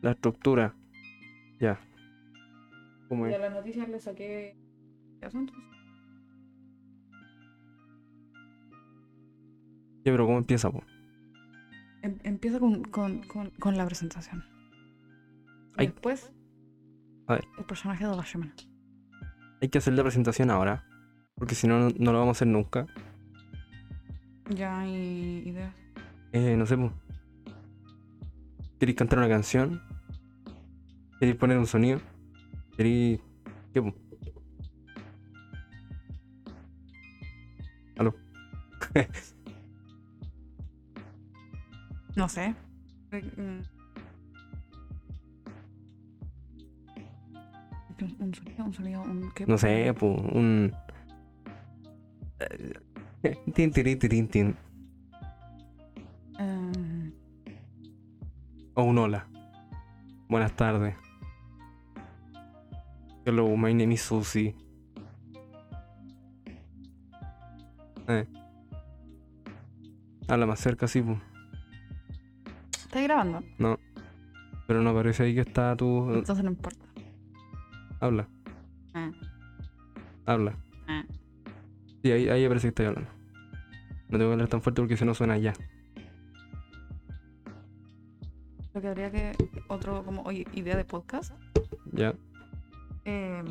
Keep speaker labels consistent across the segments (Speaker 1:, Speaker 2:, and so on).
Speaker 1: la estructura. Ya. ¿Cómo
Speaker 2: Y a
Speaker 1: es?
Speaker 2: las noticias le saqué asuntos.
Speaker 1: Ya, pero ¿cómo empieza, po?
Speaker 2: Em- empieza con, con, con, con la presentación. Y
Speaker 1: Ay.
Speaker 2: Después,
Speaker 1: A ver.
Speaker 2: el personaje de la semana.
Speaker 1: Hay que hacer la presentación ahora. Porque si no, no, no lo vamos a hacer nunca.
Speaker 2: Ya hay ideas.
Speaker 1: Eh, no sé, po. ¿Queréis cantar una canción? ¿Queréis poner un sonido? ¿Queréis. qué, po? ¿Aló?
Speaker 2: No sé. Eh, mm. Un, un sonido, un sonido, un qué.
Speaker 1: No sé, po, un. Eh, Tin, tirin, tirin, tin.
Speaker 2: Em,
Speaker 1: O Oh, un hola. Buenas tardes. Hello, my name is Susie. Eh. Habla más cerca, sí, po.
Speaker 2: ¿Estás grabando?
Speaker 1: Pero no aparece ahí que está tu.
Speaker 2: Entonces no importa.
Speaker 1: Habla,
Speaker 2: Ah,
Speaker 1: habla.
Speaker 2: ah.
Speaker 1: Sí, ahí, ahí aparece que estoy hablando. No tengo que hablar tan fuerte porque si no suena ya.
Speaker 2: Lo que habría que. Otro, como, oye, idea de podcast.
Speaker 1: Ya.
Speaker 2: Em,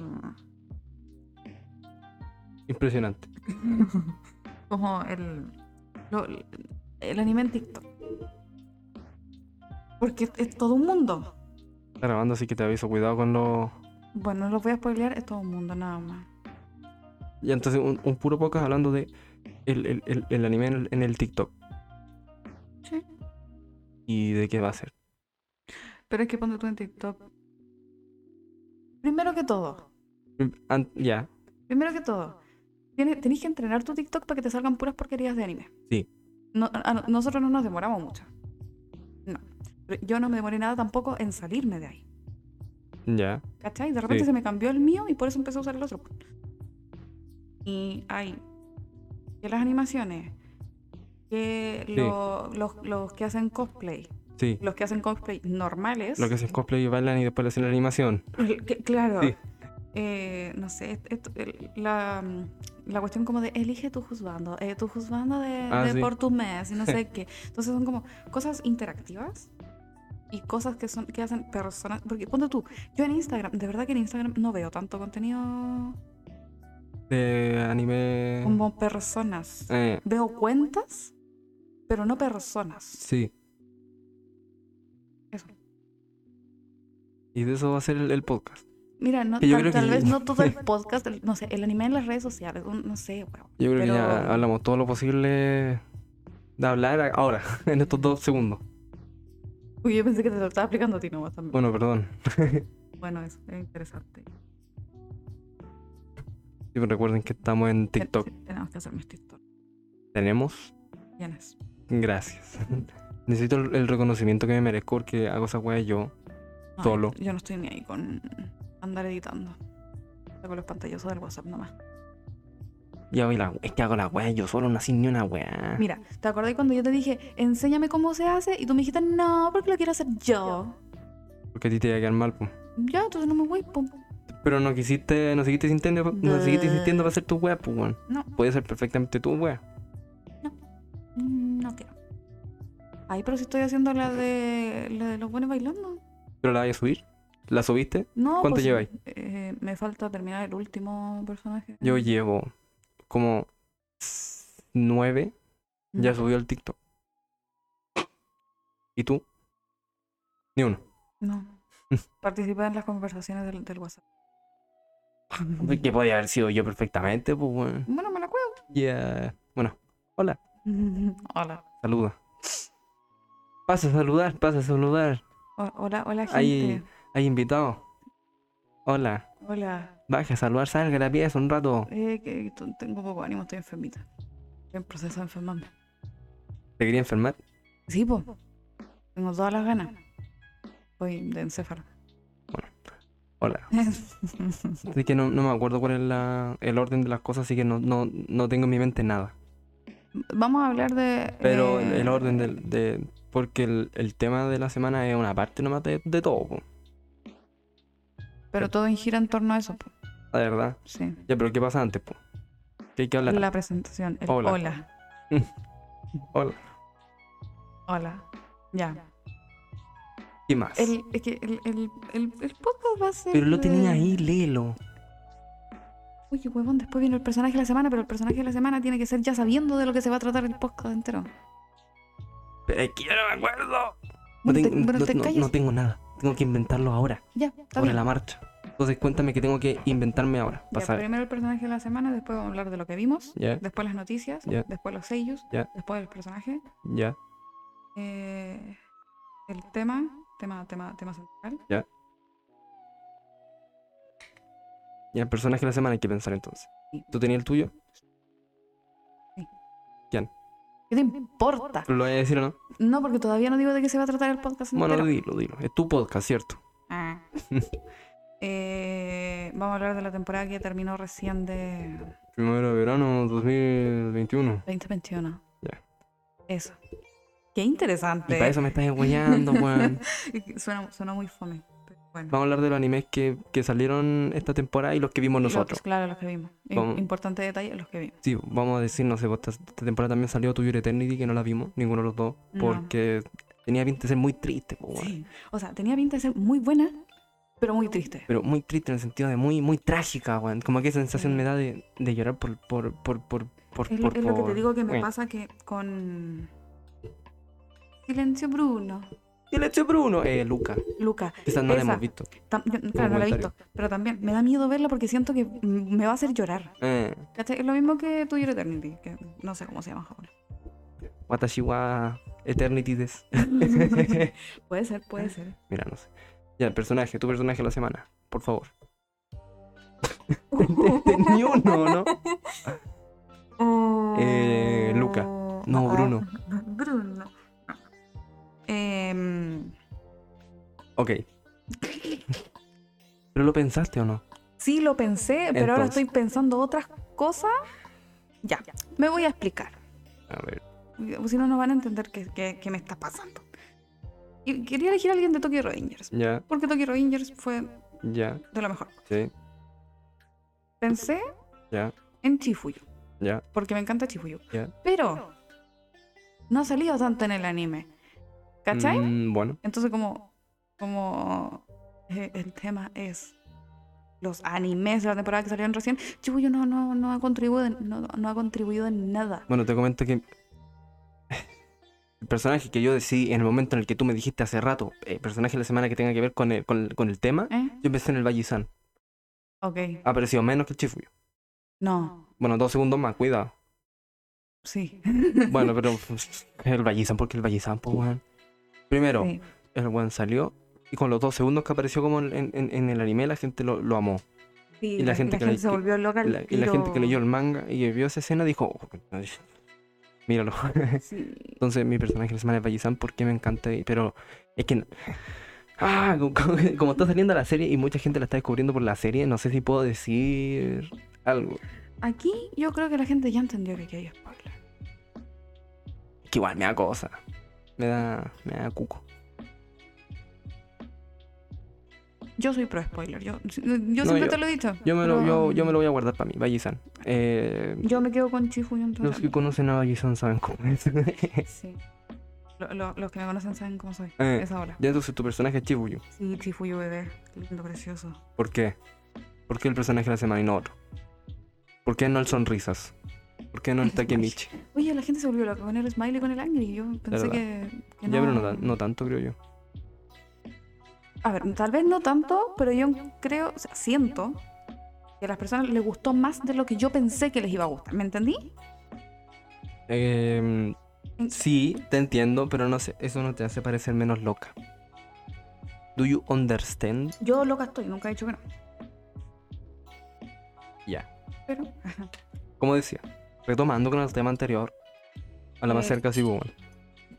Speaker 1: Impresionante.
Speaker 2: como el, lo- el anime en TikTok. Porque es, es todo un mundo.
Speaker 1: Está grabando, así que te aviso. Cuidado con los.
Speaker 2: Bueno, no los voy a spoilear, es todo un mundo nada más.
Speaker 1: Y entonces un, un puro podcast hablando de el, el- el- el anime en el, en el TikTok.
Speaker 2: Sí.
Speaker 1: ¿Y de qué va a ser?
Speaker 2: Pero es que ponte tú en TikTok. Primero que todo,
Speaker 1: An- ya,
Speaker 2: primero que todo, tiene- tenés que entrenar tu TikTok para que te salgan puras porquerías de anime.
Speaker 1: Sí.
Speaker 2: No, a- a- nosotros no nos demoramos mucho. No. Pero yo no me demoré nada tampoco en salirme de ahí.
Speaker 1: ya.
Speaker 2: ¿Cachai? De repente
Speaker 1: Sí.
Speaker 2: se me cambió el mío y por eso empecé a usar el otro. Y hay que las animaciones, que lo- los, los que hacen cosplay,
Speaker 1: Sí.
Speaker 2: los que hacen cosplay normales,
Speaker 1: Lo que hacen cosplay y bailan y después le hacen la animación.
Speaker 2: que- claro,
Speaker 1: Sí.
Speaker 2: eh, no sé, est- esto- el- la, mm, la cuestión como de elige tu juzgando, eh, tu juzgando de,
Speaker 1: Ah,
Speaker 2: de
Speaker 1: sí.
Speaker 2: por tu mes y no sé qué. Entonces son como cosas interactivas y cosas que son que hacen personas, porque ponte tú, yo en Instagram, de verdad que en Instagram no veo tanto contenido
Speaker 1: De anime.
Speaker 2: como personas.
Speaker 1: Eh,
Speaker 2: Veo cuentas, pero no personas.
Speaker 1: sí.
Speaker 2: Eso.
Speaker 1: Y de eso va a ser el, el podcast.
Speaker 2: Mira, no,
Speaker 1: Que yo
Speaker 2: tal,
Speaker 1: creo que
Speaker 2: tal
Speaker 1: ya-
Speaker 2: vez no todo el podcast, el- no sé, el anime en las redes sociales, un- no sé, weón.
Speaker 1: Yo creo que
Speaker 2: Pero-
Speaker 1: ya hablamos todo lo posible de hablar ahora, en estos dos segundos.
Speaker 2: Uy, yo pensé que te lo estaba aplicando a ti nomás también.
Speaker 1: Bueno, perdón.
Speaker 2: Bueno, eso es interesante.
Speaker 1: Sí, pero recuerden que estamos en TikTok.
Speaker 2: Ten- Tenemos que hacer mis TikTok.
Speaker 1: Tenemos.
Speaker 2: Tienes.
Speaker 1: Gracias. Necesito el, el reconocimiento que me merezco porque hago esa wea yo.
Speaker 2: No,
Speaker 1: Solo.
Speaker 2: Yo no estoy ni ahí con andar editando. Con los pantallosos del WhatsApp nomás.
Speaker 1: Yo hago la, es que hago la wea yo solo, no así ni una wea.
Speaker 2: Mira, ¿te acordás cuando yo te dije, enséñame cómo se hace? Y tú me dijiste, no, porque lo quiero hacer yo.
Speaker 1: Porque a ti te iba a quedar mal, po.
Speaker 2: Ya, entonces no me voy. pum.
Speaker 1: Pero no quisiste, no seguiste insistiendo, no
Speaker 2: Bleh.
Speaker 1: seguiste insistiendo para ser tu wea, pues weón.
Speaker 2: No,
Speaker 1: Puede ser perfectamente tu wea.
Speaker 2: no quiero. Ay, pero si estoy haciendo la de, la de los buenos bailando.
Speaker 1: Pero la voy a subir. ¿La subiste?
Speaker 2: No,
Speaker 1: ¿Cuánto
Speaker 2: pues,
Speaker 1: lleváis?
Speaker 2: eh, me falta terminar el último personaje.
Speaker 1: Yo llevo como s- nueve. Ya subió el TikTok. ¿Y tú? Ni uno.
Speaker 2: No. Participé en las conversaciones del, del WhatsApp.
Speaker 1: Que podía haber sido yo perfectamente, pues weón.
Speaker 2: Bueno, me la cuevo.
Speaker 1: Ya. Bueno, hola,
Speaker 2: Hola.
Speaker 1: saluda. Pasa a saludar, pasa a saludar.
Speaker 2: O- hola, hola, gente.
Speaker 1: Ahí. Hay invitado. Hola.
Speaker 2: Hola.
Speaker 1: Baja a saludar, salga de la pieza un rato.
Speaker 2: Eh, que t- tengo poco ánimo, estoy enfermita. Estoy en proceso de enfermarme.
Speaker 1: ¿Te quería enfermar?
Speaker 2: Sí, pues. Tengo todas las ganas. Voy de encéfalo.
Speaker 1: Hola. Así que no, no me acuerdo cuál es la- el orden de las cosas, así que no, no, no tengo en mi mente nada.
Speaker 2: Vamos a hablar de.
Speaker 1: Pero
Speaker 2: eh,
Speaker 1: el orden del. De, porque el, el tema de la semana es una parte nomás de, de todo, po,
Speaker 2: Pero todo gira en torno a eso, po.
Speaker 1: la verdad.
Speaker 2: sí.
Speaker 1: Ya, pero ¿qué pasa antes, po? ¿Qué hay que hablar?
Speaker 2: La presentación. el
Speaker 1: Hola.
Speaker 2: hola.
Speaker 1: Hola.
Speaker 2: hola. Ya.
Speaker 1: ¿Qué más?
Speaker 2: El, es que el, el, el, el podcast va a ser.
Speaker 1: Pero lo tenía
Speaker 2: de-
Speaker 1: ahí, léelo.
Speaker 2: Oye, huevón, después viene el personaje de la semana, pero el personaje de la semana tiene que ser ya sabiendo de lo que se va a tratar el podcast entero.
Speaker 1: Pero es que yo no me acuerdo. No,
Speaker 2: Bueno, te,
Speaker 1: tengo-
Speaker 2: bueno,
Speaker 1: no-
Speaker 2: te
Speaker 1: no-
Speaker 2: callas.
Speaker 1: no tengo nada. Tengo que inventarlo ahora,
Speaker 2: Ya, está
Speaker 1: sobre
Speaker 2: bien.
Speaker 1: la marcha. Entonces cuéntame que tengo que inventarme ahora.
Speaker 2: Ya,
Speaker 1: Para saber.
Speaker 2: primero el personaje de la semana, después vamos a hablar de lo que vimos,
Speaker 1: Ya,
Speaker 2: después las noticias,
Speaker 1: Ya.
Speaker 2: después los sellos,
Speaker 1: Ya.
Speaker 2: después el personaje,
Speaker 1: ya.
Speaker 2: eh, el tema, tema, tema, tema central.
Speaker 1: Ya, el personaje de la semana hay que pensar entonces.
Speaker 2: Sí.
Speaker 1: ¿Tú tenías el tuyo?
Speaker 2: ¿Qué te importa?
Speaker 1: ¿Lo voy a decir o no?
Speaker 2: No, porque todavía no digo de qué se va a tratar el podcast
Speaker 1: Bueno,
Speaker 2: entero.
Speaker 1: dilo, dilo. Es tu podcast, ¿cierto?
Speaker 2: Ah. Eh, vamos a hablar de la temporada que terminó recién de
Speaker 1: Primero de verano 2021.
Speaker 2: 2021.
Speaker 1: Ya.
Speaker 2: Eso. Qué
Speaker 1: Y para
Speaker 2: interesante.
Speaker 1: eso me estás enguayando, weón.
Speaker 2: Suena, suena muy fome. pero bueno.
Speaker 1: Vamos a hablar de los animes que, que salieron esta temporada y los que vimos
Speaker 2: Los-
Speaker 1: nosotros.
Speaker 2: claro, los que vimos. Im-
Speaker 1: Vamos.
Speaker 2: Importante detalle, los que vimos.
Speaker 1: Sí, vamos a decir, no sé, pues, esta, esta temporada también salió To Your Eternity, que no la vimos, ninguno de los dos,
Speaker 2: No.
Speaker 1: porque tenía pinta de ser muy triste, po, weón.
Speaker 2: Sí. O sea, tenía pinta de ser muy buena, pero muy triste.
Speaker 1: pero muy triste en el sentido de muy, muy trágica, weón. Como que sensación
Speaker 2: Sí.
Speaker 1: me da de, de llorar por, por, por, por, por,
Speaker 2: Mm. Es, lo-
Speaker 1: por,
Speaker 2: es lo que te
Speaker 1: por-
Speaker 2: digo que me
Speaker 1: weón.
Speaker 2: pasa que con... Silencio Bruno.
Speaker 1: Y el hecho Bruno, eh, Luca,
Speaker 2: Luca.
Speaker 1: quizás no la
Speaker 2: Esa.
Speaker 1: hemos visto.
Speaker 2: tam- yo- claro, no la he
Speaker 1: comentario.
Speaker 2: visto. Pero también me da miedo verla porque siento que mm, me va a hacer llorar.
Speaker 1: Eh,
Speaker 2: ¿Cachai? Es lo mismo que tu Your Eternity, que no sé cómo se llama en japonés.
Speaker 1: Watashi wa Eternity des.
Speaker 2: puede ser, puede ser.
Speaker 1: Mira, no sé. Ya, el personaje, tu personaje de la semana, por favor. Este, Ni uno, ¿no? Eh, Luca. No,
Speaker 2: Oh. Ah,
Speaker 1: Bruno.
Speaker 2: Bruno. Em,
Speaker 1: Ok. ¿Pero lo pensaste o no?
Speaker 2: sí, lo pensé, pero ahora
Speaker 1: Entonces.
Speaker 2: estoy pensando otras cosas. Ya, me voy a explicar.
Speaker 1: A ver.
Speaker 2: Si no, no van a entender qué, qué- qué me está pasando. Y quería elegir a alguien de Tokyo Rangers.
Speaker 1: Ya,
Speaker 2: Porque Tokyo Rangers fue
Speaker 1: ya,
Speaker 2: de lo mejor.
Speaker 1: sí,
Speaker 2: Pensé
Speaker 1: ya,
Speaker 2: en Chifuyo.
Speaker 1: ya.
Speaker 2: Porque me encanta Chifuyo.
Speaker 1: Ya.
Speaker 2: Pero no ha salido tanto en el anime. ¿Cachai?
Speaker 1: Mm, bueno,
Speaker 2: Entonces, como, como eh, el tema es los animes de la temporada que salieron recién, Chibuyo no, no, no, ha contribuido en, no, no ha contribuido en nada.
Speaker 1: bueno, te comento que el personaje que yo decidí en el momento en el que tú me dijiste hace rato, eh, personaje de la semana que tenga que ver con el, con, con el tema,
Speaker 2: ¿Eh?
Speaker 1: yo empecé en el Vallisan.
Speaker 2: Ok.
Speaker 1: Ha aparecido menos que el Chifuyo.
Speaker 2: No,
Speaker 1: Bueno, dos segundos más, cuidado.
Speaker 2: sí.
Speaker 1: Bueno, pero pues, el Vallisan, porque el Vallisan, pues, weón. Primero,
Speaker 2: Sí.
Speaker 1: el weón salió y con los dos segundos que apareció como en, en- en el anime, la gente lo, lo amó.
Speaker 2: Sí,
Speaker 1: y la gente que le-
Speaker 2: se volvió loca.
Speaker 1: Y
Speaker 2: al
Speaker 1: la, y la gente que
Speaker 2: tiro.
Speaker 1: leyó el manga y que vio esa escena dijo, "Oh, ay, míralo.
Speaker 2: Sí.
Speaker 1: Entonces mi personaje de la semana es Vallisan porque me encanta, y- pero es que... Ah, como, como- como está saliendo la serie y mucha gente la está descubriendo por la serie, no sé si puedo decir algo.
Speaker 2: Aquí yo creo que la gente ya entendió que aquí hay spoiler.
Speaker 1: Que igual me da cosa. Me da, me da cuco.
Speaker 2: Yo soy pro spoiler. Yo, yo
Speaker 1: No,
Speaker 2: siempre
Speaker 1: yo-
Speaker 2: te lo he dicho.
Speaker 1: Yo me lo,
Speaker 2: pero,
Speaker 1: yo, yo me lo voy a guardar para mí, Vallisan. Eh,
Speaker 2: yo me quedo con Chifuyo entonces.
Speaker 1: los que conocen a Vallisan saben cómo es.
Speaker 2: Sí. Lo- lo- los que me conocen saben cómo soy.
Speaker 1: Eh.
Speaker 2: Es ahora.
Speaker 1: ya entonces tu personaje es Chibuyu.
Speaker 2: Sí, Chifuyo bebé. Lindo, precioso.
Speaker 1: ¿Por qué? ¿Por qué el personaje de la semana y no otro? ¿Por qué no el Sonrisas? ¿Por qué no el
Speaker 2: El
Speaker 1: Takemichi?
Speaker 2: Oye, la gente se volvió loca con el smiley y con el angry. Yo pensé
Speaker 1: verdad.
Speaker 2: que, que
Speaker 1: Ya, pero no, tan- no tanto, creo yo.
Speaker 2: A ver, tal vez no tanto, pero yo creo, o sea, siento que a las personas les gustó más de lo que yo pensé que les iba a gustar. ¿Me entendí? Mm.
Speaker 1: Em, sí, te entiendo, pero no sé, eso no te hace parecer menos loca. ¿Do you understand?
Speaker 2: Yo loca estoy, nunca he dicho que no.
Speaker 1: Ya.
Speaker 2: Pero,
Speaker 1: Como decía, retomando con el tema anterior, a la más
Speaker 2: Eh,
Speaker 1: cerca sí, bueno,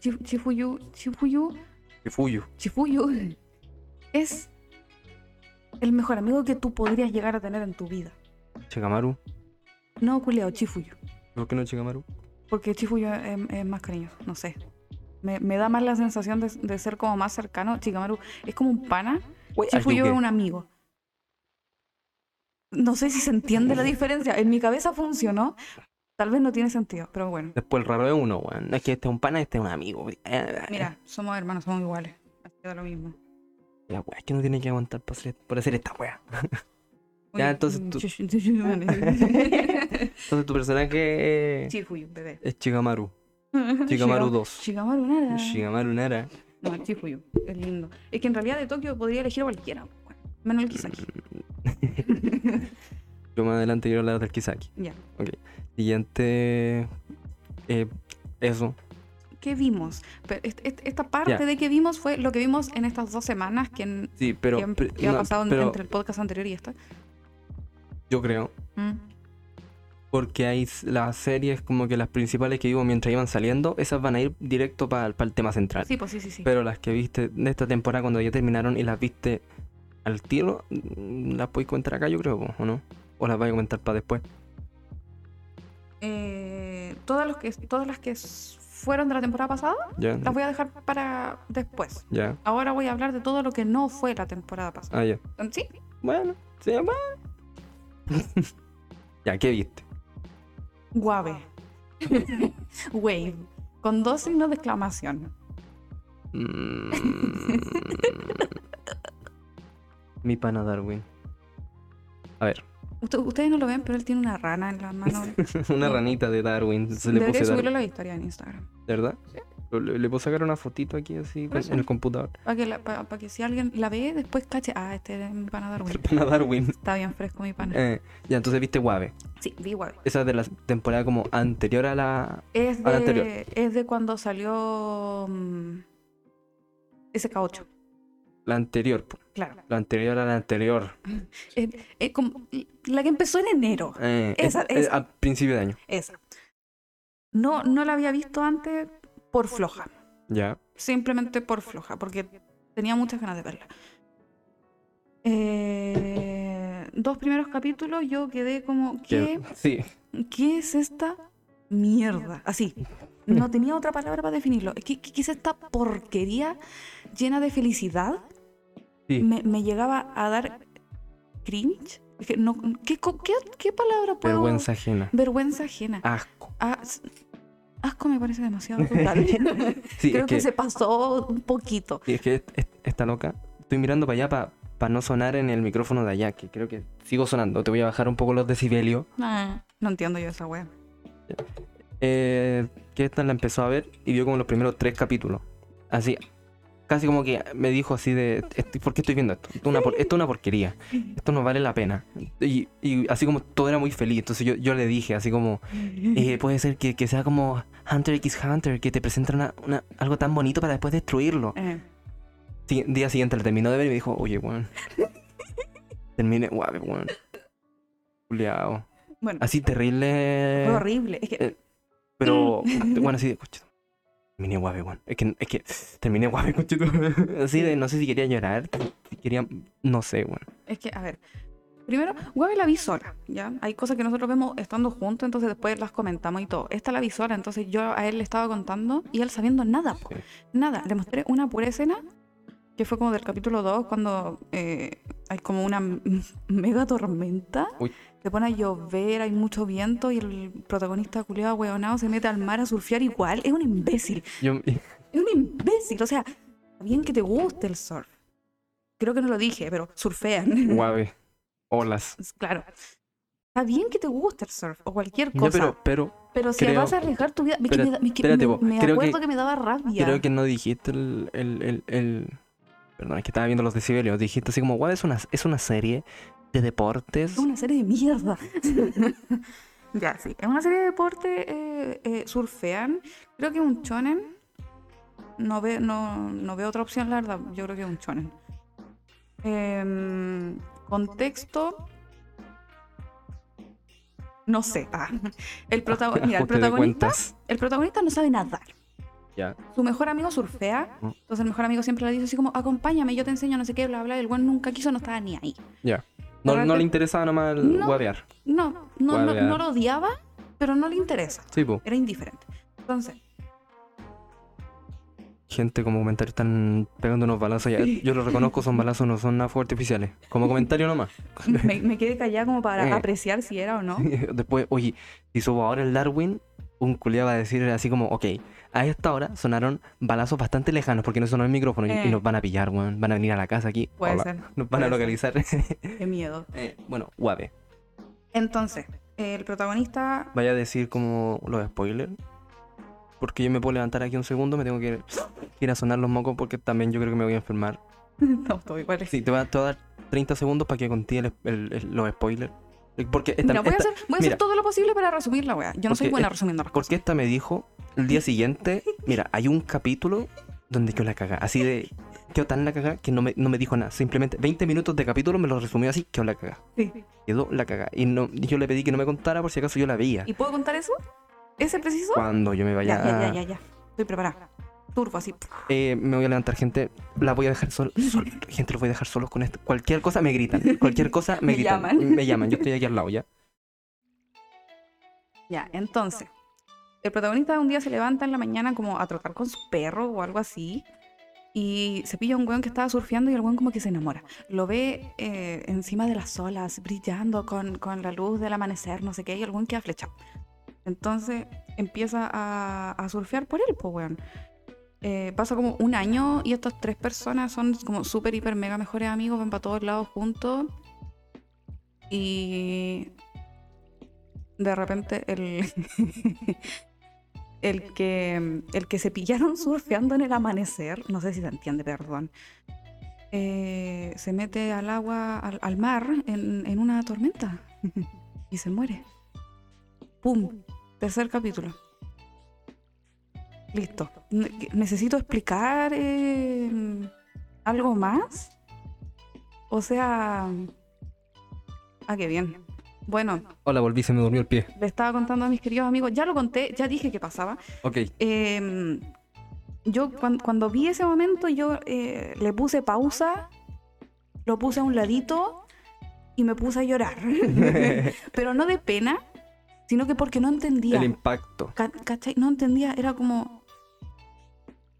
Speaker 2: Chi- Chifuyu, Chifuyu,
Speaker 1: que fuyo.
Speaker 2: Chifuyu es el mejor amigo que tú podrías llegar a tener en tu vida.
Speaker 1: Chikamaru.
Speaker 2: No, culiao, Chifuyu.
Speaker 1: ¿Por qué no Chikamaru?
Speaker 2: Porque Chifuyo es, es más cariñoso, no sé. Me, me da más la sensación de, de ser como más cercano. Chikamaru es como un pana. Chifuyo es un amigo. No sé si se entiende la diferencia. En mi cabeza funcionó. Tal vez no tiene sentido, pero bueno.
Speaker 1: Después el raro es uno, weón. Es que este es un pana, este es un amigo. Eh,
Speaker 2: Mira, somos hermanos, somos iguales. Así que da lo mismo.
Speaker 1: La weá es que no tiene que aguantar por hacer, por hacer esta weá.
Speaker 2: Oye,
Speaker 1: Ya, entonces
Speaker 2: mm,
Speaker 1: tú-
Speaker 2: chu- chu- chu- chu- vale.
Speaker 1: Entonces tu personaje es-
Speaker 2: Chifuyo, bebé.
Speaker 1: es Chigamaru. Chikamaru 2.
Speaker 2: Chikamaru nada.
Speaker 1: Shigamaru Nara.
Speaker 2: No, Chifuyo. Es lindo. Es que en realidad de Tokio podría elegir a cualquiera. pues, bueno, Menos el Kisaki.
Speaker 1: Yo más adelante quiero hablar del Kisaki.
Speaker 2: ya.
Speaker 1: Siguiente. eh, eso.
Speaker 2: ¿Qué vimos? Pero est- est- esta parte
Speaker 1: Ya.
Speaker 2: de que vimos fue lo que vimos en estas dos semanas que, en-
Speaker 1: Sí, pero.
Speaker 2: que en-
Speaker 1: pre-
Speaker 2: que ha
Speaker 1: no,
Speaker 2: pasado en-
Speaker 1: pero
Speaker 2: entre el podcast anterior y esta.
Speaker 1: Yo creo.
Speaker 2: Mm.
Speaker 1: Porque hay s- las series como que las principales que vivo mientras iban saliendo, esas van a ir directo para el tema central.
Speaker 2: Sí, pues sí, sí, sí.
Speaker 1: Pero las que viste de esta temporada cuando ya terminaron y las viste al tiro, mm, las podéis comentar acá, yo creo, po, ¿o no? O las vais a comentar para después.
Speaker 2: Eh, todas, los que, todas las que s- fueron de la temporada pasada
Speaker 1: Ya.
Speaker 2: las voy a dejar para después.
Speaker 1: Ya.
Speaker 2: Ahora voy a hablar de todo lo que no fue la temporada pasada.
Speaker 1: Ah, ya.
Speaker 2: Sí,
Speaker 1: Bueno, sí, bueno. ya, ¿qué viste?
Speaker 2: Guave. Wave. Con dos signos de exclamación. Mm.
Speaker 1: Mi pana Darwin. A ver,
Speaker 2: Usted- ustedes no lo ven, pero él tiene una rana en la mano.
Speaker 1: una ranita de Darwin. Se le
Speaker 2: Debería
Speaker 1: puse
Speaker 2: subirlo
Speaker 1: Darwin,
Speaker 2: a la historia en Instagram.
Speaker 1: ¿verdad? Lo- Le, le puedo sacar una fotito aquí así
Speaker 2: Por
Speaker 1: con-
Speaker 2: eso.
Speaker 1: en el computador.
Speaker 2: Para que, la- pa- pa' que si alguien la ve, después cache. Ah, este es mi pana
Speaker 1: El
Speaker 2: Darwin.
Speaker 1: pana Darwin.
Speaker 2: Está bien fresco mi pana.
Speaker 1: Eh, ya, entonces viste Guave.
Speaker 2: Sí, vi Guave.
Speaker 1: Esa es de la temporada como anterior a la.
Speaker 2: Es
Speaker 1: A la anterior.
Speaker 2: de, es de cuando salió mm, SK8.
Speaker 1: La anterior, po.
Speaker 2: Claro.
Speaker 1: La anterior a la anterior.
Speaker 2: Eh, eh, como- la que empezó en enero.
Speaker 1: Eh,
Speaker 2: Esa-
Speaker 1: eh,
Speaker 2: esa.
Speaker 1: A principio de año.
Speaker 2: Esa. No, no la había visto antes por floja.
Speaker 1: Ya.
Speaker 2: simplemente por floja, porque tenía muchas ganas de verla. Eh, dos primeros capítulos yo quedé como, ¿qué,
Speaker 1: Que- Sí.
Speaker 2: ¿qué es esta mierda? Así, no tenía otra palabra para definirlo. ¿Qué, qué- qué es esta porquería llena de felicidad?
Speaker 1: Sí.
Speaker 2: Me, me llegaba a dar cringe. Es que no- ¿qué, co- qué, qué palabra puedo...?
Speaker 1: Vergüenza ajena.
Speaker 2: Vergüenza ajena.
Speaker 1: Asco.
Speaker 2: Ah, s- asco me parece demasiado total.
Speaker 1: Sí,
Speaker 2: Creo
Speaker 1: es
Speaker 2: que,
Speaker 1: que,
Speaker 2: se pasó un poquito.
Speaker 1: sí, es que est- est- está loca. Estoy mirando para allá para no sonar en el micrófono de allá, que creo que sigo sonando. Te voy a bajar un poco los decibelios.
Speaker 2: Ah, no entiendo yo esa wea.
Speaker 1: Eh, que esta la empezó a ver y vio como los primeros tres capítulos. Así, casi como que me dijo así de, "Est- ¿por qué estoy viendo esto? Esto es una, por- esto es una porquería. Esto no vale la pena. Y, y así como todo era muy feliz. Entonces yo, yo le dije así como, eh, puede ser que, que sea como Hunter x Hunter, que te presentan una- una- algo tan bonito para después destruirlo.
Speaker 2: Eh,
Speaker 1: Sí, día siguiente la terminó de ver y me dijo, oye, weón. Terminé, guave, weón. Culeado.
Speaker 2: bueno,
Speaker 1: Así terrible.
Speaker 2: fue horrible. Es que,
Speaker 1: eh, Pero, bueno, así de, cochito. Terminé guave, weón. Es que, es que terminé guave, cochito. Así de, no sé si quería llorar. si quería, no sé, weón.
Speaker 2: es que, a ver. Primero, Web la vi sola, ¿ya? Hay cosas que nosotros vemos estando juntos, entonces después las comentamos y todo. Esta la vi sola, entonces yo a él le estaba contando y él sabiendo nada, po.
Speaker 1: Sí.
Speaker 2: nada. Le mostré una pura escena que fue como del capítulo 2, cuando eh, hay como una m- mega tormenta.
Speaker 1: Uy.
Speaker 2: Se pone a llover, hay mucho viento y el protagonista culiado, hueonado, se mete al mar a surfear igual. Es un imbécil.
Speaker 1: Yo,
Speaker 2: Es un imbécil. O sea, está bien que te guste el surf. Creo que no lo dije, pero surfean.
Speaker 1: guave. eh. Olas.
Speaker 2: Es Claro. Está bien que te guste el surf o cualquier
Speaker 1: Ya,
Speaker 2: cosa.
Speaker 1: pero, pero,
Speaker 2: pero si
Speaker 1: creo-
Speaker 2: vas a arriesgar tu vida. Es que
Speaker 1: pero-
Speaker 2: me, da- es que
Speaker 1: espérate,
Speaker 2: me-
Speaker 1: vos,
Speaker 2: me
Speaker 1: creo
Speaker 2: acuerdo que,
Speaker 1: que-
Speaker 2: me daba rabia.
Speaker 1: creo que no dijiste el, el, el, el- Perdón, es que estaba viendo los decibelios. Dijiste así como, guave es una, es una serie de deportes.
Speaker 2: Es una serie de mierda. ya, sí. Es una serie de deporte. eh, eh, surfean. Creo que es un shonen. No, ve, no, no veo otra opción, la verdad. Yo creo que es un shonen. Em, contexto. No sé. Ah, el, prota- mira, el
Speaker 1: Ajuste de
Speaker 2: protagonista,
Speaker 1: cuentas.
Speaker 2: el protagonista no sabe nadar.
Speaker 1: Ya.
Speaker 2: Su mejor amigo surfea.
Speaker 1: Mm.
Speaker 2: Entonces el mejor amigo siempre le dice así como, acompáñame, yo te enseño, no sé qué, bla, bla. y El buen nunca quiso, no estaba ni ahí.
Speaker 1: Ya. No, no
Speaker 2: Realmente-
Speaker 1: le interesaba nomás el
Speaker 2: No.
Speaker 1: guavear.
Speaker 2: No, no, no,
Speaker 1: Guavear.
Speaker 2: no lo odiaba, pero no le interesa.
Speaker 1: Sí, po.
Speaker 2: Era indiferente. Entonces,
Speaker 1: Gente como comentario están pegando unos balazos. Ya. Yo lo reconozco, son balazos, no son nada fuertes artificiales. Como comentario nomás.
Speaker 2: me, me quedé callada como para
Speaker 1: Eh.
Speaker 2: apreciar si era o no.
Speaker 1: Después, oye, si subo ahora el Darwin, un culiado va a decir así como, ok, a esta hora sonaron balazos bastante lejanos porque no sonó el micrófono y- y,
Speaker 2: Eh.
Speaker 1: nos van a pillar, weón. Van a venir a la casa aquí.
Speaker 2: Puede
Speaker 1: hola,
Speaker 2: ser.
Speaker 1: Nos van a
Speaker 2: puede
Speaker 1: localizar.
Speaker 2: Qué miedo.
Speaker 1: Eh, bueno, guave.
Speaker 2: Entonces, el protagonista.
Speaker 1: Vaya a decir como los spoilers. Porque yo me puedo levantar aquí un segundo, me tengo que ir- ir a sonar los mocos porque también yo creo que me voy a enfermar.
Speaker 2: no, todo igual.
Speaker 1: Sí, te va te va a dar 30 segundos para que contigue el- el- el- los spoilers. Porque esta,
Speaker 2: Mira, voy a
Speaker 1: esta-
Speaker 2: hacer, voy a hacer
Speaker 1: mira.
Speaker 2: todo lo posible para resumir la wea. Yo no soy
Speaker 1: Porque
Speaker 2: buena
Speaker 1: es-
Speaker 2: resumiendo las cosas.
Speaker 1: porque esta me dijo el día siguiente, mira, hay un capítulo donde yo la caga, así de quedó tan la caga que no me, no me dijo nada, simplemente 20 minutos de capítulo me lo resumió así, quedó la caga,
Speaker 2: Sí.
Speaker 1: quedó la caga y no y yo le pedí que no me contara por si acaso yo la veía.
Speaker 2: ¿Y puedo contar eso? ¿Ese preciso?
Speaker 1: Cuando yo me vaya
Speaker 2: Ya, ya,
Speaker 1: a-
Speaker 2: ya, ya, ya. Estoy preparada. Turbo, así.
Speaker 1: Eh, me voy a levantar, gente. La voy a dejar solo. sol- gente, los voy a dejar solos con esto. Cualquier cosa me gritan. Cualquier cosa me,
Speaker 2: Me
Speaker 1: gritan.
Speaker 2: llaman.
Speaker 1: Me llaman. Yo estoy aquí al lado ya.
Speaker 2: Ya, entonces. El protagonista un día se levanta en la mañana como a trotar con su perro o algo así. Y se pilla a un weón que estaba surfeando y el weón como que se enamora. Lo ve eh, encima de las olas, brillando con, con la luz del amanecer, no sé qué, y el weón queda flechado. Entonces empieza a, a surfear por él, pues weón. Eh, pasa como un año y estas tres personas son como súper, hiper, mega mejores amigos, van para todos lados juntos. Y de repente el, el, que, el que se pillaron surfeando en el amanecer, no sé si se entiende, perdón, eh, se mete al agua, al, al mar, en, en una tormenta y se muere. ¡Pum! Tercer capítulo. Listo. Ne- ¿Necesito explicar eh, algo más? O sea... Ah, qué bien. Bueno,
Speaker 1: Hola, volví, se me durmió el pie.
Speaker 2: le estaba contando a mis queridos amigos, ya lo conté, ya dije que pasaba.
Speaker 1: Ok.
Speaker 2: Eh, yo cuan- cuando vi ese momento, yo eh, le puse pausa, lo puse a un ladito y me puse a llorar.
Speaker 1: el
Speaker 2: Pero no de pena, sino que porque no entendía.
Speaker 1: impacto.
Speaker 2: Ca- ¿Cachai? No entendía, era como...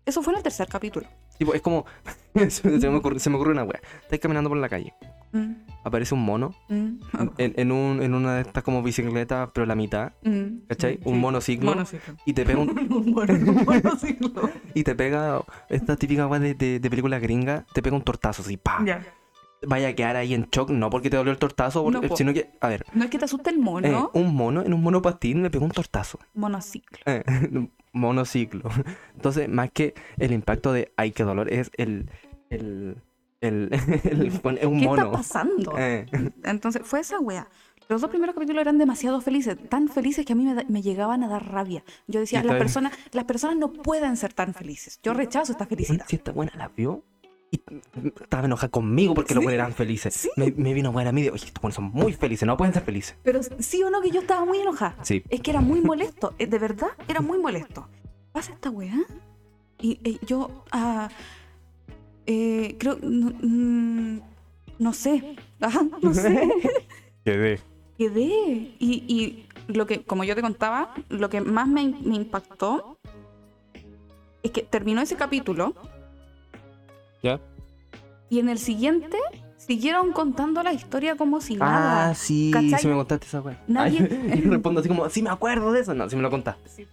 Speaker 2: Eso fue en el tercer capítulo.
Speaker 1: Tipo, es como. se, se me ocurre, se me ocurre una wea. Estás caminando por la calle.
Speaker 2: Mm,
Speaker 1: Aparece un mono
Speaker 2: mm,
Speaker 1: en, en un- en una de estas como bicicletas, pero la mitad.
Speaker 2: mm,
Speaker 1: ¿Cachai?
Speaker 2: sí.
Speaker 1: Un monociclo.
Speaker 2: Monociclo.
Speaker 1: Y te pega un,
Speaker 2: Un mono- un monociclo.
Speaker 1: y te pega esta típica wea de, de, de película gringa. Te pega un tortazo así, pa.
Speaker 2: Ya.
Speaker 1: Vaya a quedar ahí en shock. No porque te dolió el tortazo,
Speaker 2: No, po.
Speaker 1: sino que. A ver.
Speaker 2: No es que te asuste el mono,
Speaker 1: Eh, un mono en un monopatín le pegó un tortazo.
Speaker 2: monociclo.
Speaker 1: Eh, monociclo. Entonces, más que el impacto de ay, qué dolor, es el. el, el, el- bueno, es un
Speaker 2: ¿Qué
Speaker 1: mono.
Speaker 2: está pasando?
Speaker 1: Eh,
Speaker 2: Entonces, fue esa wea. Los dos primeros capítulos eran demasiado felices, tan felices que a mí me, da- me llegaban a dar rabia. Yo decía,
Speaker 1: Y
Speaker 2: las
Speaker 1: tal-
Speaker 2: personas, las personas no pueden ser tan felices. Yo rechazo esta
Speaker 1: bueno,
Speaker 2: felicidad.
Speaker 1: si esta buena la vio y estaba enojada conmigo porque los
Speaker 2: Sí,
Speaker 1: buenos eran felices.
Speaker 2: sí.
Speaker 1: Me, me vino a ver a mí de, oye, estos buenos son muy felices, no pueden ser felices.
Speaker 2: Pero sí o no que yo estaba muy enojada.
Speaker 1: Sí.
Speaker 2: Es que era muy molesto, eh, de verdad, era muy molesto. Pasa esta wea y eh, yo ah, eh, creo, no, mm, no sé, Ajá, no sé.
Speaker 1: Quedé.
Speaker 2: quedé. Y, y lo que, como yo te contaba, lo que más me, me impactó es que terminó ese capítulo
Speaker 1: ¿Ya?
Speaker 2: y en el siguiente siguieron contando la historia como si nada.
Speaker 1: Ah, sí,
Speaker 2: ¿Cachai?
Speaker 1: sí me contaste esa wea.
Speaker 2: Nadie-
Speaker 1: Ay, yo respondo así como, sí me acuerdo de eso. No, sí me lo contaste.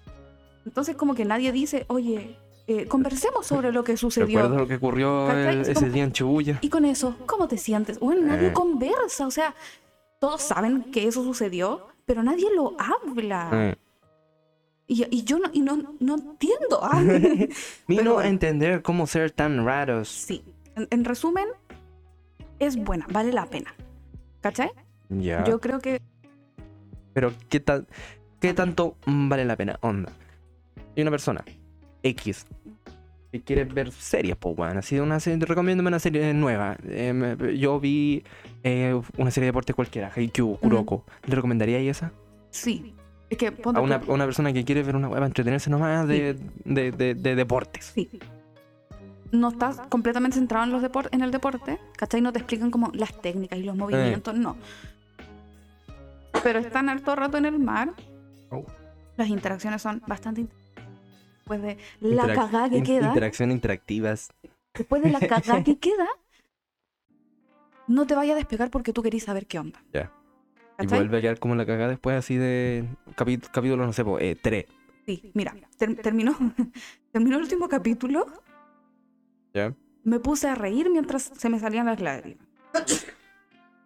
Speaker 2: Entonces como que nadie dice, oye, eh, conversemos sobre lo que
Speaker 1: Recuerdo
Speaker 2: sucedió.
Speaker 1: lo que ocurrió
Speaker 2: ¿Cachai?
Speaker 1: el-
Speaker 2: Es
Speaker 1: ese
Speaker 2: como-
Speaker 1: día en Chibuya.
Speaker 2: Y con eso, ¿cómo te sientes? Bueno, nadie
Speaker 1: Eh.
Speaker 2: conversa, o sea, todos saben que eso sucedió, pero nadie lo habla.
Speaker 1: Eh.
Speaker 2: Y, y yo no, y no, no entiendo. Ah.
Speaker 1: Vino
Speaker 2: Pero bueno.
Speaker 1: a entender cómo ser tan raros.
Speaker 2: Sí. En, en resumen, es buena, vale la pena. ¿Cachai?
Speaker 1: Ya.
Speaker 2: Yo creo que
Speaker 1: Pero qué tan qué tanto vale la pena, onda. Y una persona X que quiere ver series, pues weón. Así de una serie, recomiéndame una serie nueva. Eh, me- yo vi eh, una serie de deportes cualquiera, Haikyuu, Kuroko. ¿Le recomendaría ahí esa?
Speaker 2: sí. Es que ponte
Speaker 1: A una,
Speaker 2: tú-
Speaker 1: a una persona que quiere ver una web, entretenerse nomás de, de- de- de deportes.
Speaker 2: Sí. No estás completamente centrado en, los depor- en el deporte, ¿cachai? No te explican como las
Speaker 1: Eh.
Speaker 2: técnicas y los movimientos, no. Pero están harto rato en el mar
Speaker 1: Oh.
Speaker 2: Las interacciones son bastante. in- Después de la
Speaker 1: Interac-
Speaker 2: cagada que
Speaker 1: in-
Speaker 2: queda,
Speaker 1: Interacciones interactivas.
Speaker 2: después de la cagada que queda, no te vayas a despegar porque tú querís saber qué onda.
Speaker 1: Ya. Y
Speaker 2: ¿Cachai?
Speaker 1: vuelve a quedar como la cagada después así de capi- capítulo, no sé, po, eh, 3.
Speaker 2: Sí, mira, ter- terminó, terminó el último capítulo.
Speaker 1: Ya.
Speaker 2: Me puse a reír mientras se me salían las lágrimas.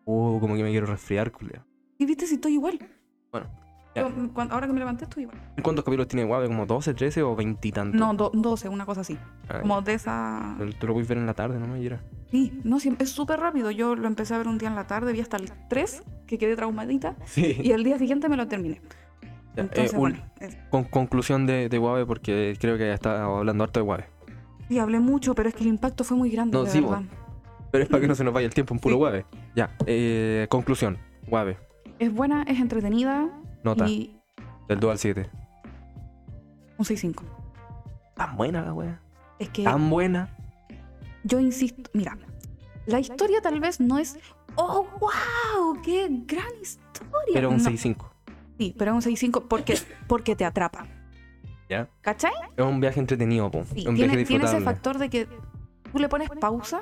Speaker 1: Uh, como que me quiero resfriar, culia.
Speaker 2: Y viste si estoy igual.
Speaker 1: Bueno, ya.
Speaker 2: Yo, cuan- ahora que me levanté estoy igual.
Speaker 1: ¿Cuántos capítulos tiene Guave? ¿Como 12, 13 o 20 y tantos?
Speaker 2: No, do- 12, una cosa así.
Speaker 1: Ah,
Speaker 2: Como de esa...
Speaker 1: Pero Tú lo puedes ver en la tarde, ¿no? Y era-
Speaker 2: Sí, no, sí, es súper rápido. Yo lo empecé a ver un día en la tarde, vi hasta el 3, que quedé traumadita,
Speaker 1: Sí.
Speaker 2: y al día siguiente me lo terminé.
Speaker 1: Ya, eh,
Speaker 2: Entonces,
Speaker 1: un-
Speaker 2: bueno, es-
Speaker 1: con conclusión de, de Guave, porque creo que ya está hablando harto de Guave.
Speaker 2: sí, hablé mucho, pero es que el impacto fue muy grande,
Speaker 1: No,
Speaker 2: de
Speaker 1: sí,
Speaker 2: verdad.
Speaker 1: Pero es para que no se nos vaya el tiempo en puro
Speaker 2: Sí.
Speaker 1: Guave. Ya, eh, conclusión. Guave,
Speaker 2: Es buena, es entretenida,
Speaker 1: nota
Speaker 2: y
Speaker 1: del 2 al 7.
Speaker 2: un 6-5.
Speaker 1: Tan buena la wea.
Speaker 2: Es que...
Speaker 1: Tan buena.
Speaker 2: Yo insisto, mira, la historia tal vez no es, oh, wow, qué gran historia.
Speaker 1: Pero un
Speaker 2: No,
Speaker 1: 6-5.
Speaker 2: Sí, pero es un 6.5 porque, porque te atrapa.
Speaker 1: Ya.
Speaker 2: ¿Cachai?
Speaker 1: Es un viaje entretenido, po.
Speaker 2: Sí,
Speaker 1: Es un
Speaker 2: tiene,
Speaker 1: viaje
Speaker 2: tiene ese
Speaker 1: disfrutable.
Speaker 2: factor de que tú le pones pausa,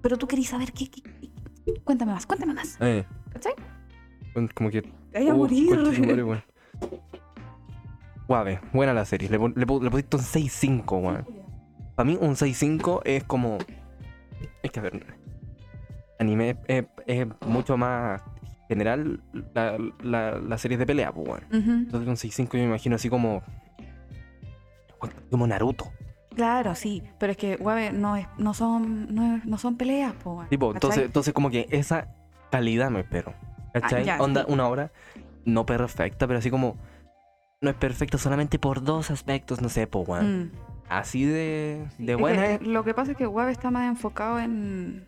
Speaker 2: pero tú querés saber qué... qué- qué- Cuéntame más, cuéntame más.
Speaker 1: Eh.
Speaker 2: ¿Cachai?
Speaker 1: Con- Como que.
Speaker 2: Te voy a
Speaker 1: Uh, conche tu madre,
Speaker 2: morir.
Speaker 1: weón. Guave, buena la serie. Le, pon- le, pon- le pusiste un 6-5, weón. Para mí, un 6-5 es como. Es que a ver. Anime es, es- es mucho más general la, la, la serie de pelea, pues, weón.
Speaker 2: Ujú,
Speaker 1: Entonces, un 6-5 yo me imagino así como. Como Naruto.
Speaker 2: Claro, sí, pero es que, guave, no, es, no, son, no, es- no son peleas, po. guave,
Speaker 1: Tipo, entonces,
Speaker 2: ¿cachai?
Speaker 1: entonces como que esa calidad me espero. ¿Cachai?
Speaker 2: Ah, ya,
Speaker 1: Onda,
Speaker 2: sí.
Speaker 1: una obra no perfecta, pero así como. No es perfecta solamente por dos aspectos, no sé, po, weón.
Speaker 2: Mm.
Speaker 1: Así de, ah, de
Speaker 2: Es que
Speaker 1: buena es.
Speaker 2: Lo que pasa es que Guave está más enfocado en,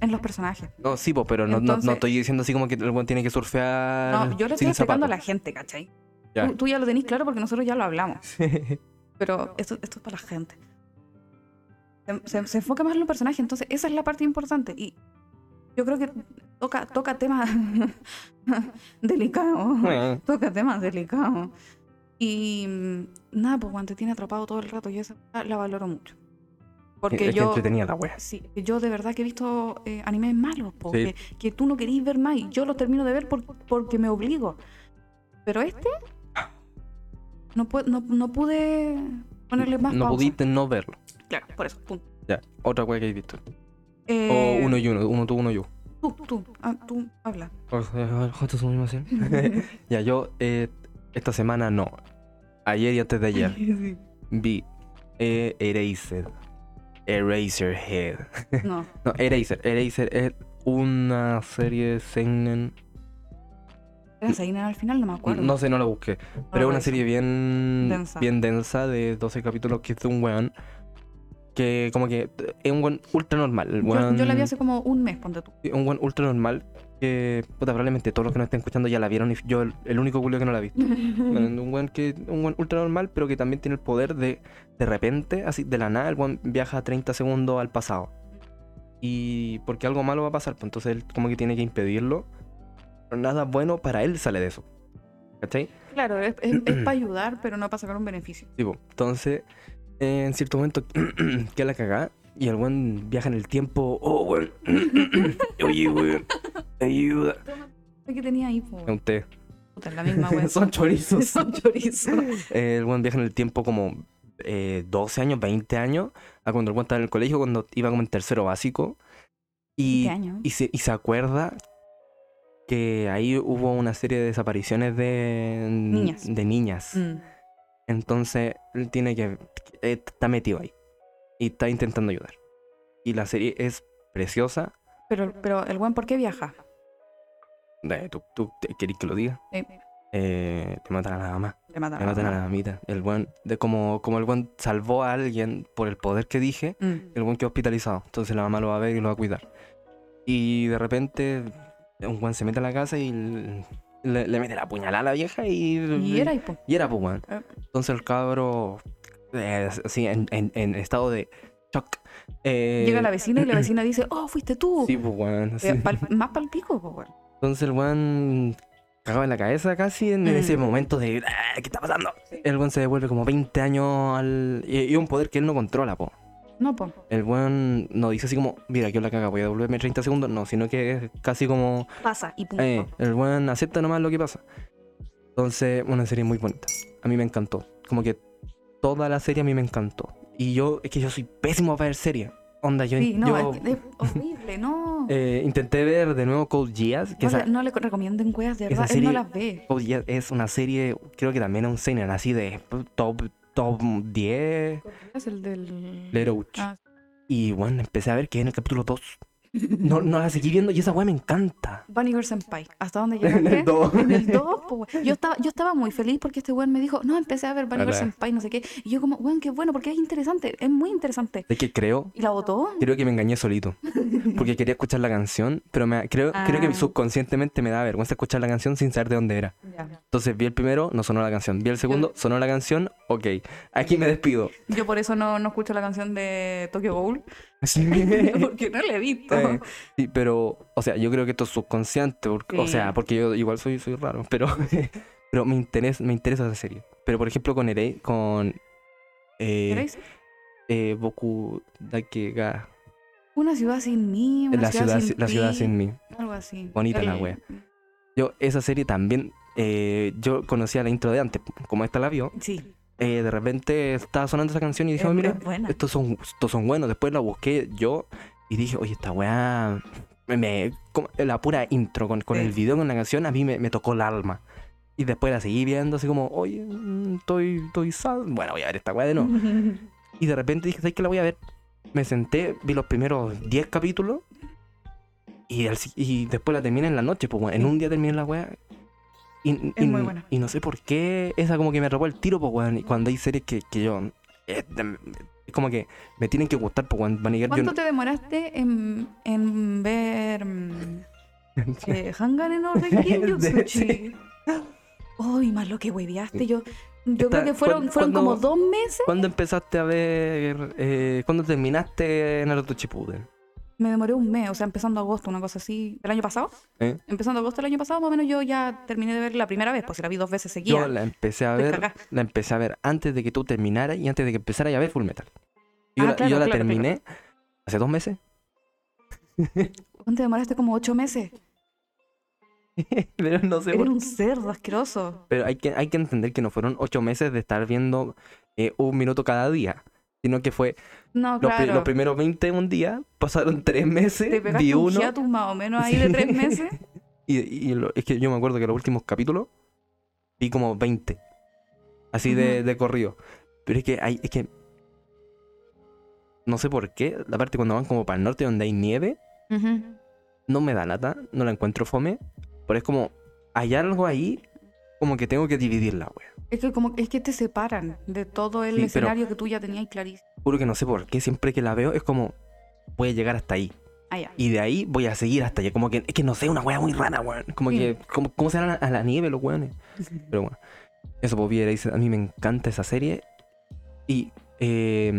Speaker 2: en los personajes.
Speaker 1: No, sí, po, pero no, no- no,
Speaker 2: Entonces-
Speaker 1: estoy diciendo así como que el weón tiene que surfear.
Speaker 2: No, yo le estoy
Speaker 1: sin
Speaker 2: explicando
Speaker 1: zapatos.
Speaker 2: a la gente, ¿cachai?
Speaker 1: Ya.
Speaker 2: Tú, tú ya lo tenés claro porque nosotros ya lo hablamos, pero esto, esto es para la gente. Se, se- se enfoca más en los personajes, entonces esa es la parte importante y yo creo que toca, toca temas delicados,
Speaker 1: Bueno,
Speaker 2: toca temas delicados. Y mm, nada, pues cuando te tiene atrapado todo el rato, yo esa la- la valoro mucho. Porque
Speaker 1: es
Speaker 2: yo...
Speaker 1: que entretenía la wea.
Speaker 2: Sí, yo de verdad que he visto eh, animes malos, po,
Speaker 1: Sí.
Speaker 2: que, que tú no querís ver más y yo los termino de ver por- porque me obligo. Pero este no, pu- no, no pude ponerle más
Speaker 1: No
Speaker 2: pausa.
Speaker 1: pudiste no verlo.
Speaker 2: Claro, por eso, punto.
Speaker 1: Ya, otra wea que he visto.
Speaker 2: Eh,
Speaker 1: O uno y uno, uno tú, uno yo.
Speaker 2: Tú, tú, ah, tú habla.
Speaker 1: O sea, ¿cuántos son mismos, sí? Ya, yo eh, esta semana no. Ayer y antes de ayer.
Speaker 2: Sí.
Speaker 1: Vi eh, Eraser. Eraserhead.
Speaker 2: No,
Speaker 1: No, Eraser. Eraser es una serie seinen.
Speaker 2: era Seinen al final, no me acuerdo.
Speaker 1: No sé, no la busqué. Pero es una
Speaker 2: recuerdo.
Speaker 1: serie bien
Speaker 2: Ah, Densa.
Speaker 1: bien densa de 12 capítulos que es de un weón. Que como que es un weón ultra normal. el
Speaker 2: Yo-
Speaker 1: weón-
Speaker 2: Yo, la vi hace como un mes, ponte tú.
Speaker 1: un weón ultra normal que puta, probablemente todos los que nos estén escuchando ya la vieron y yo el, el único culo que no la ha visto. Bueno, un weón que un weón ultra normal, pero que también tiene el poder de de repente, así de la nada, el weón viaja 30 segundos al pasado. Y porque algo malo va a pasar, pues entonces él como que tiene que impedirlo. Pero nada bueno para él sale de eso. ¿Cachai?
Speaker 2: Claro, es, para ayudar, pero no para sacar un beneficio.
Speaker 1: Tipo, pues, entonces, eh, en cierto momento queda la cagada y el weón viaja en el tiempo. Oh, weón. Oye, weón. Ayuda.
Speaker 2: ¿Qué tenía ahí? po?
Speaker 1: Es un té.
Speaker 2: Puta, es la misma wea.
Speaker 1: Son chorizos.
Speaker 2: Son chorizos.
Speaker 1: Eh, el buen viaje en el tiempo como eh, 12 años, 20 años, a cuando el buen estaba en el colegio, cuando iba como en tercero básico. Y,
Speaker 2: ¿Qué año?
Speaker 1: y, se, y se acuerda que ahí hubo una serie de desapariciones de
Speaker 2: Niñas.
Speaker 1: De niñas.
Speaker 2: Mm.
Speaker 1: Entonces, él tiene que... eh, Está metido ahí. Y está intentando ayudar. Y la serie es preciosa.
Speaker 2: Pero, pero el buen por qué viaja.
Speaker 1: Eh, ¿Tú, tú querés que lo diga?
Speaker 2: Eh,
Speaker 1: Eh, te matan a la mamá.
Speaker 2: le matan
Speaker 1: Me matan a la mamita. El buen, de como, como el buen salvó a alguien por el poder que dije,
Speaker 2: Mm.
Speaker 1: el buen quedó hospitalizado. Entonces la mamá lo va a ver y lo va a cuidar. Y de repente, un buen se mete a la casa y l- le, le mete la puñalada a la vieja y.
Speaker 2: Y era hipo.
Speaker 1: Y era, pues, weón.
Speaker 2: Eh.
Speaker 1: Entonces el cabro, eh, así, en, en- en estado de shock. eh,
Speaker 2: Llega la vecina y la vecina dice, oh, fuiste tú.
Speaker 1: Sí, pues, weón,
Speaker 2: Eh,
Speaker 1: sí.
Speaker 2: pal- más pal pico, po, weón.
Speaker 1: Entonces el weón cagado en la cabeza casi en, en ese
Speaker 2: Mm.
Speaker 1: momento de "Ah, ¿qué está pasando? El buen se devuelve como 20 años al. Y, y un poder que él no controla, po.
Speaker 2: No, po.
Speaker 1: El buen no dice así como, mira, yo la caga, voy a devolverme 30 segundos. No, sino que es casi como,
Speaker 2: Pasa y punto.
Speaker 1: eh, el buen acepta nomás lo que pasa. Entonces, una serie muy bonita. A mí me encantó. Como que toda la serie a mí me encantó. Y yo, es que yo soy pésimo para ver series. Onda, yo,
Speaker 2: sí, no,
Speaker 1: yo,
Speaker 2: es, que es horrible, no.
Speaker 1: eh, intenté ver de nuevo Cold Geass, que
Speaker 2: no,
Speaker 1: esa-
Speaker 2: le- no le recomienden weas, de
Speaker 1: esa
Speaker 2: verdad. Él
Speaker 1: serie-
Speaker 2: no las ve.
Speaker 1: Cold Geass es una serie, creo que también es un seinen así de pues, top, top 10,
Speaker 2: Es el del.
Speaker 1: Little Witch.
Speaker 2: Ah,
Speaker 1: Y bueno, empecé a ver que en el capítulo 2. No, no la seguí viendo y esa weá me encanta.
Speaker 2: Bunny Girls Senpai. ¿Hasta dónde
Speaker 1: En
Speaker 2: llegaste?
Speaker 1: el 2.
Speaker 2: En el 2, po, weón. yo estaba, yo estaba muy feliz porque este weón me dijo, no, empecé a ver Bunny Girls
Speaker 1: Hola.
Speaker 2: Senpai, no sé qué. Y yo como, weón, qué bueno, porque es interesante, es muy interesante.
Speaker 1: De que creo,
Speaker 2: ¿Y la votó?
Speaker 1: creo que me engañé solito. Porque quería escuchar la canción, pero me, creo, creo
Speaker 2: Ah.
Speaker 1: que subconscientemente me da vergüenza escuchar la canción sin saber de dónde era. Entonces vi el primero, no sonó la canción. Vi el segundo, sonó la canción, ok. Aquí me despido.
Speaker 2: Yo por eso no, no escucho la canción de Tokyo Bowl,
Speaker 1: Sí.
Speaker 2: porque no la he visto.
Speaker 1: Eh, sí, pero, o sea, yo creo que esto es subconsciente, porque- o
Speaker 2: Sí.
Speaker 1: sea, porque yo igual soy, soy raro, pero, pero me, interesa, me interesa esa serie. Pero, por ejemplo, con Erei, con eh,
Speaker 2: ¿Queréis?
Speaker 1: eh, Boku Dakega,
Speaker 2: Una ciudad sin mí, una
Speaker 1: la ciudad,
Speaker 2: sin
Speaker 1: la ciudad sin mí.
Speaker 2: ti, Algo así.
Speaker 1: Bonita la
Speaker 2: Eh,
Speaker 1: wea. Yo, esa serie también, eh, yo conocía la intro de antes, como esta la vio,
Speaker 2: Sí.
Speaker 1: eh, de repente estaba sonando esa canción y dije,
Speaker 2: es-
Speaker 1: oh, mira,
Speaker 2: es buena.
Speaker 1: estos son, estos son buenos. Después la busqué yo y dije, oye, esta weá. me- Me, como- la pura intro con, con
Speaker 2: Sí.
Speaker 1: el video, con la canción, a mí me, me tocó el alma. Y después la seguí viendo, así como, oye, mm, estoy, estoy sad. Bueno, voy a ver esta weá de nuevo. Y de repente dije, ¿sabes qué? La voy a ver. Me senté, vi los primeros 10 capítulos. Y, al si- y después la terminé en la noche, pues, weón. En
Speaker 2: Sí.
Speaker 1: un día terminé la weá. Y,
Speaker 2: Es
Speaker 1: y-
Speaker 2: muy buena.
Speaker 1: y no sé por qué esa como que me robó el tiro, pues, weón. Y cuando hay series que, que yo. eh, de- Es como que me tienen que gustar, pues, weón. Van a llegar yo.
Speaker 2: ¿Cuánto te demoraste en, en ver mm, eh, Hangar no Renjin
Speaker 1: De-
Speaker 2: Tsuchi?
Speaker 1: sí.
Speaker 2: Uy, más lo que hueveaste. Yo, yo
Speaker 1: Está-
Speaker 2: creo que fueron,
Speaker 1: ¿cuán-
Speaker 2: fueron como
Speaker 1: cuándo-
Speaker 2: dos meses.
Speaker 1: ¿Cuándo empezaste a ver. Eh, ¿Cuándo terminaste Naruto Shippuden?
Speaker 2: Me demoré un mes, o sea, empezando agosto, una cosa así. ¿Del año pasado?
Speaker 1: ¿Eh?
Speaker 2: Empezando agosto del año pasado, más o menos yo ya terminé de ver la primera vez, pues si la vi dos veces
Speaker 1: Yo
Speaker 2: seguida.
Speaker 1: la empecé a
Speaker 2: Te
Speaker 1: ver,
Speaker 2: cagás.
Speaker 1: la empecé a ver antes de que tú terminaras y antes de que empezara a ver Full Metal. Yo,
Speaker 2: Ah,
Speaker 1: la,
Speaker 2: claro,
Speaker 1: yo la
Speaker 2: claro, claro.
Speaker 1: terminé hace dos meses.
Speaker 2: ¿Cuánto demoraste? Como ocho meses.
Speaker 1: Pero no sé
Speaker 2: Eres
Speaker 1: por-
Speaker 2: un cerdo asqueroso.
Speaker 1: Pero hay que, hay que entender que no fueron ocho meses de estar viendo eh, un minuto cada día. Sino que fue
Speaker 2: No,
Speaker 1: los, pri-
Speaker 2: claro.
Speaker 1: los primeros 20 un día, pasaron tres
Speaker 2: Te
Speaker 1: meses, vi
Speaker 2: pegaste un
Speaker 1: uno.
Speaker 2: hiatus más o menos ahí de
Speaker 1: Sí.
Speaker 2: tres meses.
Speaker 1: Y, y lo- es que yo me acuerdo que los últimos capítulos vi como 20. Así de,
Speaker 2: Ujú.
Speaker 1: de corrido. Pero es que hay, es que. No sé por qué. La parte cuando van como para el norte donde hay nieve.
Speaker 2: Ujú.
Speaker 1: no me da lata, no la encuentro fome, pero es como, hay algo ahí como que tengo que dividirla, wea.
Speaker 2: Es que como es que te separan de todo el
Speaker 1: Sí, pero-
Speaker 2: escenario que tú ya tenías clarísimo.
Speaker 1: Juro que no sé por qué, siempre que la veo es como, voy a llegar hasta ahí,
Speaker 2: Ah, ya.
Speaker 1: y de ahí voy a seguir hasta allá, como que, es que no sé, una wea muy rara, weón, como
Speaker 2: Sí.
Speaker 1: que, como, ¿cómo se dan a, a la nieve los weones? Pero bueno, eso pues viera, dice, a mí me encanta esa serie, y, eh,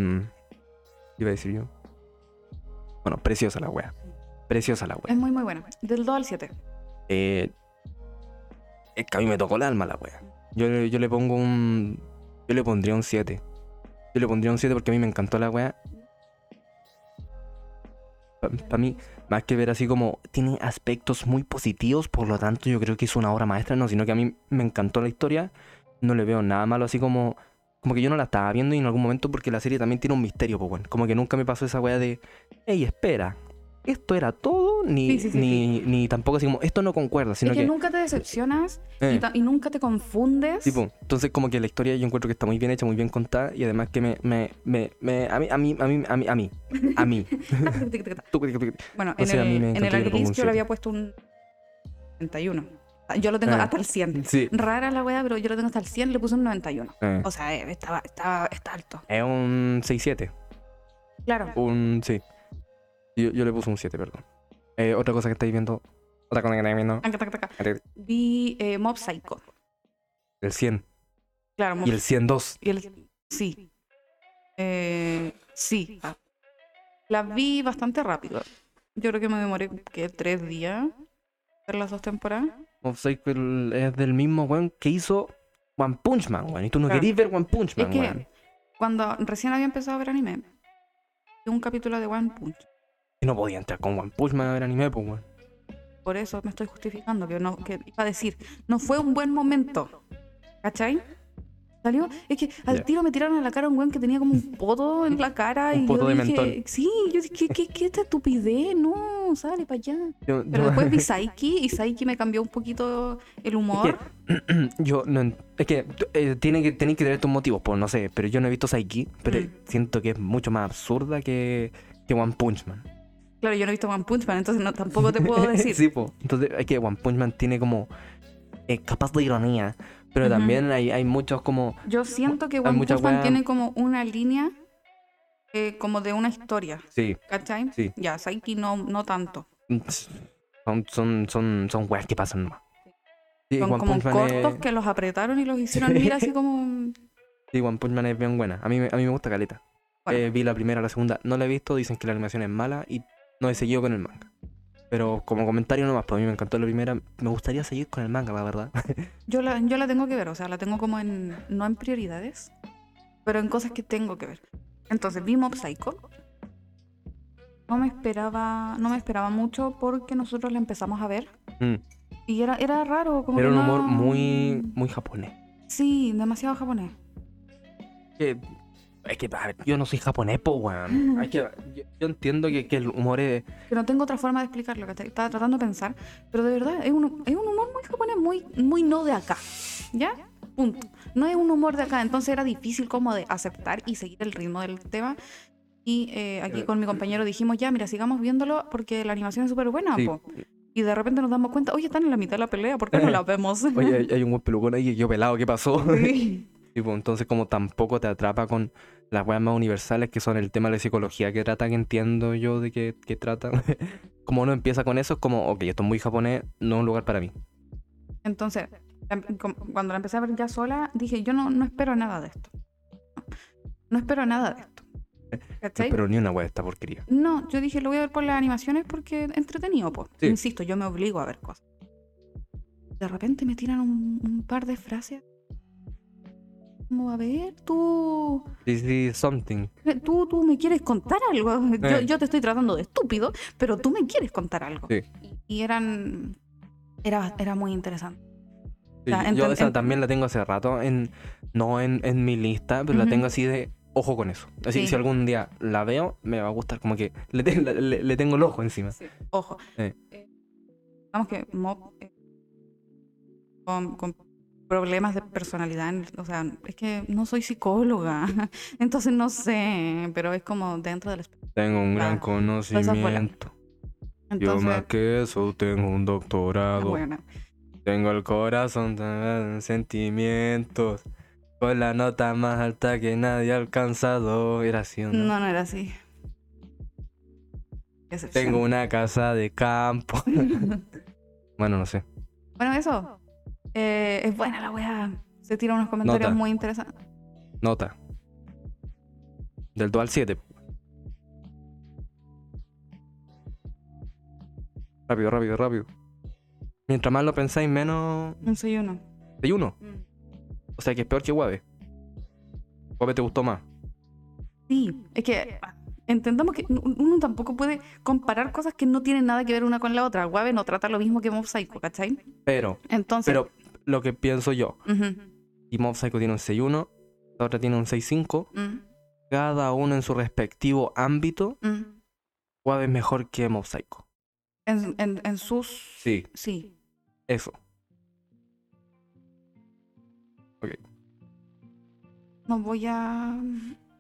Speaker 1: ¿qué iba a decir yo? Bueno, preciosa la wea, preciosa la wea.
Speaker 2: Es muy muy buena. Del 2 al 7.
Speaker 1: Eh, es que a mí me tocó el alma la wea. Yo, le- yo le pongo un. Yo le pondría un 7. Yo le pondría un 7 porque a mí me encantó la wea. Para mí, más que ver así como. Tiene aspectos muy positivos, por lo tanto, yo creo que es una obra maestra, no, sino que a mí me encantó la historia. No le veo nada malo, así como. Como que yo no la estaba viendo y en algún momento, porque la serie también tiene un misterio, pues, Como que nunca me pasó esa wea de. Ey, espera. Esto era todo, ni,
Speaker 2: Sí, sí, sí,
Speaker 1: ni, ni tampoco así como. Esto no concuerda, sino
Speaker 2: es que,
Speaker 1: que.
Speaker 2: nunca te decepcionas
Speaker 1: eh.
Speaker 2: y, ta- y nunca te confundes.
Speaker 1: Sí, po. entonces como que la historia yo encuentro que está muy bien hecha, muy bien contada y además que me, me, me, me- a mí, a mí, a mí, a mí, a mí, a mí.
Speaker 2: Tac, tac, tac, tac, tac.
Speaker 1: Tú, tú, tú, tú.
Speaker 2: Bueno,
Speaker 1: O sea, a
Speaker 2: en
Speaker 1: mí
Speaker 2: el,
Speaker 1: me
Speaker 2: en el
Speaker 1: encantó, yo le pongo
Speaker 2: Aguilis
Speaker 1: un
Speaker 2: yo
Speaker 1: siete.
Speaker 2: le había puesto un 91. Yo lo tengo
Speaker 1: Ah.
Speaker 2: hasta el 100.
Speaker 1: Sí.
Speaker 2: Rara la wea, pero yo lo tengo hasta el 100, le puse un 91.
Speaker 1: Eh,
Speaker 2: O sea, eh, estaba, estaba, está alto.
Speaker 1: Es un 6-7,
Speaker 2: Claro.
Speaker 1: un, sí. Yo, yo le puse un 7, perdón. Eh, otra cosa que estáis viendo, otra cosa que estáis viendo,
Speaker 2: Taca, taca, taca. Vi eh, Mob Psycho.
Speaker 1: el 100
Speaker 2: Claro, Mob
Speaker 1: y el 102.
Speaker 2: Y el- Sí. Eh, sí. Las vi bastante rápido. Yo creo que me demoré que tres días ver las dos temporadas.
Speaker 1: Mob Psycho es del mismo weón que hizo One Punch Man, weón. Y tú no
Speaker 2: Claro.
Speaker 1: querías ver One Punch
Speaker 2: Es
Speaker 1: Man,
Speaker 2: que
Speaker 1: weón.
Speaker 2: cuando recién había empezado a ver anime, vi un capítulo de One Punch.
Speaker 1: Y no podía entrar con One Punch Man a ver anime, pues, weón.
Speaker 2: Por eso me estoy justificando, que, no, que iba a decir, no fue un buen momento. ¿Cachai? Salió, es que al
Speaker 1: Ya.
Speaker 2: tiro me tiraron a la cara un weón que tenía como un poto en la cara.
Speaker 1: Un
Speaker 2: y
Speaker 1: poto
Speaker 2: yo
Speaker 1: de
Speaker 2: dije,
Speaker 1: mentón.
Speaker 2: Sí, yo dije, ¿qué, qué, qué esta estupidez? No, sale para allá.
Speaker 1: Yo,
Speaker 2: Pero
Speaker 1: yo-
Speaker 2: después vi Saiki y Saiki me cambió un poquito el humor.
Speaker 1: yo no. en- Es que eh, tiene que, tenés que tener tus motivos, pues, no sé. Pero yo no he visto Saiki, pero
Speaker 2: Mm.
Speaker 1: siento que es mucho más absurda que, que One Punch Man.
Speaker 2: Claro, yo no he visto One Punch Man, entonces no, tampoco te puedo decir.
Speaker 1: sí, po. Entonces, es que One Punch Man tiene como. Es capaz de ironía. Pero
Speaker 2: Ujú.
Speaker 1: también hay, hay muchos como.
Speaker 2: Yo siento que
Speaker 1: Hay
Speaker 2: One
Speaker 1: mucha
Speaker 2: Punch Man
Speaker 1: wea-
Speaker 2: tiene como una línea, eh, como de una historia,
Speaker 1: Sí.
Speaker 2: ¿cachai?
Speaker 1: Sí.
Speaker 2: Ya, Saiki no, no tanto.
Speaker 1: Son, son, son, son weas que pasan nomás. Sí,
Speaker 2: Son
Speaker 1: One
Speaker 2: como
Speaker 1: Punch Man
Speaker 2: cortos
Speaker 1: es,
Speaker 2: que los apretaron y los hicieron mira así como...
Speaker 1: sí, One Punch Man es bien buena. A mí, me- a mí me gusta Caleta.
Speaker 2: Bueno.
Speaker 1: Eh, vi la primera, la segunda. No la he visto. Dicen que la animación es mala y no he seguido con el manga. Pero como comentario nomás, pues a mí me encantó la primera. Me gustaría seguir con el manga, la verdad.
Speaker 2: Yo la, yo la tengo que ver, o sea, la tengo como en... No en prioridades, pero en cosas que tengo que ver. Entonces, vi Mob Psycho. No me esperaba, no me esperaba mucho porque nosotros la empezamos a ver
Speaker 1: Mm.
Speaker 2: y era, era raro. Como
Speaker 1: Era
Speaker 2: que
Speaker 1: un humor
Speaker 2: no-
Speaker 1: muy, muy japonés.
Speaker 2: Sí, demasiado japonés.
Speaker 1: que- es que, a ver, yo no soy japonés, po, weón. Hay que, yo, yo entiendo que, que el humor es.
Speaker 2: Que no tengo otra forma de explicarlo, ¿cachai? Estaba tratando de pensar, pero de verdad es un, es un humor muy japonés, muy, muy no de acá, ¿ya? Punto. No es un humor de acá, entonces era difícil como de aceptar y seguir el ritmo del tema. Y eh, aquí con mi compañero dijimos, ya, mira, sigamos viéndolo porque la animación es súper buena,
Speaker 1: Sí.
Speaker 2: Ah, po". Y de repente nos damos cuenta, oye, están en la mitad de la pelea, ¿por qué no la vemos?
Speaker 1: Oye, hay, hay un buen pelucón ahí que yo pelado, ¿qué pasó?
Speaker 2: Sí.
Speaker 1: Y, pues, entonces, como tampoco te atrapa con las weas más universales que son el tema de la psicología que trata, que entiendo yo de que, que trata. como uno empieza con eso, es como, ok, esto es muy japonés, no es un lugar para mí.
Speaker 2: Entonces, em- com- cuando la empecé a ver ya sola, dije, yo no, no espero nada de esto. No espero nada de esto.
Speaker 1: No
Speaker 2: ¿Cachai?
Speaker 1: espero ni una wea de esta porquería.
Speaker 2: No, yo dije, lo voy a ver por las animaciones porque entretenido, pues.
Speaker 1: Sí.
Speaker 2: Insisto, yo me obligo a ver cosas. De repente me tiran un, un par de frases. Como, a ver, tú,
Speaker 1: This is something.
Speaker 2: tú, tú me quieres contar algo. Yo,
Speaker 1: Eh.
Speaker 2: yo te estoy tratando de estúpido, pero tú me quieres contar algo.
Speaker 1: Sí.
Speaker 2: Y eran... Era, era muy interesante.
Speaker 1: Sí,
Speaker 2: Ya,
Speaker 1: yo
Speaker 2: enten-
Speaker 1: esa
Speaker 2: ent-
Speaker 1: también la tengo hace rato, en, no en, en mi lista, pero la
Speaker 2: Ujú.
Speaker 1: tengo así de ojo con eso. Así
Speaker 2: Sí.
Speaker 1: que si algún día la veo, me va a gustar, como que le, te- le- le tengo el ojo encima.
Speaker 2: Ojo.
Speaker 1: Eh.
Speaker 2: Eh, Digamos que Mob eh, con, con problemas de personalidad, en- o sea, es que no soy psicóloga, entonces no sé, pero es como dentro del espejo.
Speaker 1: Tengo un gran
Speaker 2: Claro. Esa fue la-
Speaker 1: conocimiento. Yo
Speaker 2: Entonces, ah,
Speaker 1: más que eso, tengo un doctorado.
Speaker 2: bueno,
Speaker 1: Tengo el corazón en sentimientos. Con la nota más alta que nadie ha alcanzado. Era así, ¿o ¿no?
Speaker 2: no, no era así. Qué excepción.
Speaker 1: Tengo una casa de campo. bueno, no sé.
Speaker 2: Bueno, eso. eh, es buena la weá. Se tiran unos comentarios
Speaker 1: Nota.
Speaker 2: muy interesantes.
Speaker 1: Nota. Del 2 al 7. Rápido, rápido, rápido. Mientras más lo pensáis, menos.
Speaker 2: Un soy uno.
Speaker 1: Hay uno. O sea que es peor que Guave. Guave te gustó más.
Speaker 2: Sí, es que entendamos que n- uno tampoco puede comparar cosas que no tienen nada que ver una con la otra. Guave no trata lo mismo que Mob Psycho, ¿cachai?
Speaker 1: Pero,
Speaker 2: Entonces,
Speaker 1: pero lo que pienso yo.
Speaker 2: ujú,
Speaker 1: y Mob Psycho tiene un 6-1, la otra tiene un 6-5,
Speaker 2: mm,
Speaker 1: cada uno en su respectivo ámbito,
Speaker 2: mm.
Speaker 1: Guave es mejor que Mob Psycho.
Speaker 2: En, en- en sus...
Speaker 1: Sí,
Speaker 2: Sí.
Speaker 1: eso.
Speaker 2: No voy a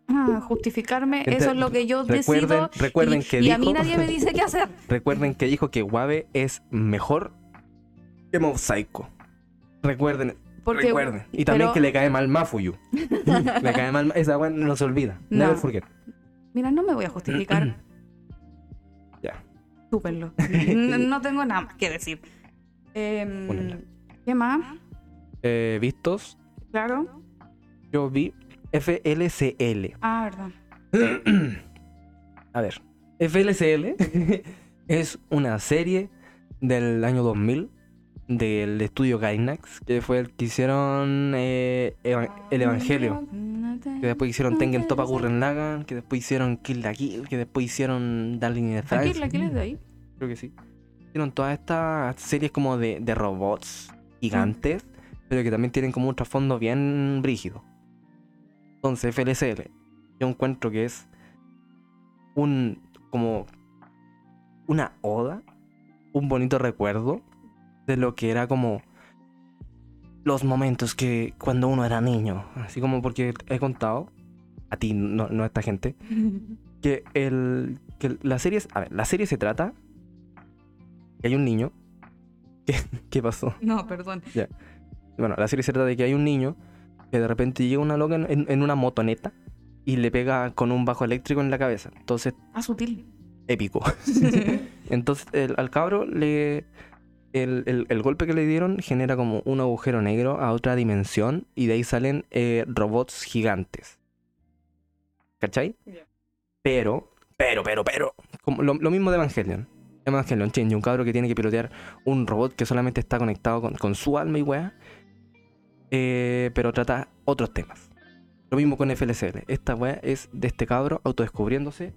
Speaker 2: a justificarme.
Speaker 1: Ente-
Speaker 2: Eso es lo que yo
Speaker 1: Recuerden,
Speaker 2: decido.
Speaker 1: recuerden
Speaker 2: y,
Speaker 1: que
Speaker 2: y a mí
Speaker 1: dijo,
Speaker 2: nadie me dice qué hacer.
Speaker 1: recuerden que dijo que Guave es mejor que Mob Psycho. Recuerden,
Speaker 2: Porque
Speaker 1: recuerden. Y también
Speaker 2: pero-
Speaker 1: que le cae mal Mafuyu. le cae mal, esa weá no se olvida.
Speaker 2: No.
Speaker 1: Never forget.
Speaker 2: Mira, no me voy a justificar.
Speaker 1: Ya.
Speaker 2: Súpenlo. N- no tengo nada más que decir. Em,
Speaker 1: Únenla.
Speaker 2: ¿Qué más?
Speaker 1: Eh, Vistos,
Speaker 2: Claro.
Speaker 1: yo vi FLCL.
Speaker 2: Ah, verdad.
Speaker 1: A ver, FLCL es una serie del año 2000 del estudio Gainax, que fue el que hicieron eh, Evan-
Speaker 2: Ah,
Speaker 1: El Evangelio. Que después hicieron Tengen Topa Gurren Lagann, que después hicieron Kill la Kill, que después hicieron Darling in the
Speaker 2: ¿A
Speaker 1: Franxx,
Speaker 2: Ah, la que les de ahí?
Speaker 1: creo que sí. Hicieron todas estas series como de, de robots gigantes, pero que también tienen como un trasfondo bien brígido. Entonces, FLCL, yo encuentro que es un como una oda, un bonito recuerdo de lo que era como los momentos que cuando uno era niño, así como porque he contado a ti, no, no a esta gente, que el que la serie es- a ver la serie se trata que hay un niño ¿Qué, qué pasó
Speaker 2: No, perdón.
Speaker 1: bueno la serie se trata de que hay un niño que de repente llega una loca en, en- en una motoneta y le pega con un bajo eléctrico en la cabeza entonces
Speaker 2: Ah, sutil.
Speaker 1: épico entonces el- al cabro le el, el- el golpe que le dieron genera como un agujero negro a otra dimensión y de ahí salen eh, robots gigantes. ¿Cachai?
Speaker 2: Ya.
Speaker 1: Pero, pero, pero, pero. Como lo, lo mismo de Evangelion. Evangelion, chingy, un cabro que tiene que pilotear un robot que solamente está conectado con, con su alma y weá. Eh, pero trata otros temas. Lo mismo con FLCL. Esta weá es de este cabro autodescubriéndose,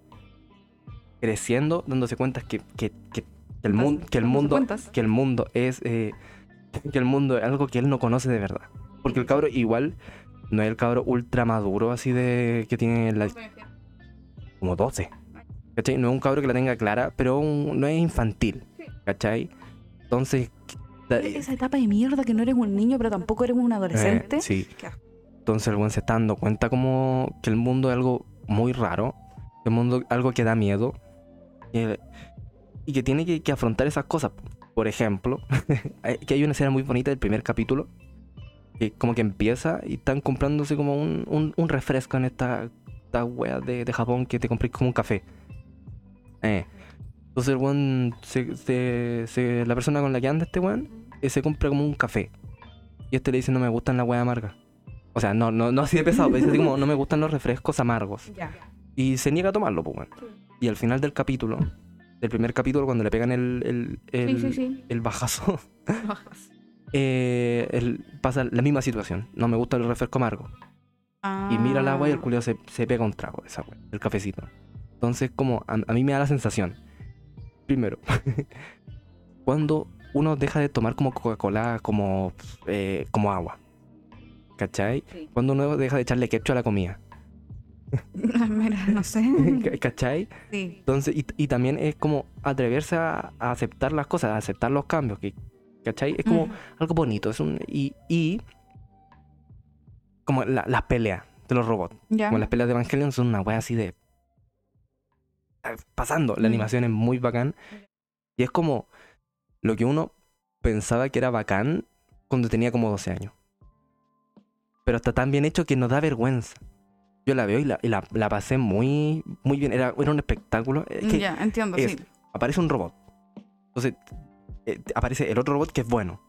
Speaker 1: creciendo, dándose cuenta que, que, que el, mun- que el
Speaker 2: ¿Cómo se
Speaker 1: mundo
Speaker 2: Ah, cuentas?
Speaker 1: que el mundo es eh, que el mundo es algo que él no conoce de verdad porque el cabro igual no es el cabro ultra maduro así de que tiene la- como 12 ¿cachai? no es un cabro que la tenga clara pero un- no es infantil ¿cachai? entonces da-
Speaker 2: Esa etapa de mierda que no eres un niño, pero tampoco eres un adolescente.
Speaker 1: eh, sí.
Speaker 2: Qué asco.
Speaker 1: Entonces el buen se está dando cuenta como que el mundo es algo muy raro, que el mundo es algo que da miedo que- y que tiene que, que afrontar esas cosas. Por ejemplo, hay- que hay una escena muy bonita del primer capítulo que como que empieza y están comprándose como un, un- un refresco en esta, esta wea de, de Japón que te compré como un café. Eh, Entonces el buen, se- se- se- la persona con la que anda este weón, eh, se compra como un café. Y este le dice, no me gustan las weas amargas. O sea, no, no, no así de pesado, pero dice así como, no me gustan los refrescos amargos.
Speaker 2: Ya.
Speaker 1: Y se niega a tomarlo, pues, weón. Y al final del capítulo, del primer capítulo, cuando le pegan el, el, el,
Speaker 2: sí, sí, sí.
Speaker 1: el bajazo,
Speaker 2: Bajas.
Speaker 1: eh, el- pasa la misma situación. No me gustan los refrescos amargos. Y mira el agua y el
Speaker 2: Ah.
Speaker 1: culiao se, se pega un trago de esa wea, el cafecito. Entonces, como a, a mí me da la sensación, primero, cuando uno deja de tomar como Coca-Cola, como, eh, como agua, ¿cachai?
Speaker 2: Sí.
Speaker 1: Cuando uno deja de echarle ketchup a la comida,
Speaker 2: Ah, Mira, no sé.
Speaker 1: ca- ¿cachai?
Speaker 2: Sí.
Speaker 1: Entonces, y, y también es como atreverse a, a aceptar las cosas, a aceptar los cambios, que, ¿cachai? Es como
Speaker 2: Mm.
Speaker 1: algo bonito, es un... Y, y como la- las peleas de los robots.
Speaker 2: Ya.
Speaker 1: Como las peleas de Evangelion son una wea así de. eh, Pasando. La
Speaker 2: Mm.
Speaker 1: animación es muy bacán. Y es como lo que uno pensaba que era bacán cuando tenía como 12 años. Pero está tan bien hecho que nos da vergüenza. Yo la veo y la, y la- la pasé muy, muy bien. Era, era un espectáculo. Es que
Speaker 2: ya, entiendo,
Speaker 1: es-
Speaker 2: sí.
Speaker 1: aparece un robot. Entonces, eh, aparece el otro robot que es bueno.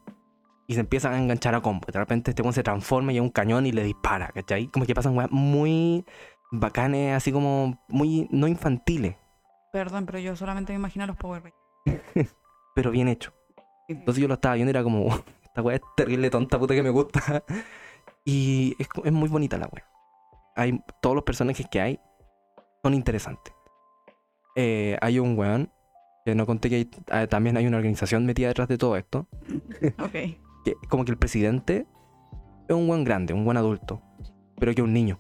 Speaker 1: Y se empiezan a enganchar a combo. De repente este weón se transforma y es un cañón y le dispara, ¿cachai? Como que pasan weas muy bacanes, así como muy no infantiles,
Speaker 2: Perdón, pero yo solamente me imagino a los Power Rangers.
Speaker 1: pero bien hecho. Entonces yo lo estaba viendo y era como, esta wea es terrible, tonta puta que me gusta. Y es, co- es muy bonita la wea. Hay, todos los personajes que hay son interesantes. Eh, hay un weón, que no conté que hay- ah, también hay una organización metida detrás de todo esto.
Speaker 2: Ok.
Speaker 1: que- como que el presidente es un buen grande, un buen adulto, pero que es un niño.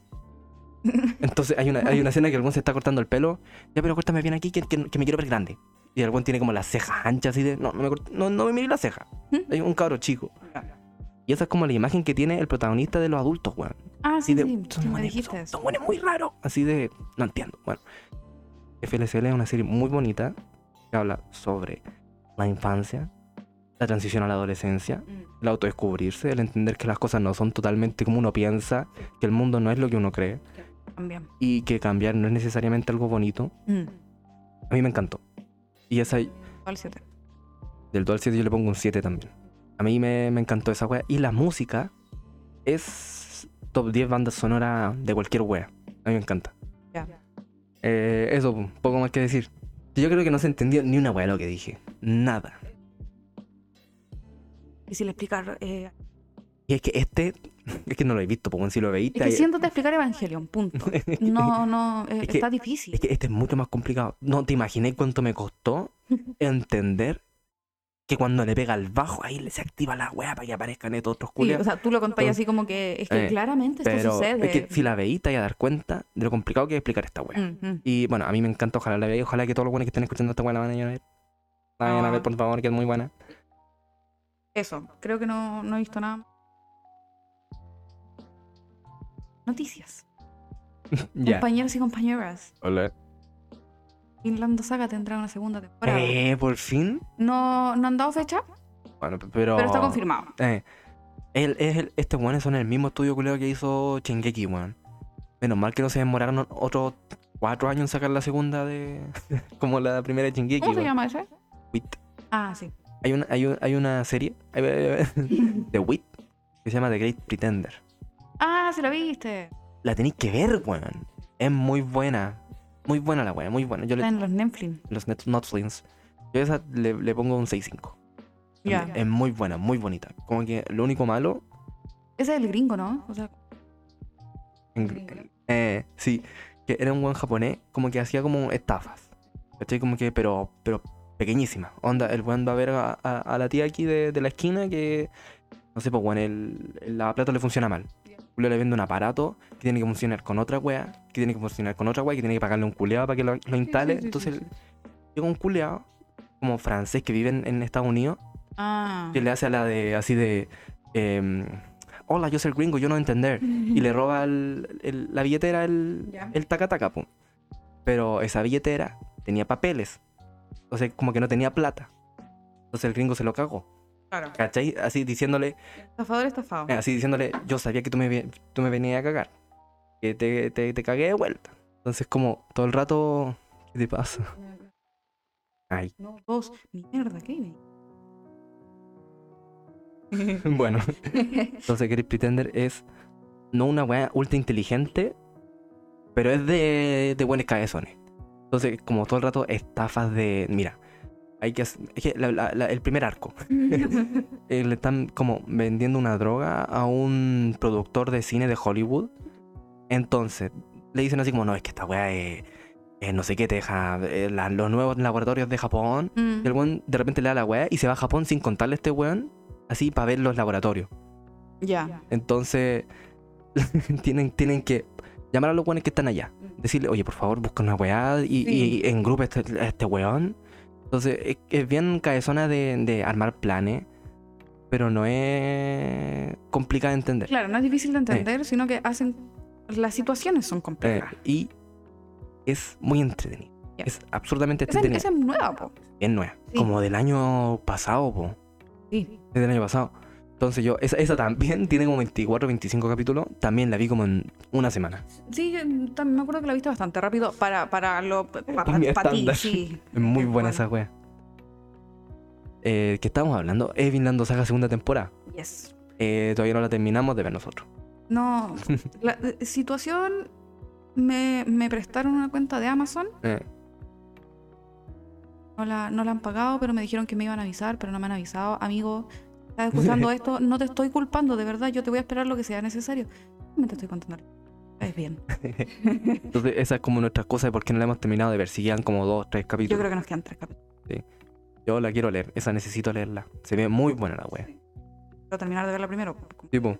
Speaker 1: Entonces hay una, hay una escena que el buen se está cortando el pelo. Ya, pero córtame bien aquí, que, que- que me quiero ver grande. Y el buen tiene como las cejas anchas, así de. No, no me, cort- no, no me mire la ceja. Es un cabro chico. Y esa es como la imagen que tiene el protagonista de los adultos, weón.
Speaker 2: Ah,
Speaker 1: Así
Speaker 2: sí,
Speaker 1: de.
Speaker 2: sí.
Speaker 1: Son
Speaker 2: sí, me
Speaker 1: buenos,
Speaker 2: dijiste
Speaker 1: son,
Speaker 2: eso.
Speaker 1: son buenos muy raros. Así de. No entiendo. Bueno. FLCL es una serie muy bonita que habla sobre la infancia, la transición a la adolescencia,
Speaker 2: Mm,
Speaker 1: el autodescubrirse, el entender que las cosas no son totalmente como uno piensa, que el mundo no es lo que uno cree
Speaker 2: También.
Speaker 1: y que cambiar no es necesariamente algo bonito.
Speaker 2: Mm.
Speaker 1: A mí me encantó. Y esa
Speaker 2: ¿Cuál siete?
Speaker 1: del 2 al 7 yo le pongo un 7 también. A mí me, me encantó esa wea. Y la música es top 10 bandas sonoras de cualquier wea. A mí me encanta.
Speaker 2: Ya.
Speaker 1: Eh, eso, po, poco más que decir. Yo creo que no se entendió ni una wea lo que dije. Nada.
Speaker 2: Difícil explicar. eh,
Speaker 1: Y es que este, es que no lo he visto, porque si lo veis,
Speaker 2: es que siéntate a explicar Evangelion, punto. No, no, eh,
Speaker 1: Es que-
Speaker 2: está difícil.
Speaker 1: es que este es mucho más complicado. No te imaginé cuánto me costó entender que cuando le pega al bajo, ahí le se activa la weá para que aparezcan estos otros
Speaker 2: Sí,
Speaker 1: culiados.
Speaker 2: o sea, tú lo contáis así como que es que
Speaker 1: Eh,
Speaker 2: claramente esto
Speaker 1: Pero
Speaker 2: sucede.
Speaker 1: es que si la veí, te vas a dar cuenta de lo complicado que es explicar esta weá.
Speaker 2: Mm, mm.
Speaker 1: Y bueno, a mí me encanta, ojalá la veáis, ojalá que todos los buenos que estén escuchando esta weá la van a ir a ver. La vayan a ver,
Speaker 2: Ah.
Speaker 1: por favor, que es muy buena.
Speaker 2: Eso, creo que no, no he visto nada. Noticias.
Speaker 1: Ya.
Speaker 2: Compañeros y compañeras.
Speaker 1: Hola.
Speaker 2: Finland Saga tendrá una segunda temporada.
Speaker 1: Eh, por fin.
Speaker 2: No, no han dado fecha,
Speaker 1: Bueno, p- pero.
Speaker 2: pero está confirmado.
Speaker 1: Eh, el, es el- estos weones son el mismo estudio culero que hizo Chengeki, weón. Menos mal que no se demoraron o- otros cuatro años en sacar la segunda de. como la primera de Chengeki,
Speaker 2: ¿Cómo se
Speaker 1: weón.
Speaker 2: llama ese?
Speaker 1: Wit.
Speaker 2: Ah, sí.
Speaker 1: Hay una, hay un- hay una serie hay- de Wit que se llama The Great Pretender.
Speaker 2: Ah, sí la viste.
Speaker 1: La tenéis que ver, weón. Es muy buena. Muy buena la weón, muy buena. Yo
Speaker 2: Está
Speaker 1: le,
Speaker 2: en los Netflix.
Speaker 1: los Net- Netflix. Yo esa le, le pongo un 6.5.
Speaker 2: Ya.
Speaker 1: Es muy buena, muy bonita. Como que lo único malo
Speaker 2: Ese es el gringo, ¿no? O sea,
Speaker 1: En-
Speaker 2: Gringola.
Speaker 1: eh, sí, que era un buen japonés, como que hacía como estafas. ¿Cachai? Como que, pero, pero pequeñísima. Onda, el buen va a ver a, a- a la tía aquí de, de la esquina que, no sé, pues, weón, el, el lavaplatos le funciona mal. Luego le vende un aparato que tiene que funcionar con otra wea, que tiene que funcionar con otra wea, que tiene que pagarle un culeado para que lo, lo instale.
Speaker 2: sí, sí,
Speaker 1: Entonces,
Speaker 2: sí,
Speaker 1: llega un culeado, como francés que vive en, en Estados Unidos,
Speaker 2: ah.
Speaker 1: que le hace a la de, así de, em, hola, yo soy el gringo, yo no entender y le roba el- el- la billetera el,
Speaker 2: Ya.
Speaker 1: el tacataca, pum. Pero esa billetera tenía papeles. O sea, como que no tenía plata. Entonces el gringo se lo cagó.
Speaker 2: Claro.
Speaker 1: ¿Cachai? Así diciéndole,
Speaker 2: Estafador, estafado.
Speaker 1: así diciéndole, yo sabía que tú me, vi- tú me venías a cagar. Que te, te, te cagué de vuelta. Entonces como todo el rato, ¿qué te pasa? Ay.
Speaker 2: No, dos. Mierda, ¿qué?
Speaker 1: Bueno, entonces Great Pretender es no una weá ultra inteligente, pero es de, de buenos cabezones. Entonces, como todo el rato, estafas de. Mira, hay que. hacer- Es que la- la- la- el primer arco. eh, le están como vendiendo una droga a un productor de cine de Hollywood. Entonces, le dicen así como: No, es que esta weá es. es no sé qué te deja. eh, la- los nuevos laboratorios de Japón.
Speaker 2: Mm.
Speaker 1: Y el weón de repente le da la weá y se va a Japón sin contarle a este weón. Así para ver los laboratorios.
Speaker 2: Ya.
Speaker 1: Entonces, tienen, tienen que llamar a los weones que están allá. Decirle, oye, por favor, busca una weá y,
Speaker 2: Mm. Sí.
Speaker 1: y engrupa a este, a este weón. Entonces, es, es bien cabezona de, de armar planes, pero no es complicada de entender.
Speaker 2: Claro, no es difícil de entender, sino que hacen. Las situaciones son
Speaker 1: Eh,
Speaker 2: complejas.
Speaker 1: y es muy entretenido.
Speaker 2: Ya.
Speaker 1: Es absolutamente
Speaker 2: Esa,
Speaker 1: entretenido.
Speaker 2: esa es nueva, po.
Speaker 1: Bien nueva.
Speaker 2: Sí.
Speaker 1: Como del año pasado, po.
Speaker 2: Sí.
Speaker 1: Desde el año pasado. Entonces yo, esa, esa también tiene como 24, 25 capítulos. También la vi como en una semana.
Speaker 2: Sí, yo también me acuerdo que la viste bastante rápido para, para lo. Para,
Speaker 1: mi
Speaker 2: ti,
Speaker 1: estándar.
Speaker 2: sí.
Speaker 1: Es muy
Speaker 2: Tal
Speaker 1: buena
Speaker 2: cual.
Speaker 1: esa wea. Eh, ¿Qué estábamos hablando? Es Vinland Saga segunda temporada.
Speaker 2: Yes.
Speaker 1: Eh, todavía no la terminamos de ver nosotros.
Speaker 2: No. La eh, situación. Me, me prestaron una cuenta de Amazon.
Speaker 1: Eh,
Speaker 2: No la, no la han pagado, pero me dijeron que me iban a avisar, pero no me han avisado. Amigo, estás escuchando esto, no te estoy culpando, de verdad, yo te voy a esperar lo que sea necesario. Me te estoy contando. Es bien.
Speaker 1: entonces esa es como nuestra cosa de por qué no la hemos terminado de ver. Si quedan como dos, tres
Speaker 2: Yo
Speaker 1: capítulos. Yo,
Speaker 2: creo que nos quedan tres capítulos
Speaker 1: la quiero leer. Esa necesito leerla. Se ve muy buena la wea.
Speaker 2: para terminar de verla primero.
Speaker 1: Tipo.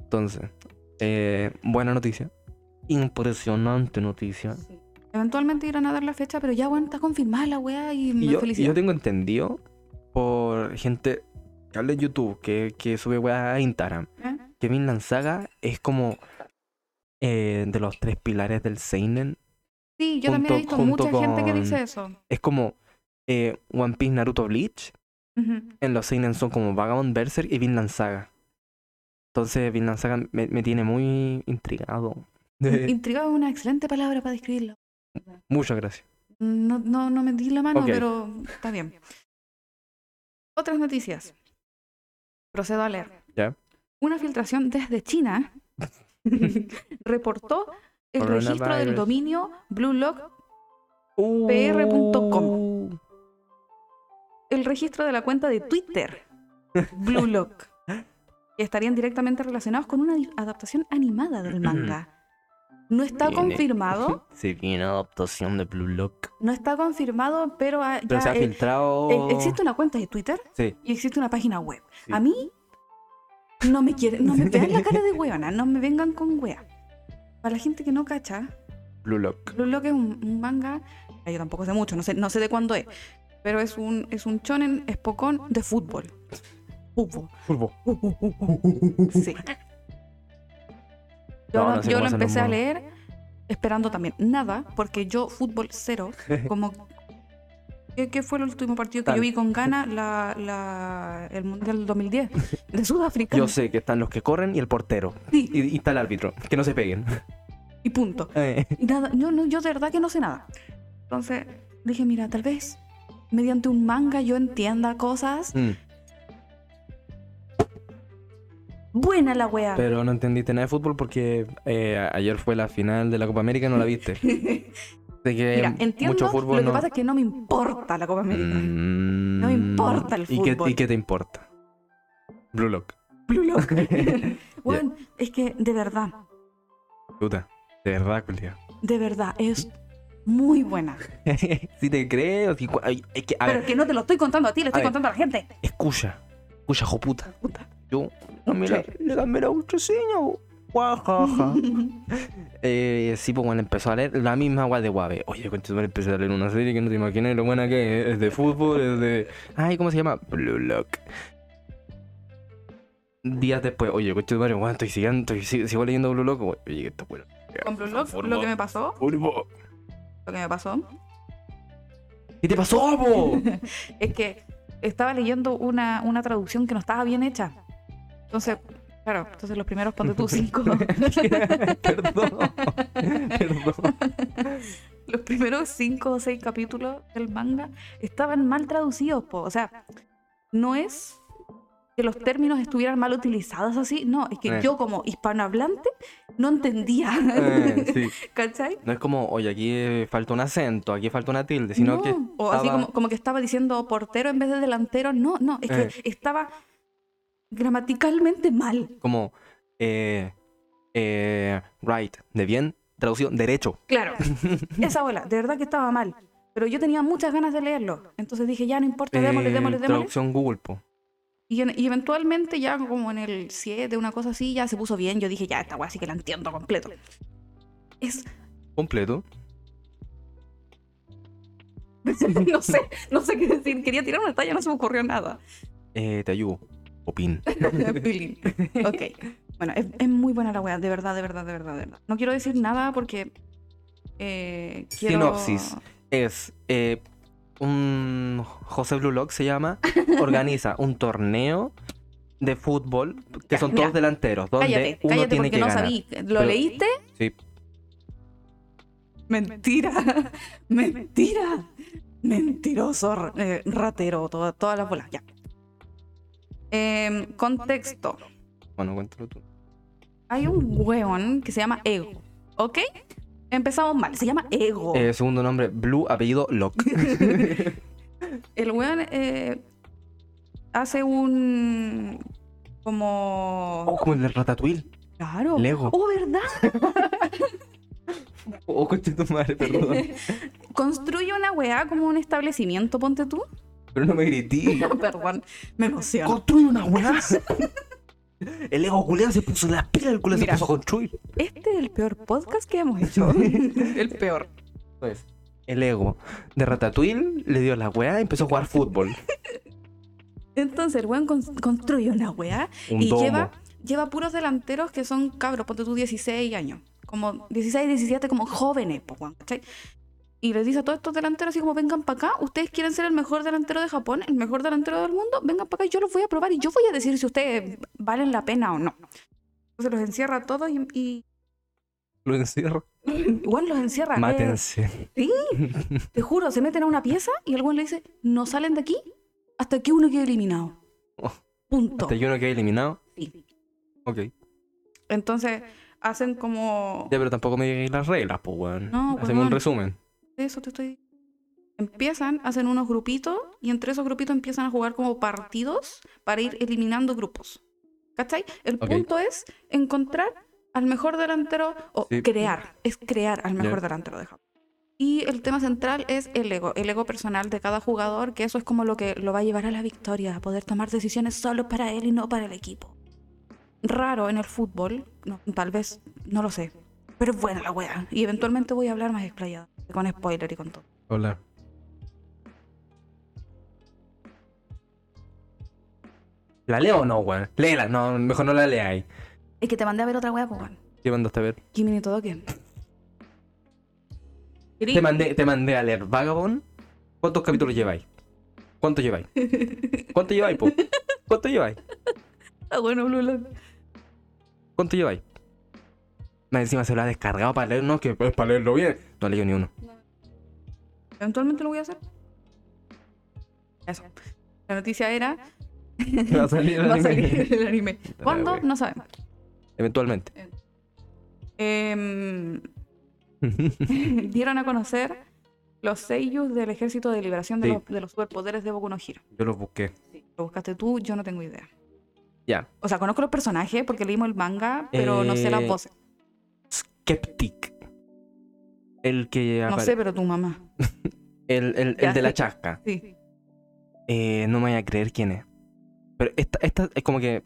Speaker 1: Entonces. eh, buena noticia. Impresionante noticia.
Speaker 2: Eventualmente irán a dar la fecha, pero ya, bueno, está confirmada la weá y me
Speaker 1: Y yo, y
Speaker 2: felicito.
Speaker 1: yo tengo entendido por gente que habla en YouTube, que, que sube weas a Instagram,
Speaker 2: ¿Eh?
Speaker 1: que Vinland Saga es como eh, de los tres pilares del Seinen.
Speaker 2: Sí, yo también he visto
Speaker 1: junto- junto
Speaker 2: mucha gente que
Speaker 1: con-
Speaker 2: dice eso.
Speaker 1: Es como eh, One Piece, Naruto, Bleach.
Speaker 2: Ujú.
Speaker 1: En los Seinen son como Vagabond, Berserk y Vinland Saga. Entonces Vinland Saga me, me tiene muy intrigado.
Speaker 2: Intrigado es una excelente palabra para describirlo.
Speaker 1: Muchas gracias.
Speaker 2: No, no, no me di la mano,
Speaker 1: Ok.
Speaker 2: pero está bien. Otras noticias. Procedo a leer.
Speaker 1: Ya.
Speaker 2: Una filtración desde China reportó el registro del
Speaker 1: Coronavirus.
Speaker 2: dominio Blue Lock,
Speaker 1: Uh,
Speaker 2: PR.com. el registro de la cuenta de Twitter Blue Lock, que estarían directamente relacionados con una di- adaptación animada del manga. No está
Speaker 1: Viene.
Speaker 2: confirmado,
Speaker 1: Se viene adaptación de Blue Lock.
Speaker 2: no está confirmado, pero ah,
Speaker 1: Pero
Speaker 2: ya
Speaker 1: se ha
Speaker 2: el-
Speaker 1: filtrado.
Speaker 2: el- existe una cuenta de Twitter
Speaker 1: Sí.
Speaker 2: y existe una página web.
Speaker 1: Sí.
Speaker 2: A mí no me quieren, no me vean la cara de weona, no me vengan con wea. Para la gente que no cacha,
Speaker 1: Blue Lock.
Speaker 2: Blue Lock es un, un manga, ah, yo tampoco sé mucho, no sé, no sé de cuándo es, pero es un es un chonen espocón de fútbol. Fútbol.
Speaker 1: Furbo.
Speaker 2: Sí. Yo,
Speaker 1: No,
Speaker 2: lo-
Speaker 1: no sé
Speaker 2: yo
Speaker 1: cómo hacen
Speaker 2: lo
Speaker 1: los
Speaker 2: empecé a
Speaker 1: monos.
Speaker 2: leer esperando también nada, porque yo fútbol cero, como... ¿Qué, qué fue el último partido que
Speaker 1: Tal.
Speaker 2: yo vi con Ghana? La, la- el Mundial del 2010 de Sudáfrica.
Speaker 1: Yo sé que están los que corren y el portero.
Speaker 2: Sí.
Speaker 1: Y, y está el árbitro. Que no se peguen.
Speaker 2: Y punto.
Speaker 1: Eh,
Speaker 2: Y nada, yo, no, yo de verdad que no sé nada. Entonces dije, mira, tal vez mediante un manga yo entienda cosas.
Speaker 1: mm.
Speaker 2: Buena la wea.
Speaker 1: Pero no entendiste nada de fútbol porque eh, a- ayer fue la final de la Copa América y no la viste. Así que
Speaker 2: Mira,
Speaker 1: eh, mucho
Speaker 2: entiendo.
Speaker 1: fútbol
Speaker 2: lo que
Speaker 1: no-
Speaker 2: pasa es que no me importa la Copa América.
Speaker 1: Mm.
Speaker 2: No me importa el
Speaker 1: ¿Y qué,
Speaker 2: fútbol.
Speaker 1: ¿Y qué te importa? Blue Lock.
Speaker 2: Blue Lock.
Speaker 1: Mm.
Speaker 2: Weón, es que de verdad,
Speaker 1: Puta. De verdad, culiao.
Speaker 2: de verdad, es muy buena.
Speaker 1: si te creo. si cu- ay, es que, a
Speaker 2: Pero
Speaker 1: ver,
Speaker 2: que no te lo estoy contando a ti, le estoy
Speaker 1: ver.
Speaker 2: contando a la gente.
Speaker 1: escucha. Escucha, joputa.
Speaker 2: Puta.
Speaker 1: Yo dame la- le cambié la ultraseña, bo. Guajaja. eh, sí, pues bueno, empezó a leer la misma guay de Guave. Oye, conchito, empecé a leer una serie que no te imaginas lo buena que es. Es de fútbol, es de. Ay, ¿cómo se llama? Blue Lock. Días después, oye, conchito, madre, bueno, estoy siguiendo, estoy, sigo, sigo leyendo Blue Lock. Oye, que está bueno.
Speaker 2: Con Blue Lock, lo que me pasó,
Speaker 1: Furbo.
Speaker 2: lo que me pasó,
Speaker 1: ¿Qué te pasó, bo?
Speaker 2: es que estaba leyendo una, una traducción que no estaba bien hecha. Entonces, claro, entonces los primeros ponte tú cinco.
Speaker 1: Perdón. Perdón.
Speaker 2: los primeros cinco o seis capítulos del manga estaban mal traducidos, po. o sea, no es que los términos estuvieran mal utilizados así, no, es que
Speaker 1: Eh.
Speaker 2: yo como hispanohablante no entendía,
Speaker 1: Eh, sí.
Speaker 2: ¿cachai?
Speaker 1: No es como, oye, aquí eh, falta un acento, aquí falta una tilde, sino
Speaker 2: No,
Speaker 1: que.
Speaker 2: o así
Speaker 1: estaba-
Speaker 2: como, como que estaba diciendo portero en vez de delantero, no, no, es
Speaker 1: Eh.
Speaker 2: que estaba gramaticalmente mal.
Speaker 1: como eh, eh, right, de bien, traducido, derecho.
Speaker 2: Claro, esa bola, de verdad que estaba mal. Pero yo tenía muchas ganas de leerlo. Entonces dije, ya no importa, démosle,
Speaker 1: eh,
Speaker 2: démosle, démosle.
Speaker 1: Traducción Google, po.
Speaker 2: Y, en- y eventualmente ya como en el 7, una cosa así, ya se puso bien. Yo dije, ya, esta weá sí que la entiendo completo. Es,
Speaker 1: Completo.
Speaker 2: no sé, no sé qué decir. Quería tirar una talla, no se me ocurrió nada.
Speaker 1: Eh, te ayudo. Opin.
Speaker 2: Pilín. ok. Bueno, es, es muy buena la weá, de verdad, de verdad, de verdad, de verdad. No quiero decir nada porque... eh, quiero-
Speaker 1: Sinopsis. Es eh, un José Blue Lock se llama. Organiza un torneo de fútbol que
Speaker 2: Ya,
Speaker 1: son
Speaker 2: mira.
Speaker 1: dos delanteros, donde
Speaker 2: Cállate,
Speaker 1: uno
Speaker 2: cállate
Speaker 1: tiene
Speaker 2: porque
Speaker 1: que
Speaker 2: no
Speaker 1: ganar.
Speaker 2: sabí. ¿Lo
Speaker 1: Pero-
Speaker 2: leíste?
Speaker 1: Sí.
Speaker 2: Mentira, mentira, mentiroso, r- eh, ratero, todo- todas las bolas, ya. Em, contexto.
Speaker 1: Bueno, cuéntalo tú.
Speaker 2: Hay un hueón que se llama Ego, ¿ok? Empezamos mal, se llama Ego.
Speaker 1: Eh, segundo nombre, Blue, apellido Lock.
Speaker 2: El hueón eh, hace un... como...
Speaker 1: Oh, como el de Ratatouille.
Speaker 2: claro.
Speaker 1: Lego.
Speaker 2: Oh, ¿verdad?
Speaker 1: Oh, coche tu madre, perdón.
Speaker 2: Construye una weá como un establecimiento, ponte tú.
Speaker 1: Pero no me grití.
Speaker 2: Perdón, me emociono.
Speaker 1: Construye una weá. El ego culiado se puso las pilas, el culo se
Speaker 2: Mira.
Speaker 1: puso a construir.
Speaker 2: Este es el peor podcast que hemos hecho. el peor.
Speaker 1: Entonces, Pues, el ego de Ratatouille le dio la weá y empezó a jugar fútbol.
Speaker 2: Entonces el weón cons- construye una weá
Speaker 1: Un
Speaker 2: y
Speaker 1: domo.
Speaker 2: lleva, lleva puros delanteros que son cabros, ponte tú 16 años. Como 16, 17, como jóvenes, po, weón, ¿cachai? Y les dice a todos estos delanteros así como vengan para acá, ustedes quieren ser el mejor delantero de Japón, el mejor delantero del mundo, vengan para acá y yo los voy a probar y yo voy a decir si ustedes valen la pena o no. Entonces los encierra a todos y, y-
Speaker 1: Lo encierro.
Speaker 2: igual los encierra. eh,
Speaker 1: Mátense.
Speaker 2: Te juro, se meten a una pieza y el weón le dice, no salen de aquí hasta que uno quede eliminado.
Speaker 1: Oh.
Speaker 2: Punto.
Speaker 1: Hasta que uno quede eliminado.
Speaker 2: Sí.
Speaker 1: Ok. Ya,
Speaker 2: Entonces, hacen como...
Speaker 1: pero tampoco me digáis las reglas, pues weón.
Speaker 2: No,
Speaker 1: Hacemos
Speaker 2: weón.
Speaker 1: un resumen.
Speaker 2: De eso te estoy... Empiezan, hacen unos grupitos y entre esos grupitos empiezan a jugar como partidos para ir eliminando grupos. ¿Cachai? El
Speaker 1: Ok.
Speaker 2: punto es encontrar al mejor delantero o
Speaker 1: Sí.
Speaker 2: crear, es crear al mejor
Speaker 1: Ya.
Speaker 2: delantero de Japón. Y el tema central es el ego, el ego personal de cada jugador, que eso es como lo que lo va a llevar a la victoria, a poder tomar decisiones solo para él y no para el equipo. Raro en el fútbol, no, tal vez, no lo sé. Pero es buena la wea. Y eventualmente voy a hablar más explayado, con spoiler y con todo.
Speaker 3: Hola.
Speaker 1: ¿La leo o no, weón? Léela, no, mejor no la leáis.
Speaker 2: Es que te mandé a ver otra wea, pues bueno.
Speaker 1: Te mandaste a ver.
Speaker 2: Kimi ni todo quién.
Speaker 1: Te mandé, te mandé a leer Vagabond. ¿Cuántos capítulos lleváis? ¿Cuántos lleváis? ¿Cuánto lleváis, po? ¿Cuánto lleváis?
Speaker 2: Ah, bueno, Blue Lock.
Speaker 1: ¿Cuánto lleváis? Más encima se lo ha descargado para leer, no, que es para leerlo bien. No leyó ni uno.
Speaker 2: Eventualmente lo voy a hacer. Eso. La noticia era.
Speaker 1: Va a salir el
Speaker 2: Va a
Speaker 1: anime.
Speaker 2: salir el anime.
Speaker 1: la
Speaker 2: ¿Cuándo?
Speaker 1: wea.
Speaker 2: No sabemos.
Speaker 1: Eventualmente.
Speaker 2: Em, dieron a conocer los seiyus del Ejército de Liberación de,
Speaker 1: Sí.
Speaker 2: los, de los Superpoderes de Boku no Hero.
Speaker 1: Yo los busqué.
Speaker 2: Lo buscaste tú, yo no tengo idea.
Speaker 1: Ya.
Speaker 2: O sea, conozco los personajes porque leímos el manga, pero no sé las
Speaker 1: Eh,
Speaker 2: voces.
Speaker 1: Skeptic. El que
Speaker 2: No
Speaker 1: apare-
Speaker 2: sé, pero tu mamá.
Speaker 1: El, el- el
Speaker 2: Ya
Speaker 1: de la
Speaker 2: sé.
Speaker 1: chasca.
Speaker 2: Sí.
Speaker 1: Eh, no me voy a creer quién es. Pero esta, esta es como que.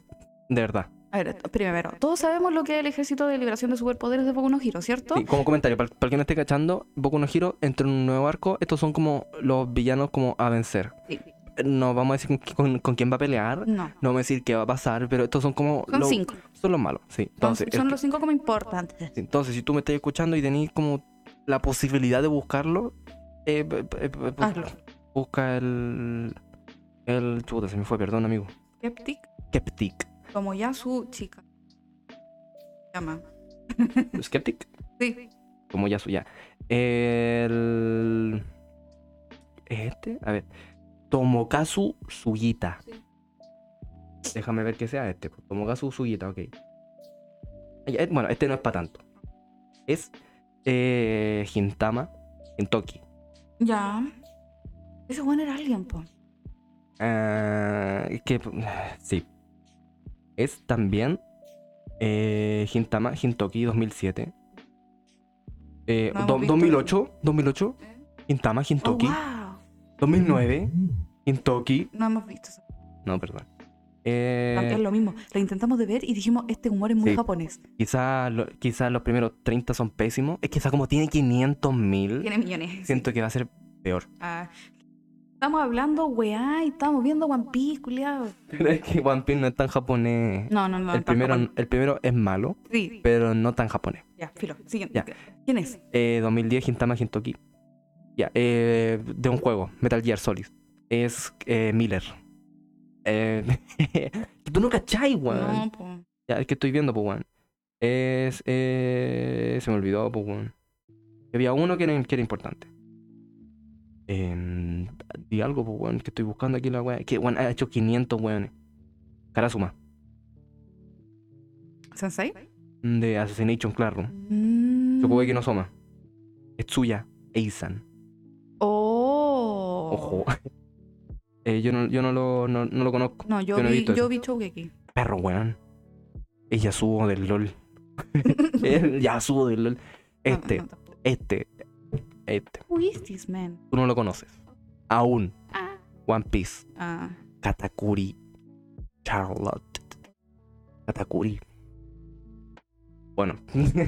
Speaker 1: De verdad.
Speaker 2: A ver, primero, todos sabemos lo que es el Ejército de Liberación de Superpoderes de Boku no Hero, ¿cierto?
Speaker 1: Sí, como comentario, para, para el que no esté cachando, Boku no Hero entra en un nuevo arco. Estos son como los villanos como a vencer.
Speaker 2: Sí.
Speaker 1: No vamos a decir con, con- con quién va a pelear.
Speaker 2: No.
Speaker 1: No vamos a decir qué va a pasar, pero estos son como.
Speaker 2: Son
Speaker 1: los,
Speaker 2: cinco.
Speaker 1: Son los malos, sí. Entonces,
Speaker 2: Entonces, son
Speaker 1: el-
Speaker 2: los cinco como importantes.
Speaker 1: entonces, si tú me estás escuchando y tenés como la posibilidad de buscarlo, eh, b- b- b- bu-
Speaker 2: Hazlo.
Speaker 1: busca el. El. Chuta, se me fue, perdón, amigo.
Speaker 2: Skeptic,
Speaker 1: Skeptic.
Speaker 2: como ya su chica. Llama.
Speaker 1: Skeptic.
Speaker 2: Sí.
Speaker 1: como ya suya. El. ¿Es este? A ver. Tomokazu Sugita. Déjame ver que sea este. pues. Tomokazu Sugita, ok. Ah, ya, eh, Bueno, este no es para tanto. Es. Eh, Hintama. Hintoki.
Speaker 2: Ya. Ese bueno era alguien, po.
Speaker 1: Ah, que. Sí. Es también. Eh, Hintama Hintoki 2007. Eh,
Speaker 2: No hemos
Speaker 1: do-
Speaker 2: visto
Speaker 1: 2008. 2008. Hintama
Speaker 2: Oh,
Speaker 1: Hintoki.
Speaker 2: wow.
Speaker 1: 2009, en Toki.
Speaker 2: No hemos visto eso.
Speaker 1: No, perdón.
Speaker 2: Es
Speaker 1: Eh,
Speaker 2: lo mismo. La intentamos de ver y dijimos, este humor es muy
Speaker 1: Sí.
Speaker 2: japonés.
Speaker 1: quizá, lo- quizá los primeros 30 son pésimos. Es que quizá como tiene 500 mil,
Speaker 2: Tiene millones.
Speaker 1: siento que va a ser peor.
Speaker 2: Ah. Estamos hablando, weá, y estamos viendo One Piece, culiao.
Speaker 1: Pero es que One Piece no es tan japonés.
Speaker 2: No, no, no.
Speaker 1: El
Speaker 2: tampoco.
Speaker 1: primero, el primero es malo,
Speaker 2: Sí,
Speaker 1: pero no tan japonés.
Speaker 2: ya, filo. Siguiente.
Speaker 1: Ya.
Speaker 2: ¿Quién es?
Speaker 1: Eh, 2010, Hintama Hintoki. Ya, eh, de un juego, Metal Gear Solid. Es eh, Miller. Eh, tú no cachai, weón.
Speaker 2: No, po.
Speaker 1: Ya, el que estoy viendo, pues, weón. Es. eh, se me olvidó, pues, weón. Que Había uno que era, que era importante. Em, di algo, pues, weón, que estoy buscando aquí la weón. Que, weón, ha hecho 500, weón. Karasuma,
Speaker 2: ¿Sensei?
Speaker 1: de Assassination Classroom.
Speaker 2: Mm.
Speaker 1: Shokugeki no Soma. Etsuya, Eisan.
Speaker 2: Mm. Oh.
Speaker 1: Ojo. Eh, yo no, yo no, lo, no, no lo conozco.
Speaker 2: No, yo,
Speaker 1: Yo no he
Speaker 2: vi,
Speaker 1: visto eso.
Speaker 2: yo vi Shogeki.
Speaker 1: Perro, weón. Es Yasuo del LOL. El Yasuo del LOL.
Speaker 2: No,
Speaker 1: Eh, Este,
Speaker 2: no, tampoco.
Speaker 1: este, este.
Speaker 2: Who is this man?
Speaker 1: Tú no lo conoces. Aún.
Speaker 2: Ah.
Speaker 1: One Piece,
Speaker 2: Ah.
Speaker 1: Katakuri, Charlotte, Katakuri. Bueno,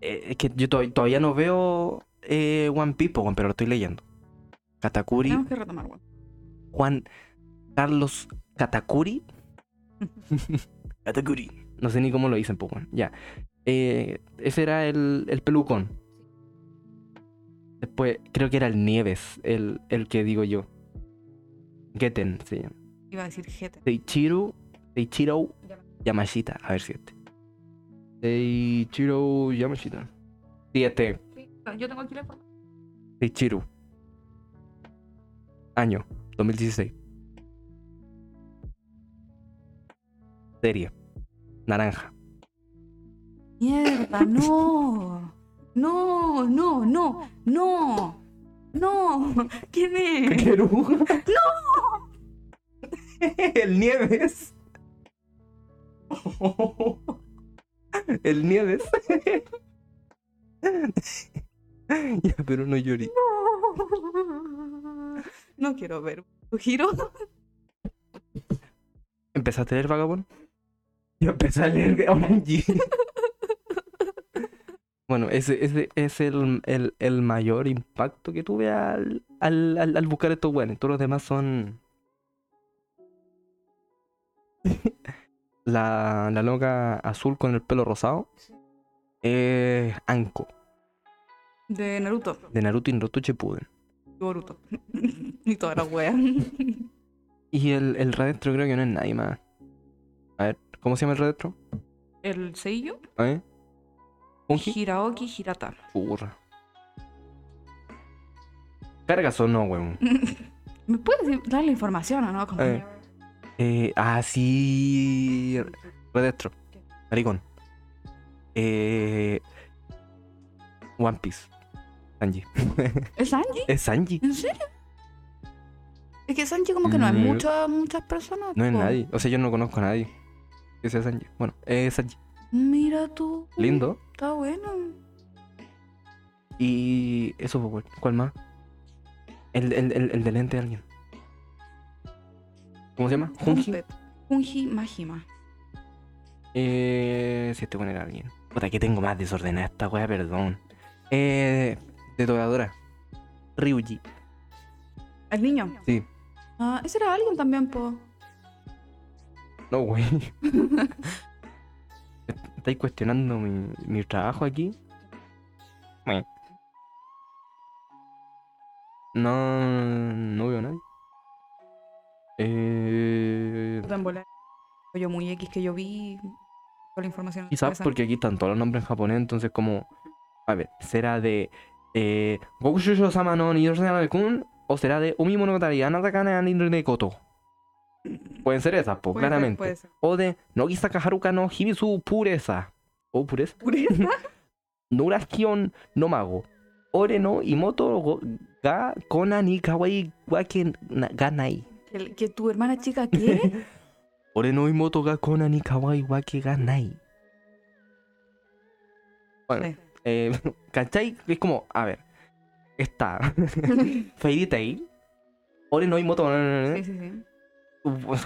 Speaker 1: eh, es que yo to- todavía no veo eh, One Piece, po, weón, pero lo estoy leyendo. Katakuri,
Speaker 2: Tenemos que retomar, weón.
Speaker 1: Juan Carlos Katakuri. Katakuri. No sé ni cómo lo dicen, po, weón. Ya. Eh, ese era el, el pelucón. Después, creo que era el Nieves, el, el que digo yo. Geten se llama.
Speaker 2: Iba a decir Jete.
Speaker 1: Seichiro, Seichiro Yamashita. A ver si este. Seichiro Yamashita. Sí, este.
Speaker 2: Yo tengo aquí la forma.
Speaker 1: Seichiro. Año 2016. Serie. Naranja.
Speaker 2: Mierda, no. No, no, no, no. No, ¿quién es?
Speaker 1: ¡Caqueruja! ¡No! El Nieves. El Nieves. ya, pero no llorí.
Speaker 2: No quiero ver tu giro.
Speaker 1: ¿Empezaste a leer Vagabond? Yo empecé a leer Orange. bueno, ese, ese es el, el- el mayor impacto que tuve al, al, al- al buscar estos weones. Todos los demás son. la, la loca azul con el pelo rosado. Es Anko,
Speaker 2: De Naruto.
Speaker 1: de Naruto y Naruto Shippuden.
Speaker 2: Boruto. Y toda la wea.
Speaker 1: Y el, el Redentro creo que no es nadie más. A ver, ¿cómo se llama el Redentro?
Speaker 2: El sello.
Speaker 1: ¿Eh? ¿Punky?
Speaker 2: Hiraoki Hirata.
Speaker 1: Burra. Cargas o no, weón.
Speaker 2: ¿Me puedes decir- dar la información o no, compañero?
Speaker 1: Eh, ah, sí. Redestro. Maricón. Eh, One Piece. Sanji.
Speaker 2: ¿Es Sanji?
Speaker 1: ¿Es Sanji?
Speaker 2: ¿En serio? Es que Sanji como que no es
Speaker 1: Mm.
Speaker 2: muchas muchas personas.
Speaker 1: No es
Speaker 2: po.
Speaker 1: nadie. O sea, yo no conozco a nadie. Que sea Sanji. Bueno, es Sanji.
Speaker 2: Mira tú.
Speaker 1: Lindo.
Speaker 2: Está bueno.
Speaker 1: Y eso, pues, weón. ¿cuál más? El, el, el, el de lente de alguien. ¿Cómo se llama? Junji.
Speaker 2: Junpet. Junji Majima.
Speaker 1: Eh, si este bueno era alguien. Puta, que tengo más desordenada esta weá, perdón. Eh, detoradora. Ryuji.
Speaker 2: ¿El niño?
Speaker 1: Sí.
Speaker 2: Ah, ese era alguien también, po.
Speaker 1: No, wey. ¿Estáis cuestionando mi, mi trabajo aquí? Bueno. No, no veo a nadie. Eh,
Speaker 2: Puta, en bola. Yo muy X que yo vi. Toda la información. en la
Speaker 1: quizás
Speaker 2: cabeza.
Speaker 1: porque aquí están todos los nombres en japonés, entonces como... A ver, ¿será de... Eh, Goku Shusho Sama no Kun? ¿O será de Umi Monogatari Anatakana Nindrine Koto? Pueden ser esas, pues,
Speaker 2: Puede ser,
Speaker 1: claramente.
Speaker 2: puede ser.
Speaker 1: O de Nogisaka Haruka no Hibisu Pureza. O Pureza. Nurakion no Mago. Ore no Imoto go- ga kona ni kawaii wake na- ga nai.
Speaker 2: ¿Que, que tu hermana chica qué?
Speaker 1: Ore no Imoto ga kona ni kawaii wake ga nai. Bueno,
Speaker 2: Sí.
Speaker 1: eh, ¿cachai? Es como, a ver, está Fairy Tail, Ore no Imoto,
Speaker 2: sí, sí, sí.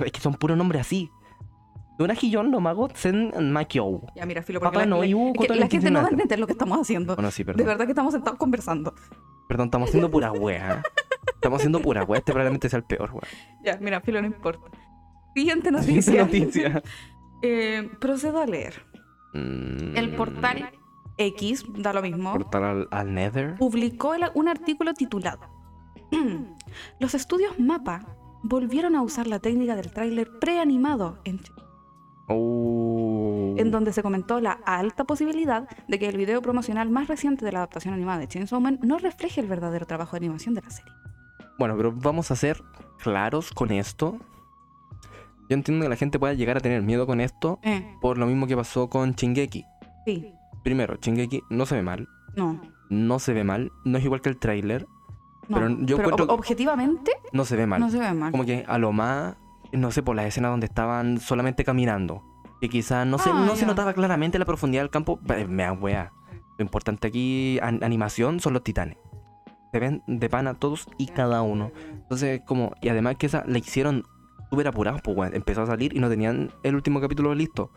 Speaker 1: es que son puros nombres así. Nurakion no Mago Zen Makyo.
Speaker 2: Ya, mira, filo, porque
Speaker 1: Papá
Speaker 2: la,
Speaker 1: no
Speaker 2: la-
Speaker 1: Ibu,
Speaker 2: es que la gente no va a
Speaker 1: Kotonikijunata.
Speaker 2: entender lo que estamos haciendo.
Speaker 1: Bueno, sí,
Speaker 2: De
Speaker 1: perdón.
Speaker 2: verdad que estamos sentados conversando.
Speaker 1: Perdón, estamos haciendo pura wea. ¿eh? Estamos haciendo pura wea. Este probablemente sea el peor wea.
Speaker 2: Ya, mira, filo, no importa. Siguiente
Speaker 1: Siguiente
Speaker 2: noticia.
Speaker 1: noticia.
Speaker 2: Eh, procedo a leer. El
Speaker 1: Mm,
Speaker 2: portal X, da lo mismo,
Speaker 1: Portal al, al Nether.
Speaker 2: Uh. publicó el- un artículo titulado Los estudios MAPA volvieron a usar la técnica del tráiler preanimado en Chile.
Speaker 1: Oh.
Speaker 2: en donde se comentó la alta posibilidad de que el video promocional más reciente de la adaptación animada de Chainsaw Man no refleje el verdadero trabajo de animación de la serie.
Speaker 1: Bueno, pero vamos a ser claros con esto. Yo entiendo que la gente pueda llegar a tener miedo con esto
Speaker 2: Eh,
Speaker 1: por lo mismo que pasó con Chingeki.
Speaker 2: sí,
Speaker 1: Primero, Chingeki no se ve mal.
Speaker 2: no. no,
Speaker 1: No se ve mal. No es igual que el trailer. Pero yo encuentro
Speaker 2: ob-
Speaker 1: que-
Speaker 2: objetivamente
Speaker 1: No se ve mal.
Speaker 2: Ah, no se ve mal.
Speaker 1: Como que a lo más, no sé, por la escena donde estaban solamente caminando. Que quizás no, se,
Speaker 2: Ah,
Speaker 1: no se
Speaker 2: ya.
Speaker 1: notaba claramente la profundidad del campo. Pe- Me da wea. Lo importante aquí, an- animación, son los titanes. Se ven de pana todos y cada uno. Entonces, como, y además que esa la hicieron súper apurados, pues weón. Empezó a salir y no tenían el último capítulo listo.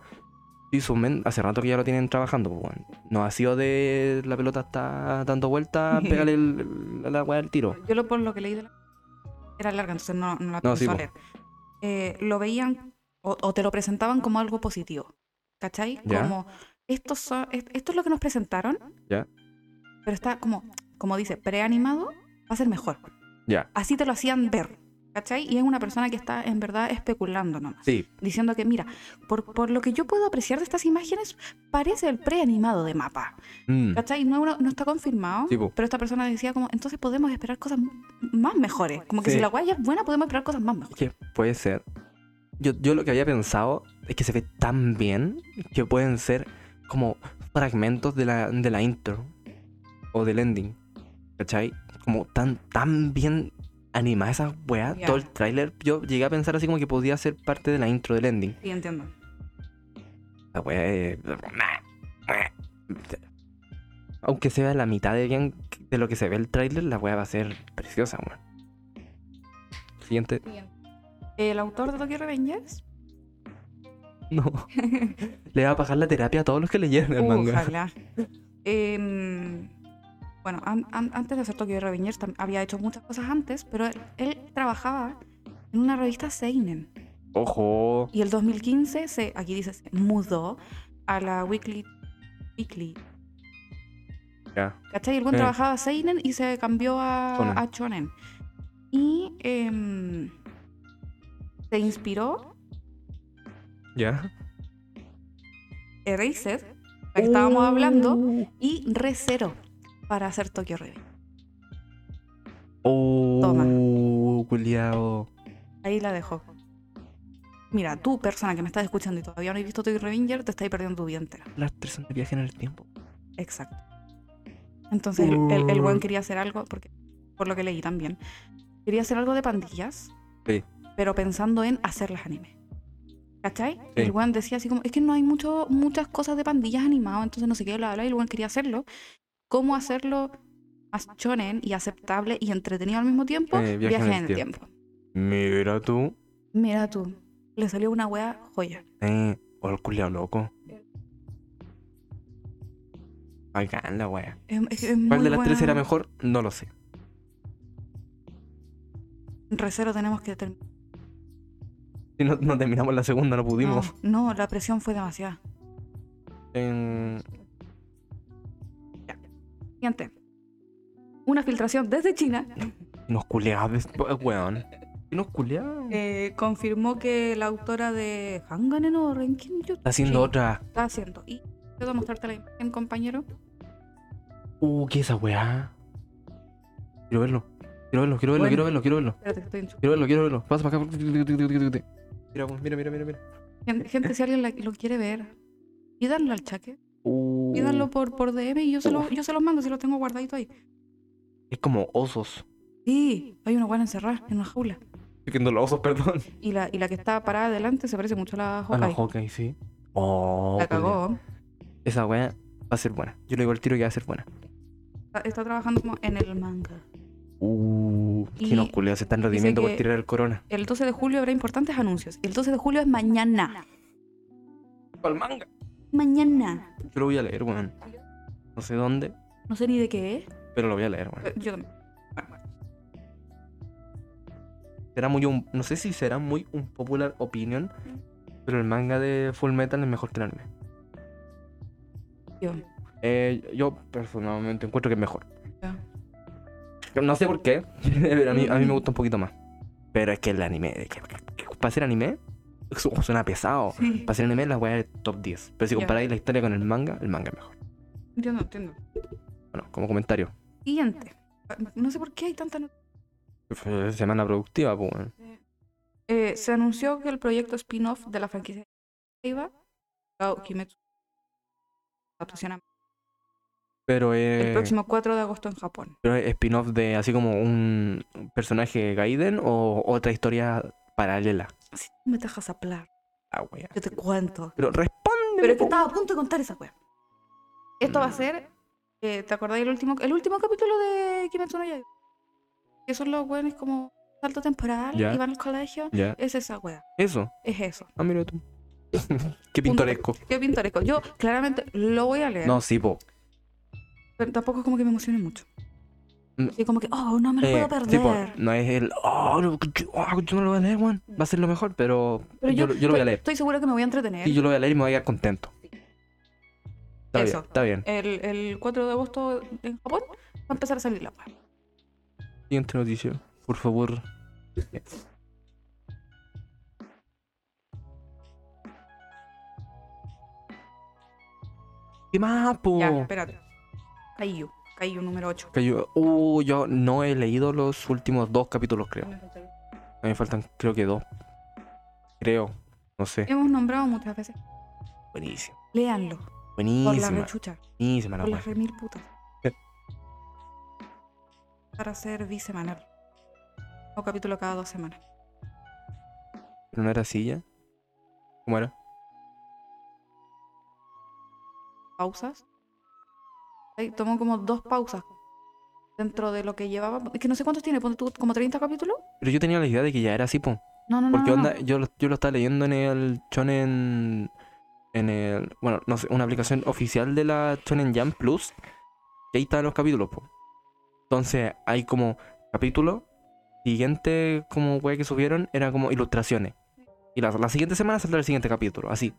Speaker 1: Y sumen, hace rato que ya lo tienen trabajando, pues weón. No ha sido de la pelota está dando vueltas, pégale el- la weá del tiro.
Speaker 2: Yo lo por lo que leí de la... era larga, entonces no, no la
Speaker 1: No,
Speaker 2: pensé
Speaker 1: sí, po.
Speaker 2: leer. Eh, lo veían o, o te lo presentaban como algo positivo. ¿Cachai?
Speaker 1: Ya.
Speaker 2: Como estos son- est- esto es lo que nos presentaron.
Speaker 1: Ya.
Speaker 2: Pero está como, como dice, preanimado, va a ser mejor.
Speaker 1: Ya.
Speaker 2: Así te lo hacían ver. ¿Cachai? Y es una persona que está en verdad especulando nomás.
Speaker 1: Sí,
Speaker 2: Diciendo que, mira, por, por lo que yo puedo apreciar de estas imágenes, parece el preanimado de mapa.
Speaker 1: Mm.
Speaker 2: ¿Cachai? No, no- no está confirmado,
Speaker 1: Sí, po.
Speaker 2: pero esta persona decía como, entonces podemos esperar cosas m- más mejores. Como que
Speaker 1: Sí.
Speaker 2: si la guaya es buena, podemos esperar cosas más
Speaker 1: Es
Speaker 2: mejores.
Speaker 1: que puede ser. Yo, yo lo que había pensado es que se ve tan bien que pueden ser como fragmentos de la, de la intro o del ending. ¿Cachai? Como tan, tan bien animada esa weá,
Speaker 2: Ya.
Speaker 1: todo el tráiler. Yo llegué a pensar así como que podía ser parte de la intro del ending.
Speaker 2: Sí, entiendo.
Speaker 1: La weá es- Aunque se vea la mitad de bien de lo que se ve el tráiler, la weá va a ser preciosa, weón. Siguiente.
Speaker 2: El autor de Tokyo Revengers.
Speaker 1: No. Le va a pagar la terapia a todos los que leyeron
Speaker 2: Uh,
Speaker 1: el manga.
Speaker 2: Ojalá. Em, bueno, an- an- antes de hacer Tokyo Revengers tam- había hecho muchas cosas antes, pero él, él trabajaba en una revista Seinen.
Speaker 1: Ojo.
Speaker 2: Y el 2015 se, aquí dice, se mudó a la Weekly. Weekly.
Speaker 1: Ya.
Speaker 2: ¿Cachai? El buen
Speaker 1: Eh.
Speaker 2: trabajaba a Seinen y se cambió a
Speaker 1: Shonen.
Speaker 2: a Shonen. Y em, se inspiró
Speaker 1: Ya.
Speaker 2: Erased, la que
Speaker 1: Uh.
Speaker 2: estábamos hablando, y Recero para hacer Tokyo Revengers.
Speaker 1: Oh, culiao.
Speaker 2: Ahí la dejo. Mira, tú, persona que me estás escuchando y todavía no has visto Tokyo Revenger, te estáis perdiendo tu vida entera.
Speaker 1: Las tres son de viaje en el tiempo.
Speaker 2: Exacto. Entonces, el, el- el buen quería hacer algo, porque por lo que leí también, quería hacer algo de pandillas,
Speaker 1: Sí.
Speaker 2: pero pensando en hacerlas anime. ¿Cachai?
Speaker 1: Sí.
Speaker 2: El buen decía así como, es que no hay mucho, muchas cosas de pandillas animadas, entonces no sé qué, bla, bla, y el buen quería hacerlo. ¿Cómo hacerlo más shonen y aceptable y entretenido al mismo tiempo?
Speaker 1: Eh, viaje en el tiempo. Mira tú.
Speaker 2: Mira tú, le salió una wea joya.
Speaker 1: Eh, o el culiao loco. Bacán la wea.
Speaker 2: Es- es- es
Speaker 1: ¿Cuál
Speaker 2: muy
Speaker 1: de las tres era
Speaker 2: buena.
Speaker 1: mejor? No lo sé.
Speaker 2: Recero tenemos que terminar.
Speaker 1: Si no, no terminamos la segunda, no
Speaker 2: No,
Speaker 1: pudimos.
Speaker 2: no, la presión fue demasiada.
Speaker 1: En-
Speaker 2: Siguiente. Una filtración desde China
Speaker 1: Nos culeaba, weón. Nos culeaba.
Speaker 2: eh, confirmó que la autora de Hangane no Renkin yo
Speaker 1: Está haciendo
Speaker 2: sí,
Speaker 1: otra.
Speaker 2: Está haciendo. Y puedo mostrarte la imagen, compañero.
Speaker 1: Uh, ¿qué es esa weá? Quiero verlo. Quiero verlo, quiero verlo,
Speaker 2: Bueno.
Speaker 1: quiero verlo, quiero verlo.
Speaker 2: Espérate, estoy en su-
Speaker 1: Quiero verlo, quiero verlo. Pasa para acá. Mira, pues, mira, mira, mira, mira.
Speaker 2: Gen- Gente, si alguien la- lo quiere ver, pídanlo al chaque.
Speaker 1: Uh,
Speaker 2: Pídanlo por, por DM y yo se, lo, yo se los mando si los tengo guardadito ahí.
Speaker 1: es como osos.
Speaker 2: Sí, hay una buena encerrada en una jaula.
Speaker 1: Estoy no los osos, perdón.
Speaker 2: Y la, y la que está parada adelante se parece mucho a la
Speaker 1: A los
Speaker 2: Hawkeye.
Speaker 1: Ah, Hawkeye, sí. Oh,
Speaker 2: La
Speaker 1: culiao.
Speaker 2: cagó.
Speaker 1: Esa weá va a ser buena. Yo le digo al tiro que va a ser buena.
Speaker 2: Está, está trabajando como en el manga.
Speaker 1: Uh,
Speaker 2: Y
Speaker 1: que nos culeados se están redimiendo
Speaker 2: que-
Speaker 1: por tirar el corona.
Speaker 2: El 12 de julio habrá importantes anuncios. El 12 de julio es mañana.
Speaker 1: Pa'l manga.
Speaker 2: Mañana.
Speaker 1: Yo lo voy a leer, weón. No sé dónde,
Speaker 2: No sé ni de qué es.
Speaker 1: pero lo voy a leer, weón.
Speaker 2: Eh, Yo también. Bueno,
Speaker 1: Será muy un. No sé si será muy un popular opinion, pero el manga de Full Metal es mejor que el anime.
Speaker 2: yo.
Speaker 1: Eh, yo personalmente encuentro que es mejor.
Speaker 2: Ya.
Speaker 1: No sé por qué, pero a mí, a mí me gusta un poquito más. Pero es que el anime. es que- Para ser anime, su- suena pesado.
Speaker 2: Sí.
Speaker 1: Para ser anime, la weá es top 10. Pero si
Speaker 2: Ya.
Speaker 1: comparáis la historia con el manga, el manga es mejor.
Speaker 2: Entiendo, entiendo.
Speaker 1: Bueno, como comentario.
Speaker 2: Siguiente. No sé por qué hay tanta not-
Speaker 1: Fue Semana productiva, pues. weón.
Speaker 2: Eh, se anunció que el proyecto spin-off de la franquicia de Iba, Kimetsu, adaptación a-
Speaker 1: Pero eh, es.
Speaker 2: el próximo 4 de agosto en Japón.
Speaker 1: pero es spin-off de así como un personaje Gaiden o otra historia paralela.
Speaker 2: Si tú me dejas hablar,
Speaker 1: Ah, wea.
Speaker 2: yo te cuento.
Speaker 1: Pero responde.
Speaker 2: Pero es que estaba a punto de contar esa wea. Esto va a ser. eh, ¿Te acordáis el último, el último capítulo de Kimetsu no Yaiba? Que son los weones como salto temporal
Speaker 1: Ya.
Speaker 2: y van al colegio.
Speaker 1: Ya.
Speaker 2: Es esa wea.
Speaker 1: Eso.
Speaker 2: Es eso.
Speaker 1: Ah, mira tú. Qué pintoresco.
Speaker 2: Qué pintoresco. Yo claramente lo voy a leer.
Speaker 1: No, sí, po.
Speaker 2: Pero tampoco es como que me emocione mucho.
Speaker 1: Mm.
Speaker 2: Así como que, oh, no me lo
Speaker 1: Eh,
Speaker 2: puedo
Speaker 1: sí, po,
Speaker 2: perder.
Speaker 1: No es el. Oh, no, que yo- ah, que yo no lo voy a leer, weón. Va a ser lo mejor, pero.
Speaker 2: Pero
Speaker 1: yo,
Speaker 2: yo,
Speaker 1: lo- yo lo voy a leer.
Speaker 2: Estoy segura que me voy a entretener.
Speaker 1: Sí, yo lo voy a leer y me voy a quedar contento. Está
Speaker 2: Eso.
Speaker 1: bien, está bien.
Speaker 2: el, el 4 de agosto en Japón va a empezar a salir la wea.
Speaker 1: Siguiente noticia. Por favor. ¿Qué más, po?
Speaker 2: Ya, espérate. Kaiyu. Kaiyu número 8.
Speaker 1: Que yo, uh, yo no he leído los últimos dos capítulos, creo. A mí me faltan, creo que dos. Creo. No sé.
Speaker 2: Hemos nombrado muchas veces.
Speaker 1: Buenísimo.
Speaker 2: Léanlo. Por la
Speaker 1: Buenísima.
Speaker 2: rechucha.
Speaker 1: Buenísima la
Speaker 2: por
Speaker 1: wea.
Speaker 2: las remil putas. para ser bisemanal. O capítulo cada dos semanas.
Speaker 1: ¿Pero no era así ya? ¿Cómo era?
Speaker 2: Pausas. Ahí tomó como dos pausas dentro de lo que llevaba. Es que no sé cuántos tiene, ponte tú, como 30 capítulos.
Speaker 1: Pero yo tenía la idea de que ya era así, po.
Speaker 2: No, no, no.
Speaker 1: Porque
Speaker 2: no, no.
Speaker 1: onda, yo, lo- yo lo estaba leyendo en el Shonen. En el. Bueno, no sé, una aplicación oficial de la Shonen Jump Plus. Y ahí están los capítulos, po. Entonces, hay como capítulo. Siguiente, como wea que subieron, era como ilustraciones. Y la, la siguiente semana saldrá el siguiente capítulo, así.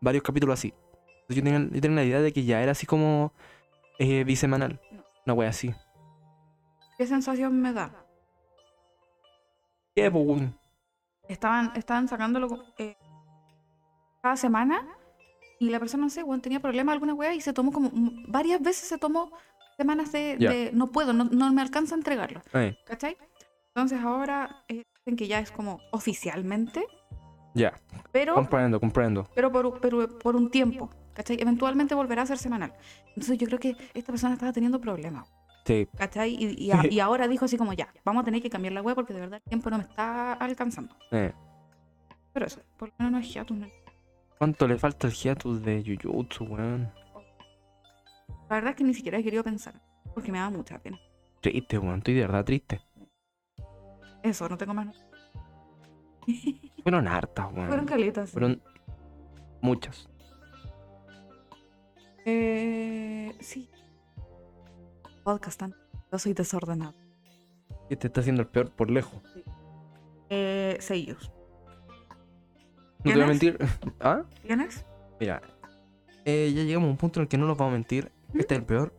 Speaker 1: Varios capítulos así. Entonces, yo tenía, yo tenía la idea de que ya era así como. eh, bisemanal. Una wea así.
Speaker 2: ¿Qué sensación me da?
Speaker 1: ¿Qué, po, weón?
Speaker 2: Estaban, estaban sacándolo co- eh, cada semana y la persona, no sé, weón, tenía problemas alguna weá y se tomó como mm, varias veces se tomó semanas de,
Speaker 1: Ya.
Speaker 2: de no puedo, no, no me alcanza a entregarlo.
Speaker 1: Eh,
Speaker 2: ¿Cachai? Entonces ahora eh, dicen que ya es como oficialmente,
Speaker 1: ya,
Speaker 2: pero,
Speaker 1: comprendo, comprendo.
Speaker 2: pero, por, pero por un tiempo. ¿Cachai? Eventualmente volverá a ser semanal. Entonces yo creo que esta persona estaba teniendo problemas.
Speaker 1: Sí,
Speaker 2: ¿Cachai? Y, y a- y ahora dijo así como ya, vamos a tener que cambiar la web porque de verdad el tiempo no me está alcanzando.
Speaker 1: eh.
Speaker 2: Pero eso, por lo menos no es hiatus. no-
Speaker 1: ¿Cuánto le falta el hiatus de Jujutsu, weón?
Speaker 2: La verdad es que ni siquiera he querido pensar porque me da mucha pena.
Speaker 1: Triste, weón, estoy de verdad triste.
Speaker 2: Eso, no tengo más. nada.
Speaker 1: Fueron hartas,
Speaker 2: Fueron
Speaker 1: weón.
Speaker 2: caletas.
Speaker 1: Fueron muchas.
Speaker 2: Eh, sí. Podcastan. Yo soy desordenado.
Speaker 1: Este está haciendo el peor por lejos.
Speaker 2: Eh, sellos.
Speaker 1: No te voy a
Speaker 2: ¿Tienes?
Speaker 1: mentir. ¿Ah?
Speaker 2: ¿Tienes?
Speaker 1: Mira, eh, ya llegamos a un punto en el que no nos vamos a mentir. Este es el peor.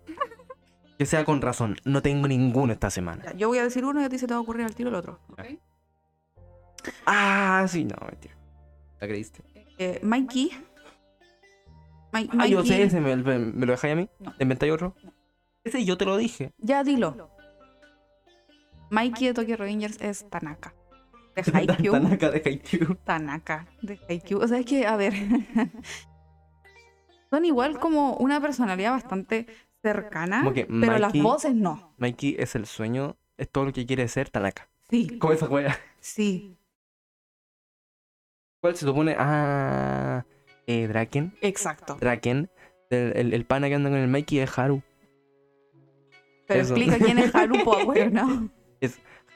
Speaker 1: Que sea con razón, no tengo ninguno esta semana.
Speaker 2: Ya, yo voy a decir uno y a ti se te va a ocurrir al tiro el otro. ¿ok?
Speaker 1: Ah, sí, no, mentira. ¿La creíste?
Speaker 2: Eh, Mikey. Mi-
Speaker 1: Ah, yo
Speaker 2: Mikey-
Speaker 1: sé ese, ¿me, me- me lo dejáis a mí?
Speaker 2: No.
Speaker 1: ¿Te inventáis otro? Ese yo te lo dije.
Speaker 2: Ya dilo. Mikey de Tokyo Rangers es Tanaka. De Haikyuu.
Speaker 1: Tanaka de Haikyuu.
Speaker 2: Tanaka de Haikyuu. O sea, es que, a ver. son igual como una personalidad bastante cercana,
Speaker 1: Como que
Speaker 2: pero las
Speaker 1: Mikey-
Speaker 2: voces no.
Speaker 1: Mikey es el sueño, es todo lo que quiere ser Tanaka.
Speaker 2: Sí,
Speaker 1: Como esa wea.
Speaker 2: sí,
Speaker 1: ¿Cuál se supone? Ah, eh, Draken.
Speaker 2: exacto.
Speaker 1: Draken. El, el, el pana que anda con el Mikey es Haru.
Speaker 2: Pero
Speaker 1: Eso.
Speaker 2: explica quién es Haru Power, ¿no?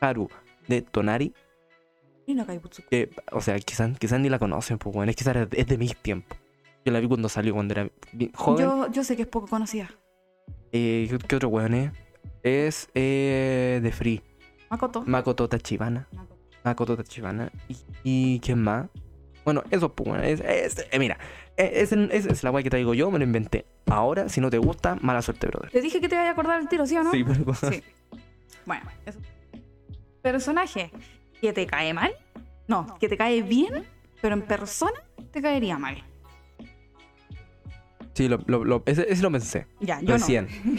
Speaker 1: Haru de Tonari.
Speaker 2: Y no Kaibutsu.
Speaker 1: Que, o sea, quizás quizás ni la conocen, pues, bueno, es quizás es- es de mis tiempos. Yo la vi cuando salió, cuando era bien joven.
Speaker 2: Yo, yo sé que es poco conocida.
Speaker 1: Eh, ¿qué- ¿Qué otro weón es? Es eh, de Free.
Speaker 2: Makoto.
Speaker 1: Makoto Tachibana. Makoto Tachibana. ¿Y, y quién más? Bueno, eso, pues, bueno, es, es- eh, mira, eh, es, es- es la guay que te digo yo, me lo inventé. Ahora, si no te gusta, mala suerte, brother.
Speaker 2: Te dije que te iba a acordar el tiro, ¿sí o no?
Speaker 1: Sí, pues, pero...
Speaker 2: Sí. Bueno, eso. Personaje que te cae mal. No, que te cae bien, pero en persona te caería mal.
Speaker 1: Sí, lo, lo- lo- ese, ese lo pensé.
Speaker 2: Ya, yo
Speaker 1: Recién.
Speaker 2: no.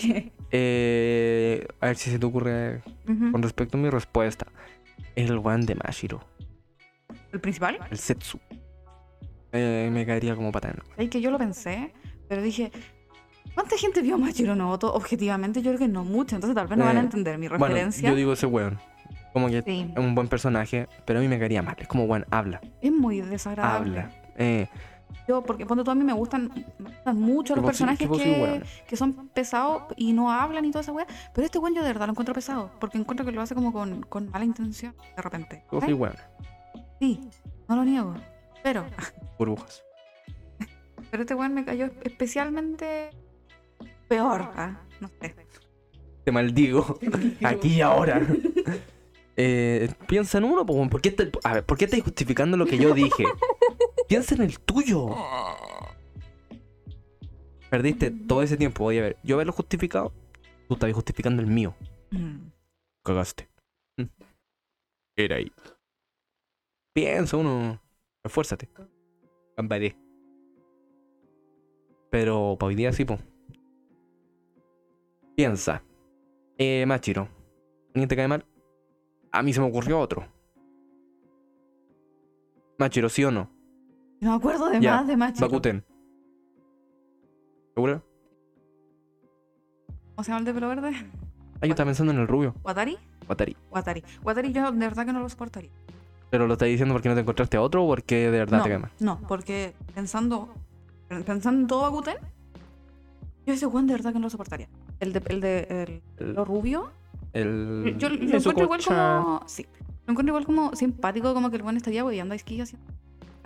Speaker 1: Eh, a ver si se te ocurre
Speaker 2: Ujú.
Speaker 1: con respecto a mi respuesta. El one de Mashiro,
Speaker 2: ¿El principal?
Speaker 1: el Setsu. Eh, me caería como pata en el-
Speaker 2: Es que yo lo pensé, pero dije, ¿cuánta gente vio a Machiro Novoto? Objetivamente, yo creo que no mucho, entonces tal vez no van a
Speaker 1: Eh,
Speaker 2: entender mi
Speaker 1: Bueno,
Speaker 2: referencia.
Speaker 1: yo digo ese weón. Como que
Speaker 2: Sí.
Speaker 1: es un buen personaje, pero a mí me caería mal. Es como, bueno, habla,
Speaker 2: Es muy desagradable.
Speaker 1: habla. Eh,
Speaker 2: Yo, porque ponte tú, a mí me gustan, me gustan mucho
Speaker 1: tipo,
Speaker 2: los
Speaker 1: sí,
Speaker 2: personajes
Speaker 1: tipo, sí,
Speaker 2: que,
Speaker 1: weón.
Speaker 2: que son pesados y no hablan y toda esa wea, pero este weón yo de verdad lo encuentro pesado, porque encuentro que lo hace como con, con mala intención, de repente.
Speaker 1: Tipo, sí,
Speaker 2: ¿cachai?
Speaker 1: weón.
Speaker 2: Sí, no lo niego, pero...
Speaker 1: Burbujas.
Speaker 2: Pero este weón me cayó especialmente peor, ¿ah? no sé.
Speaker 1: Te maldigo. Aquí y ahora. Eh, piensa en uno, pues, weón. ¿por qué te- a ver, ¿por qué estás justificando lo que yo dije? piensa en el tuyo. Perdiste todo ese tiempo. Oye, a ver, yo haberlo justificado, tú estabas justificando el mío.
Speaker 2: Mm.
Speaker 1: Cagaste. Mm. Era ahí. Piensa uno. Esfuérzate. Cambaré. Pero para hoy día sí, po. Piensa. Eh, Machiro. ¿Alguien te cae mal? A mí se me ocurrió otro. Machiro, ¿sí o no?
Speaker 2: No me acuerdo de
Speaker 1: Ya,
Speaker 2: más de Machiro.
Speaker 1: Bakuten. ¿Seguro?
Speaker 2: ¿Cómo se llama el de pelo verde?
Speaker 1: Ah, yo estaba pensando en el rubio.
Speaker 2: ¿Watari?
Speaker 1: Watari.
Speaker 2: Watari. Watari yo de verdad que no lo soportaría.
Speaker 1: Pero lo estás diciendo porque no te encontraste a otro o porque de verdad
Speaker 2: no,
Speaker 1: te quema.
Speaker 2: No, porque pensando, pensando en todo Bakuten, yo ese weón de verdad que no lo soportaría. El de, el de el- lo rubio,
Speaker 1: El.
Speaker 2: yo lo
Speaker 1: Nezuko-chan.
Speaker 2: encuentro igual como. Sí. Lo encuentro igual como simpático, como que el buen estaría hueveando a Isquilla así.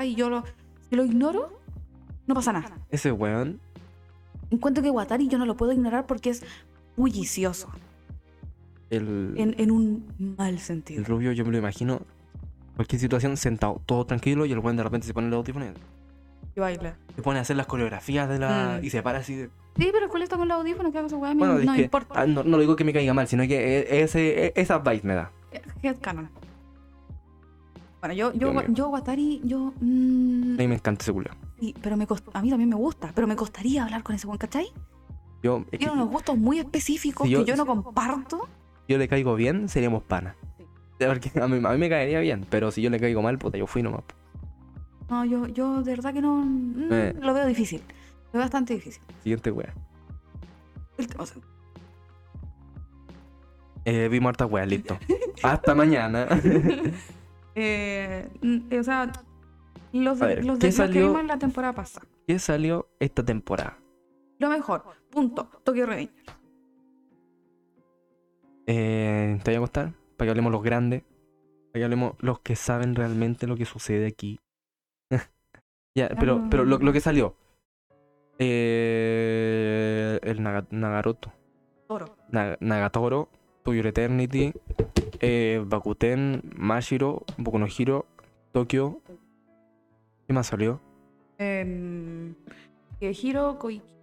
Speaker 2: Y yo lo. Si lo ignoro, no pasa nada.
Speaker 1: Ese weón.
Speaker 2: Encuentro que Watari yo no lo puedo ignorar porque es bullicioso.
Speaker 1: El.
Speaker 2: En, en un mal
Speaker 1: El
Speaker 2: sentido.
Speaker 1: rubio, yo me lo imagino. Cualquier situación, sentado, todo tranquilo, y el buen de repente se pone el audífono y
Speaker 2: Y baila.
Speaker 1: se pone a hacer las coreografías de la.
Speaker 2: Mm.
Speaker 1: y se para así de.
Speaker 2: Sí, pero ¿cuál está con el audífono? ¿Qué hago su weá?
Speaker 1: Bueno,
Speaker 2: no
Speaker 1: es
Speaker 2: me
Speaker 1: que-
Speaker 2: importa.
Speaker 1: ah, no, no lo digo que me caiga mal, sino que e- ese, e- esa vibe me da.
Speaker 2: Headcanon. Bueno, yo, yo,
Speaker 1: Dios mío.
Speaker 2: yo Watari, yo. mm,
Speaker 1: A mí me encanta ese culo.
Speaker 2: sí, pero me cost- a mí también me gusta, pero me costaría hablar con ese buen, ¿cachai?
Speaker 1: Yo, es que
Speaker 2: Tiene unos gustos muy específicos
Speaker 1: Si yo-
Speaker 2: que yo no comparto.
Speaker 1: yo le caigo bien, seríamos panas. De verdad que A mí, a mí me caería bien, pero si yo le caigo mal, puta, yo fui nomás.
Speaker 2: No, yo, yo de verdad que no. mm,
Speaker 1: Eh.
Speaker 2: Lo veo difícil. Lo veo bastante difícil.
Speaker 1: Siguiente wea.
Speaker 2: El- o sea,
Speaker 1: Eh, vimos hartas weas, listo. Hasta mañana.
Speaker 2: eh, mm, o sea, los,
Speaker 1: A
Speaker 2: de-
Speaker 1: ver, ¿qué
Speaker 2: los, de- los que
Speaker 1: salió?
Speaker 2: vimos en la temporada pasada.
Speaker 1: ¿Qué salió esta temporada?
Speaker 2: Lo mejor, punto. Tokyo Revengers.
Speaker 1: Eh, ¿Te voy a costar? Para que hablemos los grandes. Para que hablemos los que saben realmente lo que sucede aquí. ya, pero, pero lo, lo que salió. Eh, el Naga- Nagaroto.
Speaker 2: Toro.
Speaker 1: Na- Nagatoro, To Your Eternity, eh, Bakuten, Mashiro, Boku no Hero, Tokio. ¿Qué más salió?
Speaker 2: Eh, Hiro Koiki.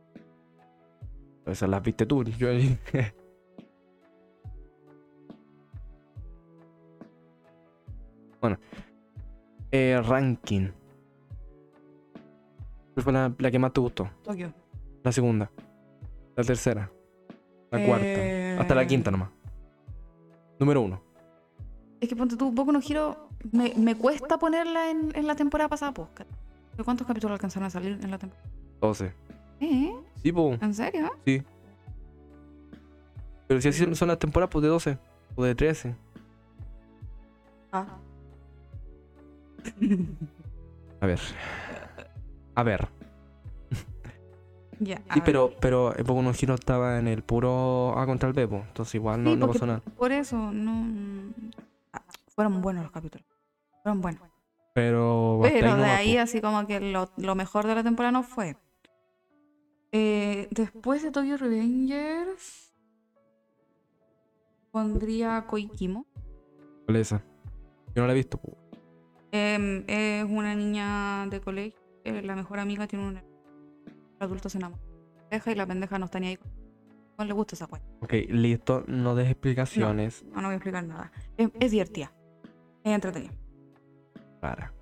Speaker 1: Esas las viste tú. Yo... bueno. Eh, ranking. ¿Cuál fue la, la que más te gustó?
Speaker 2: Tokio.
Speaker 1: La segunda. La tercera. La cuarta. Hasta la
Speaker 2: Eh,
Speaker 1: quinta nomás. Número uno.
Speaker 2: Es que ponte tú, Boku no Hero, me, me cuesta ponerla en, en la temporada pasada, pues. ca- ¿De cuántos capítulos alcanzaron a salir en la temporada?
Speaker 1: 12.
Speaker 2: ¿Eh?
Speaker 1: Sí, po.
Speaker 2: ¿En serio?
Speaker 1: Pero si así son las temporadas, pues de 12. O de 13.
Speaker 2: Ah.
Speaker 1: A ver. A ver.
Speaker 2: ya. a
Speaker 1: Sí,
Speaker 2: ver.
Speaker 1: pero, pero Boku no Hero estaba en el puro A contra el B, po. Entonces igual no,
Speaker 2: Sí,
Speaker 1: no
Speaker 2: porque
Speaker 1: pasó nada.
Speaker 2: Por eso, no. ah, fueron buenos los capítulos. Fueron buenos.
Speaker 1: Pero. hasta
Speaker 2: Pero de
Speaker 1: nomás, pues.
Speaker 2: ahí,
Speaker 1: po.
Speaker 2: así como que lo, lo mejor de la temporada no fue. Eh, después de Tokyo Revengers, pondría Koikimo.
Speaker 1: ¿Cuál es esa? Yo no la he visto. po.
Speaker 2: Em, es una niña de colegio. eh, la mejor amiga tiene un adulto se enamora. de la pendeja y la pendeja no está ni ahí. con- No le gusta esa cuenta.
Speaker 1: Ok, listo. No des explicaciones.
Speaker 2: No, no voy a explicar nada. Es, es divertida. Es entretenida.
Speaker 1: Rara.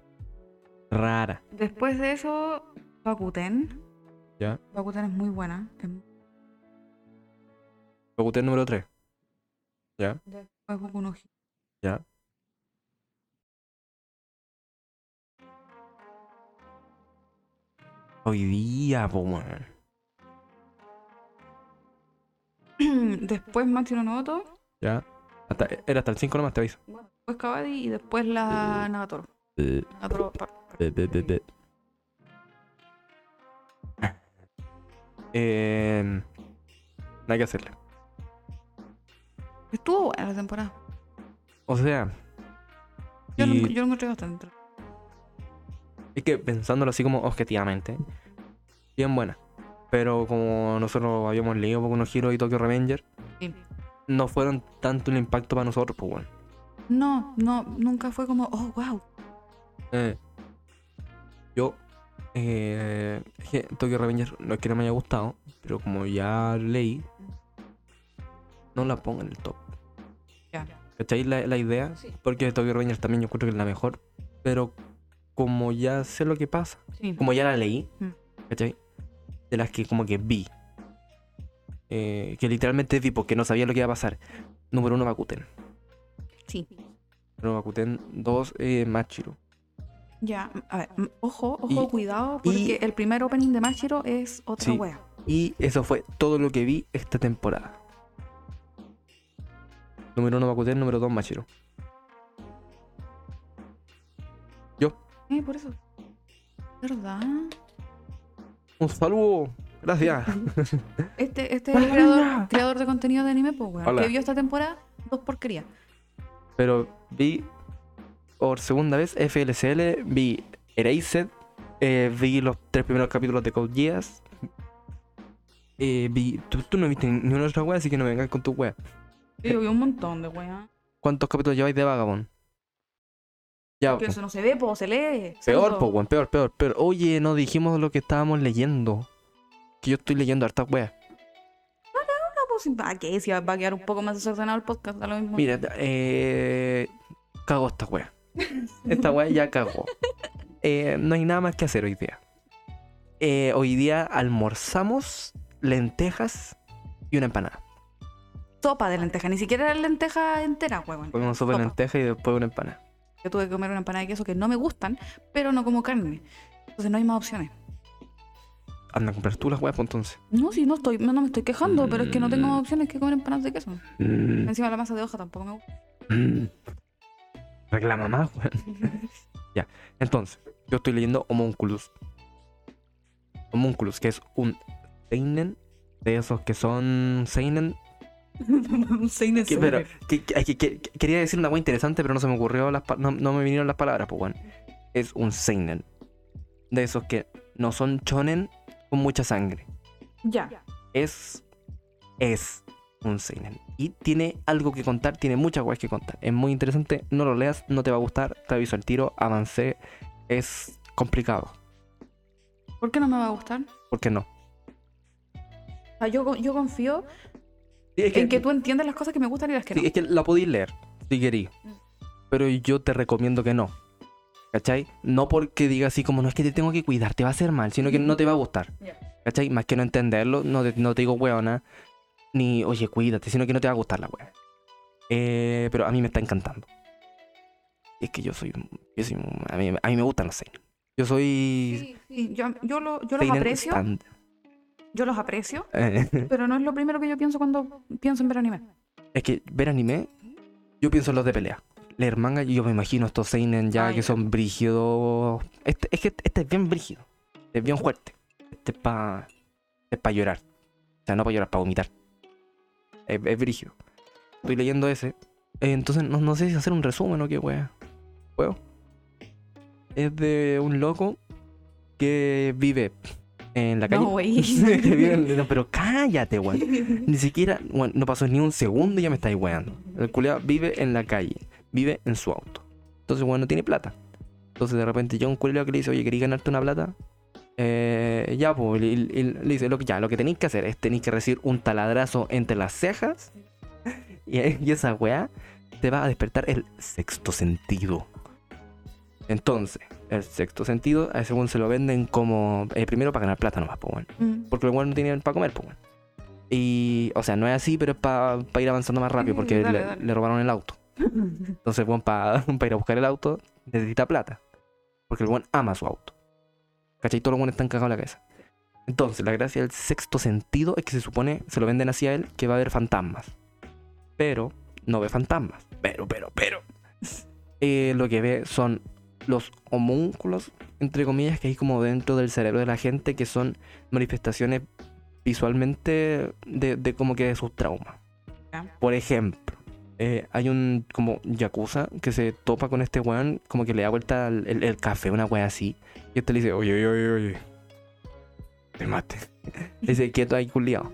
Speaker 1: Rara.
Speaker 2: Después de eso, Bakuten.
Speaker 1: Ya.
Speaker 2: Bakuten es muy buena. Em,
Speaker 1: Bakuten número 3.
Speaker 2: Después Boku no Hi-
Speaker 1: Ya. Hoy día, po, weón.
Speaker 2: después Machiro no Oto.
Speaker 1: Ya. Hasta, era hasta el 5 nomás, te aviso.
Speaker 2: Después Kabaddi y después la Nagatoro. Nagatoro. par- par-
Speaker 1: Eh, nada que hacerle.
Speaker 2: Estuvo buena la temporada.
Speaker 1: O sea,
Speaker 2: Yo, lo,
Speaker 1: y
Speaker 2: yo lo encontré bastante.
Speaker 1: es que pensándolo así como objetivamente, bien buena. Pero como nosotros habíamos leído Boku no Hero y Tokyo Revenger,
Speaker 2: Sí.
Speaker 1: no fueron tanto un impacto para nosotros, pues bueno.
Speaker 2: No, no, nunca fue como, oh, wow.
Speaker 1: Eh, yo, eh, es que Tokyo Revenger no es que no me haya gustado, pero como ya leí, no la pongo en el top.
Speaker 2: Ya.
Speaker 1: ¿Cacháis la, la idea? Porque Tokyo Revengers también yo creo que es la mejor. Pero como ya sé lo que pasa,
Speaker 2: Sí.
Speaker 1: como ya la leí,
Speaker 2: Mm.
Speaker 1: ¿cachai? De las que como que vi. eh, que literalmente vi porque no sabía lo que iba a pasar. Número uno, Bakuten.
Speaker 2: Sí.
Speaker 1: Número Bakuten. Dos, eh, Machiro.
Speaker 2: Ya, a ver, mm, ojo, ojo,
Speaker 1: Y-
Speaker 2: cuidado, porque el primer opening de Mashiro es otra
Speaker 1: Sí.
Speaker 2: wea.
Speaker 1: Y eso fue todo lo que vi esta temporada. Número uno Bakuten, número dos Machiro.
Speaker 2: Eh, por eso. ¿Verdad?
Speaker 1: Un saludo. Gracias.
Speaker 2: Este, este es el creador, creador de contenido de anime, pues, weón,
Speaker 1: Hola.
Speaker 2: Que vio esta temporada dos porquerías.
Speaker 1: Pero vi por segunda vez FLCL, vi Erased, eh, vi los tres primeros capítulos de Code Geass. eh, vi, tú, tú no viste ni una otra wea, así que no me vengas con tu wea.
Speaker 2: Yo vi un montón de weón.
Speaker 1: ¿Cuántos capítulos lleváis de Vagabond? Ya,
Speaker 2: Que
Speaker 1: po.
Speaker 2: eso no se ve, pues, se lee.
Speaker 1: Ah, peor,
Speaker 2: Santo.
Speaker 1: po, weón, peor, peor, peor. Oye, no dijimos lo que estábamos leyendo. Que yo estoy leyendo hartas weas.
Speaker 2: No, pues, sí, ¿para qué? Si va a quedar un poco más desordenado el podcast, da lo mismo.
Speaker 1: Mira, eh, cago esta wea. Esta wea ya cagó. Eh, no hay nada más que hacer hoy día. Eh, hoy día almorzamos lentejas y una empanada.
Speaker 2: Sopa de lenteja, ni siquiera era lenteja entera, weón.
Speaker 1: Comimos sopa de
Speaker 2: Sopa.
Speaker 1: lenteja y después una empanada.
Speaker 2: Yo tuve que comer una empanada de queso que no me gustan, pero no como carne. Entonces no hay más opciones.
Speaker 1: Anda a comprar tú las weas, pues, entonces.
Speaker 2: No, si no estoy, no, no me estoy quejando, pero es que no tengo
Speaker 1: Mm.
Speaker 2: más opciones que comer empanadas de queso. Encima la masa de hoja tampoco me gusta.
Speaker 1: Mm. Reclama más, weón. ya, entonces, yo estoy leyendo Homunculus. Homunculus, que es un seinen de esos que son seinen.
Speaker 2: Un seis de
Speaker 1: Que,
Speaker 2: sobre.
Speaker 1: pero, que- que- que- que- que- quería decir una cosa interesante, pero no se me ocurrió, las pa- no, no me vinieron las palabras, pues bueno. Es un seinen. De esos que no son chonen con mucha sangre.
Speaker 2: Ya.
Speaker 1: Es, es un seinen. Y tiene algo que contar, tiene muchas cosas que contar. Es muy interesante, no lo leas, no te va a gustar, te aviso al tiro, avancé. Es complicado.
Speaker 2: ¿Por qué no me va a gustar?
Speaker 1: ¿Por qué no?
Speaker 2: O sea, yo, yo confío
Speaker 1: Sí, es
Speaker 2: en que tú entiendas las cosas que me gustan y las que
Speaker 1: sí,
Speaker 2: no.
Speaker 1: es que la podéis leer, si queréis.
Speaker 2: Mm.
Speaker 1: Pero yo te recomiendo que no. ¿Cachai? No porque diga así como no es que te tengo que cuidar, te va a hacer mal, sino que no te va a gustar.
Speaker 2: Ya.
Speaker 1: ¿Cachai? Más que no entenderlo, no te, no te digo weona, ni oye, cuídate, sino que no te va a gustar la wea. Eh, pero a mí me está encantando. Y es que yo soy. Yo soy a, mí, a mí me gustan los seinen. Yo soy.
Speaker 2: Sí, sí, Yo, yo, lo- yo los
Speaker 1: seinen
Speaker 2: aprecio,
Speaker 1: stand.
Speaker 2: yo los aprecio,
Speaker 1: Eh,
Speaker 2: pero no es lo primero que yo pienso cuando pienso en ver anime.
Speaker 1: es que ver anime, yo pienso en los de pelea. Leer manga, yo me imagino estos seinen ya
Speaker 2: Ay,
Speaker 1: que
Speaker 2: ya.
Speaker 1: son brígidos. Este, es que este es bien brígido. Este es bien fuerte. Este es para es pa llorar. O sea, no para llorar, para vomitar. Es, es brígido. Estoy leyendo ese. Eh, entonces, no, no sé si hacer un resumen o qué wea. Juego. Es de un loco que vive en la calle.
Speaker 2: No, wey.
Speaker 1: Que vive en- no, pero cállate, weón. Ni siquiera, bueno, no pasó ni un segundo y ya me estáis weando. El culiao vive en la calle, vive en su auto. Entonces, weón, no tiene plata. Entonces, de repente, llega un culiao que le dice, oye, ¿queréis ganarte una plata? Eh, ya, pues, y- y- y le dice, lo que, ya, lo que tenéis que hacer es tenéis que recibir un taladrazo entre las cejas. Y, y esa weá te va a despertar el sexto sentido. Entonces, el sexto sentido, eh, según se lo venden como, eh, primero para ganar plata nomás, pues, bueno
Speaker 2: Mm.
Speaker 1: porque los weones no tienen para comer, pues, weón. Y, o sea, no es así, pero es para ir avanzando más rápido,
Speaker 2: Sí,
Speaker 1: porque
Speaker 2: Mm, dale,
Speaker 1: le,
Speaker 2: dale.
Speaker 1: le robaron el auto. Entonces, bueno, para ir a buscar el auto necesita plata, porque el weón ama su auto. ¿Cachai? Todos los weones están cagados en la cabeza. Entonces, la gracia del sexto sentido es que se supone, se lo venden hacia él, que va a haber fantasmas. Pero, no ve fantasmas. Pero, pero, pero. Eh, lo que ve son los homúnculos, entre comillas, que hay como dentro del cerebro de la gente, que son manifestaciones visualmente de, de como que de sus traumas.
Speaker 2: Ya.
Speaker 1: Por ejemplo, eh, hay un como yakuza que se topa con este weón, como que le da vuelta el, el- el café, una wea así. Y este le dice, oye, oye, oye, oye, te mate. le dice, quieto ahí, culiao.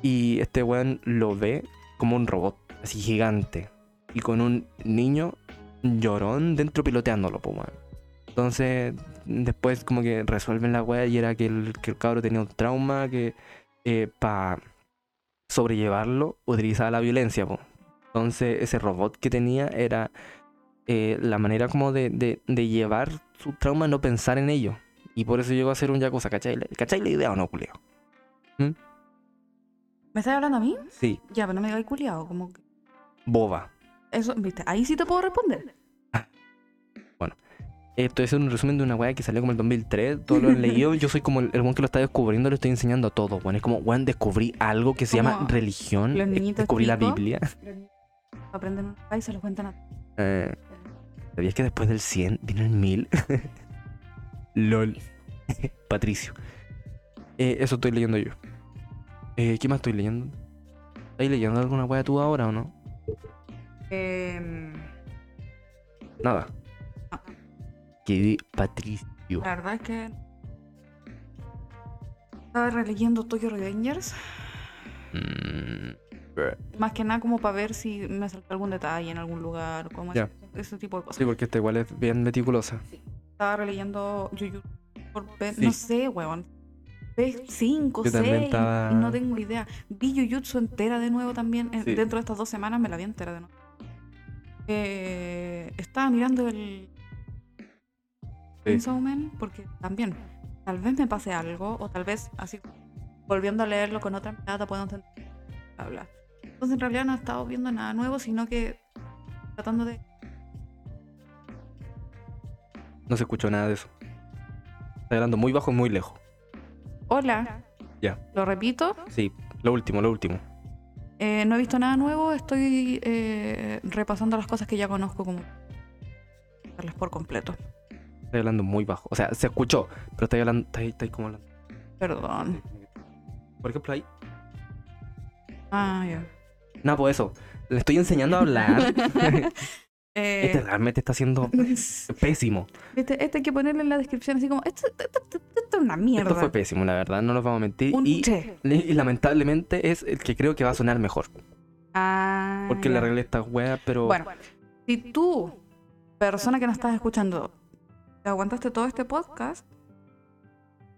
Speaker 1: Y este weón lo ve como un robot, así gigante. Y con un niño llorón dentro piloteándolo, pues, weón. Entonces, después como que resuelven la weá y era que el, que el cabro tenía un trauma que para sobrellevarlo utilizaba la violencia. po. Entonces ese robot que tenía era eh, la manera como de, de- de llevar su trauma, no pensar en ello. Y por eso llegó a ser un Yakuza, ¿cachai? la- ¿Cachai la idea o no, culeo?
Speaker 2: ¿Me estás hablando a mí?
Speaker 1: Sí,
Speaker 2: Ya, pero no me digas culiado. Como que-
Speaker 1: boba.
Speaker 2: Eso, viste, ahí sí te puedo responder.
Speaker 1: Esto es un resumen de una weá que salió como el 2003, todo lo han leído. Yo soy como el, el weón que lo está descubriendo, le estoy enseñando a todo, weón. Es como, weón, descubrí algo que se llama
Speaker 2: Como
Speaker 1: religión.
Speaker 2: los
Speaker 1: eh,
Speaker 2: niñitos
Speaker 1: Descubrí la
Speaker 2: chicos.
Speaker 1: Biblia.
Speaker 2: aprenden un país y se lo cuentan a
Speaker 1: Eh, ¿Sabías que después del 100 viene el 1000? LOL. Patricio. Eh, eso estoy leyendo yo. Eh, ¿Qué más estoy leyendo? ¿Estás leyendo alguna wea tú ahora o no?
Speaker 2: Em,
Speaker 1: Nada. Que Patricio.
Speaker 2: La verdad es que estaba releyendo Tokyo Revengers,
Speaker 1: Mm,
Speaker 2: más que nada como para ver si me saltó algún detalle en algún lugar, como
Speaker 1: Ya.
Speaker 2: ese, ese tipo de cosas.
Speaker 1: sí, porque esta igual es bien meticulosa.
Speaker 2: Estaba releyendo Yuyu por ver,
Speaker 1: Sí.
Speaker 2: no sé, weón. Ves 5,
Speaker 1: Yo
Speaker 2: 6,
Speaker 1: también estaba-
Speaker 2: no tengo idea. Vi Jujutsu entera de nuevo también. en-
Speaker 1: Sí.
Speaker 2: Dentro de estas dos semanas me la vi entera de nuevo. Eh, estaba mirando el Chainsaw Man porque también tal vez me pase algo o tal vez así volviendo a leerlo con otra mirada puedo entender bla, bla. Entonces en realidad no he estado viendo nada nuevo, sino que tratando de
Speaker 1: No se escuchó nada de eso. Está hablando muy bajo y muy lejos.
Speaker 2: hola.
Speaker 1: Ya.
Speaker 2: Lo repito.
Speaker 1: Sí, lo último, lo último.
Speaker 2: Eh, no he visto nada nuevo, estoy eh, repasando las cosas que ya conozco como darlas por completo.
Speaker 1: Está hablando muy bajo. O sea, se escuchó, pero está hablando, está, ahí- está ahí como hablando.
Speaker 2: Perdón.
Speaker 1: Por ejemplo, ahí.
Speaker 2: Ah, ya.
Speaker 1: No, pues eso. Le estoy enseñando a hablar.
Speaker 2: Eh,
Speaker 1: Este realmente está siendo pésimo.
Speaker 2: viste, este hay que ponerle en la descripción así como, esto, esto- esto- esto es una mierda.
Speaker 1: Esto fue pésimo, la verdad, no nos vamos a mentir.
Speaker 2: Un
Speaker 1: Y,
Speaker 2: che.
Speaker 1: y lamentablemente es el que creo que va a sonar mejor.
Speaker 2: Ah,
Speaker 1: Porque
Speaker 2: ya.
Speaker 1: le arreglé esta wea, pero.
Speaker 2: Bueno, si tú, persona que nos estás escuchando, te aguantaste todo este podcast,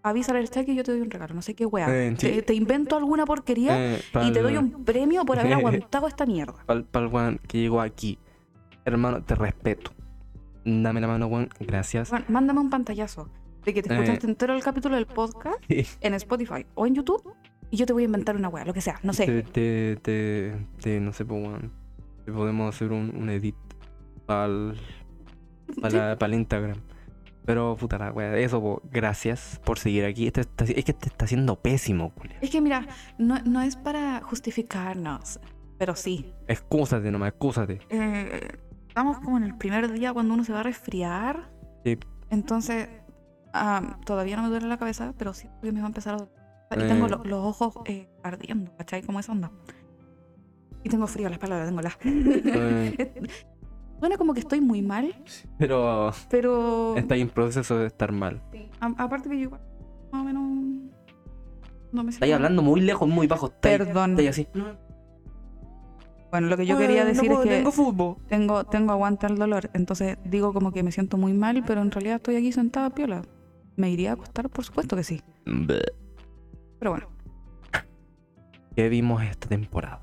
Speaker 2: avísale al cheque y yo te doy un regalo. No sé qué wea.
Speaker 1: Eh, sí.
Speaker 2: te, te invento alguna porquería
Speaker 1: eh,
Speaker 2: y te doy
Speaker 1: pa'l-
Speaker 2: un premio por haber aguantado esta mierda.
Speaker 1: pa'l- pa'l weón que llegó aquí. Hermano, te respeto. Dame la mano, weón. Gracias.
Speaker 2: Juan, mándame un pantallazo de que te
Speaker 1: Eh.
Speaker 2: escuchaste entero el capítulo del podcast
Speaker 1: Sí.
Speaker 2: en Spotify o en YouTube y yo te voy a inventar una wea, lo que sea, no
Speaker 1: Te,
Speaker 2: sé.
Speaker 1: te, te, te- no sé, pues, weón. Te podemos hacer un, un edit para para, para el Instagram. Pero puta la wea, eso, po. gracias por seguir aquí. Este está- es que te está siendo pésimo, culia.
Speaker 2: Es que mira, no, no es para justificarnos, pero sí.
Speaker 1: Excúsate nomás, excúsate.
Speaker 2: Eh, estamos como en el primer día cuando uno se va a resfriar.
Speaker 1: Sí.
Speaker 2: Entonces, ah, todavía no me duele la cabeza, pero sí que me va a empezar a doler. Y
Speaker 1: Eh.
Speaker 2: tengo lo- los ojos eh, ardiendo, ¿cachai? Como esa onda. Y tengo frío, las palabras, tengo las.
Speaker 1: Eh,
Speaker 2: Suena como que estoy muy mal,
Speaker 1: pero
Speaker 2: pero.
Speaker 1: está ahí en proceso de estar mal.
Speaker 2: A- aparte que yo igual, más o menos. No me
Speaker 1: Está ahí hablando muy lejos, muy bajo. Está ahí-
Speaker 2: Perdón.
Speaker 1: está ahí así.
Speaker 2: Bueno, lo que yo quería
Speaker 1: "Ah, no
Speaker 2: decir
Speaker 1: puedo,
Speaker 2: es que
Speaker 1: Tengo fútbol.
Speaker 2: tengo, tengo aguanta el dolor. Entonces digo como que me siento muy mal, pero en realidad estoy aquí sentada piola. ¿Me iría a acostar? Por supuesto que sí. Pero bueno,
Speaker 1: ¿Qué vimos esta temporada?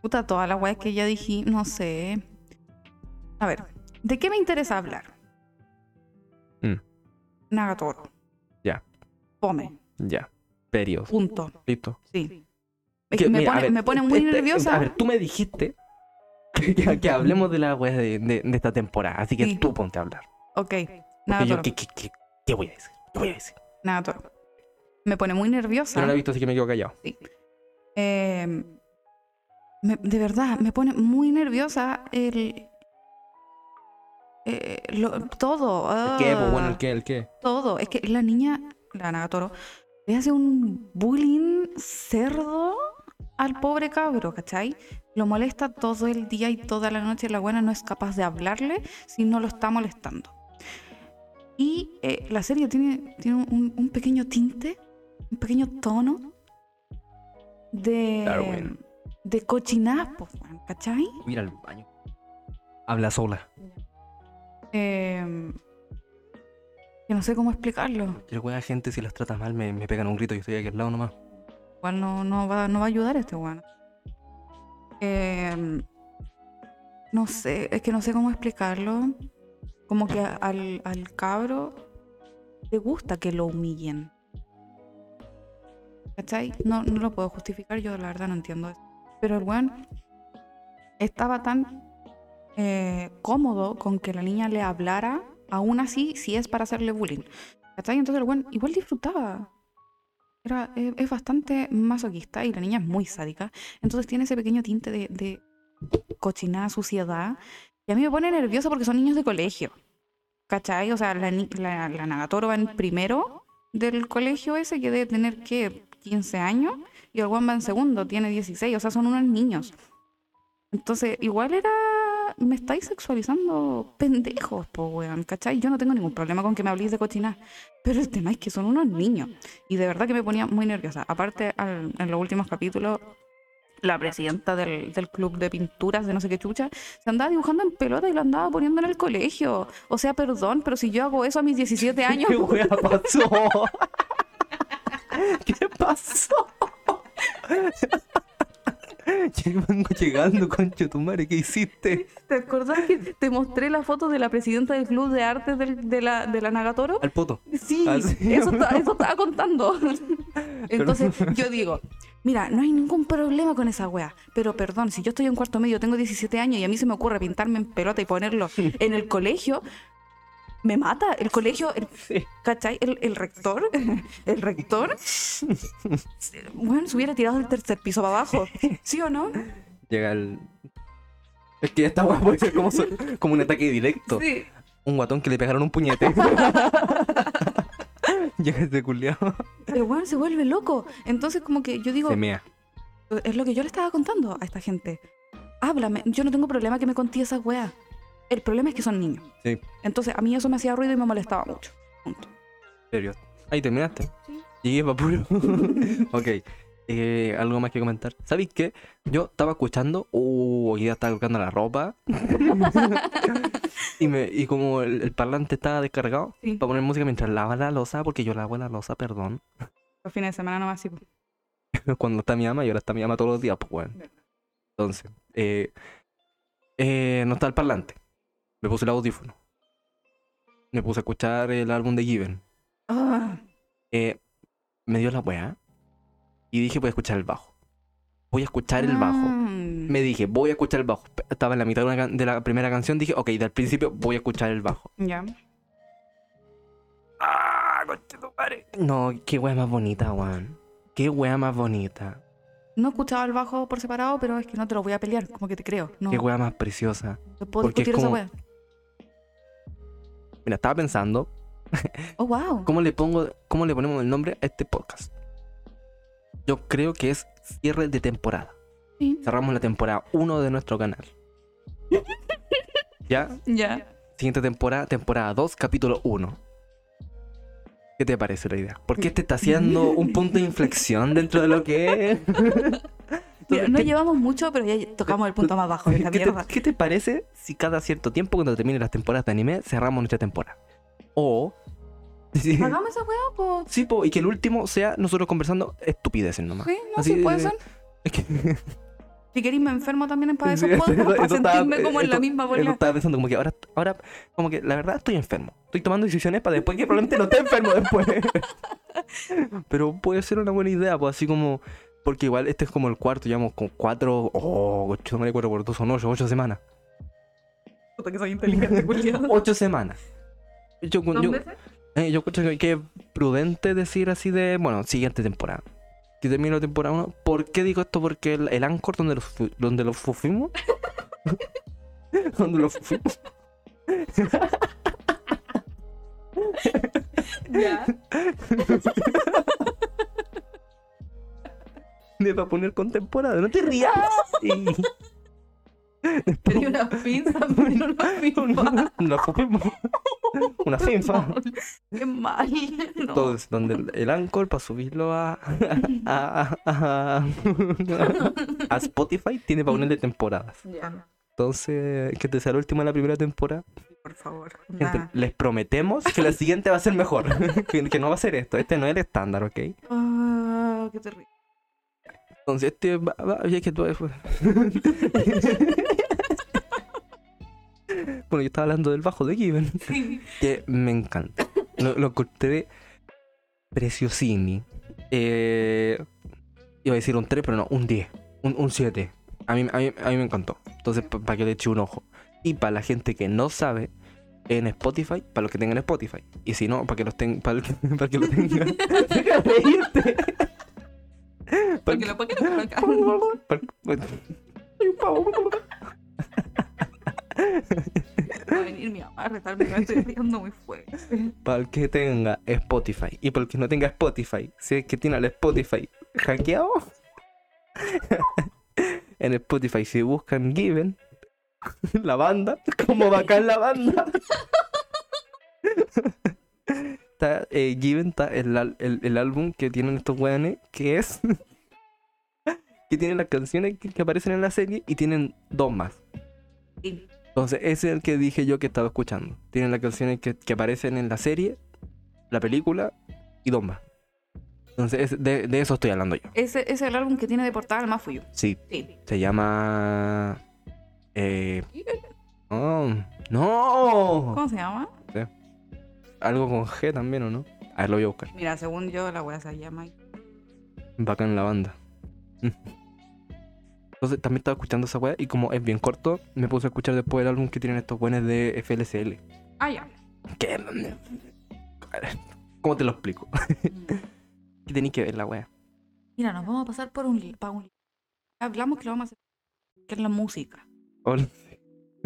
Speaker 2: puta, todas las weas que ya dije, no sé. A ver, ¿de qué me interesa hablar?
Speaker 1: Mm.
Speaker 2: Nagatoro.
Speaker 1: Ya.
Speaker 2: Pome.
Speaker 1: Ya. Period.
Speaker 2: Punto.
Speaker 1: Listo.
Speaker 2: Sí. Es
Speaker 1: Que,
Speaker 2: que me,
Speaker 1: mira, a
Speaker 2: pone,
Speaker 1: ver,
Speaker 2: me pone muy
Speaker 1: este-
Speaker 2: nerviosa.
Speaker 1: A ver, tú me dijiste que, que- que hablemos de la wea de, de- de esta temporada. Así que
Speaker 2: Sí.
Speaker 1: tú ponte a hablar.
Speaker 2: Ok,
Speaker 1: Porque yo,
Speaker 2: Nagatoro.
Speaker 1: ¿qué, qué, qué, qué voy a decir? ¿Qué voy a decir?
Speaker 2: Nagatoro. Me pone muy
Speaker 1: Yo no
Speaker 2: nerviosa.
Speaker 1: la he visto, así que me quedo callado.
Speaker 2: Eh, me- de verdad, me pone muy nerviosa el. eh, lo- todo.
Speaker 1: ¿El qué? Pues bueno,
Speaker 2: ah,
Speaker 1: ¿el qué? ¿El qué?
Speaker 2: Todo. Es que la niña, la Nagatoro, le hace un bullying cerdo al pobre cabro, ¿cachai? Lo molesta todo el día y toda la noche. La buena no es capaz de hablarle si no lo está molestando. Y eh, la serie tiene, tiene un, un pequeño tinte, un pequeño tono de.
Speaker 1: Darwin.
Speaker 2: de cochinaz, po, weón, ¿cachai?
Speaker 1: Mira al baño. Habla sola.
Speaker 2: Eh, que no sé cómo explicarlo.
Speaker 1: El wea gente, si las tratas mal, me, me pegan un grito. Yo estoy aquí al lado nomás.
Speaker 2: Igual no, no, va, no va a ayudar este weón. Eh, no sé, es que no sé cómo explicarlo. Como que a- al, al cabro le gusta que lo humillen. ¿Cachai? No, no lo puedo justificar, yo la verdad no entiendo eso. Pero el weón estaba tan eh, cómodo con que la niña le hablara, aún así, si es para hacerle bullying. ¿Cachai? Entonces el weón igual disfrutaba. eh, Era, es, es bastante masoquista y la niña es muy sádica. Entonces tiene ese pequeño tinte de, de cochinada, suciedad. Y a mí me pone nerviosa porque son niños de colegio. ¿Cachai? O sea, la, ni- la, la Nagatoro va en primero del colegio ese que debe tener, ¿qué? 15 años. Y el Juan va en segundo, tiene 16. O sea, son unos niños. Entonces, igual era... Me estáis sexualizando pendejos, po, weón, ¿cachai? Yo no tengo ningún problema con que me habléis de cochinada. Pero el tema es que son unos niños. Y de verdad que me ponía muy nerviosa. Aparte, al- en los últimos capítulos, la presidenta del, del club de pinturas de no sé qué chucha, se andaba dibujando en pelota y lo andaba poniendo en el colegio. O sea, perdón, pero si yo hago eso a mis 17 años,
Speaker 1: ¿Qué wea pasó? ¿Qué pasó? Yo vengo llegando, concho tu madre, ¿qué hiciste?
Speaker 2: ¿te acordás que te mostré la foto de la presidenta del club de artes del- de, la, de la Nagatoro?
Speaker 1: Al poto.
Speaker 2: Sí,
Speaker 1: Ah, sí,
Speaker 2: eso,
Speaker 1: no.
Speaker 2: ta- eso estaba contando. Entonces yo digo, mira, no hay ningún problema con esa wea, pero perdón, si yo estoy en cuarto medio, tengo 17 años y a mí se me ocurre pintarme en pelota y ponerlo en el colegio, me mata. El colegio, el-
Speaker 1: Sí.
Speaker 2: ¿cachai? El, el rector, el rector, bueno, se hubiera tirado del tercer piso para abajo, ¿sí o no?
Speaker 1: Llega el. Es que esta wea puede ser como, so- como un ataque directo.
Speaker 2: Sí.
Speaker 1: Un guatón que le pegaron un puñete. Llega este culiao.
Speaker 2: El weón se vuelve loco. Entonces como que yo digo,
Speaker 1: Se mea.
Speaker 2: Es lo que yo le estaba contando a esta gente. Háblame, yo no tengo problema que me conté esas weas. El problema es que son niños.
Speaker 1: Sí, en
Speaker 2: Entonces a mí eso me hacía ruido y me molestaba mucho. Punto.
Speaker 1: serio. Ahí terminaste. Llegué pa' puro. ok. eh, algo más que comentar. ¿Sabéis qué? Yo estaba escuchando. Uh, hoy día estaba colgando la ropa. y, me, y como el, el parlante estaba descargado,
Speaker 2: Sí.
Speaker 1: para poner música mientras lava la losa, porque yo lavo la losa, perdón.
Speaker 2: Los fines de semana no va así. po.
Speaker 1: Cuando está mi ama, y ahora está mi ama todos los días, pues bueno. Entonces, eh, eh, no está el parlante. Me puse el audífono. Me puse a escuchar el álbum de Given.
Speaker 2: Ah,
Speaker 1: eh, me dio la weá y dije voy a escuchar el bajo. Voy a escuchar el bajo.
Speaker 2: mm.
Speaker 1: Me dije, voy a escuchar el bajo. P- Estaba en la mitad de, una can- de la primera canción, dije, ok, del principio voy a escuchar el bajo.
Speaker 2: Ya.
Speaker 1: Ah, conchetumare. No, qué weá más bonita, weón. Qué weá más bonita.
Speaker 2: No escuchaba el bajo por separado, pero es que no te lo voy a pelear, como que te creo. No,
Speaker 1: Qué weá más preciosa.
Speaker 2: no puedo
Speaker 1: porque es
Speaker 2: discutir esa
Speaker 1: como-
Speaker 2: wea.
Speaker 1: Mira, estaba pensando,
Speaker 2: Oh, wow.
Speaker 1: ¿cómo le pongo, cómo le ponemos el nombre a este podcast? Yo creo que es cierre de temporada.
Speaker 2: Sí.
Speaker 1: Cerramos la temporada 1 de nuestro canal. ¿Ya?
Speaker 2: Ya.
Speaker 1: Siguiente temporada, temporada 2, capítulo 1. ¿Qué te parece la idea? Porque este está haciendo un punto de inflexión dentro de lo que es.
Speaker 2: Mira, no
Speaker 1: ¿Qué-
Speaker 2: llevamos mucho, pero ya tocamos el punto más bajo de la
Speaker 1: ¿Qué te,
Speaker 2: mierda.
Speaker 1: qué te parece si cada cierto tiempo, cuando termine las temporadas de anime, cerramos nuestra temporada? O. Sí,
Speaker 2: Hagamos esa wea, po.
Speaker 1: sí, po, y que el último sea nosotros conversando estupideces nomás.
Speaker 2: Sí, no,
Speaker 1: Así,
Speaker 2: sí, puede
Speaker 1: eh,
Speaker 2: ser.
Speaker 1: Es que-
Speaker 2: Si queréis, me enfermo también para esos
Speaker 1: Sí,
Speaker 2: podcasts,
Speaker 1: eso-
Speaker 2: para
Speaker 1: eso estaba-
Speaker 2: sentirme como en la
Speaker 1: eso-
Speaker 2: misma
Speaker 1: Yo lo
Speaker 2: bola.
Speaker 1: estaba pensando como que ahora, ahora, como que la verdad estoy enfermo. Estoy tomando decisiones para después que probablemente no esté enfermo después. Pero puede ser una buena idea, pues así como, porque igual este es como el cuarto, llevamos con cuatro, oh, ocho, no me acuerdo, por dos son ocho, ocho semanas.
Speaker 2: Puta que soy inteligente, culiado.
Speaker 1: Ocho semanas. Yo,
Speaker 2: ¿Dos
Speaker 1: yo,
Speaker 2: veces?
Speaker 1: eh, yo creo que- que es prudente decir así de, bueno, siguiente temporada. Si termino la temporada 1, ¿por qué digo esto? Porque el, el Anchor donde lo, fu- donde lo fu- fuimos. donde lo fu- fuimos.
Speaker 2: Ya.
Speaker 1: Me va a poner contemporáneo, no te rías. Y-
Speaker 2: Tenía una pinza, pero no una pinfa.
Speaker 1: una, fupi- una finfa.
Speaker 2: Qué mal. No.
Speaker 1: Entonces, donde el, el Anchor para subirlo a, a, a- a Spotify tiene para ponerle temporadas.
Speaker 2: Ya.
Speaker 1: Entonces, que te sea la última de la primera temporada.
Speaker 2: Por favor.
Speaker 1: Gente,
Speaker 2: nada.
Speaker 1: les prometemos que la siguiente va a ser mejor. que, que no va a ser esto. Este no es el estándar, ¿ok?
Speaker 2: Ah, qué terrible.
Speaker 1: Entonces, este va, va- ya que tú- Bueno, yo estaba hablando del bajo de Given.
Speaker 2: Sí.
Speaker 1: que me encanta. Lo, lo encontré preciosini. Eh, iba a decir un 3, pero no, un 10. Un, un 7. A mí, a, mí, a mí me encantó. Entonces, para que le eche un ojo. Y para la gente que no sabe, en Spotify, para los que tengan Spotify. Y si no, para que los tengan. Para, que lo tengan. Deja de reírte. Para
Speaker 2: Porque lo pongan por acá.
Speaker 1: Hay un pavo.
Speaker 2: Va a venir mi mamá a retarme, me estoy riendo muy fuerte.
Speaker 1: Para el que tenga Spotify y para el que no tenga Spotify, si es que tiene el Spotify hackeado, en Spotify, si buscan Given, la banda, como bacán la banda, está, eh, Given está el, al- el- el álbum que tienen estos weones, que es. que tienen las canciones que, que aparecen en la serie y tienen dos más.
Speaker 2: Sí.
Speaker 1: Entonces, ese es el que dije yo que estaba escuchando. Tienen las canciones que, que aparecen en la serie, la película y dos más. Entonces, es- de, de eso estoy hablando yo.
Speaker 2: Ese ese es el álbum que tiene de portada el más fuyo.
Speaker 1: Sí,
Speaker 2: Sí.
Speaker 1: se llama. Eh, no, no.
Speaker 2: ¿Cómo se llama?
Speaker 1: Algo con G también, ¿o no? A ver, lo voy a buscar.
Speaker 2: Mira, según yo, la weá se llama.
Speaker 1: Bacán la banda. Mm. Entonces, también estaba escuchando esa weá y como es bien corto, me puse a escuchar después el álbum que tienen estos buenos de FLCL.
Speaker 2: Ah, ya.
Speaker 1: ¿Qué? ¿Cómo te lo explico? ¿Qué tenéis que ver la wea?
Speaker 2: Mira, nos vamos a pasar por un, pa un- Hablamos que lo vamos a hacer. Que es la música.
Speaker 1: Hola.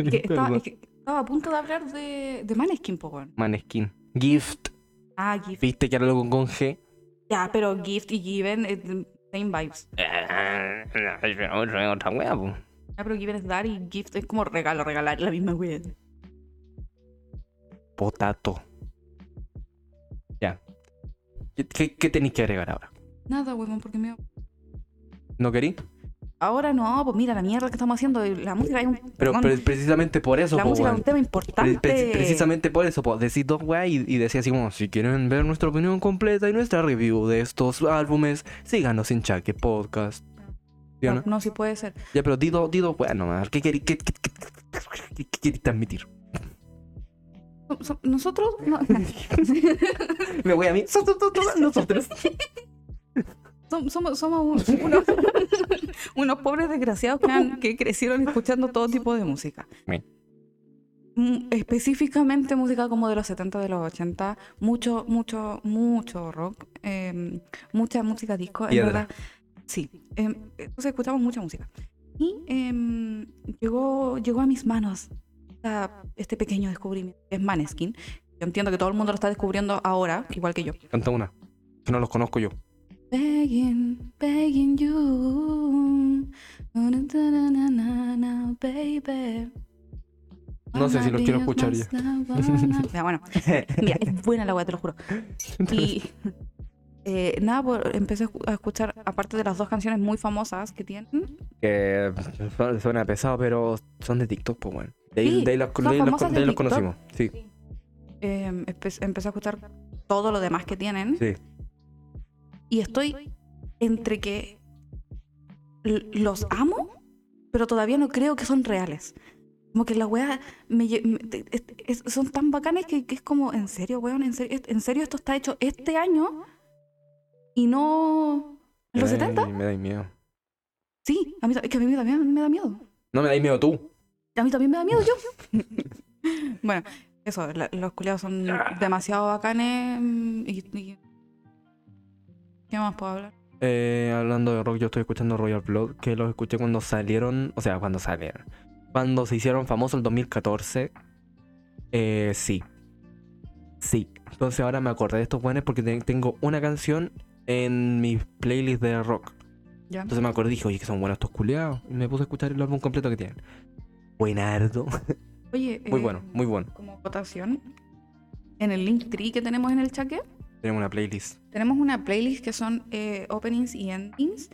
Speaker 2: Que estaba,
Speaker 1: Perdón.
Speaker 2: es que estaba a punto de hablar de, de Maneskin, po, weón.
Speaker 1: Maneskin. Gift.
Speaker 2: Ah, Gift.
Speaker 1: ¿Viste que era algo con G?
Speaker 2: Ya, pero Gift y Given, eh, same vibes.
Speaker 1: Ah, no, es otra otra wea, po.
Speaker 2: Ya, pero Given es dar y Gift es como regalo, regalar la misma wea.
Speaker 1: Potato. Ya. ¿Qué, qué, qué tenéis que agregar ahora?
Speaker 2: Nada, weón, porque me...
Speaker 1: ¿No querí?
Speaker 2: Ahora no, pues mira la mierda que estamos haciendo. La música es un.
Speaker 1: Pero,
Speaker 2: perdón,
Speaker 1: pero precisamente por eso,
Speaker 2: la
Speaker 1: po,
Speaker 2: música es
Speaker 1: weón.
Speaker 2: un tema
Speaker 1: Pre-
Speaker 2: importante.
Speaker 1: pre- precisamente por eso, po. decís dos weas y, y decía así como, si quieren ver nuestra opinión completa y nuestra review de estos álbumes, síganos en Chaque Podcast. ¿Sí o
Speaker 2: No,
Speaker 1: no?
Speaker 2: no, sí puede ser.
Speaker 1: Ya, pero di dos, di dos weas nomás. ¿Qué querí- qué- qué- qué- qué- qué- qué querí transmitir?
Speaker 2: So- so- Nosotros. no-
Speaker 1: Me voy a mí. Su, su, su, su, Nosotros.
Speaker 2: Som- Somos, somos un- unos, unos pobres desgraciados que, han- que crecieron escuchando todo tipo de música.
Speaker 1: Sí.
Speaker 2: Mm, Específicamente música como de los 70, de los 80, mucho, mucho, mucho rock, eh, mucha música disco, en
Speaker 1: Piedra.
Speaker 2: verdad. Sí, eh, entonces escuchamos mucha música. Y em, llegó, llegó a mis manos esta- este pequeño descubrimiento, que es Maneskin. Yo entiendo que todo el mundo lo está descubriendo ahora, igual que yo.
Speaker 1: Canta una. Que no los conozco yo.
Speaker 2: Begging, begging you. Na, na, na, na, na, na, baby.
Speaker 1: No sé si lo
Speaker 2: Wanna
Speaker 1: quiero
Speaker 2: be
Speaker 1: escuchar ya.
Speaker 2: myself, wanna- Ya, Ah, bueno, mira, es buena la weá, te lo juro. Y eh, nada, por- empecé a escu- a escuchar, aparte de las dos canciones muy famosas que tienen,
Speaker 1: Que su- suena pesado, pero son de TikTok, pues, bueno. De ahí,
Speaker 2: Sí,
Speaker 1: de ahí los,
Speaker 2: son
Speaker 1: de ahí los-
Speaker 2: famosas
Speaker 1: de ahí
Speaker 2: de
Speaker 1: los
Speaker 2: TikTok.
Speaker 1: conocimos. Sí,
Speaker 2: eh, empe- empecé a escuchar todo lo demás que tienen.
Speaker 1: sí.
Speaker 2: Y estoy entre que l- los amo, pero todavía no creo que son reales. Como que las weas me lle- me- te- es- es- son tan bacanes que, que es como, ¿en serio, weón? ¿En serio, en serio esto está hecho este año? Y no... ¿En los
Speaker 1: Me da-
Speaker 2: 70?
Speaker 1: Me da miedo.
Speaker 2: Sí, a mí, ta- es que a mí también me da miedo.
Speaker 1: No me da miedo tú.
Speaker 2: A mí también me da miedo yo. bueno, eso, la- los culiados son demasiado bacanes mm, y- y- ¿Qué más puedo hablar?
Speaker 1: Eh, hablando de rock, yo estoy escuchando Royal Blood, que los escuché cuando salieron, o sea, cuando salieron. Cuando se hicieron famosos el 2014. Eh, sí. Sí. Entonces ahora me acordé de estos buenos porque te- tengo una canción en mi playlist de rock.
Speaker 2: ¿Ya?
Speaker 1: Entonces me acordé y dije, oye, que son buenos estos culeados. Y me puse a escuchar el álbum completo que tienen. Buenardo.
Speaker 2: Oye,
Speaker 1: Muy
Speaker 2: eh,
Speaker 1: bueno, muy bueno.
Speaker 2: como votación, en el link tree que tenemos en el chaque,
Speaker 1: Tenemos una playlist.
Speaker 2: tenemos una playlist que son eh, openings y endings.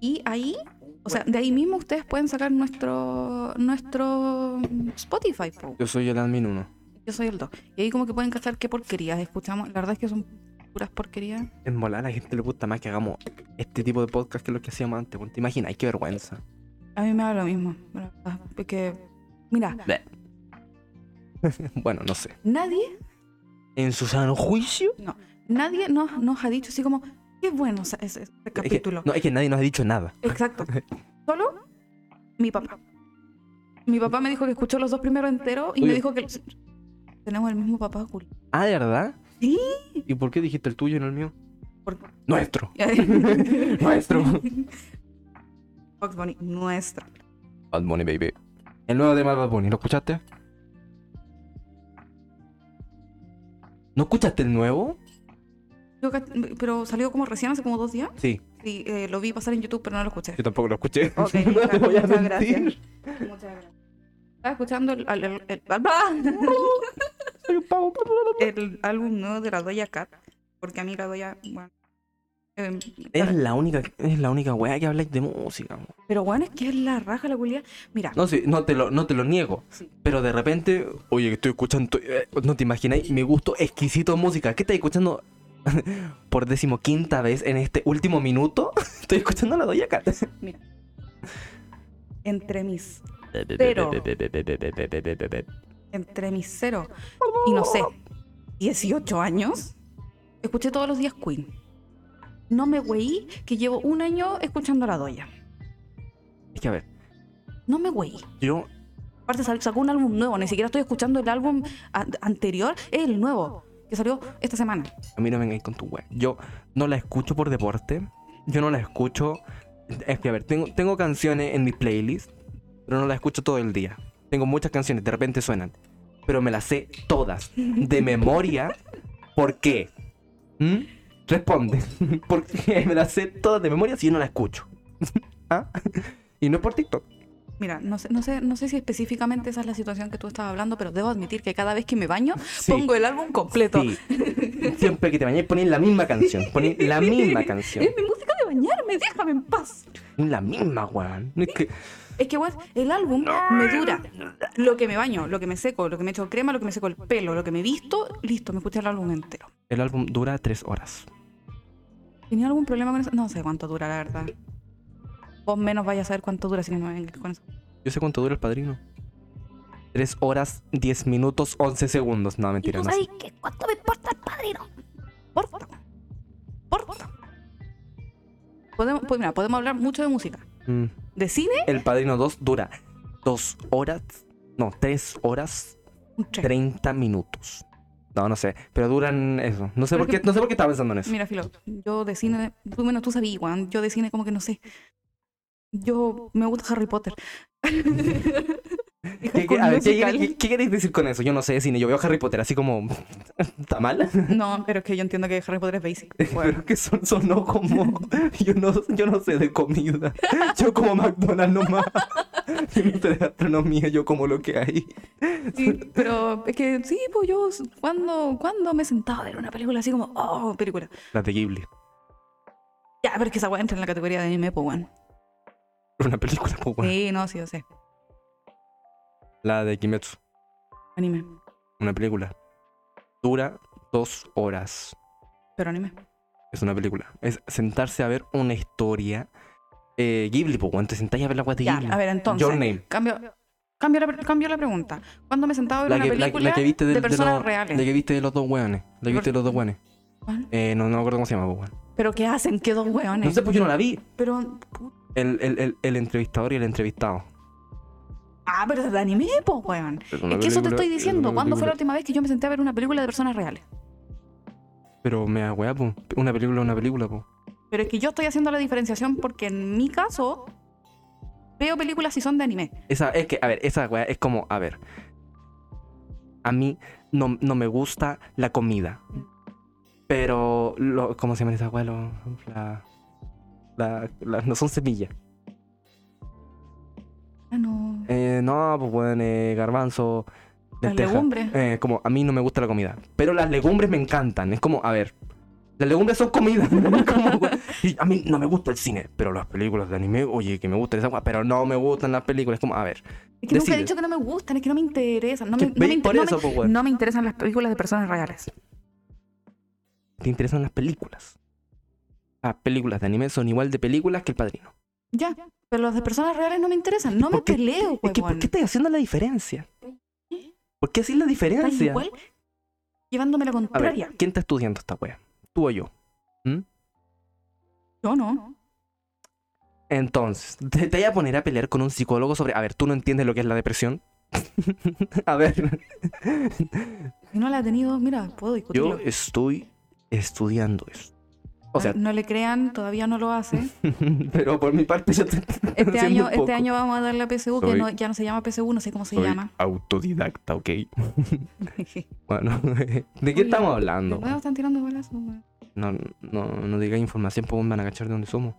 Speaker 2: Y ahí, o sea, de ahí mismo ustedes pueden sacar nuestro nuestro mm, Spotify. po.
Speaker 1: Yo soy el admin 1.
Speaker 2: Yo soy el 2. Y ahí como que pueden cachar qué porquerías escuchamos. La verdad es que son puras porquerías.
Speaker 1: En volar a la gente le gusta más que hagamos este tipo de podcast que lo que hacíamos antes. weón. ¿Te imaginas? ¡Ay, qué vergüenza!
Speaker 2: A mí me da lo mismo. la verdad, Porque, mira,
Speaker 1: Bueno, no sé.
Speaker 2: nadie,
Speaker 1: En su sano juicio.
Speaker 2: nadie nos, nos ha dicho así como, qué bueno ese, ese
Speaker 1: Es que,
Speaker 2: capítulo.
Speaker 1: no, es que nadie nos ha dicho nada.
Speaker 2: Exacto. Solo mi papá. Mi papá me dijo que escuchó los dos primeros enteros y
Speaker 1: Oye.
Speaker 2: me dijo que tenemos el mismo papá, Juli.
Speaker 1: Ah, ¿de verdad?
Speaker 2: Sí.
Speaker 1: ¿Y por qué dijiste el tuyo y no el mío?
Speaker 2: Por-
Speaker 1: ¡Nuestro! ¡Nuestro!
Speaker 2: Bugs Bunny, nuestra.
Speaker 1: Bad Bunny, baby. El nuevo tema de Bad Bunny, ¿lo escuchaste? ¿No escuchaste el nuevo?
Speaker 2: Yo cach- pero salió como recién, hace como dos días.
Speaker 1: Sí,
Speaker 2: Sí, eh, lo vi pasar en YouTube, pero no lo escuché.
Speaker 1: yo tampoco lo escuché.
Speaker 2: Ok,
Speaker 1: no te
Speaker 2: claro,
Speaker 1: voy a
Speaker 2: muchas gracias.
Speaker 1: mentir.
Speaker 2: Muchas gracias. Estaba escuchando el, al- el- el- ¡Ah!
Speaker 1: Soy un pavo.
Speaker 2: el álbum nuevo de la Doya Cat. Porque a mí la Doya. Bueno, em,
Speaker 1: Es la única, es la única weá que habláis de música. weón.
Speaker 2: pero bueno, es que es la raja la culia. Mira,
Speaker 1: No, sí, no, te lo, no te lo niego.
Speaker 2: Sí.
Speaker 1: Pero de repente, oye, que estoy escuchando. eh, no te imagináis mi gusto exquisito en música. ¿Qué estás escuchando por decimoquinta vez en este último minuto? Estoy escuchando a la Doja Cat.
Speaker 2: entre mis. Cero. Entre mis cero. Y no sé, 18 años. Escuché todos los días Queen. No me güey que llevo un año escuchando a la Doya.
Speaker 1: Es que a ver,
Speaker 2: No me güey.
Speaker 1: yo.
Speaker 2: Aparte sal- sacó un álbum nuevo, ni siquiera estoy escuchando el álbum a- anterior, es el nuevo, que salió esta semana.
Speaker 1: A mí no me vengáis con tu weá. Yo no la escucho por deporte. Yo no la escucho. Es que a ver, tengo, tengo canciones en mi playlist, pero no las escucho todo el día. Tengo muchas canciones, de repente suenan. Pero me las sé todas, de memoria. ¿Por qué? ¿Mm? Responde. ¿Por qué me las sé todas de memoria si yo no la escucho? ¿Ah? Y no es por TikTok.
Speaker 2: Mira, no sé, no sé, no sé si específicamente esa es la situación que tú estabas hablando, pero debo admitir que cada vez que me baño,
Speaker 1: Sí.
Speaker 2: pongo el álbum completo.
Speaker 1: Sí. Siempre que te bañáis ponéis la misma canción. Ponéis la misma canción.
Speaker 2: Es mi música de bañarme, déjame en paz.
Speaker 1: La misma, weón. Es que...
Speaker 2: Es que, weón, el álbum me dura lo que me baño, lo que me seco, lo que me echo crema, lo que me seco el pelo, lo que me visto, listo, me escuché el álbum entero.
Speaker 1: El álbum dura tres horas.
Speaker 2: ¿Tenía algún problema con eso? No sé cuánto dura, la verdad. Vos menos vayas a saber cuánto dura, si no me vengas con eso.
Speaker 1: Yo sé cuánto dura el padrino. Tres horas, 10 minutos, 11 segundos. No,
Speaker 3: ¿Y
Speaker 1: mentira,
Speaker 3: tú
Speaker 1: no. sé.
Speaker 3: sabes qué? cuánto me importa el padrino?
Speaker 2: Porta. Porta. Podemos, pues mira, podemos hablar mucho de música.
Speaker 1: Mm.
Speaker 2: De cine,
Speaker 1: El padrino 2 dura dos horas. No, tres horas,
Speaker 2: un tres.
Speaker 1: 30 minutos. No, no sé. Pero duran eso. No sé por qué, no sé por qué estaba pensando en eso.
Speaker 2: Mira, Filo, yo de cine, tú menos tú sabías, Juan. Yo de cine como que no sé. Yo me gusta Harry Potter.
Speaker 1: ¿Qué, qué- a ver, ¿qué- qué- qué- qué queréis decir con eso? Yo no sé de cine. Yo veo Harry Potter así como. ¿Está mal?
Speaker 2: No, pero es que yo entiendo que Harry Potter es basic.
Speaker 1: Pero que son, sonó como. Yo no, yo no sé de comida. Yo como McDonald's nomás. Yo no sé de gastronomía. Yo como lo que hay.
Speaker 2: Sí, pero es que sí, pues yo cuando, cuando me sentaba a ver una película así como, oh, película.
Speaker 1: Las de Ghibli.
Speaker 2: Ya, pero es que esa weá entra en la categoría de anime, pues Juan.
Speaker 1: Una película, pues, weón.
Speaker 2: Sí, no, sí, yo sé.
Speaker 1: La de Kimetsu.
Speaker 2: Anime.
Speaker 1: Una película. Dura dos horas.
Speaker 2: Pero anime.
Speaker 1: Es una película. Es sentarse a ver una historia. Eh, Ghibli, pues, weón. Te sentáis a ver la guay de
Speaker 2: Ya,
Speaker 1: Ghibli.
Speaker 2: a ver, entonces.
Speaker 1: Your Name.
Speaker 2: Cambio, cambio, la, pre- cambio la pregunta. ¿Cuándo me sentaba a ver
Speaker 1: La
Speaker 2: una
Speaker 1: que, la- la
Speaker 2: película
Speaker 1: que viste del-
Speaker 2: de
Speaker 1: de,
Speaker 2: personas
Speaker 1: los-
Speaker 2: reales?
Speaker 1: la que viste de los dos weones. La que viste de los dos weones.
Speaker 2: Juan,
Speaker 1: Eh, no, no me acuerdo cómo se llama, pues, weón.
Speaker 2: ¿Pero qué hacen? ¿Qué dos hueones?
Speaker 1: No sé, pues yo no la vi.
Speaker 2: Pero.
Speaker 1: El, el, el, el entrevistador y el entrevistado.
Speaker 2: Ah, pero de anime, po, hueón.
Speaker 1: Es
Speaker 2: Es que eso te estoy diciendo. ¿Cuándo fue la última vez que yo me senté a ver una película de personas reales?
Speaker 1: Pero me da weá, pues. Una película, una película, pues.
Speaker 2: Pero es que yo estoy haciendo la diferenciación porque en mi caso. Veo películas si son de anime.
Speaker 1: Esa, es que, a ver, esa weá es como, a ver. A mí no, no me gusta la comida. Pero, lo, ¿cómo se llaman esas weas? Lo- La, la, la- no son semillas.
Speaker 2: Ah, no.
Speaker 1: Eh, no, pues weón, eh, garbanzo.
Speaker 2: Las
Speaker 1: lenteja.
Speaker 2: legumbres.
Speaker 1: Eh, como, a mí no me gusta la comida. Pero las legumbres me encantan. Es como, a ver. Las legumbres son comida. Como, weón, y a mí no me gusta el cine. Pero las películas de anime, oye, que me gustan esas weas. Pero no me gustan las películas. Es como, a ver.
Speaker 2: Es que nunca he
Speaker 1: decide.
Speaker 2: dicho que no me gustan, es que no me interesan. No me,
Speaker 1: Que-
Speaker 2: no me
Speaker 1: ve, por
Speaker 2: inter- no
Speaker 1: eso,
Speaker 2: me-
Speaker 1: pues, weón.
Speaker 2: no me interesan las películas de personas reales.
Speaker 1: te interesan las películas. Las películas de anime son igual de películas que El Padrino.
Speaker 2: Ya, pero las de personas reales no me interesan. No me
Speaker 1: ¿Por qué-
Speaker 2: peleo,
Speaker 1: Es que, ¿por
Speaker 2: huevón.
Speaker 1: qué estás haciendo la diferencia? ¿Por qué haces la
Speaker 2: Estás
Speaker 1: diferencia?
Speaker 2: igual llevándome la
Speaker 1: A
Speaker 2: contraria.
Speaker 1: ver, ¿quién está estudiando esta wea? Tú o yo.
Speaker 2: Yo no.
Speaker 1: Entonces, ¿te, te voy a poner a pelear con un psicólogo sobre. A ver, ¿tú no entiendes lo que es la depresión? a ver,
Speaker 2: Si no la he tenido, mira, puedo
Speaker 1: yo
Speaker 2: discutirlo.
Speaker 1: estoy estudiando eso. O sea,
Speaker 2: Ah, no le crean, todavía no lo hace.
Speaker 1: pero por mi parte yo te
Speaker 2: Este
Speaker 1: haciendo
Speaker 2: año,
Speaker 1: un
Speaker 2: este
Speaker 1: poco.
Speaker 2: año vamos a dar la PSU, que
Speaker 1: Soy-
Speaker 2: no- ya no se llama PSU, no sé cómo se
Speaker 1: Soy
Speaker 2: llama.
Speaker 1: autodidacta, ok. Bueno, ¿de qué
Speaker 2: Oye,
Speaker 1: estamos
Speaker 2: Los
Speaker 1: hablando?
Speaker 2: huevos están tirando balazos, weón.
Speaker 1: No, no, no digas información, pues van a cachar de dónde somos.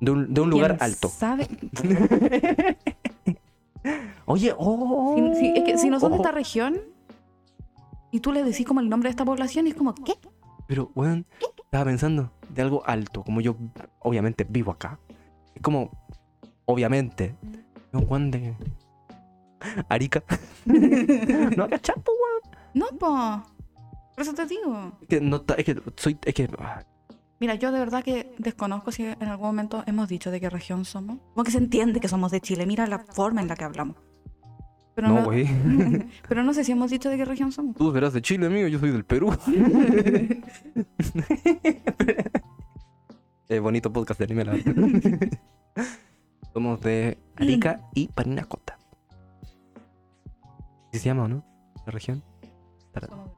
Speaker 1: De un, de un lugar
Speaker 2: ¿Quién
Speaker 1: alto.
Speaker 2: sabe?
Speaker 1: Oye, oh.
Speaker 2: Si, si- es que si no son de
Speaker 1: oh,
Speaker 2: esta región y tú le decís como el nombre de esta población, y es como, ¿qué?
Speaker 1: Pero, weón, estaba pensando de algo alto, como yo obviamente vivo acá. Es como, obviamente, no, weón, de Arica. no acá chapo, weón.
Speaker 2: No, po. Por eso te digo.
Speaker 1: Que no, ta- es que soy, es que, ah,
Speaker 2: Mira, yo de verdad que desconozco si en algún momento hemos dicho de qué región somos. Como que se entiende que somos de Chile. Mira la forma en la que hablamos. Pero
Speaker 1: no, güey.
Speaker 2: pero no sé si hemos dicho de qué región somos.
Speaker 1: Tú serás de Chile, amigo, yo soy del Perú. Eh, bonito podcast de anime, la verdad. Somos de Arica y Parinacota. ¿Sí se llama o no? ¿La región?
Speaker 2: Somos-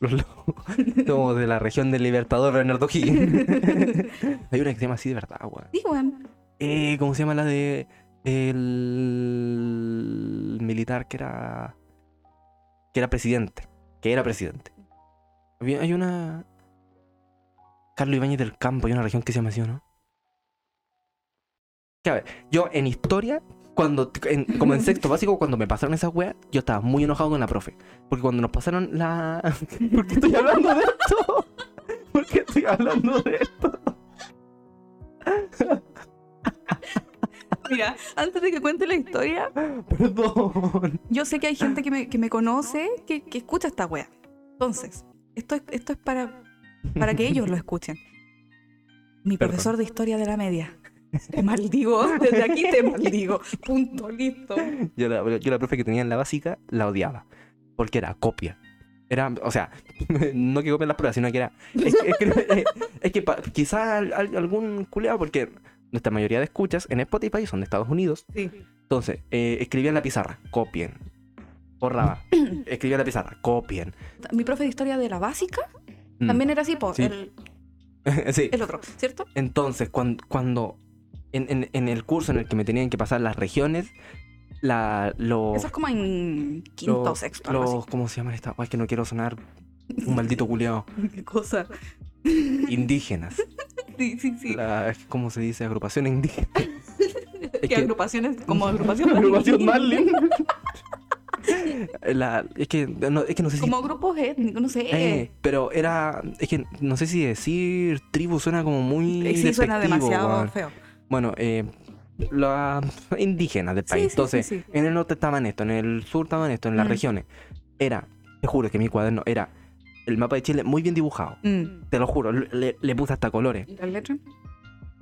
Speaker 1: Los lobos. Somos de la región del Libertador Bernardo Higgins. Hay una que se llama así de verdad, weón.
Speaker 2: Sí, weón.
Speaker 1: Eh, ¿Cómo se llama la de. El militar que era. Que era presidente. Que era presidente. Había- Hay una. Carlos Ibáñez del Campo, hay una región que se llama así, ¿o ¿no? Que a ver, yo en historia, cuando. en- como en sexto básico, cuando me pasaron esas weas, yo estaba muy enojado con la profe. Porque cuando nos pasaron la. ¿Por qué estoy hablando de esto? ¿Por qué estoy hablando de esto?
Speaker 2: Mira, antes de que cuente la historia,
Speaker 1: Perdón.
Speaker 2: yo sé que hay gente que me, que me conoce que, que escucha esta wea. Entonces, esto es, esto es para, para que ellos lo escuchen. Mi
Speaker 1: Perdón.
Speaker 2: profesor de historia de la media. Te maldigo, desde aquí te maldigo. Punto, listo.
Speaker 1: Yo la, yo la profe que tenía en la básica la odiaba. Porque era copia. Era, o sea, no que copiar las pruebas, sino que era. Es que, es que- eh, es que pa- quizá al- al- algún culeado, porque nuestra mayoría de escuchas en Spotify son de Estados Unidos.
Speaker 2: Sí.
Speaker 1: Entonces, eh, escribía en la pizarra, copien. Borraba. Escribía en la pizarra, copien.
Speaker 2: Mi profe de historia de la básica
Speaker 1: Mm.
Speaker 2: también era así, po,
Speaker 1: Sí.
Speaker 2: el,
Speaker 1: sí.
Speaker 2: el otro, ¿cierto?
Speaker 1: Entonces, cuan- cuando. en, en- en el curso en el que me tenían que pasar las regiones, la, los.
Speaker 2: Eso es como en quinto
Speaker 1: los-
Speaker 2: sexto, algo así.
Speaker 1: los- ¿Cómo se llaman estas? Ay, que no quiero sonar un maldito culeado.
Speaker 2: Qué cosa.
Speaker 1: Indígenas.
Speaker 2: Sí, sí, sí.
Speaker 1: La, ¿Cómo se dice? Agrupación indígena.
Speaker 2: Que
Speaker 1: Es que-
Speaker 2: agrupaciones como agrupación
Speaker 1: Agrupación
Speaker 2: Marlin.
Speaker 1: Marlin. La- es, que, no, es que no sé si.
Speaker 2: Como grupos étnicos, no sé.
Speaker 1: Eh, pero era. Es que no sé si decir tribu suena como muy.
Speaker 2: Eh, sí, suena
Speaker 1: despectivo,
Speaker 2: demasiado
Speaker 1: weón.
Speaker 2: feo.
Speaker 1: Bueno, eh, las indígenas del
Speaker 2: Sí,
Speaker 1: país.
Speaker 2: sí, sí,
Speaker 1: Entonces,
Speaker 2: sí.
Speaker 1: en el norte estaban esto, en el sur estaban esto, en las
Speaker 2: Mm.
Speaker 1: regiones. Era, te juro que mi cuaderno era el mapa de Chile muy bien dibujado.
Speaker 2: Mm.
Speaker 1: Te lo juro, le, le puse hasta colores.
Speaker 2: ¿Y las letras?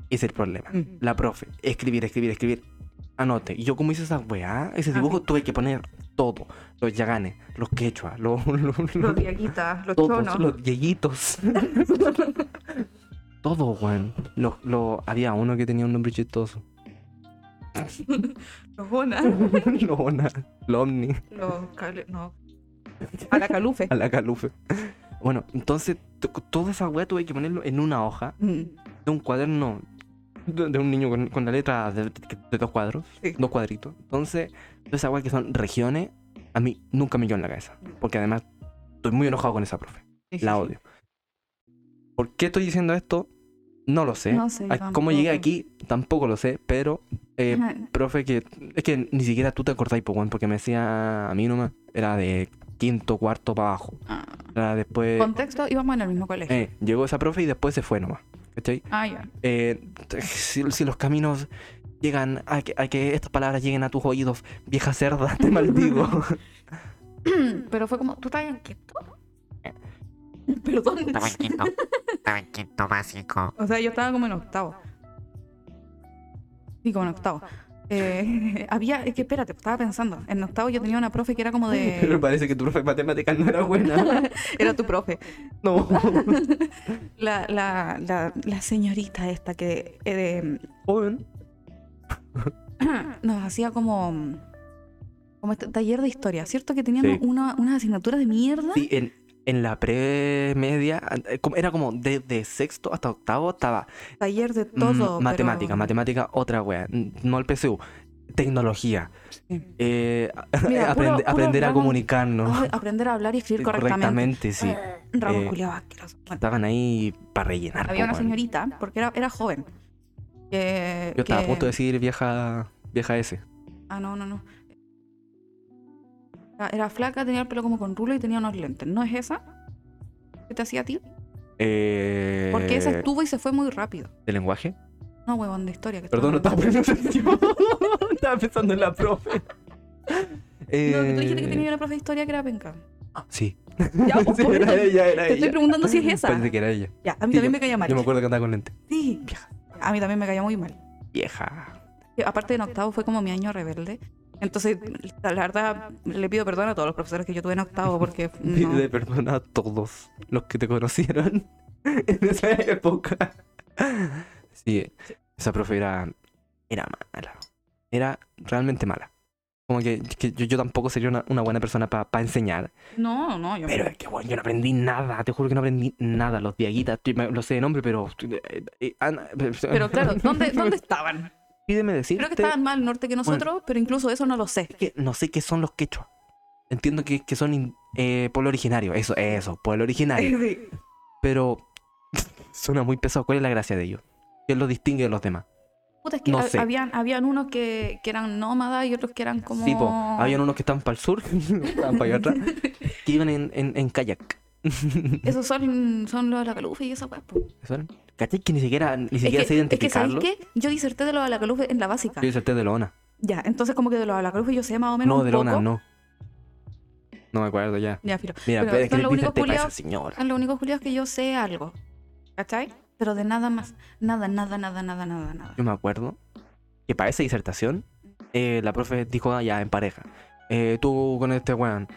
Speaker 1: Ese es el problema.
Speaker 2: Mm.
Speaker 1: La profe, escribir, escribir, escribir. Anote. Y yo como hice esa weá, ese
Speaker 2: Ah,
Speaker 1: dibujo,
Speaker 2: sí.
Speaker 1: tuve que poner todo. Los yaganes, los quechua, los, los,
Speaker 2: Los diaguitas, los
Speaker 1: todos,
Speaker 2: chonos.
Speaker 1: los yeguitos. todo, weón. Los- los- había uno que tenía un nombre chistoso.
Speaker 2: Los bonas.
Speaker 1: Lona, Lomni.
Speaker 2: los cale- no. A la calufe.
Speaker 1: A la calufe. Bueno, entonces t- toda esa weá tuve que ponerlo en una hoja
Speaker 2: Mm.
Speaker 1: de un cuaderno de, de un niño con, con la letra de, de- de dos cuadros,
Speaker 2: Sí.
Speaker 1: dos cuadritos. Entonces, toda esa weá que son regiones, a mí nunca me quedó en la cabeza. Porque además estoy muy enojado con esa profe.
Speaker 2: Sí, sí,
Speaker 1: La
Speaker 2: sí.
Speaker 1: odio. ¿Por qué estoy diciendo esto? No lo sé.
Speaker 2: No sé,
Speaker 1: A-
Speaker 2: yo
Speaker 1: ¿eh? ¿Cómo llegué
Speaker 2: tampoco.
Speaker 1: aquí? Tampoco lo sé, pero eh,
Speaker 2: Ajá.
Speaker 1: profe que es que ni siquiera tú te acordáis, po, weón, porque me decía a mí nomás, era de quinto, cuarto para abajo.
Speaker 2: Ah.
Speaker 1: Era después
Speaker 2: Contexto, íbamos en el mismo colegio.
Speaker 1: eh, llegó esa profe y después se fue nomás. ¿Cachai?
Speaker 2: Ah, ya.
Speaker 1: Eh, si, si los caminos llegan a que, a que estas palabras lleguen a tus oídos, vieja cerda, te maldigo.
Speaker 2: Pero fue como, ¿tú estás en quinto? Perdón.
Speaker 4: Estaba en quinto. Estaba en quinto básico.
Speaker 2: O sea, yo estaba como en octavo. Sí, como en octavo. Eh, había, es que espérate, estaba pensando. En octavo yo tenía una profe que era como
Speaker 1: Pero
Speaker 2: de.
Speaker 1: parece que tu profe de matemáticas no era buena.
Speaker 2: Era tu profe.
Speaker 1: No.
Speaker 2: La, la, la, la señorita esta que eh,
Speaker 1: Joven.
Speaker 2: de- nos hacía como. Como este taller de historia, ¿cierto? Que teníamos
Speaker 1: Sí.
Speaker 2: una, unas asignaturas de mierda.
Speaker 1: Sí, en, en la premedia, eh, como- era como desde sexto hasta octavo estaba
Speaker 2: Taller de
Speaker 1: mm,
Speaker 2: todo. pero-
Speaker 1: matemática, matemática otra wea, n- no el PSU, tecnología,
Speaker 2: Sí.
Speaker 1: eh,
Speaker 2: Mira, puro-
Speaker 1: aprende-
Speaker 2: puro
Speaker 1: aprender a
Speaker 2: ramo-
Speaker 1: comunicarnos
Speaker 2: Ay, aprender a hablar y escribir correctamente.
Speaker 1: correctamente, sí.
Speaker 2: Ramos
Speaker 1: Eh,
Speaker 2: culiao asqueroso. Bueno,
Speaker 1: Estaban ahí para rellenar.
Speaker 2: había
Speaker 1: po,
Speaker 2: una
Speaker 1: weón.
Speaker 2: señorita, porque era, era joven. que-
Speaker 1: Yo estaba a
Speaker 2: que-
Speaker 1: punto de decir vieja, vieja ese.
Speaker 2: Ah, no, no, no. Era, era flaca, tenía el pelo como con rulo y tenía unos lentes. ¿No es esa? ¿Qué te hacía a ti?
Speaker 1: Eh,
Speaker 2: Porque esa estuvo y se fue muy rápido.
Speaker 1: ¿De lenguaje?
Speaker 2: No, huevón, de historia. Que
Speaker 1: Perdón, no
Speaker 2: estaba
Speaker 1: estaba
Speaker 2: hablando.
Speaker 1: poniendo atención. estaba pensando en la profe.
Speaker 2: No, que tú dijiste que
Speaker 1: Eh,
Speaker 2: tenía una profe de historia que era penca.
Speaker 1: Sí.
Speaker 2: Ya, pues,
Speaker 1: Sí,
Speaker 2: por
Speaker 1: era
Speaker 2: eso
Speaker 1: ella, era
Speaker 2: Te
Speaker 1: ella.
Speaker 2: estoy preguntando si es esa.
Speaker 1: Pensé que era ella.
Speaker 2: Ya, a mí
Speaker 1: Sí,
Speaker 2: también me caía mal.
Speaker 1: Yo me acuerdo que andaba con lente.
Speaker 2: Sí. A mí también me caía muy mal.
Speaker 1: Vieja.
Speaker 2: Que Aparte en octavo fue como mi año rebelde. Entonces, la verdad, le pido perdón a todos los profesores que yo tuve en octavo porque... no.
Speaker 1: Pide perdón a todos los que te conocieron en esa época. Sí, esa profe era, era mala. Era realmente mala. Como que, que yo, yo tampoco sería una, una buena persona para enseñar.
Speaker 2: No, no, yo...
Speaker 1: Pero es que, bueno, yo no aprendí nada. Te juro que no aprendí nada. Los diaguitas, estoy- me- lo sé de nombre, pero... eh, eh, Ana-
Speaker 2: Pero claro, ¿dónde, ¿dónde estaban?
Speaker 1: Pídeme decir
Speaker 2: Creo que estaban más al norte que nosotros, pero incluso eso no lo sé.
Speaker 1: que no sé Este qué son los quechua. Entiendo que, que son in- eh, pueblo originario. Eso, eso, pueblo originario. Pero suena muy pesado. ¿Cuál es la gracia de ellos? ¿Qué los distingue de los demás?
Speaker 2: Puta, es que
Speaker 1: No
Speaker 2: ha-
Speaker 1: sé.
Speaker 2: habían, habían unos que, que eran nómadas y otros que eran como...
Speaker 1: Sí, po, habían unos que estaban para el sur, estaban para allá atrás, que iban en, en, en kayak.
Speaker 2: Esos son, son los de la calufe y esa weá. po.
Speaker 1: ¿Saben? ¿Cachai? Que ni siquiera, ni
Speaker 2: Es
Speaker 1: siquiera
Speaker 2: que-
Speaker 1: sé
Speaker 2: ¿sabéis
Speaker 1: identificarlos.
Speaker 2: qué? Yo diserté de los de la calufe en la básica.
Speaker 1: Yo diserté de Lona.
Speaker 2: Ya, entonces como que de los de la calufe yo sé más o menos
Speaker 1: No,
Speaker 2: un
Speaker 1: de Lona,
Speaker 2: poco.
Speaker 1: no. No me acuerdo ya.
Speaker 2: Ya, filo.
Speaker 1: Mira,
Speaker 2: Pero
Speaker 1: pero, es que
Speaker 2: son los únicos
Speaker 1: diserté para esa
Speaker 2: culiados-
Speaker 1: señora.
Speaker 2: Son los únicos culiados que yo sé algo. ¿Cachai? Pero de nada más. Nada, nada, nada, nada, nada, nada.
Speaker 1: Yo me acuerdo que para esa disertación, eh, la profe dijo, ah, ya, en pareja, eh, tú con este weón.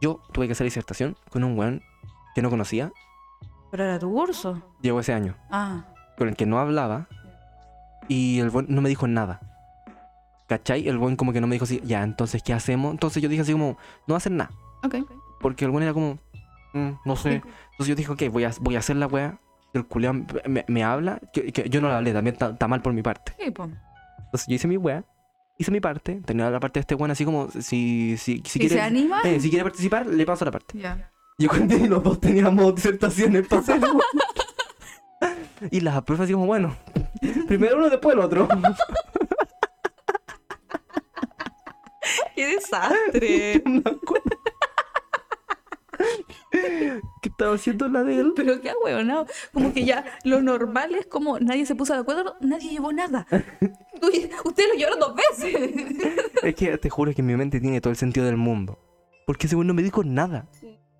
Speaker 1: Yo tuve que hacer disertación con un weón que no conocía,
Speaker 2: Pero era tu curso.
Speaker 1: llegó ese año,
Speaker 2: Ah,
Speaker 1: con el que no hablaba, y el weón no me dijo nada. ¿Cachai? El weón como que no me dijo así, ya, entonces, ¿qué hacemos? Entonces yo dije así como, no va a hacer nada,
Speaker 2: ok.
Speaker 1: porque el weón era como, "Mm, no sé. Entonces yo dije, ok, voy a, voy a hacer la weá. El culián me, me habla, que, que yo no le hablé, también está está mal por mi parte.
Speaker 2: Sí, po.
Speaker 1: Entonces yo hice mi weá, hice mi parte, tenía la parte de este weón así como, si, si, si,
Speaker 2: Si
Speaker 1: quiere,
Speaker 2: se anima.
Speaker 1: eh, si quiere participar, le paso la parte.
Speaker 2: Ya.
Speaker 1: Yo cuando los dos teníamos disertaciones para hacer, weón. Y las pruebas así como, bueno, primero uno, después el otro.
Speaker 2: ¡Qué desastre!
Speaker 1: No me acuerdo. ¿Qué estaba haciendo la de él?
Speaker 2: Pero qué huevonao. Como que ya lo normal es como nadie se puso de acuerdo, nadie llevó nada. Tú y- Ustedes lo llevaron dos veces.
Speaker 1: Es que te juro que mi mente tiene todo el sentido del mundo. Porque ese weón no me dijo nada.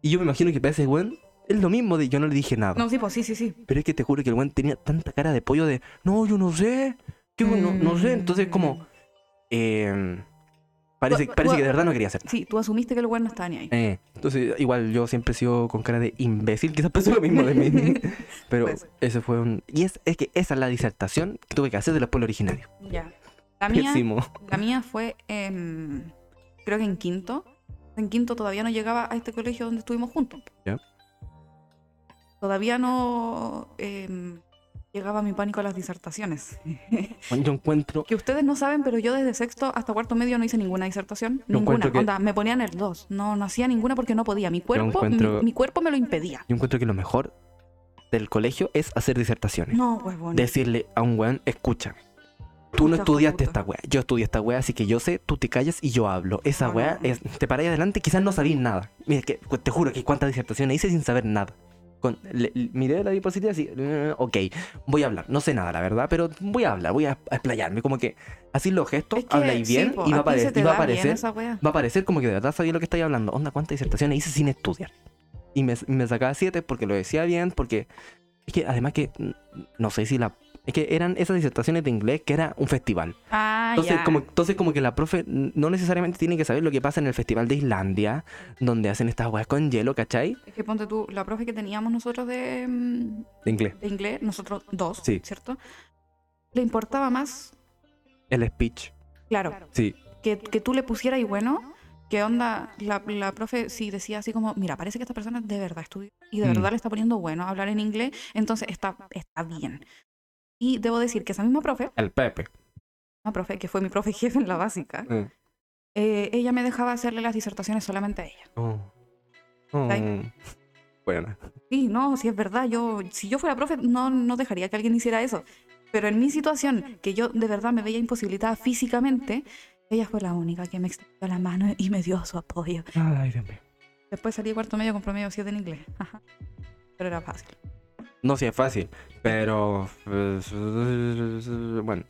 Speaker 1: Y yo me imagino que para ese weón es lo mismo de yo no le dije nada.
Speaker 2: No, sí, pues sí, sí, sí.
Speaker 1: Pero es que te juro que el weón tenía tanta cara de pollo de, no, yo no sé, yo no, no sé.
Speaker 2: Mm.
Speaker 1: Entonces, como, eh, parece,
Speaker 2: Gua-
Speaker 1: parece que
Speaker 2: gua-
Speaker 1: de verdad no quería hacer nada.
Speaker 2: Sí, tú asumiste que el weón no estaba ni ahí.
Speaker 1: Eh, entonces, igual yo siempre he sido con cara de imbécil, quizás pensó lo mismo de mí. Pero
Speaker 2: Puede ser.
Speaker 1: ese fue un. Y es, es que esa es la disertación que tuve que hacer de los pueblos originarios.
Speaker 2: Ya. La mía,
Speaker 1: Pésimo.
Speaker 2: la mía fue, em, creo que en quinto. En quinto todavía no llegaba a este colegio donde estuvimos juntos.
Speaker 1: Ya.
Speaker 2: Todavía no em, llegaba mi pánico a las disertaciones.
Speaker 1: Bueno, Yo encuentro.
Speaker 2: Que ustedes no saben, pero yo desde sexto hasta cuarto medio no hice ninguna disertación.
Speaker 1: Yo
Speaker 2: ninguna.
Speaker 1: encuentro que-
Speaker 2: Onda, me ponían el 2. No, no hacía ninguna porque no podía. Mi cuerpo,
Speaker 1: encuentro-
Speaker 2: mi, mi cuerpo me lo impedía.
Speaker 1: Yo encuentro que lo mejor del colegio es hacer disertaciones.
Speaker 2: No, pues, huevón.
Speaker 1: Decirle a un weón, escucha. Tú no
Speaker 2: Escucha,
Speaker 1: estudiaste
Speaker 2: puta.
Speaker 1: esta weá. Yo estudié esta weá, así que yo sé, tú te callas y yo hablo. Esa
Speaker 2: No,
Speaker 1: weá,
Speaker 2: no, no.
Speaker 1: es- te paráis adelante, quizás no sabís nada. Mira, que, cu- te juro que cuántas disertaciones hice sin saber nada. Con, le- le- miré la diapositiva así, mm, ok, voy a hablar. No sé nada, la verdad, pero voy a hablar, voy a a explayarme. Como que así los gestos,
Speaker 2: Es que,
Speaker 1: habláis
Speaker 2: sí,
Speaker 1: bien
Speaker 2: po,
Speaker 1: y va a,
Speaker 2: a ti se
Speaker 1: apare-
Speaker 2: te
Speaker 1: y va a
Speaker 2: da bien
Speaker 1: aparecer
Speaker 2: esa wea.
Speaker 1: va a parecer como que de verdad sabía lo que estáis hablando. Onda, ¿cuántas disertaciones hice sin estudiar? Y me, me sacaba siete porque lo decía bien, porque... Es que además que... mm, No sé si la... Es que eran esas disertaciones de inglés que era un festival.
Speaker 2: Ah,
Speaker 1: Entonces,
Speaker 2: ya.
Speaker 1: como, entonces como que la profe no necesariamente tiene que saber lo que pasa en el festival de Islandia, donde hacen estas weas con hielo, ¿cachai?
Speaker 2: Es que ponte tú, la profe que teníamos nosotros de, mm,
Speaker 1: De inglés.
Speaker 2: de inglés, nosotros dos,
Speaker 1: Sí.
Speaker 2: ¿cierto? Le importaba más,
Speaker 1: El speech.
Speaker 2: claro,
Speaker 1: Sí.
Speaker 2: que, que tú le pusieras y bueno, ¿Qué onda? La, la profe sí decía así como, mira, parece que esta persona de verdad estudió y de
Speaker 1: Mm.
Speaker 2: verdad le está poniendo bueno hablar en inglés, entonces está, está bien. Y debo decir que esa misma profe,
Speaker 1: El Pepe.
Speaker 2: una profe que fue mi profe jefe en la básica,
Speaker 1: Eh.
Speaker 2: eh, ella me dejaba hacerle las disertaciones solamente a ella.
Speaker 1: Oh. Oh.
Speaker 2: Like-
Speaker 1: Bueno.
Speaker 2: Sí, no, si es verdad, yo, si yo fuera profe, no, no dejaría que alguien hiciera eso. Pero en mi situación, que yo de verdad me veía imposibilitada físicamente, ella fue la única que me extendió la mano y me dio su apoyo.
Speaker 1: Ay, Dios mío.
Speaker 2: Después salí cuarto medio con promedio 7 en inglés. Ajá. Pero era fácil.
Speaker 1: No sé, es fácil, pero pues, bueno,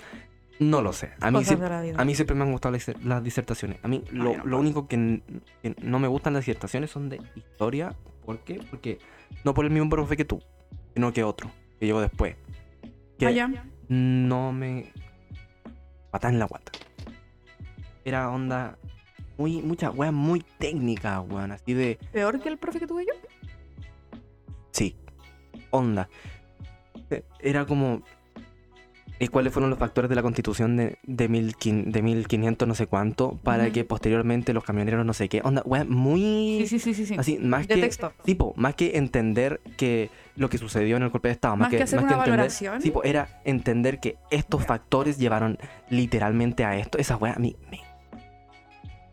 Speaker 1: no lo sé. A mí,
Speaker 2: Cosas
Speaker 1: siem-
Speaker 2: de la vida. Ah,
Speaker 1: a mí siempre me han gustado las diser- las disertaciones. A mí lo,
Speaker 2: yo no
Speaker 1: lo único que, n- que no me gustan las disertaciones son de historia. ¿Por qué? Porque no por el mismo profe que tú, sino que otro, que llegó después. Que
Speaker 2: Allá.
Speaker 1: no me... Patada en la guata. Era onda... Muy, mucha wea muy técnica, weón. Así de...
Speaker 2: Peor que el profe que tuve yo.
Speaker 1: Sí. Onda. Eh, Era como. ¿Y cuáles fueron los factores de la constitución de, de, mil quin- de 1500 no sé cuánto para
Speaker 2: Ujú.
Speaker 1: que posteriormente los camioneros no sé qué? Onda, weá, muy...
Speaker 2: Sí, sí, sí, sí. sí.
Speaker 1: Así, más
Speaker 2: De
Speaker 1: que...
Speaker 2: texto.
Speaker 1: Tipo, más que entender que lo que sucedió en el golpe de Estado. Más,
Speaker 2: Más que hacer una
Speaker 1: entender-
Speaker 2: valoración.
Speaker 1: tipo, era entender que estos factores llevaron literalmente a esto. Esa weá a mí me...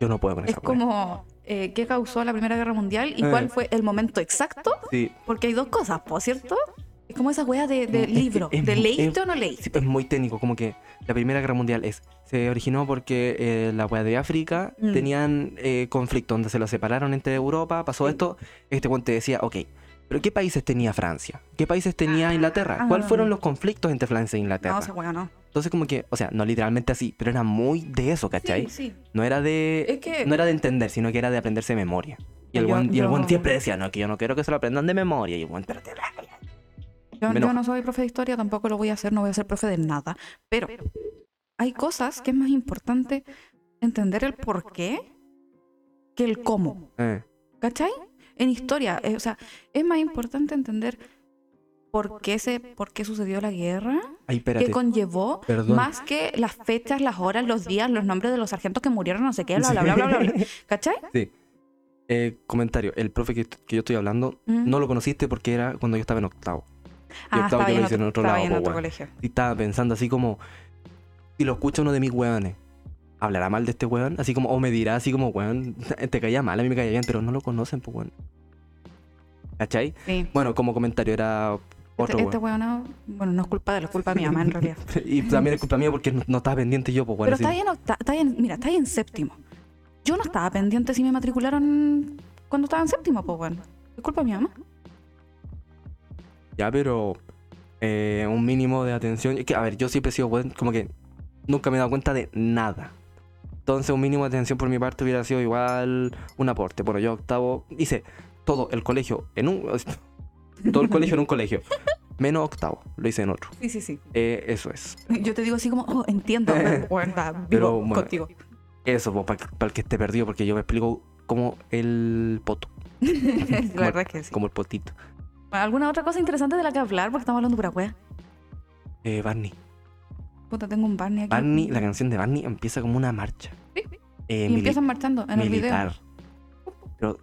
Speaker 1: Yo no puedo con
Speaker 2: Es
Speaker 1: esa weá.
Speaker 2: como eh, qué causó la Primera Guerra Mundial y
Speaker 1: Eh.
Speaker 2: cuál fue el momento exacto.
Speaker 1: Sí,
Speaker 2: Porque hay dos cosas, ¿por cierto? Es como esa wea de, de
Speaker 1: Es que
Speaker 2: libro,
Speaker 1: es
Speaker 2: de
Speaker 1: mu-
Speaker 2: leíste
Speaker 1: es-
Speaker 2: o no leíste.
Speaker 1: Sí, es muy técnico, como que la Primera Guerra Mundial es, se originó porque eh, la weá de África
Speaker 2: Mm.
Speaker 1: tenían eh, conflicto donde se los separaron entre Europa, pasó
Speaker 2: Sí.
Speaker 1: esto, este cuento decía, ok, pero ¿qué países tenía Francia? ¿Qué países tenía Inglaterra? ¿Cuáles fueron los conflictos entre Francia e Inglaterra?
Speaker 2: Ah, No, esa wea no.
Speaker 1: Entonces como que, o sea, no literalmente así, pero era muy de eso, ¿cachai?
Speaker 2: Sí, sí.
Speaker 1: No era de
Speaker 2: Es que-
Speaker 1: no era de entender, sino que era de aprenderse de memoria. Y el
Speaker 2: Yo-
Speaker 1: buen, y el
Speaker 2: yo-
Speaker 1: buen siempre decía, no, que yo no quiero que se lo aprendan de memoria. Y el buen, "Pero te la-
Speaker 2: Yo,
Speaker 1: Me
Speaker 2: yo
Speaker 1: enoja.
Speaker 2: no soy profe de historia, tampoco lo voy a hacer, no voy a ser profe de nada. Pero hay cosas que es más importante entender el por qué que el cómo.
Speaker 1: Eh,
Speaker 2: ¿Cachai? En historia, eh, o sea, es más importante entender por qué, se, por qué sucedió la guerra,
Speaker 1: Ay,
Speaker 2: qué
Speaker 1: espérate.
Speaker 2: conllevó,
Speaker 1: Perdón.
Speaker 2: más que las fechas, las horas, los días, los nombres de los sargentos que murieron, no sé qué, bla, bla, bla, bla, bla. bla. ¿Cachai?
Speaker 1: Eh, comentario, el profe que, que yo estoy hablando,
Speaker 2: Mm.
Speaker 1: no lo conociste porque era cuando yo estaba en octavo.
Speaker 2: Ah,
Speaker 1: octavo
Speaker 2: estaba
Speaker 1: yo
Speaker 2: ahí en
Speaker 1: lo hice
Speaker 2: otro,
Speaker 1: en otro
Speaker 2: estaba
Speaker 1: lado,
Speaker 2: ahí en
Speaker 1: po,
Speaker 2: otro
Speaker 1: weón.
Speaker 2: colegio.
Speaker 1: Y estaba pensando así como, si lo escucha uno de mis weones, hablará mal de este weón, así como, o me dirá así como, weón, te caía mal, a mí me caía bien, pero no lo conocen, pues weón. ¿Cachai?
Speaker 2: Sí.
Speaker 1: Bueno, como comentario era otro
Speaker 2: Este, este
Speaker 1: weón.
Speaker 2: weón, no- bueno, no es culpa de él, es culpa mía, más en realidad.
Speaker 1: y también es culpa mía porque no, no estaba pendiente yo, pues weón.
Speaker 2: Pero
Speaker 1: así.
Speaker 2: está ahí, en, octa- está ahí en- mira, está ahí en séptimo. Yo no estaba pendiente si me matricularon cuando estaba en séptimo, pues bueno. Es culpa de mi mamá.
Speaker 1: Ya, pero eh, un mínimo de atención. Es que, a ver, yo siempre he sido buen, como que nunca me he dado cuenta de nada. Entonces, un mínimo de atención por mi parte hubiera sido igual un aporte. Bueno, yo octavo hice todo el colegio en un. Todo el colegio en un colegio. Menos octavo, lo hice en otro.
Speaker 2: Sí, sí, sí.
Speaker 1: Eh, eso es.
Speaker 2: Yo te digo así como, oh, entiendo, bueno, está, vivo
Speaker 1: Pero, bueno.
Speaker 2: contigo.
Speaker 1: Eso, para el que esté perdido, porque yo me explico como el poto,
Speaker 2: La verdad es que sí.
Speaker 1: como el potito.
Speaker 2: ¿Alguna otra cosa interesante de la que hablar? Porque estamos hablando pura wea.
Speaker 1: Eh, Barney.
Speaker 2: Puta, tengo un Barney aquí.
Speaker 1: Barney, la canción de Barney empieza como una marcha.
Speaker 2: Sí.
Speaker 1: Eh,
Speaker 2: Y
Speaker 1: mili-
Speaker 2: empiezan marchando en el video.
Speaker 1: militar. Pero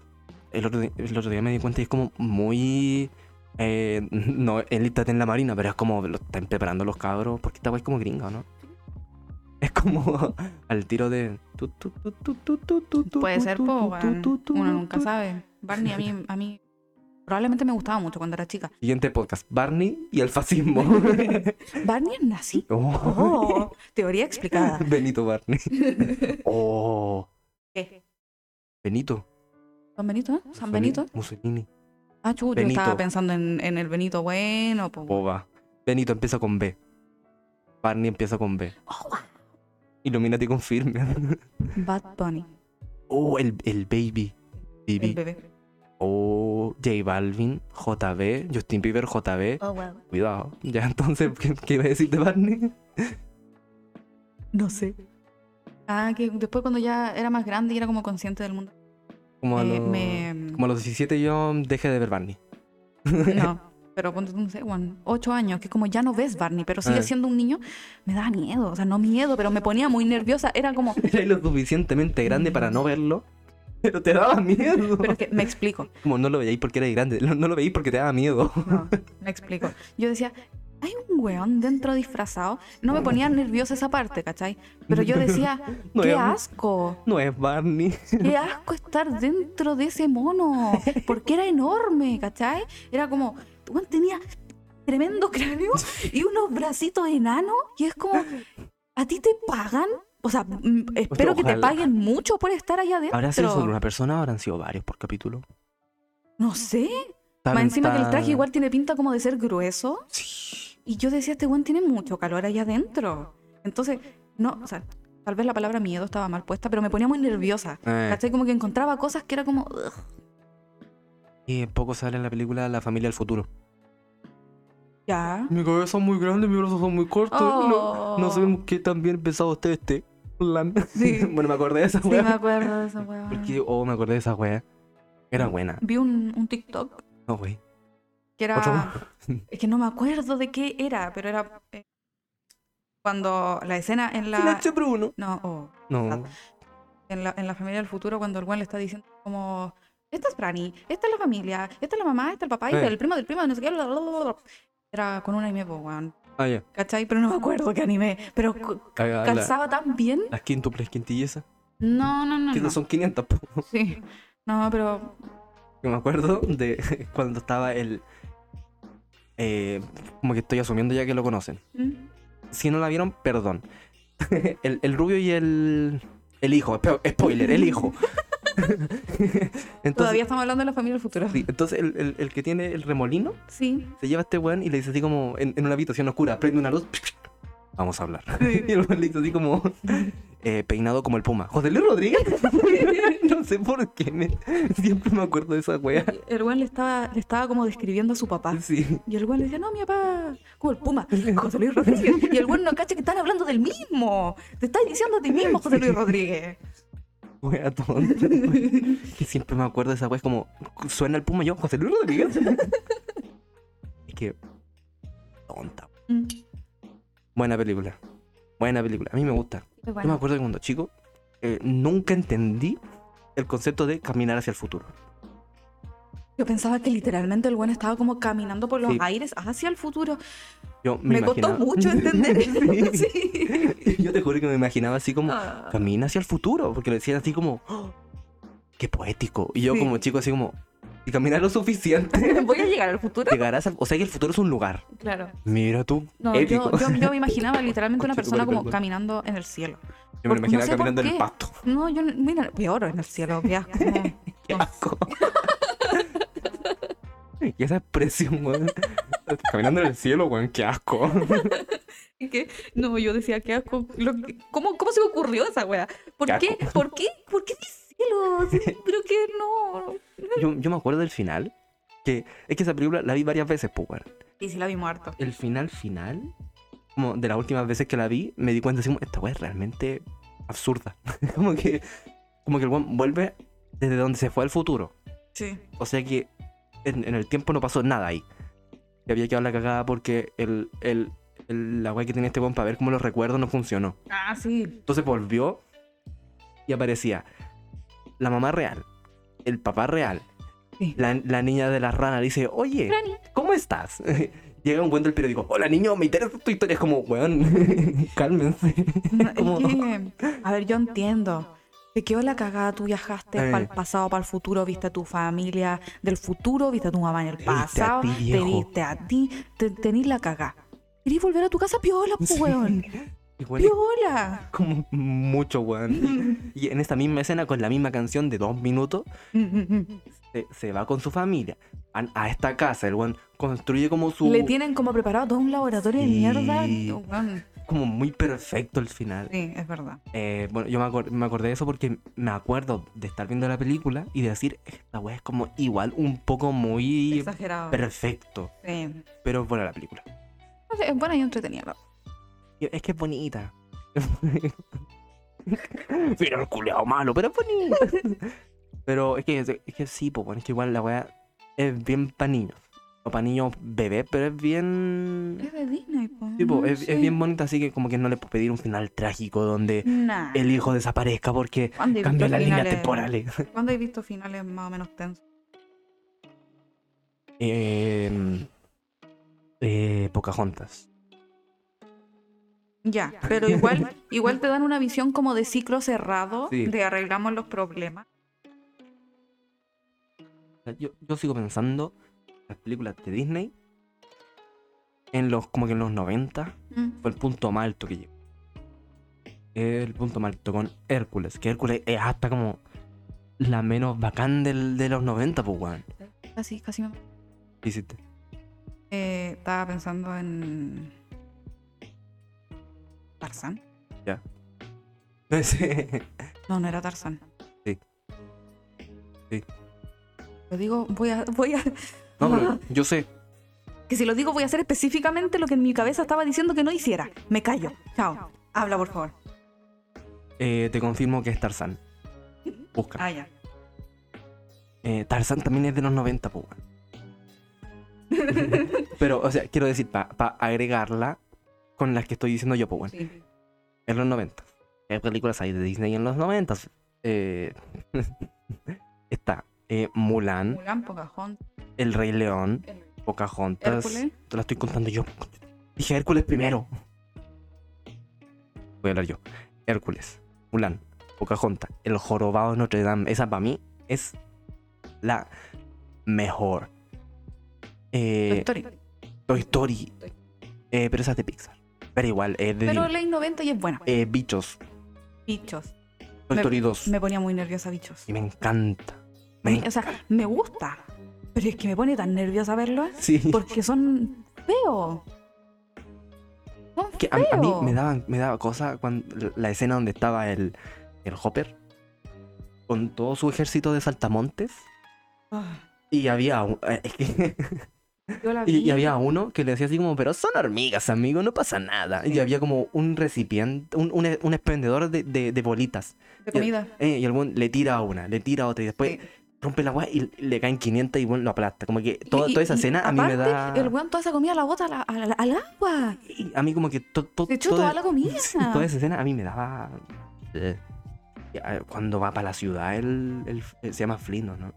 Speaker 1: el otro, di- el otro día me di cuenta y es como muy. eh, no, elítate en la marina, pero es como lo están preparando los cabros. Porque esta guay es como gringa, ¿o ¿no? Es como al tiro de. tu, tu, tu, tu, tu, tu, tu, tu,
Speaker 2: Puede
Speaker 1: tu,
Speaker 2: ser,
Speaker 1: tu,
Speaker 2: po,
Speaker 1: tu,
Speaker 2: weón.
Speaker 1: tu, tu,
Speaker 2: Uno
Speaker 1: tu,
Speaker 2: nunca
Speaker 1: tu.
Speaker 2: sabe. Barney a mí, a mí probablemente me gustaba mucho cuando era chica.
Speaker 1: Siguiente podcast: Barney y el fascismo.
Speaker 2: Barney es nazi.
Speaker 1: Oh,
Speaker 2: Oh, teoría explicada.
Speaker 1: Benito Barney. Oh,
Speaker 2: ¿Qué?
Speaker 1: Benito.
Speaker 2: ¿San Benito? eh? ¿San
Speaker 1: Mussoli-
Speaker 2: Benito?
Speaker 1: Mussolini.
Speaker 2: Ah, chu, yo
Speaker 1: Benito. Oh.
Speaker 2: estaba pensando en, en el Benito bueno. po.
Speaker 1: Boba. Benito empieza con B. Barney empieza con B.
Speaker 2: Oh,
Speaker 1: Illuminati confirme.
Speaker 2: Bad Bunny,
Speaker 1: Oh, el, el baby.
Speaker 2: el
Speaker 1: Baby.
Speaker 2: bebé.
Speaker 1: Oh, J Balvin, JB, Justin Bieber, JB.
Speaker 3: Oh, wow.
Speaker 1: Cuidado. Ya entonces, ¿qué, qué iba a decir de Barney?
Speaker 2: No sé. Ah, que después cuando ya era más grande y era como consciente del mundo.
Speaker 1: Como a,
Speaker 2: eh,
Speaker 1: los,
Speaker 2: me...
Speaker 1: como a los 17 yo dejé de ver Barney.
Speaker 2: No, pero ponte, tú, no sé, Juan, ocho años, que como ya no ves Barney, pero
Speaker 1: Ah.
Speaker 2: sigue siendo un niño, me daba miedo, o sea, no miedo, pero me ponía muy nerviosa, era como,
Speaker 1: Era lo suficientemente grande para no verlo. Pero te daba miedo.
Speaker 2: Pero es que me explico.
Speaker 1: Como no lo veíais porque erais grande, no, no lo veíais porque te daba miedo.
Speaker 2: No, me explico. Yo decía, hay un weón dentro disfrazado. No me ponía nerviosa esa parte, ¿cachai? Pero yo decía,
Speaker 1: No
Speaker 2: qué
Speaker 1: es-
Speaker 2: asco.
Speaker 1: No es Barney.
Speaker 2: Qué asco estar dentro de ese mono. Porque era enorme, ¿cachai? Era como, weón, tenía tremendo cráneo y unos bracitos enanos. Y es como, ¿a ti te pagan? O sea, mm, espero que te
Speaker 1: ojalá.
Speaker 2: paguen mucho por estar allá adentro.
Speaker 1: ¿Habrá sido solo una persona o habrán sido varios por capítulo?
Speaker 2: No sé.
Speaker 1: Tan-
Speaker 2: Más encima que el traje
Speaker 1: tan-
Speaker 2: igual tiene pinta como de ser grueso.
Speaker 1: Sí.
Speaker 2: Y yo decía, este weón tiene mucho calor allá adentro. Entonces, no, o sea, tal vez la palabra miedo estaba mal puesta, pero me ponía muy nerviosa.
Speaker 1: Eh,
Speaker 2: ¿Cachai? Como que encontraba cosas que era como. "Ugh".
Speaker 1: y poco sale en la película La familia del futuro.
Speaker 2: Ya.
Speaker 1: Mi cabeza es muy grande, mis brazos son muy cortos.
Speaker 2: no- no sabemos
Speaker 1: qué tan bien pensado usted este plan.
Speaker 2: Oh. Sí.
Speaker 1: bueno, me acordé de esa
Speaker 2: Sí, me
Speaker 1: wea.
Speaker 2: acuerdo de esa weá.
Speaker 1: Porque, oh, me acordé de esa wea. Era buena.
Speaker 2: Vi un, un TikTok
Speaker 1: No, wey.
Speaker 2: que
Speaker 1: Otro
Speaker 2: era. Es que no me acuerdo de qué era, pero era. eh, cuando la escena en la.
Speaker 1: Bruno.
Speaker 2: No, oh.
Speaker 1: No.
Speaker 2: en la, en la familia del futuro cuando el weón le está diciendo como esta es Prani, esta es la familia, esta es la mamá, esta es el papá, y
Speaker 1: Eh.
Speaker 2: el primo del primo, de no sé qué, bla, bla, bla, bla. Era con un anime, po, weón.
Speaker 1: Ah, ya.
Speaker 2: ¿Cachai? Pero no me acuerdo qué anime. Pero cu-
Speaker 1: Caga, la-
Speaker 2: calzaba tan bien.
Speaker 1: Las quíntuples quintillesas.
Speaker 2: No, no, no.
Speaker 1: Que no
Speaker 2: no.
Speaker 1: son 500, po.
Speaker 2: Sí. No, pero.
Speaker 1: Yo me acuerdo de cuando estaba el. eh, como que estoy asumiendo ya que lo conocen.
Speaker 2: ¿Mm?
Speaker 1: Si no la vieron, perdón. El, el rubio y el. El hijo, spo- spoiler, el hijo. Entonces,
Speaker 2: Todavía estamos hablando de la familia del futuro.
Speaker 1: sí, entonces el, el- el que tiene el remolino
Speaker 2: Sí.
Speaker 1: se lleva a este weón y le dice así como en, en una habitación oscura, prende una luz, vamos a hablar. Y el weón le dice así como eh, peinado como el puma. José Luis Rodríguez. no sé por qué, me- siempre me acuerdo de esa wea.
Speaker 2: Y El weón le estaba, le estaba como describiendo a su papá.
Speaker 1: Sí.
Speaker 2: Y el weón le decía, no, mi papá, como el Puma, José Luis Rodríguez. Y el weón no cacha que están hablando del mismo. Te estás diciendo a ti mismo, José Luis Rodríguez.
Speaker 1: Wea tonta. que siempre me acuerdo de esa wea. Es como, suena el puma y yo, José Luis Rodríguez. es que, tonta.
Speaker 2: Mm.
Speaker 1: Buena película. Buena película. A mí me gusta. Yo me acuerdo que cuando chico, eh, nunca entendí el concepto de caminar hacia el futuro.
Speaker 2: Yo pensaba que literalmente el weón estaba como caminando por los
Speaker 1: Sí.
Speaker 2: aires hacia el futuro.
Speaker 1: Yo
Speaker 2: Me,
Speaker 1: me,
Speaker 2: costó
Speaker 1: imaginaba-
Speaker 2: mucho entender eso.
Speaker 1: Sí.
Speaker 2: Sí.
Speaker 1: Yo te juro que me imaginaba así como,
Speaker 2: Ah.
Speaker 1: camina hacia el futuro, porque lo decían así como, "Oh, qué poético. Y yo
Speaker 2: Sí.
Speaker 1: como chico así como, si caminas lo suficiente,
Speaker 2: ¿Voy a llegar al futuro?
Speaker 1: llegarás al... O sea que el futuro es un lugar.
Speaker 2: Claro.
Speaker 1: Mira tú,
Speaker 2: No, yo,
Speaker 1: épico.
Speaker 2: yo, yo me imaginaba literalmente una
Speaker 1: Conchetumare,
Speaker 2: persona como
Speaker 1: perdón.
Speaker 2: caminando en el cielo.
Speaker 1: Yo
Speaker 2: por-
Speaker 1: me
Speaker 2: no
Speaker 1: lo imaginaba
Speaker 2: sé por
Speaker 1: caminando en
Speaker 2: qué.
Speaker 1: el pasto.
Speaker 2: No, yo, mira, peor en el cielo, qué asco.
Speaker 1: Qué asco. y esa expresión, weón. caminando en el cielo, weón, qué asco.
Speaker 2: Y que- no, yo decía, qué asco. lo que- ¿cómo, ¿Cómo se me ocurrió esa wea? ¿Por
Speaker 1: Qué
Speaker 2: qué? ¿Por qué? ¿Por qué mi cielo? Sí, Pero que no.
Speaker 1: yo, yo me acuerdo del final, que es que esa película la vi varias veces, pues, weón.
Speaker 2: Y si la vi muerto.
Speaker 1: el final final, como de las últimas veces que la vi, me di cuenta así como, esta weá es realmente absurda. como que como que el weón vuelve desde donde se fue al futuro.
Speaker 2: Sí.
Speaker 1: O sea que en, en el tiempo no pasó nada ahí. Y había quedado la cagada porque el, el, el- la weá que tenía este weón para ver cómo los recuerdos no funcionó.
Speaker 2: Ah, sí.
Speaker 1: Entonces volvió y aparecía la mamá real, el papá real,
Speaker 2: Sí.
Speaker 1: la, la niña de la rana. Le dice, oye,
Speaker 2: Rani.
Speaker 1: ¿cómo estás? Llega un buen del periódico, hola niño, me interesa tu historia. Es como, weón, cálmense.
Speaker 2: No, es
Speaker 1: ¿Cómo?
Speaker 2: que- a ver, yo entiendo. Te quedó la cagada, tú viajaste
Speaker 1: Eh.
Speaker 2: para el pasado, para el futuro, viste a tu familia del futuro, viste a tu mamá en el
Speaker 1: Te viste a
Speaker 2: pasado,
Speaker 1: ti,
Speaker 2: te
Speaker 1: viejo.
Speaker 2: viste a ti, te, tenís la cagada. Querís volver a tu casa piola, po,
Speaker 1: Sí.
Speaker 2: weón.
Speaker 1: Igual es
Speaker 2: Piola.
Speaker 1: como mucho, weón. Y en esta misma escena, con la misma canción de dos minutos, se, se va con su familia a, a esta casa. El weón construye como su.
Speaker 2: Le tienen como preparado todo un laboratorio de
Speaker 1: Sí.
Speaker 2: mierda. Oh, weón.
Speaker 1: como muy perfecto el final.
Speaker 2: Sí, es verdad.
Speaker 1: Eh, bueno, yo me, acor- me acordé de eso porque me acuerdo de estar viendo la película y decir, esta weá es como igual un poco muy
Speaker 2: Exagerado.
Speaker 1: perfecto.
Speaker 2: Sí.
Speaker 1: Pero es buena la película.
Speaker 2: No sé, Es buena y entretenida. la-
Speaker 1: Y Es que es bonita. Mira el culeado malo, pero es bonita. pero es que, es que sí, po, bueno, es que igual la weá es bien pa' niños. no para niños bebés, pero es bien.
Speaker 2: Es de Disney, po.
Speaker 1: Sí, po,
Speaker 2: no
Speaker 1: es,
Speaker 2: sé.
Speaker 1: es bien bonita, así que como que no le puedo pedir un final trágico donde
Speaker 2: Nah.
Speaker 1: el hijo desaparezca porque
Speaker 2: ¿Cuándo he
Speaker 1: cambia
Speaker 2: visto
Speaker 1: las líneas
Speaker 2: finales-
Speaker 1: temporales.
Speaker 2: ¿Cuándo he visto finales más o menos tensos?
Speaker 1: Eh, eh, Pocahontas.
Speaker 2: Ya, pero igual, igual te dan una visión como de ciclo cerrado,
Speaker 1: Sí.
Speaker 2: de arreglamos los problemas.
Speaker 1: O sea, Yo, yo sigo pensando las películas de Disney en los como que en los 90
Speaker 2: Mm.
Speaker 1: fue el punto más alto que llegó. El punto más alto con Hércules, que Hércules es hasta como la menos bacán del- de los 90, pues weón.
Speaker 2: Casi, casi me...
Speaker 1: ¿Qué hiciste?
Speaker 2: Eh, estaba pensando en... Tarzán. No, no era Tarzán.
Speaker 1: Sí. Sí.
Speaker 2: Lo digo, voy a, voy a...
Speaker 1: No, pero yo sé.
Speaker 2: Que si lo digo voy a hacer específicamente lo que en mi cabeza estaba diciendo que no hiciera. Me callo. Chao. Habla, por favor.
Speaker 1: eh, te confirmo que es Tarzán. Busca.
Speaker 2: Ah, ya.
Speaker 1: Eh, Tarzán también es de los 90, pues weón. Pero, o sea, quiero decir, para agregarla con las que estoy diciendo yo, pues weón.
Speaker 2: Sí.
Speaker 1: En los 90. Hay películas ahí de Disney en los 90. Eh, está eh, Mulan,
Speaker 2: Mulan, Pocahontas.
Speaker 1: El Rey León, Pocahontas.
Speaker 2: Hércules.
Speaker 1: Te la estoy contando yo. Dije Hércules primero. Voy a hablar yo. Hércules, Mulan, Pocahontas, El Jorobado de Notre Dame. Esa para mí es la mejor. Eh,
Speaker 2: Toy Story.
Speaker 1: Toy Story. Eh, pero esa es de Pixar. Pero igual, es de
Speaker 2: Pero
Speaker 1: Disney.
Speaker 2: ley 90 y es buena.
Speaker 1: Eh, Bichos,
Speaker 2: Bichos.
Speaker 1: Toy Story 2.
Speaker 2: Me ponía muy nerviosa, bichos.
Speaker 1: Y me encanta. Me
Speaker 2: O sea, me gusta. Pero es que me pone tan nerviosa verlo
Speaker 1: Sí.
Speaker 2: porque son feos. Son
Speaker 1: Que a, a mí
Speaker 2: feos.
Speaker 1: me daban, me daba cosa cuando la escena donde estaba el, el Hopper con todo su ejército de saltamontes
Speaker 2: Ah,
Speaker 1: y había un- es que-
Speaker 2: yo la
Speaker 1: y,
Speaker 2: vi.
Speaker 1: y había uno que le decía así como, pero son hormigas, amigo, no pasa nada. Y
Speaker 2: Sí.
Speaker 1: había como un recipiente, un, un, un expendedor de, de- de bolitas.
Speaker 2: De comida.
Speaker 1: Eh, y algún le tira a una, le tira a otra y después
Speaker 2: Sí.
Speaker 1: rompe la agua y le caen 500 y bueno, lo aplasta. Como que todo-
Speaker 2: Y- y-
Speaker 1: toda esa
Speaker 2: y
Speaker 1: escena a mí me
Speaker 2: aparte,
Speaker 1: da...
Speaker 2: El weón toda esa comida la bota a la- a la- al agua.
Speaker 1: y a mí como que to- to-
Speaker 2: Se echó
Speaker 1: todo-
Speaker 2: toda la comida.
Speaker 1: Sí, toda esa escena a mí me daba. eh, y, a ver, cuando va para la ciudad, el, el- eh, se llama Flino, ¿no?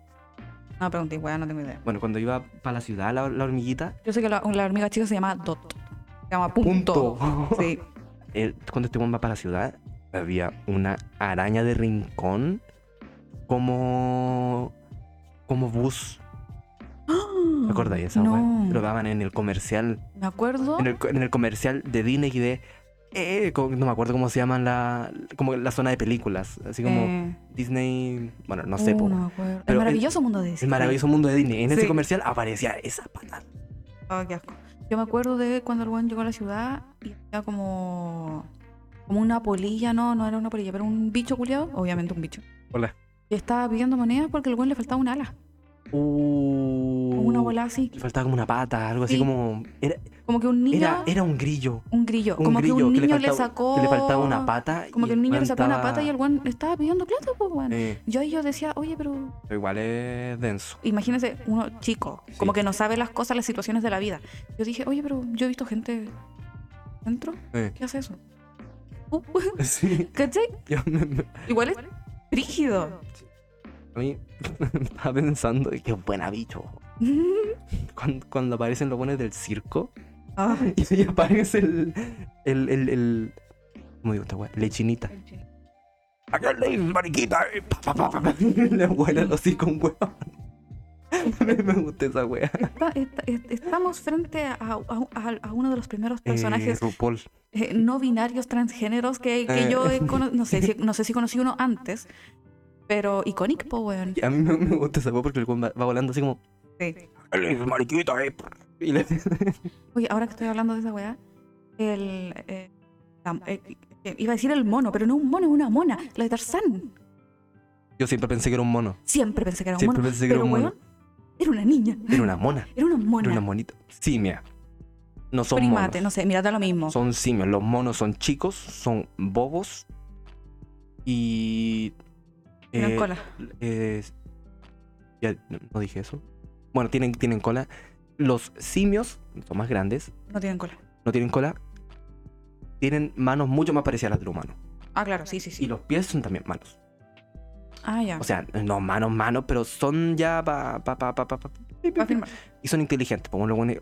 Speaker 2: No pregunté, weón, no tengo idea.
Speaker 1: Bueno, cuando iba para la ciudad, la, la hormiguita.
Speaker 2: Yo sé que la, la hormiga chica se llama Dot. Se llama Punto. Sí.
Speaker 1: Eh, cuando este weón va para la ciudad, había una araña de rincón como. como bus. ¿Te acordáis de esa
Speaker 2: Mm, no.
Speaker 1: weá? Lo daban en el comercial.
Speaker 2: Me acuerdo.
Speaker 1: En el, co- en el comercial de Disney y de. eh, co- no me acuerdo cómo se llaman la. como la zona de películas. Así como
Speaker 2: Eh,
Speaker 1: Disney. Bueno, no sé,
Speaker 2: uh,
Speaker 1: po.
Speaker 2: no me acuerdo. El
Speaker 1: Pero el-
Speaker 2: maravilloso mundo de Disney.
Speaker 1: El maravilloso mundo de Disney. En ese
Speaker 2: Sí.
Speaker 1: comercial aparecía esa patata.
Speaker 2: Ah, qué asco. Yo me acuerdo de cuando el weón llegó a la ciudad y había como. como una polilla, no, no era una polilla, pero un bicho culiado, obviamente un bicho.
Speaker 1: Hola.
Speaker 2: Y estaba pidiendo monedas porque al weón le faltaba un ala,
Speaker 1: Uh,
Speaker 2: como una bola así,
Speaker 1: Le faltaba como una pata, algo
Speaker 2: Sí.
Speaker 1: así como. Era,
Speaker 2: como que un niño.
Speaker 1: era, era un grillo.
Speaker 2: un grillo,
Speaker 1: Un
Speaker 2: como
Speaker 1: grillo
Speaker 2: que un niño
Speaker 1: le,
Speaker 2: le,
Speaker 1: faltaba,
Speaker 2: sacó.
Speaker 1: que le faltaba una pata.
Speaker 2: Como
Speaker 1: y
Speaker 2: que
Speaker 1: el
Speaker 2: un niño le
Speaker 1: weón
Speaker 2: sacó una pata y el
Speaker 1: estaba-
Speaker 2: weón estaba pidiendo plata, pues, weón.
Speaker 1: Eh,
Speaker 2: Yo ahí yo decía, oye, pero
Speaker 1: pero igual es denso.
Speaker 2: imagínese uno chico, como
Speaker 1: Sí.
Speaker 2: que no sabe las cosas, las situaciones de la vida. Yo dije, oye, pero yo he visto gente dentro,
Speaker 1: Eh.
Speaker 2: ¿qué hace eso? Uh,
Speaker 1: Sí.
Speaker 2: ¿Cachai?
Speaker 1: yo me- me-
Speaker 2: Igual es rígido.
Speaker 1: a mí estaba pensando, qué buena bicho. Cuando, cuando aparecen los buenos del circo y ahí aparece el. el, el, el ¿Cómo digo esta weá? Lechinita. Acá le mariquita. eh, pa, pa, pa, pa, pa. Le vuela el hocico a un hueón. A mí me gusta esa wea.
Speaker 2: Está- está- est- estamos frente a, a- a- a uno de los primeros personajes
Speaker 1: RuPaul.
Speaker 2: eh, no binarios transgéneros que, que
Speaker 1: Eh.
Speaker 2: yo he cono- no sé si no sé si conocí uno antes, pero icónico, po, weón.
Speaker 1: Y a mí me, me gusta esa wea porque el weón va, va volando así como. "Acá le mariquita. eh, pa". Y le-
Speaker 2: Oye, ahora que estoy hablando de esa weá, el. eh, la- eh, eh, iba a decir el mono, pero no un mono, es una mona, la de Tarzán.
Speaker 1: Yo siempre pensé que era un mono.
Speaker 2: Siempre pensé que era un
Speaker 1: Siempre
Speaker 2: mono.
Speaker 1: pensé que
Speaker 2: Pero
Speaker 1: era un mono.
Speaker 2: weón, era una niña,
Speaker 1: Era una mona.
Speaker 2: era una
Speaker 1: Era una
Speaker 2: mona.
Speaker 1: monita. Simia. No son
Speaker 2: Primate, no
Speaker 1: monos.
Speaker 2: sé, mira, da lo mismo.
Speaker 1: Son simios. Los monos son chicos, son bobos. Y.
Speaker 2: Tienen
Speaker 1: eh,
Speaker 2: cola.
Speaker 1: es- ya no dije eso. Bueno, tienen, tienen cola. los simios, son más grandes,
Speaker 2: No tienen cola.
Speaker 1: no tienen cola, tienen manos mucho más parecidas a las del humano.
Speaker 2: Ah, claro, sí, sí,
Speaker 1: Y
Speaker 2: sí.
Speaker 1: los pies son también manos.
Speaker 2: Ah, ya.
Speaker 1: O sea, no manos, manos, pero son ya pa, pa, pa, pa, pa, pa-
Speaker 2: Va a firmar.
Speaker 1: Y son inteligentes, como los buenos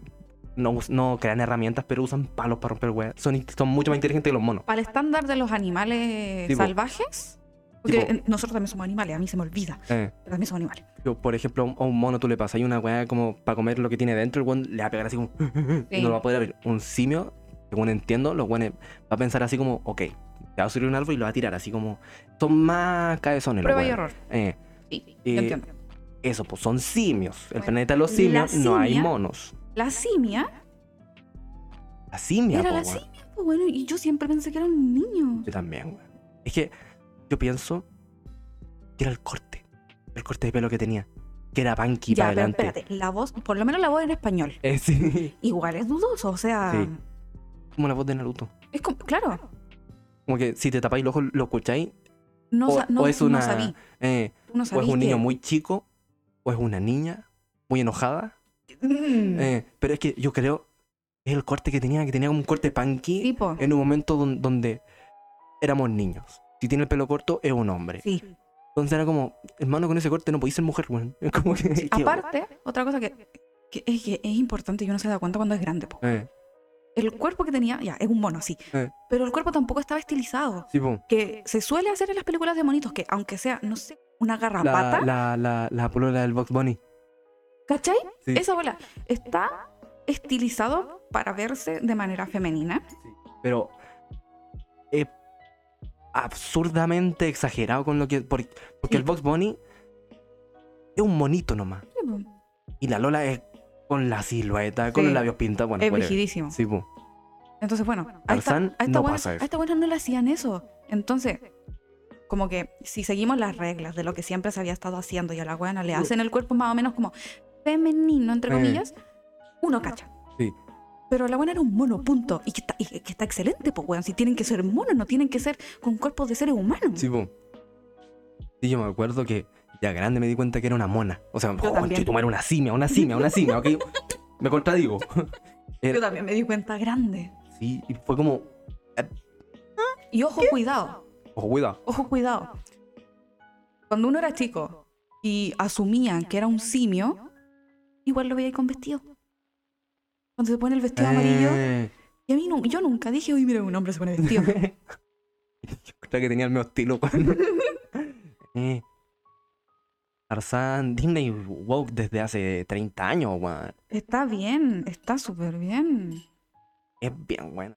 Speaker 1: no, us- no crean herramientas, pero usan palos para romper weas. Son, inte- son mucho más inteligentes que los monos.
Speaker 2: Para el estándar de los animales
Speaker 1: Tipo.
Speaker 2: salvajes, porque
Speaker 1: Tipo.
Speaker 2: eh, nosotros también somos animales, a mí se me olvida,
Speaker 1: Eh,
Speaker 2: pero también somos animales.
Speaker 1: yo, por ejemplo, a un- a un mono tú le pasas ahí una wea como para comer lo que tiene dentro, el weón le va a pegar así como... y
Speaker 2: Sí.
Speaker 1: no lo va a poder abrir. Un simio, según entiendo, los weones va a pensar así como, ok, te va a subir un árbol y lo va a tirar así como... Son más cabezones los
Speaker 2: Prueba y
Speaker 1: weones.
Speaker 2: error.
Speaker 1: Eh,
Speaker 2: Sí,
Speaker 1: Eh,
Speaker 2: yo entiendo.
Speaker 1: eso, pues son simios. El
Speaker 2: Bueno,
Speaker 1: planeta de los
Speaker 2: la
Speaker 1: simios no hay
Speaker 2: simia-
Speaker 1: monos.
Speaker 2: La simia
Speaker 1: La simia,
Speaker 2: era
Speaker 1: po,
Speaker 2: la
Speaker 1: weón.
Speaker 2: simia, pues bueno, y yo siempre pensé que era un niño.
Speaker 1: Yo también, weón. Es que yo pienso que era el corte. El corte de pelo que tenía. Que era punky
Speaker 2: ya,
Speaker 1: para
Speaker 2: pero
Speaker 1: adelante.
Speaker 2: espérate, la voz, por lo menos la voz en español,
Speaker 1: Eh, sí.
Speaker 2: igual es dudoso, o sea,
Speaker 1: Sí. Como la voz de Naruto.
Speaker 2: es como, claro,
Speaker 1: Como que si te tapáis los ojos, lo escucháis.
Speaker 2: no,
Speaker 1: O-
Speaker 2: sa- no,
Speaker 1: o es
Speaker 2: no
Speaker 1: una-
Speaker 2: sabí,
Speaker 1: eh,
Speaker 2: tú no
Speaker 1: o es
Speaker 2: sabí
Speaker 1: un
Speaker 2: que-
Speaker 1: niño muy chico. O es una niña muy enojada.
Speaker 2: Mm,
Speaker 1: Eh, pero es que yo creo que es el corte que tenía. Que tenía como un corte punky
Speaker 2: tipo,
Speaker 1: en un momento don- donde éramos niños. Si tiene el pelo corto, es un hombre.
Speaker 2: sí.
Speaker 1: Entonces era como, hermano, con ese corte no podéis ser mujer, weón. Es como que. que-
Speaker 2: Aparte, otra cosa que, que es que es importante y uno se da cuenta cuando es grande, po.
Speaker 1: Eh,
Speaker 2: el cuerpo que tenía, ya, es un mono, sí,
Speaker 1: Eh.
Speaker 2: pero el cuerpo tampoco estaba estilizado,
Speaker 1: sí, po.
Speaker 2: que se suele hacer en las películas de monitos, que aunque sea, no sé, una
Speaker 1: la,
Speaker 2: garrapata,
Speaker 1: la, la, la polola del Box Bunny.
Speaker 2: ¿cachai?
Speaker 1: Sí.
Speaker 2: Esa bola está estilizado para verse de manera femenina.
Speaker 1: Pero es absurdamente exagerado con lo que. por- porque el Box Bunny es un monito nomás. Y la Lola es con la silueta, con
Speaker 2: Sí.
Speaker 1: los labios pintados. Bueno,
Speaker 2: es
Speaker 1: whatever.
Speaker 2: vigidísimo.
Speaker 1: Sí, po.
Speaker 2: Entonces, bueno, a esta,
Speaker 1: Tarzán
Speaker 2: a esta
Speaker 1: no
Speaker 2: buena,
Speaker 1: pasa eso.
Speaker 2: a esta buena no le hacían eso. Entonces, como que si seguimos las reglas de lo que siempre se había estado haciendo y a la buena le hacen el cuerpo más o menos como femenino, entre
Speaker 1: Eh.
Speaker 2: comillas, uno cacha.
Speaker 1: Sí.
Speaker 2: Pero la buena era un mono, punto. Y que está, y que está excelente, pues, weón. Si tienen que ser monos, no tienen que ser con cuerpos de seres humanos.
Speaker 1: Sí, po. Sí, yo me acuerdo que ya grande me di cuenta que era una mona. O sea, oh,
Speaker 2: Yo también.
Speaker 1: tomar una simia, una simia, una simia, ¿ok? Me contradigo.
Speaker 2: Yo también me di cuenta grande.
Speaker 1: Sí, y fue como,
Speaker 2: Y ojo, cuidado.
Speaker 1: ojo, cuidado.
Speaker 2: Ojo, cuidado. Cuando uno era chico y asumían que era un simio, igual lo veía ahí con vestido. Cuando se pone el vestido amarillo,
Speaker 1: Eh,
Speaker 2: y a mí nu- yo nunca dije, uy, mira, un hombre se pone vestido.
Speaker 1: yo creo que tenía el mismo estilo, weón. eh, Tarzán, Disney woke desde hace 30 años, weón.
Speaker 2: está bien, está súper bien.
Speaker 1: Es bien bueno.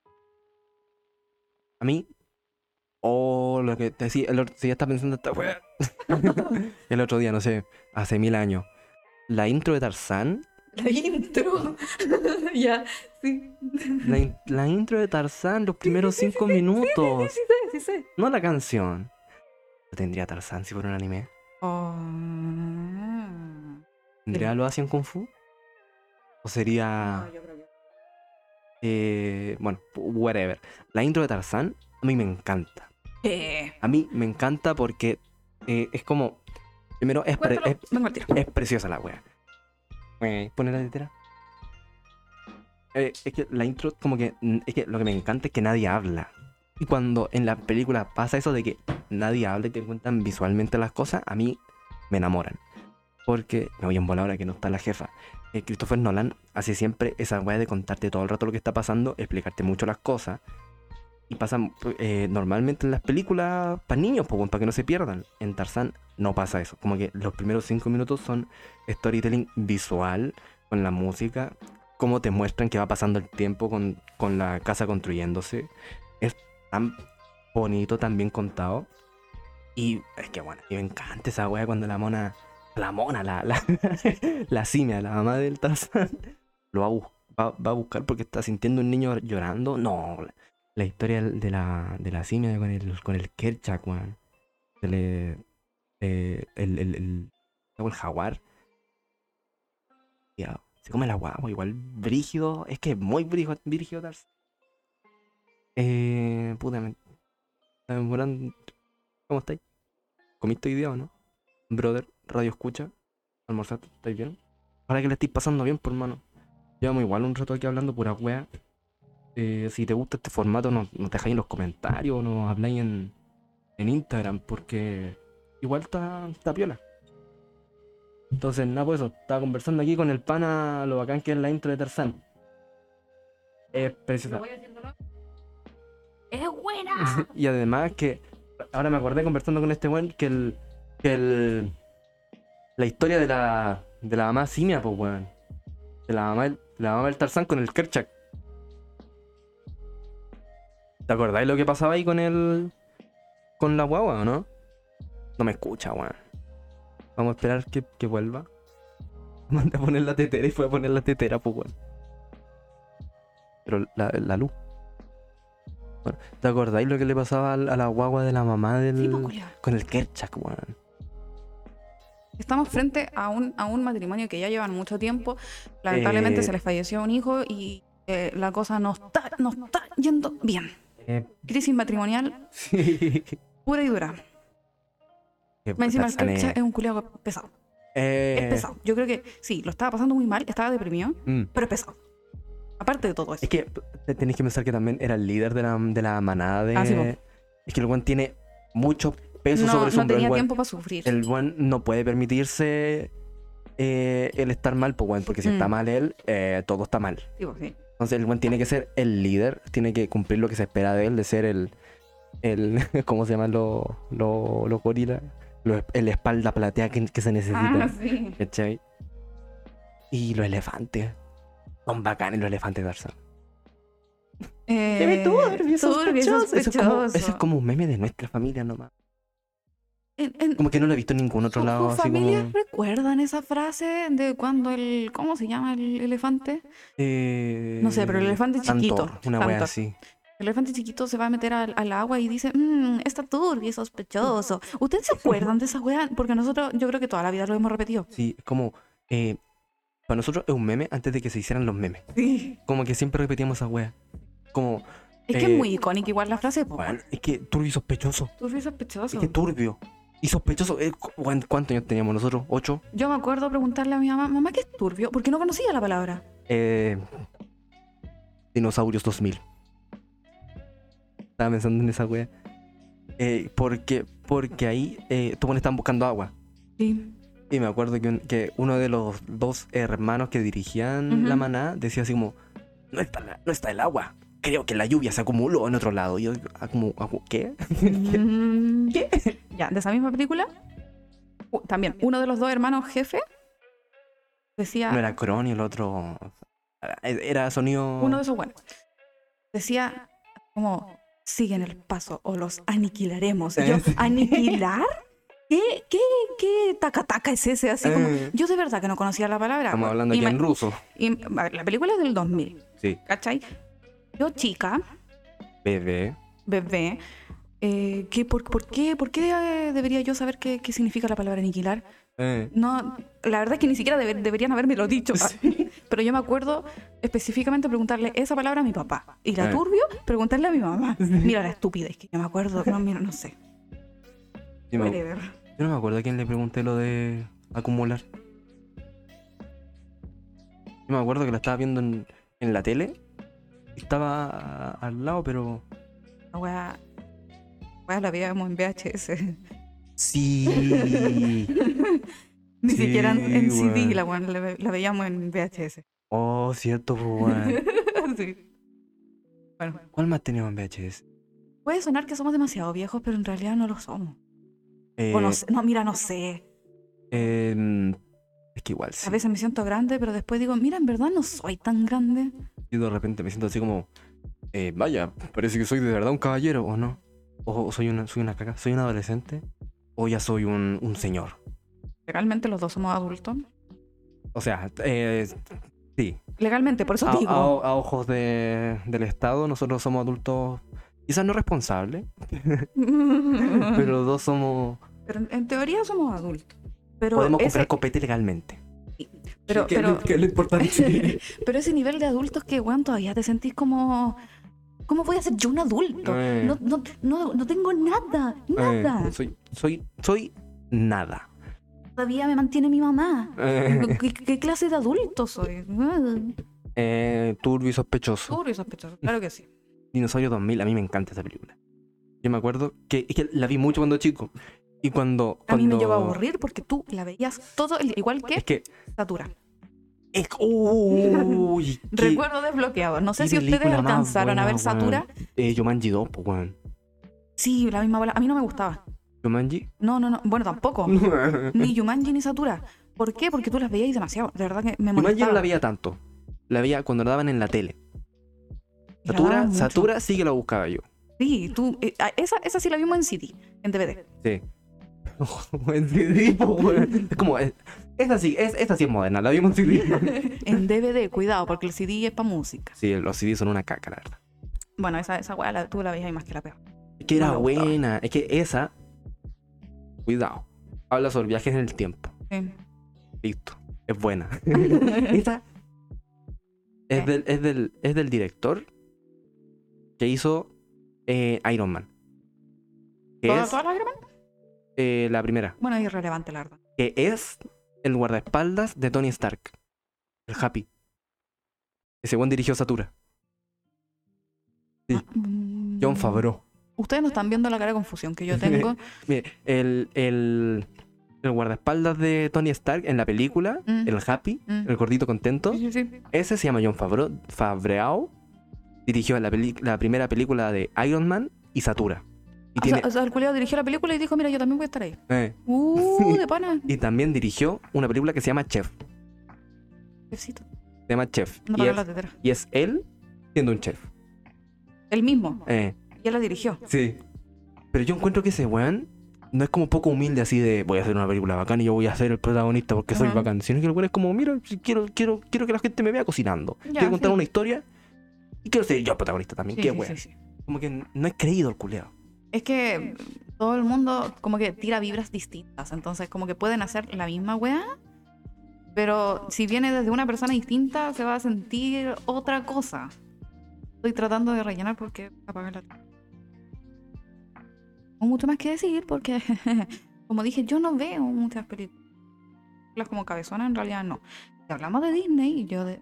Speaker 1: A mí, oh, lo que te decía, el otro, si ya estás pensando esta weá. el otro día, no sé, hace mil años. La intro de Tarzán
Speaker 2: La intro. ya, sí.
Speaker 1: La, in- la intro de Tarzán, los primeros cinco minutos.
Speaker 2: Sí sé, sí sé.
Speaker 1: No la canción. Lo tendría Tarzán si fuera un anime.
Speaker 2: Oh.
Speaker 1: Ah. ¿Tendría
Speaker 2: Sí.
Speaker 1: lo hacían Kung Fu? ¿O sería. eh, bueno, whatever. La intro de Tarzán a mí me encanta.
Speaker 2: Eh,
Speaker 1: A mí me encanta porque eh, es como. Primero, es, pre-
Speaker 2: cuéntalo, vengo al tiro.
Speaker 1: es- es preciosa la wea. Eh, Poner la letra. Eh, es que la intro, como que. mm, Es que lo que me encanta es que nadie habla. Y cuando en la película pasa eso de que nadie habla y te cuentan visualmente las cosas, a mí me enamoran. Porque me voy a embolar ahora que no está la jefa. Eh, Christopher Nolan hace siempre esa weá de contarte todo el rato lo que está pasando, explicarte mucho las cosas. Y pasan eh, normalmente en las películas para niños, para que no se pierdan. En Tarzán no pasa eso. Como que los primeros cinco minutos son storytelling visual, con la música, cómo te muestran que va pasando el tiempo con, con la casa construyéndose. Es tan bonito, tan bien contado. Y es que bueno, y me encanta esa wea cuando la mona, la mona, la, la, la simia, la mamá del Tarzán, lo va a, bus- va, va a buscar porque está sintiendo un niño llorando. No, la, la historia de la, de la simia con el, con el Kerchak, weón. Se le- eh, el, el, el, el jaguar. Ya, se come la guagua, igual brígido. Es que es muy brígido, brígido Tarzán. Eh, puta, me está demorando. ¿Cómo estáis? ¿Comiste hoy día o no? Brother, radio escucha. ¿Almorzaste? ¿Estáis bien? Para que le estéis pasando bien, por mano. Llevamos igual un rato aquí hablando pura wea. Eh, si te gusta este formato, nos, nos dejáis en los comentarios, nos habláis en, en Instagram, porque igual está, está piola. Entonces, nada, pues eso. Estaba conversando aquí con el pana, lo bacán que es la intro de Tarzán. Es preciosa.
Speaker 3: ¡Es buena!
Speaker 1: Y además que ahora me acordé conversando con este weón que el. que el. La historia de la. de la mamá simia, pues weón. De la mamá, de la mamá del Tarzán con el Kerchak. ¿Te acordáis lo que pasaba ahí con el. con la guagua o no? No me escucha, weón. Vamos a esperar que, que vuelva. Mandé a poner la tetera y fue a poner la tetera, pues weón. Pero la, la luz. Bueno, ¿te acordáis lo que le pasaba al- a la guagua de la mamá del.
Speaker 2: Sí, pues, culiao.
Speaker 1: con el Kerchak, weón?
Speaker 2: Estamos frente a un, a un matrimonio que ya llevan mucho tiempo. Lamentablemente
Speaker 1: Eh.
Speaker 2: se les falleció un hijo y eh, la cosa no está, no está yendo bien.
Speaker 1: Eh,
Speaker 2: Crisis matrimonial
Speaker 1: sí.
Speaker 2: pura y dura.
Speaker 1: Qué
Speaker 2: Me encima el
Speaker 1: Tarzán es-
Speaker 2: Kercha es un culiao pesado.
Speaker 1: Eh,
Speaker 2: Es pesado. Yo creo que sí, lo estaba pasando muy mal, estaba deprimido,
Speaker 1: mm.
Speaker 2: pero es pesado. Aparte de todo eso.
Speaker 1: Es que te- tenéis que pensar que también era el líder de la, de la manada de.
Speaker 2: Ah, sí, po.
Speaker 1: es que el buen tiene mucho peso
Speaker 2: no,
Speaker 1: sobre su
Speaker 2: no
Speaker 1: hombro. el
Speaker 2: tenía
Speaker 1: weón-
Speaker 2: tiempo para sufrir.
Speaker 1: El buen no puede permitirse eh, el estar mal, pues, weón, porque si
Speaker 2: Mm.
Speaker 1: está mal él, eh, todo está mal.
Speaker 2: Sí, pues, sí.
Speaker 1: Entonces el buen tiene que ser el líder, tiene que cumplir lo que se espera de él, de ser el, el ¿cómo se llaman los los los gorilas? Los- el espalda platea que, que se necesita.
Speaker 2: Ah, sí.
Speaker 1: ¿Cachai? Y los elefantes. Son bacanes los elefantes de Tarzán.
Speaker 2: Eh,
Speaker 1: Se ve turbio,
Speaker 2: turbio,
Speaker 1: sospechoso. Eso es, como, eso es
Speaker 2: Eh, sospechoso.
Speaker 1: como un meme de nuestra familia nomás.
Speaker 2: En- en-
Speaker 1: Como que no lo he visto en ningún otro
Speaker 2: ¿Sus-
Speaker 1: lado.
Speaker 2: sus
Speaker 1: Así
Speaker 2: familias
Speaker 1: como.
Speaker 2: recuerdan esa frase de cuando el. ¿Cómo se llama el elefante?
Speaker 1: eh,
Speaker 2: No sé, pero el elefante
Speaker 1: Tantor,
Speaker 2: chiquito,
Speaker 1: Una wea
Speaker 2: Tantor.
Speaker 1: así.
Speaker 2: El elefante chiquito se va a meter al, al agua y dice: "Mm, está turbio y sospechoso. ¿Ustedes se acuerdan de esa wea? Porque nosotros, yo creo que toda la vida lo hemos repetido.
Speaker 1: Sí, es como. eh, para nosotros es un meme antes de que se hicieran los memes. Como que siempre repetíamos esa wea. Como.
Speaker 2: Es que
Speaker 1: Eh,
Speaker 2: es muy icónica igual la frase. po,
Speaker 1: "Weón, es que turbio y sospechoso.
Speaker 2: Turbio y sospechoso.
Speaker 1: Es que turbio. Y sospechoso. Eh, cu- weón, ¿Cuántos años teníamos nosotros? ¿Ocho?
Speaker 2: Yo me acuerdo preguntarle a mi mamá, mamá, ¿qué es turbio? Porque no conocía la palabra.
Speaker 1: Eh, Dinosaurios 2000. Estaba pensando en esa wea. Eh, porque, porque ahí eh, estos buenos estaban buscando agua.
Speaker 2: Sí.
Speaker 1: Y me acuerdo que, un- que uno de los dos hermanos que dirigían la
Speaker 2: Ujú.
Speaker 1: manada decía así como, no está, la- no está el agua. Creo que la lluvia se acumuló en otro lado. Y yo ah, como, ah, ¿qué?
Speaker 2: ¿Qué? Mm. Ya, de esa misma película. u- también, uno de los dos hermanos jefe decía,
Speaker 1: No era Cron y el otro... Era sonido...
Speaker 2: uno de esos buenos, decía como, siguen el paso o los aniquilaremos. Y yo,
Speaker 1: Sí.
Speaker 2: ¿aniquilar? ¿Qué, qué, qué taca-taca es ese? Así como,
Speaker 1: Eh.
Speaker 2: yo de verdad que no conocía la palabra.
Speaker 1: Estamos hablando
Speaker 2: Y
Speaker 1: aquí
Speaker 2: me-
Speaker 1: en ruso.
Speaker 2: y- a ver, la película es del 2000,
Speaker 1: Sí.
Speaker 2: ¿cachai? Yo chica,
Speaker 1: Bebé.
Speaker 2: bebé, eh, ¿qué, por, por qué, por qué eh, debería yo saber qué, qué significa la palabra aniquilar?
Speaker 1: Eh.
Speaker 2: No, la verdad es que ni siquiera debe- deberían haberme lo dicho. ah. Pero yo me acuerdo específicamente preguntarle esa palabra a mi papá. Y la
Speaker 1: Eh.
Speaker 2: turbio, preguntarle a mi mamá. Mira la estúpida, es que yo me acuerdo. No, mira, no sé.
Speaker 1: Sí, me-
Speaker 2: Whatever.
Speaker 1: Yo no me acuerdo a quién le pregunté lo de acumular. Yo me acuerdo que la estaba viendo en, en la tele. Estaba al lado, pero.
Speaker 2: La wea- wea la veíamos en VHS.
Speaker 1: Sí.
Speaker 2: Ni
Speaker 1: Sí,
Speaker 2: siquiera en, en CD
Speaker 1: weón.
Speaker 2: la, wea, la, ve- la veíamos en VHS.
Speaker 1: Oh, cierto, po, weón.
Speaker 2: Sí. Bueno,
Speaker 1: ¿Cuál más teníamos en VHS?
Speaker 2: puede sonar que somos demasiado viejos, pero en realidad no lo somos.
Speaker 1: Eh,
Speaker 2: O no, sé- no, mira, no sé.
Speaker 1: em, es que igual, sí.
Speaker 2: A veces me siento grande, pero después digo, mira, en verdad no soy tan grande.
Speaker 1: Yo de repente me siento así como. eh, vaya, parece que soy de verdad un caballero, ¿o no? ¿O o soy una, soy una caca? ¿Soy un adolescente? ¿O ya soy un, un señor?
Speaker 2: Legalmente los dos somos adultos.
Speaker 1: O sea, eh, sí.
Speaker 2: Legalmente, por eso
Speaker 1: a,
Speaker 2: digo.
Speaker 1: a- a ojos de- del Estado, nosotros somos adultos, quizás no responsables, pero
Speaker 2: pero,
Speaker 1: los dos somos.
Speaker 2: en- en teoría somos adultos. Pero
Speaker 1: podemos
Speaker 2: ese,
Speaker 1: comprar copete legalmente.
Speaker 2: pero, pero,
Speaker 1: es lo importante.
Speaker 2: pero ese nivel de adultos que, weón, todavía te sentís como... ¿Cómo voy a ser yo un adulto?
Speaker 1: Eh.
Speaker 2: No, no, no, no tengo nada, nada.
Speaker 1: soy, soy, soy nada.
Speaker 2: Todavía me mantiene mi mamá.
Speaker 1: Eh,
Speaker 2: ¿Qué, qué clase de adulto soy?
Speaker 1: Eh, turbio y sospechoso.
Speaker 2: Turbio Mm, y sospechoso, claro que sí.
Speaker 1: Dinosaurio 2000, a mí me encanta esa película. Yo me acuerdo que, es que la vi mucho cuando chico. Y cuando.
Speaker 2: A mí me
Speaker 1: cuando-
Speaker 2: llevó a aburrir porque tú la veías todo el igual
Speaker 1: Es
Speaker 2: que
Speaker 1: que.
Speaker 2: Satura.
Speaker 1: Es, uy, qué-
Speaker 2: Recuerdo desbloqueado. No sé
Speaker 1: qué
Speaker 2: si ustedes
Speaker 1: película más
Speaker 2: alcanzaron a
Speaker 1: buena,
Speaker 2: ver Satura.
Speaker 1: weón. Eh, Jumanji 2, pues, weón.
Speaker 2: Sí, la misma bola. A mí no me gustaba.
Speaker 1: Jumanji.
Speaker 2: No, no, no. Bueno, tampoco. Ni Yumanji ni Satura. ¿Por qué? Porque tú las veías demasiado. De verdad que me
Speaker 1: Jumanji
Speaker 2: molestaba.
Speaker 1: no la veía tanto. La veía cuando la daban en la tele.
Speaker 2: Y la daban
Speaker 1: Satura,
Speaker 2: mucho.
Speaker 1: Satura sí que la buscaba yo.
Speaker 2: Sí, tú. eh, ah, esa, esa sí la vimos en CD, en DVD.
Speaker 1: Sí. en CD, po, weón. Es como. es- Esta sí, es, esta sí es moderna, la vimos en CD.
Speaker 2: En DVD, cuidado, porque el CD es para música.
Speaker 1: sí, los CD son una caca, la verdad.
Speaker 2: Bueno, esa, esa weá la- tú la veías ahí más que la peor.
Speaker 1: Es que
Speaker 2: No
Speaker 1: era
Speaker 2: me gustaba.
Speaker 1: buena. Es que esa. Cuidado. Habla sobre viajes en el tiempo.
Speaker 2: Sí.
Speaker 1: Listo. Es buena. esa. Es
Speaker 2: Ok.
Speaker 1: del, es, del, es del director que hizo eh, Iron Man. Que
Speaker 2: ¿Toda-
Speaker 1: es
Speaker 2: todas las graban?
Speaker 1: eh, la primera.
Speaker 2: Bueno, es irrelevante, la verdad.
Speaker 1: Que es el guardaespaldas de Tony Stark. El Happy. Ese buen dirigió Satura. Sí.
Speaker 2: Ah, mm.
Speaker 1: John Favreau.
Speaker 2: Ustedes no están viendo la cara de confusión que yo tengo.
Speaker 1: Mire, el, el, el guardaespaldas de Tony Stark en la película,
Speaker 2: Mm.
Speaker 1: el Happy,
Speaker 2: Mm.
Speaker 1: el gordito contento,
Speaker 2: Sí, sí, sí.
Speaker 1: ese se llama John Favreau, Favreau dirigió la, peli- la primera película de Iron Man y Satura. Y,
Speaker 2: Ah, O sea,
Speaker 1: tiene-
Speaker 2: o sea, el culiado dirigió la película y dijo, mira, yo también voy a estar ahí.
Speaker 1: eh,
Speaker 2: Uh, de pana.
Speaker 1: y también dirigió una película que se llama Chef.
Speaker 2: Chefcito.
Speaker 1: Se llama Chef.
Speaker 2: No
Speaker 1: y,
Speaker 2: para
Speaker 1: es,
Speaker 2: la tetera.
Speaker 1: y es él siendo un chef.
Speaker 2: El mismo.
Speaker 1: Eh,
Speaker 2: Ya la dirigió.
Speaker 1: sí. Pero yo encuentro que ese weón no es como poco humilde así de voy a hacer una película bacán y yo voy a ser el protagonista porque soy
Speaker 2: Ajá.
Speaker 1: bacán. Sino que el weón es como, mira, si quiero, quiero, quiero que la gente me vea cocinando.
Speaker 2: Ya,
Speaker 1: quiero contar
Speaker 2: sí.
Speaker 1: una historia y quiero ser yo el protagonista también.
Speaker 2: Sí,
Speaker 1: Qué
Speaker 2: sí,
Speaker 1: weón.
Speaker 2: sí, sí.
Speaker 1: Como que no es creído el culeo.
Speaker 2: Es que todo el mundo como que tira vibras distintas. Entonces, como que pueden hacer la misma weá. Pero si viene desde una persona distinta, se va a sentir otra cosa. Estoy tratando de rellenar porque apagar la tele. No mucho más que decir porque, como dije, yo no veo muchas películas como cabezona, en realidad no. Si hablamos de Disney, yo de...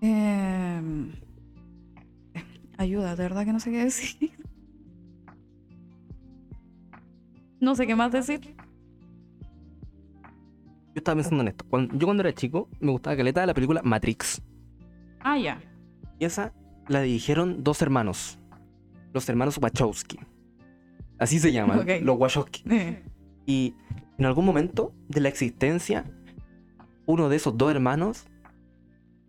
Speaker 2: Em, Ayuda, de verdad que no sé qué decir. No sé qué más decir.
Speaker 1: Yo estaba pensando en esto. Cuando- yo cuando era chico me gustaba caleta de la película Matrix.
Speaker 2: Ah, ya.
Speaker 1: Y esa la dirigieron dos hermanos. Los hermanos Wachowski. Así se llaman.
Speaker 2: Ok.
Speaker 1: Los Wachowski.
Speaker 2: Eh,
Speaker 1: Y en algún momento de la existencia, uno de esos dos hermanos,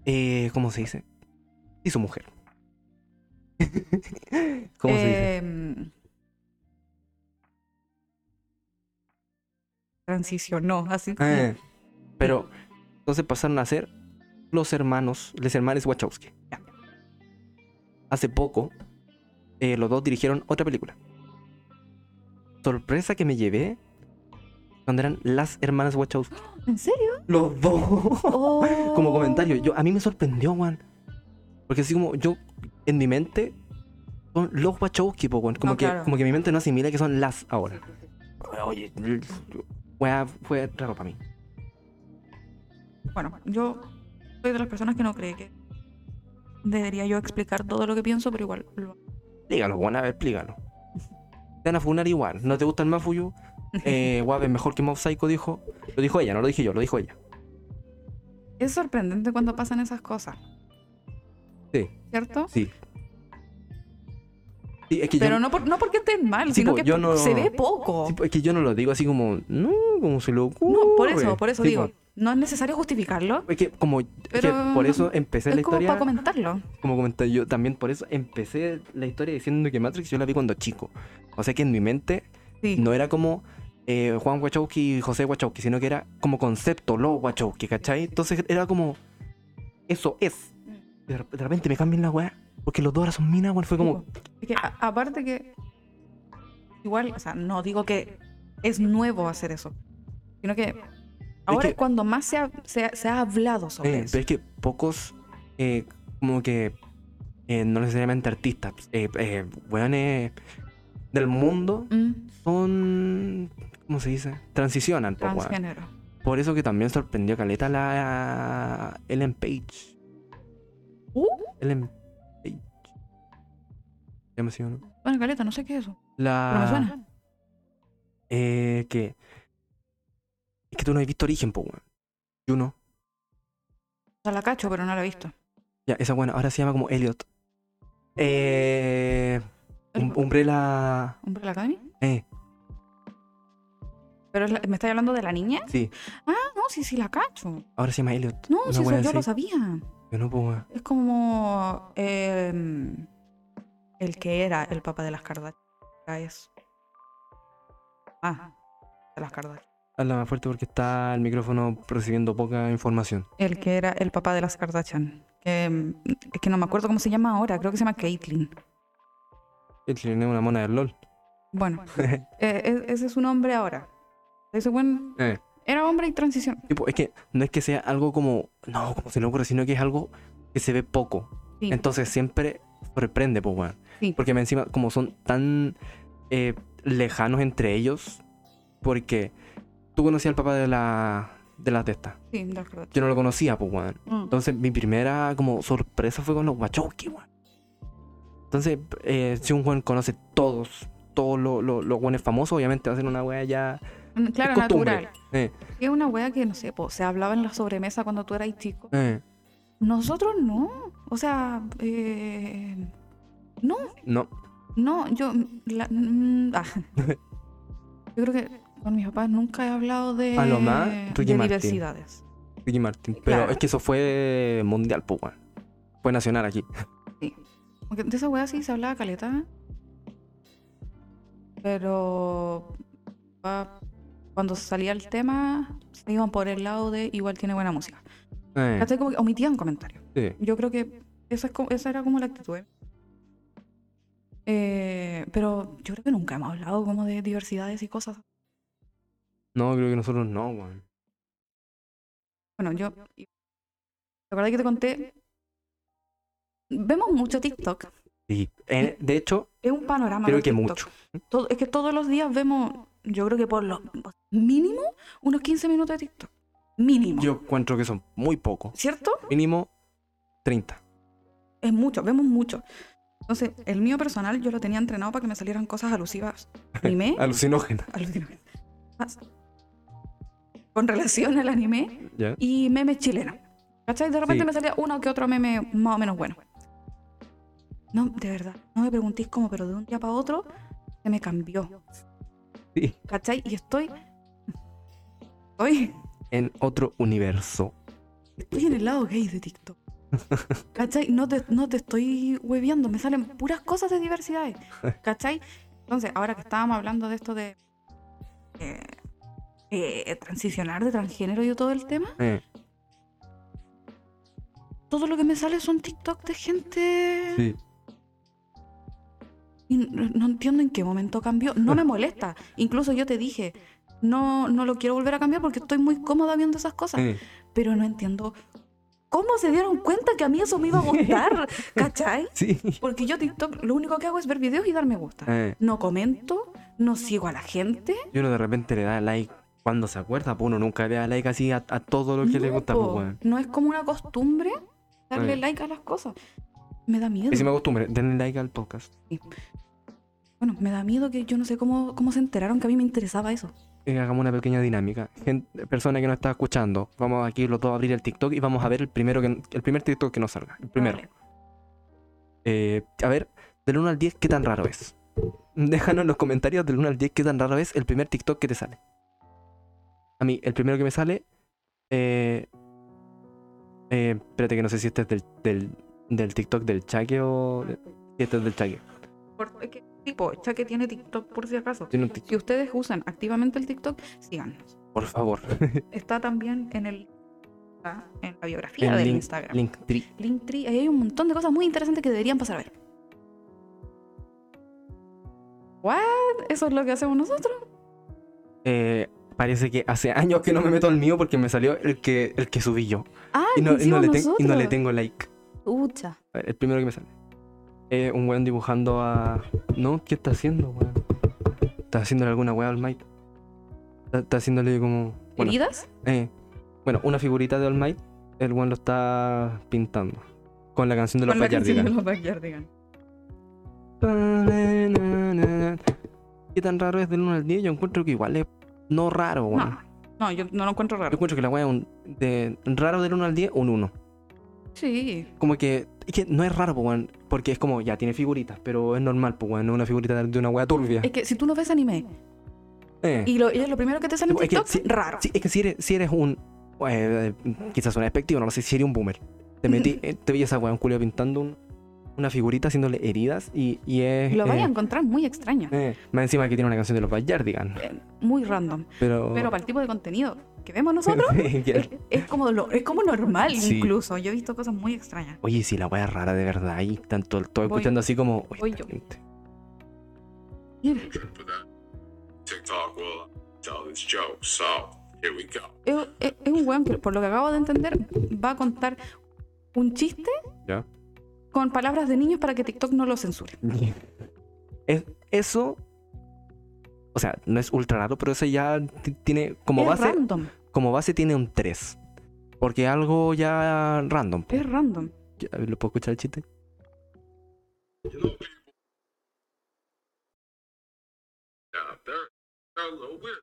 Speaker 1: eh, ¿cómo se dice? Y su mujer. ¿Cómo se dice?
Speaker 2: em, Transicionó, así.
Speaker 1: Eh, Pero entonces pasaron a ser los hermanos, los hermanos Wachowski. Hace poco, eh, los dos dirigieron otra película. Sorpresa que me llevé cuando eran las hermanas Wachowski.
Speaker 2: ¿En serio?
Speaker 1: Los dos.
Speaker 2: Oh.
Speaker 1: Como comentario, yo, a mí me sorprendió, Juan. Porque así como yo, en mi mente, son los Wachowski, po, weón. Como,
Speaker 2: No,
Speaker 1: que,
Speaker 2: claro.
Speaker 1: como que mi mente no asimila que son las ahora. Oye, weá, fue raro para mí.
Speaker 2: Bueno, yo soy de las personas que no cree que debería yo explicar todo lo que pienso, pero igual lo
Speaker 1: Dígalo, Juan, a ver, explícalo. Te van a funar igual. ¿No te gusta el Mafuyu? Eh, Guave, mejor que Mob Psycho dijo. Lo dijo ella, no lo dije yo, lo dijo ella.
Speaker 2: Es sorprendente cuando pasan esas cosas,
Speaker 1: Sí,
Speaker 2: ¿cierto?
Speaker 1: sí. Sí, es que
Speaker 2: Pero
Speaker 1: yo,
Speaker 2: no, por- no porque estén mal,
Speaker 1: Sí,
Speaker 2: sino
Speaker 1: po,
Speaker 2: que
Speaker 1: yo no-
Speaker 2: se ve poco.
Speaker 1: sí, es que yo no lo digo así como, no, como se lo ocurre.
Speaker 2: No, por eso, por eso
Speaker 1: Sí,
Speaker 2: digo,
Speaker 1: po.
Speaker 2: no es necesario justificarlo,
Speaker 1: Es que como es que
Speaker 2: Pero-
Speaker 1: por eso empecé la
Speaker 2: es como
Speaker 1: historia,
Speaker 2: para comentarlo.
Speaker 1: como comenté yo también por eso empecé la historia diciendo que Matrix yo la vi cuando chico. O sea que en mi mente
Speaker 2: Sí.
Speaker 1: no era como eh, Juan Wachowski y José Wachowski, sino que era como concepto, lo Wachowski, ¿cachai? Entonces era como, eso es.
Speaker 2: Mm.
Speaker 1: De, re- de repente me cambian la weá, porque los dos ahora son minas, weón, fue como,
Speaker 2: Es que a- aparte que igual, o sea, no digo que es nuevo hacer eso, sino que ahora
Speaker 1: que-
Speaker 2: es cuando más se ha, se ha- se ha hablado sobre
Speaker 1: eh,
Speaker 2: eso.
Speaker 1: pero es que pocos, eh, como que, eh, no necesariamente artistas, eh, eh, weones del mundo
Speaker 2: Mm,
Speaker 1: Oh, son, ¿cómo se dice? Transicionan, po, weón.
Speaker 2: transgénero.
Speaker 1: Por eso que también sorprendió a Caleta la Ellen Page.
Speaker 2: ¿Uh?
Speaker 1: Ellen Page. Se llama así, ¿o no?
Speaker 2: Bueno, Caleta, no sé qué es eso.
Speaker 1: La...
Speaker 2: Pero me suena.
Speaker 1: Eh, que... Es que tú no has visto Origen, po, weón. Yo no.
Speaker 2: O sea, la cacho, pero no la he visto.
Speaker 1: Ya, esa buena. Ahora se llama como Elliot. Eh... Um- Umbrella...
Speaker 2: ¿Hombre de la Academy?
Speaker 1: Eh,
Speaker 2: ¿Pero es la- me estáis hablando de la niña?
Speaker 1: sí.
Speaker 2: Ah, no, sí, sí, la cacho.
Speaker 1: Ahora se llama Elliot.
Speaker 2: No,
Speaker 1: Una
Speaker 2: sí, eso
Speaker 1: wea
Speaker 2: yo lo
Speaker 1: así.
Speaker 2: sabía.
Speaker 1: Yo no, po, weón.
Speaker 2: Es como em, el que era el papá de las Kardashian. Es... Ah, de las Kardashian.
Speaker 1: Habla más fuerte porque está el micrófono recibiendo poca información.
Speaker 2: El que era el papá de las Kardashian. Que, em, es que no me acuerdo cómo se llama ahora, creo que se llama Caitlyn.
Speaker 1: El chileno es una mona del LOL.
Speaker 2: Bueno, eh, e- ese es su nombre ahora. Ese buen
Speaker 1: Eh.
Speaker 2: era hombre y transición.
Speaker 1: Tipo, pues, es que no es que sea algo como, no, como se le ocurre, sino que es algo que se ve poco.
Speaker 2: Sí.
Speaker 1: Entonces siempre sorprende, pues, weón.
Speaker 2: Sí.
Speaker 1: Porque más encima, como son tan eh, lejanos entre ellos, porque tú conocías al papá de la de las de estas.
Speaker 2: Sí, de las Kardashian.
Speaker 1: Yo no lo conocía, pues, weón.
Speaker 2: Mm.
Speaker 1: Entonces mi primera como sorpresa fue con los guachowski, weón. Entonces, eh, si un weón conoce todos, todos los los- los weones famosos, obviamente va a ser una wea ya...
Speaker 2: Mm, Claro,
Speaker 1: es costumbre.
Speaker 2: natural.
Speaker 1: Eh,
Speaker 2: Es una wea que, no sé, po, se hablaba en la sobremesa cuando tú eras chico.
Speaker 1: eh.
Speaker 2: Nosotros no. O sea, eh,
Speaker 1: No,
Speaker 2: no, yo. la- mm, ah. Yo creo que con mis papás nunca he hablado de,
Speaker 1: Paloma,
Speaker 2: de
Speaker 1: Ricky Martin.
Speaker 2: diversidades.
Speaker 1: Ricky Martin. Pero
Speaker 2: Claro.
Speaker 1: es que eso fue mundial, pues, weón. Fue nacional aquí.
Speaker 2: Porque de esa wea sí se hablaba caleta. Pero pa- cuando salía el tema, se iban por el lado de igual tiene buena música.
Speaker 1: Eh,
Speaker 2: Cachai, como que omitían comentarios.
Speaker 1: sí.
Speaker 2: Yo creo que esa, es como- esa era como la actitud. ¿eh? Eh, pero yo creo que nunca hemos hablado como de diversidades y cosas.
Speaker 1: No, creo que nosotros no, weón.
Speaker 2: Bueno, yo... ¿Te acuerdas que te conté? Vemos mucho TikTok.
Speaker 1: Sí. Eh, de hecho,
Speaker 2: Es un panorama.
Speaker 1: creo
Speaker 2: ver
Speaker 1: que
Speaker 2: TikTok.
Speaker 1: mucho.
Speaker 2: Todo- es que todos los días vemos, yo creo que por lo mínimo, unos 15 minutos de TikTok. Mínimo.
Speaker 1: Yo encuentro que son muy pocos.
Speaker 2: ¿Cierto?
Speaker 1: Mínimo 30.
Speaker 2: Es mucho, vemos mucho. Entonces, el mío personal yo lo tenía entrenado para que me salieran cosas alusivas. Anime,
Speaker 1: Alucinógena.
Speaker 2: alucinante. Más. Con relación al anime
Speaker 1: ¿Ya?
Speaker 2: y memes chilenos. ¿Cachai? De repente
Speaker 1: Sí.
Speaker 2: me salía uno que otro meme más o menos bueno. No, de verdad, no me preguntéis cómo, pero de un día para otro se me cambió.
Speaker 1: Sí.
Speaker 2: ¿Cachai? Y estoy. Estoy,
Speaker 1: En otro universo.
Speaker 2: estoy en el lado gay de TikTok. ¿Cachai? No te, no te estoy hueviando, me salen puras cosas de diversidades. ¿Cachai? Entonces, ahora que estábamos hablando de esto de. eh, eh, transicionar de transgénero y todo el tema.
Speaker 1: Eh,
Speaker 2: todo lo que me sale son TikTok de gente.
Speaker 1: sí.
Speaker 2: Y no, no entiendo en qué momento cambió. No me molesta. Incluso yo te dije, no, no lo quiero volver a cambiar porque estoy muy cómoda viendo esas cosas.
Speaker 1: Eh,
Speaker 2: Pero no entiendo cómo se dieron cuenta que a mí eso me iba a gustar. ¿Cachai?
Speaker 1: sí.
Speaker 2: Porque yo TikTok lo único que hago es ver videos y dar me gusta.
Speaker 1: Eh,
Speaker 2: No comento, no sigo a la gente.
Speaker 1: y uno de repente le da like cuando se acuerda, pues uno nunca le da like así a, a todo lo que le
Speaker 2: No,
Speaker 1: gusta, pues,
Speaker 2: po.
Speaker 1: weón.
Speaker 2: No es como una costumbre darle
Speaker 1: Eh.
Speaker 2: like a las cosas. Me da miedo.
Speaker 1: Y si me acostumbre, denle like al podcast.
Speaker 2: Bueno, me da miedo que yo no sé cómo, cómo se enteraron que a mí me interesaba eso.
Speaker 1: Eh, hagamos una pequeña dinámica. Gente, persona que nos está escuchando, vamos aquí los dos a abrir el TikTok y vamos a ver el primero que el primer TikTok que nos salga. El primero.
Speaker 2: Vale.
Speaker 1: Eh, a ver, del 1 al 10, ¿qué tan raro es? Déjanos en los comentarios del 1 al 10 qué tan raro es el primer TikTok que te sale. A mí, el primero que me sale. Eh, eh, espérate, que no sé si este es del, del, del TikTok del Chaque o. Si este es del Chaque.
Speaker 2: Por- es que, tipo, ya que tiene TikTok por si acaso.
Speaker 1: Tiene un tic-
Speaker 2: Si ustedes usan activamente el TikTok, síganos.
Speaker 1: Por favor.
Speaker 2: Está también en el está en la biografía
Speaker 1: En
Speaker 2: del
Speaker 1: link-
Speaker 2: Instagram.
Speaker 1: Linktree.
Speaker 2: Linktree, ahí hay un montón de cosas muy interesantes que deberían pasar a ver. ¿What? ¿Eso es lo que hacemos nosotros?
Speaker 1: Eh, parece que hace años que no me meto al mío porque me salió el que, el que subí yo.
Speaker 2: Ah,
Speaker 1: Y no, y no
Speaker 2: hicimos
Speaker 1: le, tengo- y no le
Speaker 2: nosotros.
Speaker 1: tengo like.
Speaker 3: Ucha.
Speaker 1: A ver, El primero que me sale. Eh, un weón dibujando a. No, ¿qué está haciendo, weón? Está haciéndole alguna weá al Mike. Está, está haciéndole como. Bueno.
Speaker 2: ¿Heridas?
Speaker 1: Eh, bueno, una figurita de All Might, el one lo está pintando. Con la canción de los
Speaker 2: Con la canción de
Speaker 1: Backyardigans.
Speaker 2: los Backyardigans.
Speaker 1: ¿Qué tan raro es del 1 al 10? Yo encuentro que igual es no raro, weón.
Speaker 2: No, no, yo no lo encuentro
Speaker 1: Yo
Speaker 2: raro.
Speaker 1: encuentro que la weá es un- de raro del 1 al 10, un 1.
Speaker 2: Sí,
Speaker 1: Como que, es que no es raro, po, weón. Porque es como, ya tiene figuritas, pero es normal, pues, weón. No es una figurita de una weá turbia.
Speaker 2: es que si tú no ves anime
Speaker 1: Eh.
Speaker 2: y, lo, y es lo primero que te sale en
Speaker 1: Es que
Speaker 2: TikTok,
Speaker 1: sí-
Speaker 2: raro.
Speaker 1: Sí, es que si eres, si eres un. eh, quizás suena despectivo, no lo sé, si eres un boomer. Te metí, eh, te veías a weón culio pintando un- una figurita haciéndole heridas y, y es.
Speaker 2: Lo
Speaker 1: eh,
Speaker 2: vaya a encontrar muy extraño,
Speaker 1: eh, más encima que tiene una canción de los Bayardigan.
Speaker 2: muy random.
Speaker 1: Pero.
Speaker 2: Pero para el tipo de contenido que vemos nosotros, es, es como, lo- es como normal
Speaker 1: Sí.
Speaker 2: incluso. Yo he visto cosas muy extrañas.
Speaker 1: Oye, si la wea es rara de verdad, y tanto todo
Speaker 2: Voy-
Speaker 1: escuchando así como. "Oye,
Speaker 2: voy
Speaker 1: esta
Speaker 2: yo.
Speaker 1: gente".
Speaker 5: TikTok will tell this joke. So here we go.
Speaker 2: Es, es- es un weón que, por lo que acabo de entender, va a contar un chiste
Speaker 1: Ya.
Speaker 2: con palabras de niños para que TikTok no lo censure.
Speaker 1: Es- eso. O sea, no es ultra raro, pero eso ya t- tiene. Como
Speaker 2: es
Speaker 1: base,
Speaker 2: random,
Speaker 1: como base tiene un 3. Porque algo ya random. po.
Speaker 2: es random.
Speaker 1: Ya, a ver, ¿Lo puedo escuchar el chiste?
Speaker 5: You know, people out there, they're a little weird.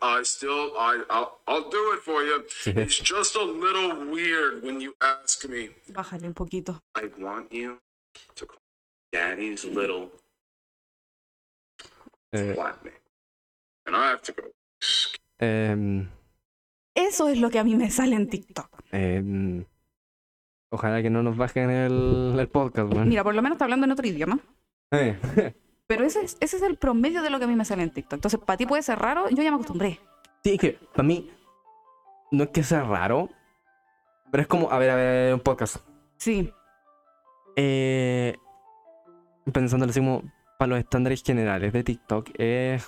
Speaker 5: I still, I, I'll, I'll do it for you. It's just a little weird when you ask me.
Speaker 2: Bájale un poquito.
Speaker 5: I want you to call Daddy's little
Speaker 1: Eh,
Speaker 5: black man, and I have to go.
Speaker 1: em,
Speaker 2: Eso es lo que a mí me sale en TikTok.
Speaker 1: em, ojalá que no nos bajen el, el podcast, weón.
Speaker 2: Mira, por lo menos está hablando en otro idioma.
Speaker 1: Eh,
Speaker 2: Pero ese es, ese es el promedio de lo que a mí me sale en TikTok. Entonces, para ti puede ser raro, yo ya me acostumbré.
Speaker 1: Sí, es que para mí no es que sea raro, pero es como, a ver, a ver, un podcast.
Speaker 2: Sí,
Speaker 1: Eh, pensándolo así como para los estándares generales de TikTok, es...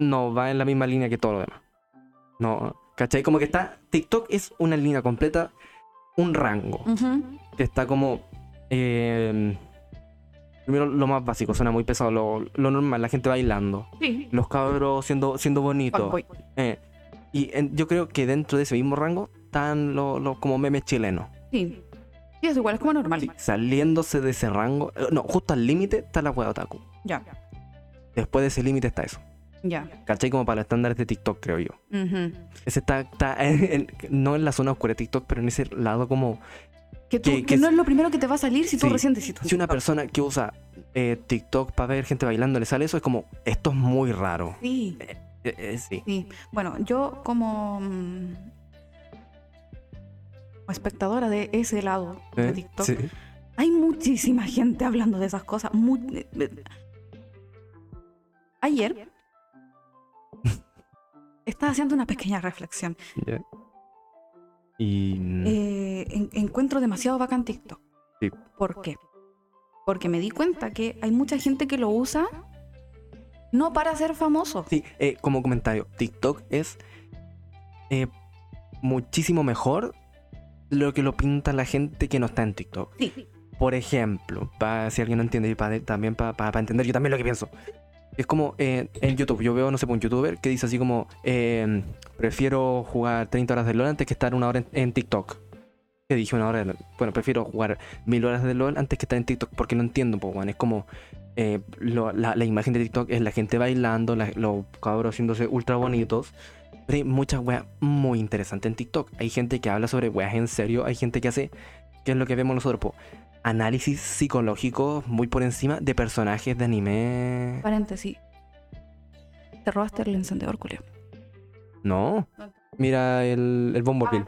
Speaker 1: no va en la misma línea que todo lo demás. No, ¿cachai? Como que está, TikTok es una línea completa, un rango.
Speaker 2: ujú,
Speaker 1: que está como. eh, primero, lo más básico, suena muy pesado, lo, lo normal, la gente bailando,
Speaker 2: sí.
Speaker 1: los cabros siendo, siendo bonitos.
Speaker 2: Fuckboy.
Speaker 1: eh, y en- yo creo que dentro de ese mismo rango están los, los como memes chilenos.
Speaker 2: Sí. Sí, es igual, es como normal.
Speaker 1: Sí, saliéndose de ese rango, eh, no, justo al límite está la hueá otaku.
Speaker 2: Ya,
Speaker 1: Después de ese límite está eso.
Speaker 2: ya.
Speaker 1: ¿Cachai? Como para los estándares de TikTok, creo yo.
Speaker 2: ujú.
Speaker 1: Ese está, está en- en- no en la zona oscura de TikTok, pero en ese lado como
Speaker 2: Que, tú-
Speaker 1: Que-
Speaker 2: que
Speaker 1: que
Speaker 2: no
Speaker 1: es-
Speaker 2: es lo primero que te va a salir si tú
Speaker 1: Sí.
Speaker 2: recién te hiciste un
Speaker 1: Si una
Speaker 2: TikTok.
Speaker 1: persona que usa eh, TikTok para ver gente bailando le sale eso, es como, esto es muy raro.
Speaker 2: Sí,
Speaker 1: Eh, eh, sí.
Speaker 2: sí. Bueno, yo como. mm, como espectadora de ese lado de
Speaker 1: Eh,
Speaker 2: TikTok,
Speaker 1: sí.
Speaker 2: hay muchísima gente hablando de esas cosas. mu- eh, eh. Ayer estaba haciendo una pequeña reflexión.
Speaker 1: Ya. Y... mm,
Speaker 2: Eh, en- encuentro demasiado bacán TikTok.
Speaker 1: Sí.
Speaker 2: ¿Por qué? Porque me di cuenta que hay mucha gente que lo usa no para ser famoso.
Speaker 1: sí, eh, como comentario, TikTok es eh, muchísimo mejor lo que lo pinta la gente que no está en TikTok.
Speaker 2: Sí.
Speaker 1: Por ejemplo, pa- si alguien no entiende, y pa- de- también para entender yo también lo que pienso. Es como eh, en YouTube, yo veo, no sé, un youtuber que dice así como, eh, prefiero jugar 30 horas de LOL antes que estar una hora en, en TikTok. Que dije una hora de LOL. Bueno, prefiero jugar mil horas de LOL antes que estar en TikTok porque no entiendo, pues, Es como eh, lo- la, la imagen de TikTok es la gente bailando, la- los cabros haciéndose ultra bonitos. Pero hay muchas weas muy interesantes en TikTok. Hay gente que habla sobre weas en serio, hay gente que hace, que es lo que vemos nosotros, po, análisis psicológico muy por encima de personajes de anime.
Speaker 2: Paréntesis. Te robaste el encendedor, Julio.
Speaker 1: No. Mira el, el Bumblebee.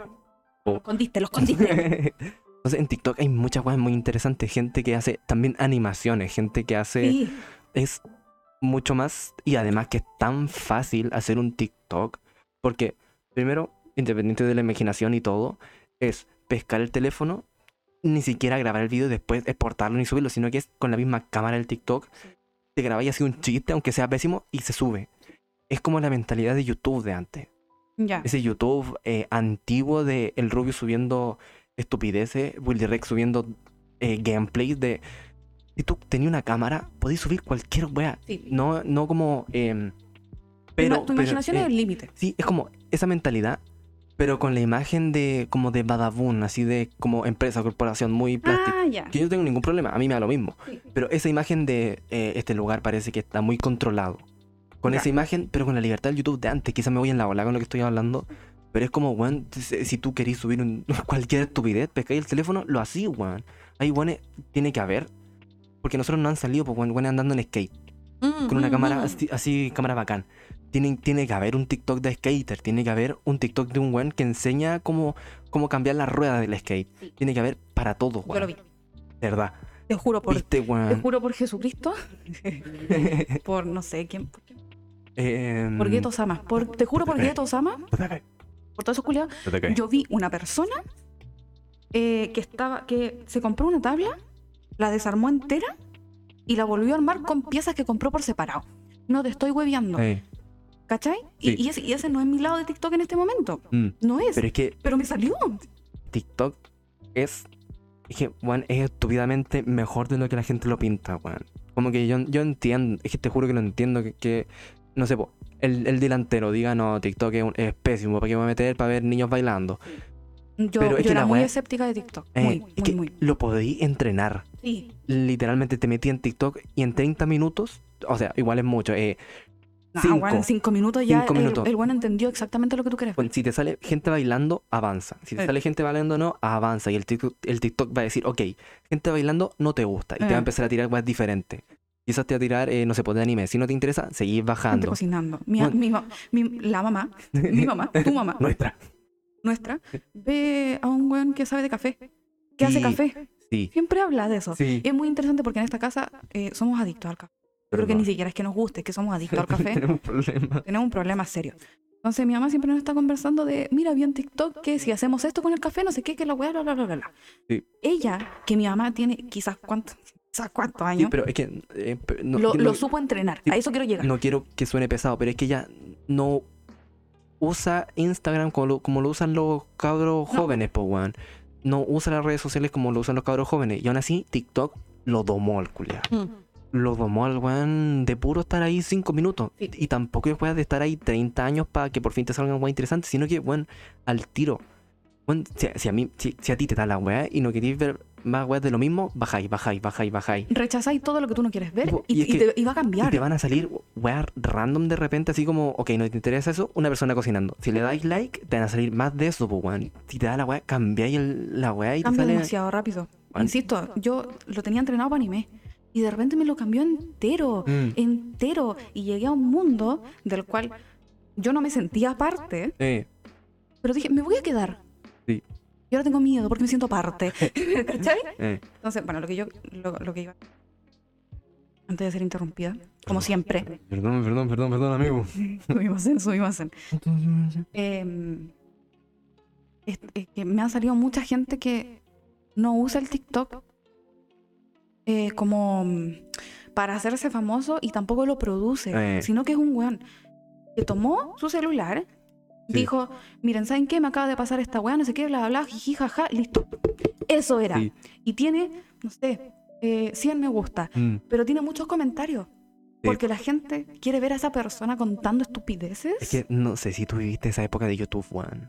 Speaker 2: Lo escondiste, lo escondiste.
Speaker 1: Entonces en TikTok hay muchas cosas muy interesantes. Gente que hace también animaciones, gente que hace...
Speaker 2: Sí.
Speaker 1: es mucho más y además que es tan fácil hacer un TikTok porque primero, independiente de la imaginación y todo, es pescar el teléfono, ni siquiera grabar el video y después exportarlo ni subirlo, sino que es con la misma cámara el TikTok, te grabáis así un chiste, aunque sea pésimo, y se sube. Es como la mentalidad de YouTube de antes.
Speaker 2: Ya.
Speaker 1: Ese YouTube eh, antiguo de El Rubio subiendo estupideces, Willy Rex subiendo eh, gameplays de... Si tú tenías una cámara, podías subir cualquier wea.
Speaker 2: Sí.
Speaker 1: No, no como eh, Pero,
Speaker 2: tu
Speaker 1: pero,
Speaker 2: imaginación
Speaker 1: eh,
Speaker 2: es el límite.
Speaker 1: Sí, es como esa mentalidad, pero con la imagen de como de Badabun, así de como empresa, corporación muy plástica.
Speaker 2: Ah, ya.
Speaker 1: Que yo no tengo ningún problema, a mí me da lo mismo.
Speaker 2: Sí.
Speaker 1: Pero esa imagen de eh, este lugar parece que está muy controlado. Con
Speaker 2: Ya.
Speaker 1: esa imagen, pero con la libertad del YouTube de antes, quizás me voy en la ola con lo que estoy hablando. Pero es como, weón, si si tú querís subir un- cualquier estupidez, pescáis el teléfono, lo así, weón. Ahí, weón, tiene que haber. Porque nosotros no han salido, pues, weón, weón, andando en skate
Speaker 2: Mm,
Speaker 1: con una cámara así, así, cámara bacán. Tiene, tiene que haber un TikTok de skater, tiene que haber un TikTok de un weón que enseña cómo, cómo cambiar la rueda del skate. Tiene que haber para todo, weón.
Speaker 2: Yo lo vi.
Speaker 1: ¿Verdad?
Speaker 2: Te juro por,
Speaker 1: Viste,
Speaker 2: te
Speaker 1: weón.
Speaker 2: juro por Jesucristo. por no sé quién. Por, quién.
Speaker 1: Em,
Speaker 2: por Gueto Sama. Por, te juro por
Speaker 1: Ok.
Speaker 2: Gueto Sama. Por todos esos culiados.
Speaker 1: Ok.
Speaker 2: Yo vi una persona eh, que estaba. que se compró una tabla, la desarmó entera y la volvió a armar con piezas que compró por separado. No te estoy hueviando.
Speaker 1: Ey,
Speaker 2: ¿Cachai? Y,
Speaker 1: Sí.
Speaker 2: y ese, y ese no es mi lado de TikTok en este momento.
Speaker 1: mm.
Speaker 2: No es.
Speaker 1: Pero
Speaker 2: Pero,
Speaker 1: es que
Speaker 2: me salió.
Speaker 1: TikTok es. Es que, weón, es estúpidamente mejor de lo que la gente lo pinta, weón. Como que yo, yo entiendo, es que te juro que lo entiendo, que, que- no sé, po, el, el delantero diga, no, TikTok es, un- es pésimo, ¿para qué me voy a meter para ver niños bailando?
Speaker 2: Yo,
Speaker 1: Pero es
Speaker 2: yo
Speaker 1: que
Speaker 2: era
Speaker 1: la
Speaker 2: muy
Speaker 1: wea-
Speaker 2: escéptica de TikTok.
Speaker 1: Eh,
Speaker 2: muy,
Speaker 1: es
Speaker 2: muy,
Speaker 1: que
Speaker 2: muy.
Speaker 1: lo podéis entrenar.
Speaker 2: Sí.
Speaker 1: Literalmente te metí en TikTok y en 30 minutos, o sea, igual es mucho, eh,
Speaker 2: No,
Speaker 1: Cinco.
Speaker 2: bueno, en cinco minutos ya
Speaker 1: Cinco
Speaker 2: el-
Speaker 1: minutos.
Speaker 2: El, bueno entendió exactamente lo que tú quieres.
Speaker 1: Bueno, si te sale gente bailando, avanza. Si te
Speaker 2: Eh.
Speaker 1: sale gente bailando, no, avanza. Y el TikTok, el TikTok va a decir, ok, gente bailando no te gusta. Y te va
Speaker 2: Eh.
Speaker 1: a empezar a tirar más diferente. Quizás te va a tirar, eh, no sé, pues de anime. Si no te interesa, seguís
Speaker 2: Gente
Speaker 1: bajando.
Speaker 2: cocinando. Mi,
Speaker 1: Bueno.
Speaker 2: mi ma- mi- la mamá, mi mamá, tu mamá,
Speaker 1: Nuestra.
Speaker 2: nuestra, ve a un weón que sabe de café, que hace
Speaker 1: Sí.
Speaker 2: café.
Speaker 1: Sí.
Speaker 2: Siempre habla de eso.
Speaker 1: Sí.
Speaker 2: Y es muy interesante porque en esta casa eh, somos adictos al café. Yo creo que ni siquiera es que nos guste, es que somos adictos al café.
Speaker 1: Tenemos problemas.
Speaker 2: tenemos un problema serio. Entonces mi mamá siempre nos está conversando de, mira, vi en TikTok que si hacemos esto con el café, no sé qué, que la weá, bla, bla, bla, bla. bla".
Speaker 1: Sí.
Speaker 2: Ella, que mi mamá tiene quizás cuántos, quizás cuántos
Speaker 1: Sí,
Speaker 2: años,
Speaker 1: pero es que eh, pe- no,
Speaker 2: lo,
Speaker 1: no-
Speaker 2: lo supo entrenar.
Speaker 1: Sí.
Speaker 2: A eso quiero llegar.
Speaker 1: no quiero que suene pesado, pero es que ella no usa Instagram como lo, como lo usan los cabros jóvenes, po, weón. No usa las redes sociales como lo usan los cabros jóvenes. Y aún así, TikTok lo domó al culiao. Lo domó al weón de puro estar ahí cinco minutos.
Speaker 2: Sí.
Speaker 1: Y tampoco es weón de estar ahí 30 años para que por fin te salga un weón interesante, sino que, weón, al tiro. Weón, si, si a mí, si, si a ti te da la weá y no queréis ver más weas de lo mismo, bajáis, bajáis, bajáis, bajáis.
Speaker 2: Rechazáis todo lo que tú no quieres ver
Speaker 1: Tipo,
Speaker 2: y,
Speaker 1: y es
Speaker 2: y
Speaker 1: que-
Speaker 2: te- y va
Speaker 1: Y
Speaker 2: a cambiar.
Speaker 1: te van a salir weas random de repente, así como, ok, no te interesa eso, una persona cocinando. Si le dais like, te van a salir más de eso, pues, weón. Si te da la wea, cambiáis el- la wea y te
Speaker 2: Cambia
Speaker 1: sale.
Speaker 2: demasiado rápido.
Speaker 1: Bueno.
Speaker 2: Insisto, yo lo tenía entrenado para anime y de repente me lo cambió entero,
Speaker 1: Mm.
Speaker 2: entero. Y llegué a un mundo del cual yo no me sentía parte.
Speaker 1: Eh,
Speaker 2: Pero dije, me voy a quedar.
Speaker 1: Sí.
Speaker 2: Y ahora tengo miedo porque me siento parte. ¿Cachai?
Speaker 1: eh.
Speaker 2: Entonces, bueno, lo que yo lo, lo que iba. Antes de ser interrumpida, como siempre.
Speaker 1: Perdón, perdón, perdón, perdón, amigo.
Speaker 2: subimos en, subimos en. Eh, es- es que me ha salido mucha gente que no usa el TikTok eh, como mm, para hacerse famoso y tampoco lo produce,
Speaker 1: Eh.
Speaker 2: sino que es un weón que tomó su celular,
Speaker 1: Sí.
Speaker 2: dijo, miren, ¿saben qué? Me acaba de pasar esta weá, no sé qué, bla, bla, bla, jiji, jaja, listo. Eso era.
Speaker 1: Sí.
Speaker 2: Y tiene, no sé, eh, 100 me gusta,
Speaker 1: Mm.
Speaker 2: pero tiene muchos comentarios. Porque la gente quiere ver a esa persona contando estupideces.
Speaker 1: Es que no sé si tú viviste esa época de YouTube, weón.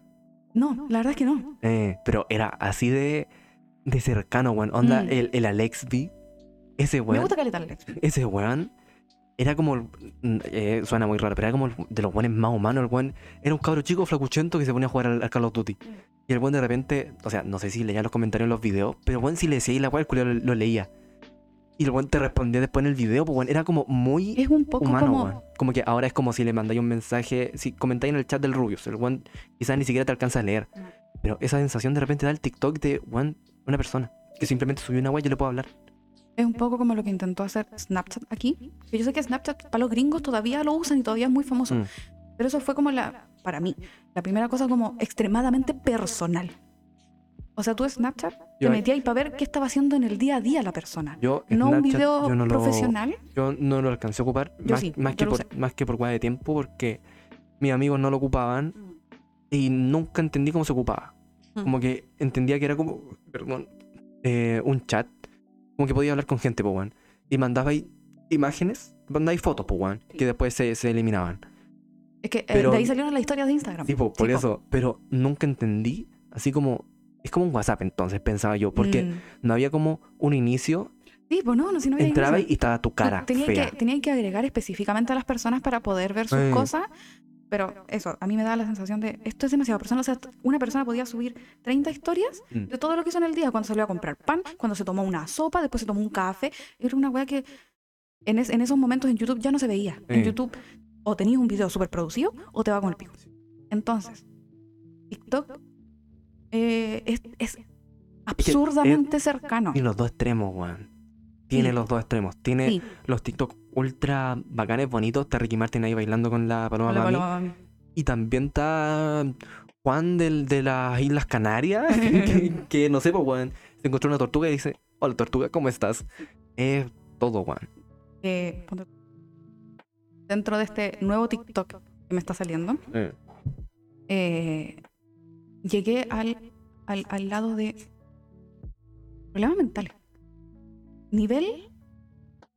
Speaker 2: No, la verdad es que no.
Speaker 1: Eh, pero era así de, de cercano, weón. Onda,
Speaker 2: Mm.
Speaker 1: el, el Alex B. Ese
Speaker 2: Me
Speaker 1: weón.
Speaker 2: gusta caletarle.
Speaker 1: Ese weón era como. el- mm, eh, suena muy raro, pero era como el- de los weones más humanos. El weón era un cabro chico flacuchento que se ponía a jugar al, al Call of
Speaker 2: Mm.
Speaker 1: Duty. Y el weón de repente, o sea, no sé si leía los comentarios en los videos, pero el weón si le decía y la weá, el culiao lo, lo leía. Y el weón te respondía después en el video, pues weón, era como muy
Speaker 2: Es un poco
Speaker 1: humano,
Speaker 2: como.
Speaker 1: weón. Como que ahora es como si le mandáis un mensaje, si comentáis en el chat del Rubius, el weón quizás ni siquiera te alcanza a leer.
Speaker 2: Mm.
Speaker 1: Pero esa sensación de repente da el TikTok de weón, una persona que simplemente subió una weá y yo le puedo hablar.
Speaker 2: Es un poco como lo que intentó hacer Snapchat aquí. Que yo sé que Snapchat para los gringos todavía lo usan y todavía es muy famoso.
Speaker 1: Mm.
Speaker 2: Pero eso fue como la, para mí, la primera cosa como extremadamente personal. O sea, tú Snapchat te
Speaker 1: Yo-
Speaker 2: metías ahí para ver qué estaba haciendo en el día a día la persona.
Speaker 1: Yo,
Speaker 2: no un
Speaker 1: Snapchat,
Speaker 2: video
Speaker 1: yo no lo-
Speaker 2: profesional.
Speaker 1: Yo no lo alcancé a ocupar,
Speaker 2: Yo
Speaker 1: más,
Speaker 2: sí,
Speaker 1: más
Speaker 2: yo
Speaker 1: que
Speaker 2: lo
Speaker 1: por, más que por guay de tiempo, porque mis amigos no lo ocupaban y nunca entendí cómo se ocupaba.
Speaker 2: Mm.
Speaker 1: Como que entendía que era como, perdón, eh, un chat, como que podía hablar con gente, po, weón. Y mandaba ahí imágenes, mandaba ahí fotos, po, weón, que después se, se eliminaban.
Speaker 2: Es que eh,
Speaker 1: Pero-
Speaker 2: de ahí salieron las historias de Instagram.
Speaker 1: Tipo, por
Speaker 2: Ah, Sí, po.
Speaker 1: eso. Pero nunca entendí, así como. Es como un WhatsApp entonces, pensaba yo, porque
Speaker 2: Mm.
Speaker 1: no había como un inicio,
Speaker 2: Sí, pues no, no, si no había
Speaker 1: entraba
Speaker 2: ingreso.
Speaker 1: y estaba tu cara
Speaker 2: Tenían
Speaker 1: fea.
Speaker 2: que, tenían que agregar específicamente a las personas para poder ver sus
Speaker 1: Sí.
Speaker 2: cosas. Pero eso, a mí me da la sensación de esto es demasiado personal. O sea, una persona podía subir 30 historias
Speaker 1: Mm.
Speaker 2: de todo lo que hizo en el día: cuando salió a comprar pan, cuando se tomó una sopa, después se tomó un café. Era una wea que en, es- en esos momentos en YouTube ya no se veía. En
Speaker 1: Sí.
Speaker 2: YouTube o tenías un video súper producido o te va con el pico. Entonces, TikTok eh, es, es absurdamente cercano.
Speaker 1: Tiene los dos extremos, weón. Tiene
Speaker 2: Ah. Sí.
Speaker 1: los dos extremos. Tiene
Speaker 2: Sí,
Speaker 1: los TikTok ultra bacanes, bonitos. Está Ricky Martin ahí bailando con la paloma
Speaker 2: hola,
Speaker 1: mami.
Speaker 2: Paloma Mami.
Speaker 1: Y también está Juan del, de las Islas Canarias. que, que no sé, pues, weón. Se encontró una tortuga y dice: Hola, tortuga, ¿cómo estás? Es todo, weón.
Speaker 2: eh, ponte- dentro de este nuevo TikTok que me está saliendo,
Speaker 1: Eh.
Speaker 2: eh, llegué al, al, al lado de problemas mentales. Nivel,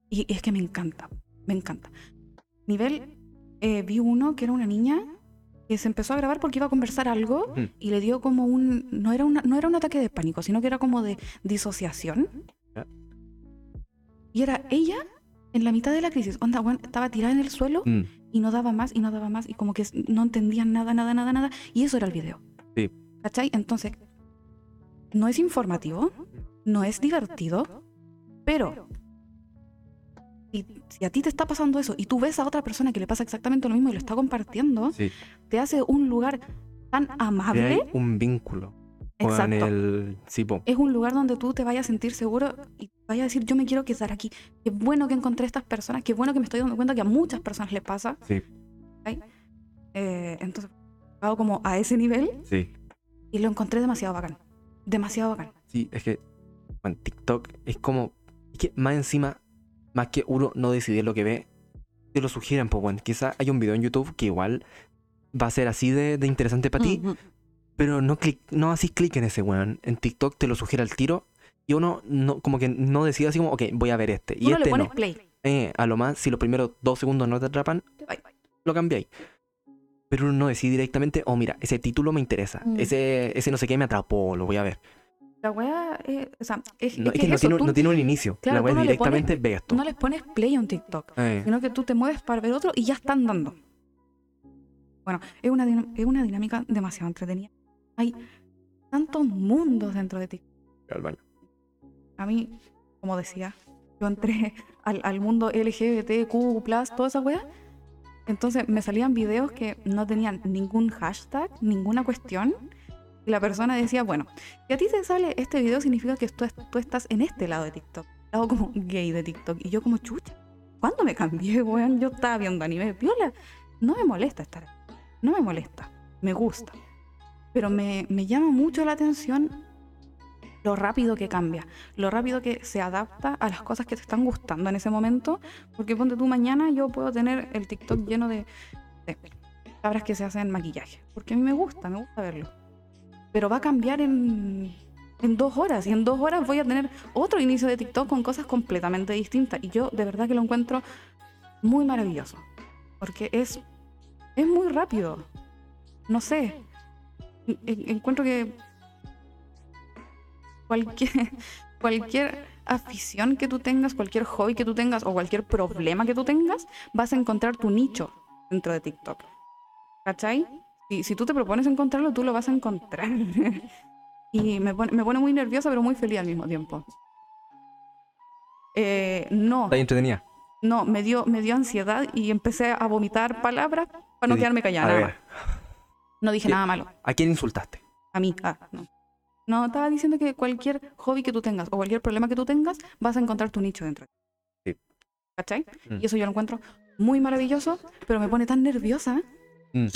Speaker 2: y y es que me encanta, me encanta. Nivel, eh, vi uno que era una niña que se empezó a grabar porque iba a conversar algo
Speaker 1: Mm.
Speaker 2: y le dio como un, no era, una- no era un ataque de pánico, sino que era como de disociación.
Speaker 1: Ya.
Speaker 2: Y era ella en la mitad de la crisis, onda, weón, estaba tirada en el suelo
Speaker 1: Mm.
Speaker 2: y no daba más y no daba más y como que s- no entendían nada, nada, nada, nada. Y eso era el video.
Speaker 1: Sí.
Speaker 2: ¿Cachai? Entonces, no es informativo, no es divertido, pero si, si a ti te está pasando eso y tú ves a otra persona que le pasa exactamente lo mismo y lo está compartiendo,
Speaker 1: Sí.
Speaker 2: te hace un lugar tan
Speaker 1: Crea
Speaker 2: amable.
Speaker 1: un vínculo con
Speaker 2: Exacto. Eh,
Speaker 1: el. Sí, po.
Speaker 2: Es un lugar donde tú te vayas a sentir seguro y vayas a decir, yo me quiero quedar aquí. Qué bueno que encontré estas personas, qué bueno que me estoy dando cuenta que a muchas personas les pasa.
Speaker 1: Sí.
Speaker 2: ¿Cachai? Eh, entonces, hago como a ese nivel
Speaker 1: Sí.
Speaker 2: y lo encontré demasiado bacán. Demasiado bacán.
Speaker 1: Sí, es que bueno, TikTok es como. Es que más encima, más que uno no decidir lo que ve, te lo sugieren, pues bueno. Quizá hay un video en YouTube que igual va a ser así de, de interesante para ti, pero no clic, no haces clic en ese weón. En TikTok te lo sugiere al tiro y uno no, como que no decide así como, ok, voy a ver este. Y
Speaker 2: Uno le
Speaker 1: este
Speaker 2: pones
Speaker 1: no.
Speaker 2: play.
Speaker 1: Eh, a lo más, si los primeros dos segundos no te atrapan,
Speaker 2: Bye, bye.
Speaker 1: lo cambiáis. Pero uno no decide directamente, oh mira, ese título me interesa,
Speaker 2: Mm.
Speaker 1: ese, ese no sé qué me atrapó, lo voy a ver.
Speaker 2: La wea, eh, o sea, es,
Speaker 1: No,
Speaker 2: es
Speaker 1: es
Speaker 2: que
Speaker 1: que no,
Speaker 2: eso,
Speaker 1: tiene,
Speaker 2: tú
Speaker 1: no tiene un inicio.
Speaker 2: claro,
Speaker 1: la
Speaker 2: tú
Speaker 1: web
Speaker 2: no le pones-
Speaker 1: directamente ve esto.
Speaker 2: no les pones play a un TikTok,
Speaker 1: Eh,
Speaker 2: sino que tú te mueves para ver otro y ya están dando. Bueno, es una, dinam- es una dinámica demasiado entretenida. Hay tantos mundos dentro de TikTok.
Speaker 1: al baño.
Speaker 2: A mí, como decía, yo entré al, al mundo LGBTQ, toda esa wea. Entonces me salían videos que no tenían ningún hashtag, ninguna cuestión. Y la persona decía, bueno, que a ti te sale este video significa que tú, tú estás en este lado de TikTok. Lado como gay de TikTok. Y yo como chucha. ¿Cuándo me cambié, weón? Yo estaba viendo anime. Viola, no me molesta estar. ahí. No me molesta. Me gusta. Pero me, me llama mucho la atención lo rápido que cambia lo rápido que se adapta a las cosas que te están gustando en ese momento. Porque ponte tú mañana, yo puedo tener el TikTok lleno de, de cabras que se hacen maquillaje. Porque a mí me gusta, me gusta verlo. Pero va a cambiar en, en dos horas. Y en dos horas voy a tener otro inicio de TikTok con cosas completamente distintas. Y yo de verdad que lo encuentro muy maravilloso. Porque es, es muy rápido. No sé. En- en- Encuentro que cualquier, cualquier afición que tú tengas, cualquier hobby que tú tengas o cualquier problema que tú tengas, vas a encontrar tu nicho dentro de TikTok. ¿Cachai? Si, si tú te propones encontrarlo, tú lo vas a encontrar. y me pone, me pone muy nerviosa, pero muy feliz al mismo tiempo. Eh, no,
Speaker 1: Está ahí entretenida.
Speaker 2: no, me dio, me dio ansiedad y empecé a vomitar palabras para no
Speaker 1: Sí.
Speaker 2: quedarme
Speaker 1: A
Speaker 2: callada. nada
Speaker 1: ver,
Speaker 2: más. No dije
Speaker 1: Sí.
Speaker 2: nada malo.
Speaker 1: ¿a quién insultaste?
Speaker 2: A mí, ah, no. No, estaba diciendo que cualquier hobby que tú tengas o cualquier problema que tú tengas, vas a encontrar tu nicho dentro.
Speaker 1: Sí.
Speaker 2: ¿Cachai?
Speaker 1: Mm.
Speaker 2: Y eso yo lo encuentro muy maravilloso, pero me pone tan nerviosa.
Speaker 1: Mm.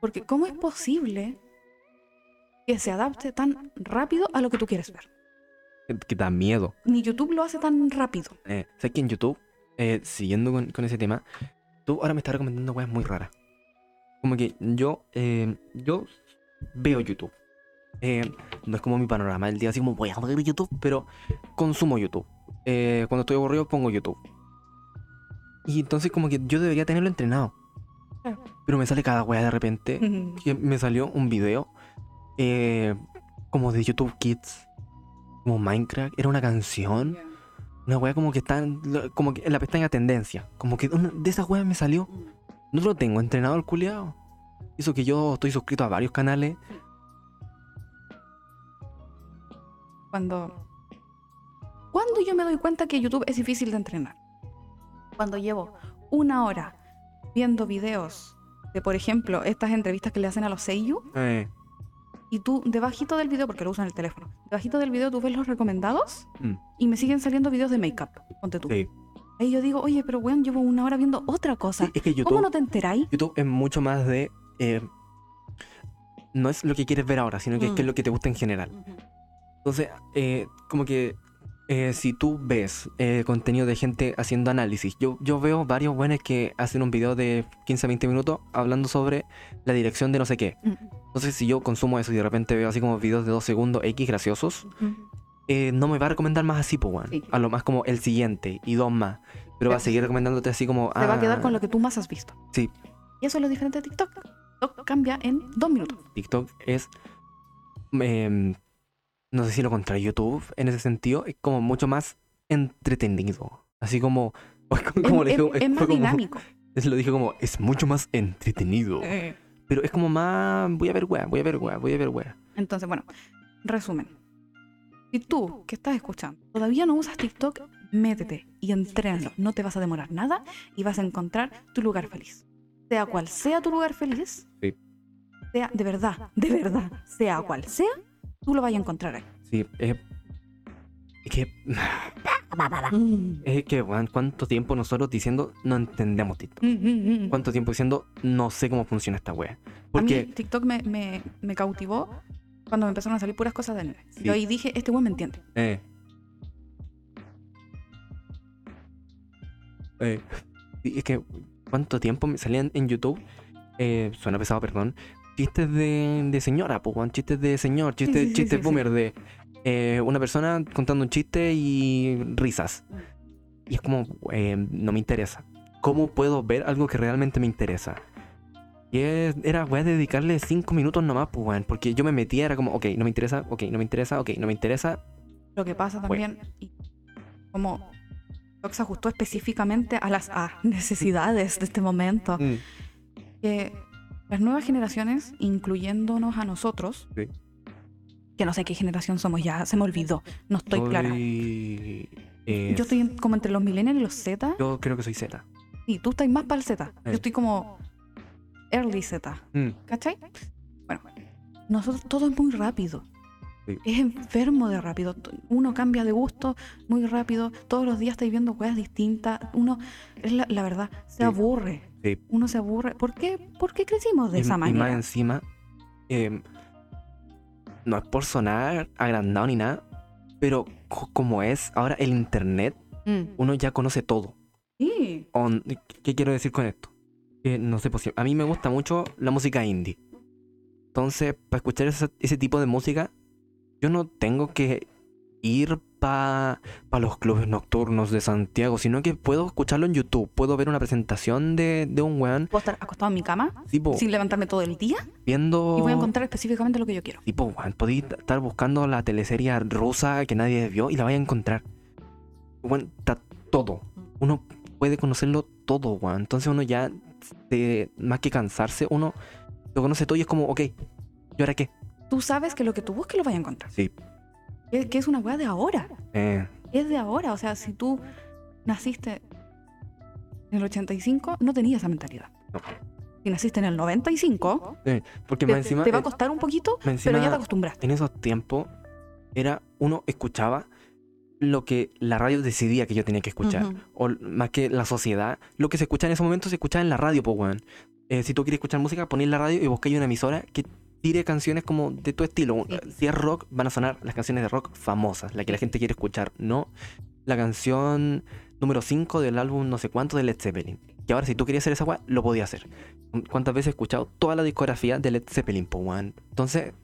Speaker 2: Porque ¿cómo es posible que se adapte tan rápido a lo que tú quieres ver?
Speaker 1: Que, que da miedo.
Speaker 2: Ni YouTube lo hace tan rápido.
Speaker 1: Eh, ¿Sabes que en YouTube, eh, siguiendo con, con ese tema, tú ahora me estás recomendando weas muy raras? Como que yo, eh, yo veo YouTube. Eh, no es como mi panorama del día, así como voy a ver YouTube, pero consumo YouTube. Eh, cuando estoy aburrido pongo YouTube. Y entonces como que yo debería tenerlo entrenado.
Speaker 2: Claro.
Speaker 1: Pero me sale cada weá de repente.
Speaker 2: Ujú.
Speaker 1: que me salió un video eh, como de YouTube Kids, como Minecraft, era una canción, una wea como que está en, lo- como que en la pestaña tendencia, como que una- de esas weas me salió. No lo tengo entrenado al culiao. Eso que yo estoy suscrito a varios canales.
Speaker 2: Cuando. Cuando yo me doy cuenta que YouTube es difícil de entrenar. Cuando llevo una hora viendo videos de, por ejemplo, estas entrevistas que le hacen a los seiyuu
Speaker 1: Eh,
Speaker 2: y tú debajito del video, porque lo usan el teléfono, debajito del video tú ves los recomendados
Speaker 1: Mm.
Speaker 2: y me siguen saliendo videos de make-up, ponte tú.
Speaker 1: sí.
Speaker 2: Ahí yo digo, oye, pero weón, llevo una hora viendo otra cosa.
Speaker 1: Es que
Speaker 2: ¿Cómo
Speaker 1: YouTube,
Speaker 2: no te enteráis?
Speaker 1: YouTube es mucho más de... eh, no es lo que quieres ver ahora, sino que es, que es lo que te gusta en general. Entonces, eh, como que eh, si tú ves eh, contenido de gente haciendo análisis, yo, yo veo varios buenos que hacen un video de 15 a 20 minutos hablando sobre la dirección de no sé qué.
Speaker 2: Mm.
Speaker 1: Entonces, si yo consumo eso y de repente veo así como videos de 2 segundos X graciosos, eh, no me va a recomendar más así, pues, weón.
Speaker 2: Sí.
Speaker 1: A lo más como el siguiente y dos más. Pero va a seguir recomendándote así como.
Speaker 2: Te va a quedar
Speaker 1: ah,
Speaker 2: con lo que tú más has visto.
Speaker 1: Sí.
Speaker 2: Y eso es lo diferente de TikTok. TikTok cambia en dos minutos.
Speaker 1: TikTok es. em, no sé si lo contra YouTube en ese sentido, es como mucho más entretenido. Así como. como
Speaker 2: es,
Speaker 1: le digo,
Speaker 2: es- es
Speaker 1: fue
Speaker 2: más
Speaker 1: como-
Speaker 2: dinámico.
Speaker 1: es- lo dije como, es mucho más entretenido.
Speaker 2: Eh,
Speaker 1: Pero es como más. Voy a ver wea, voy a ver wea, voy a ver wea.
Speaker 2: Entonces, bueno, resumen. Si tú que estás escuchando todavía no usas TikTok, métete y entrénalo. No te vas a demorar nada y vas a encontrar tu lugar feliz. Sea cual sea tu lugar feliz,
Speaker 1: Sí.
Speaker 2: sea de verdad, de verdad, sea cual sea, tú lo vas a encontrar ahí.
Speaker 1: Sí, es. Es que. Es que, weón, ¿cuánto tiempo nosotros diciendo no entendemos
Speaker 2: Mm,
Speaker 1: TikTok? ¿Cuánto tiempo diciendo no sé cómo funciona esta wea?
Speaker 2: A
Speaker 1: Porque.
Speaker 2: mí TikTok me, me- me cautivó cuando me empezaron a salir puras cosas de anime.
Speaker 1: Sí.
Speaker 2: Yo ahí dije, este weón me entiende.
Speaker 1: Eh. Eh, sí, es que cuánto tiempo me salían en YouTube, eh, suena pesado, perdón, chistes de, de señora, pues, weón, chistes de señor, chistes,
Speaker 2: sí, sí,
Speaker 1: chistes
Speaker 2: sí,
Speaker 1: boomer de eh, una persona contando un chiste y risas. Y es como, eh, no me interesa. ¿Cómo puedo ver algo que realmente me interesa? Y es- era, voy a dedicarle cinco minutos nomás, pues, weón, porque yo me metía, era como, ok, no me interesa, ok, no me interesa, ok, no me interesa,
Speaker 2: Lo que pasa
Speaker 1: Bueno.
Speaker 2: también, y como TikTok se ajustó específicamente a las a necesidades de este momento,
Speaker 1: Mm.
Speaker 2: que las nuevas generaciones, incluyéndonos a nosotros,
Speaker 1: Sí.
Speaker 2: que no sé qué generación somos ya, se me olvidó, no estoy clara.
Speaker 1: Soy, eh,
Speaker 2: Yo estoy en- como entre los millennials y los Z,
Speaker 1: yo creo que soy Z.
Speaker 2: y tú estás más para el Z. Yo
Speaker 1: Eh.
Speaker 2: estoy como early Z. ¿Cachai? Bueno, nosotros todo es muy rápido.
Speaker 1: Sí.
Speaker 2: Es enfermo de rápido. T- Uno cambia de gusto muy rápido. Todos los días estáis viendo cosas distintas. Uno, es la, la verdad, se
Speaker 1: Sí.
Speaker 2: aburre.
Speaker 1: Sí.
Speaker 2: Uno se aburre. ¿Por qué? ¿Por qué crecimos de
Speaker 1: Y-
Speaker 2: esa
Speaker 1: y más
Speaker 2: manera?
Speaker 1: encima, eh, no es por sonar agrandado ni nada, pero co- como es ahora el internet,
Speaker 2: Mm.
Speaker 1: uno ya conoce todo.
Speaker 2: Sí.
Speaker 1: On- ¿Qué quiero decir con esto? Que no sé, pues, a mí me gusta mucho la música indie. Entonces, para escuchar esa- ese tipo de música, yo no tengo que ir para los clubes nocturnos de Santiago, sino que puedo escucharlo en YouTube. Puedo ver una presentación de, de un weón,
Speaker 2: Puedo estar acostado en mi cama
Speaker 1: tipo,
Speaker 2: sin levantarme todo el día
Speaker 1: viendo.
Speaker 2: y voy a encontrar específicamente lo que yo quiero.
Speaker 1: Tipo, weón, podéis t- estar buscando la teleserie rusa que nadie vio y la vaya a encontrar. Weón, está todo. Uno puede conocerlo todo, weón. Entonces uno ya, se- más que cansarse, uno lo conoce todo y es como, ok, ¿y ahora qué?
Speaker 2: Tú sabes que lo que tú busques lo vas a encontrar.
Speaker 1: Sí.
Speaker 2: Que, que es una weá de ahora.
Speaker 1: Eh,
Speaker 2: es de ahora. O sea, si tú naciste en el 85, no tenías esa mentalidad.
Speaker 1: No.
Speaker 2: Si naciste en el 95,
Speaker 1: porque
Speaker 2: te,
Speaker 1: más
Speaker 2: te-
Speaker 1: encima,
Speaker 2: te va a
Speaker 1: eh,
Speaker 2: costar un poquito,
Speaker 1: más encima,
Speaker 2: pero ya te acostumbraste.
Speaker 1: en esos tiempos, era, uno escuchaba lo que la radio decidía que yo tenía que escuchar.
Speaker 2: Ujú.
Speaker 1: o l- más que la sociedad, lo que se escucha en ese momento se escucha en la radio, po, weón. Eh, si tú quieres escuchar música, ponés la radio y buscáis una emisora que tire canciones como de tu estilo.
Speaker 2: Sí.
Speaker 1: Si es rock, van a sonar las canciones de rock famosas, la que la gente quiere escuchar, no la canción número 5 del álbum no sé cuánto de Led Zeppelin. Que ahora si tú querías hacer esa weá, lo podías hacer. ¿Cuántas veces he escuchado toda la discografía de Led Zeppelin, po, weón? Entonces,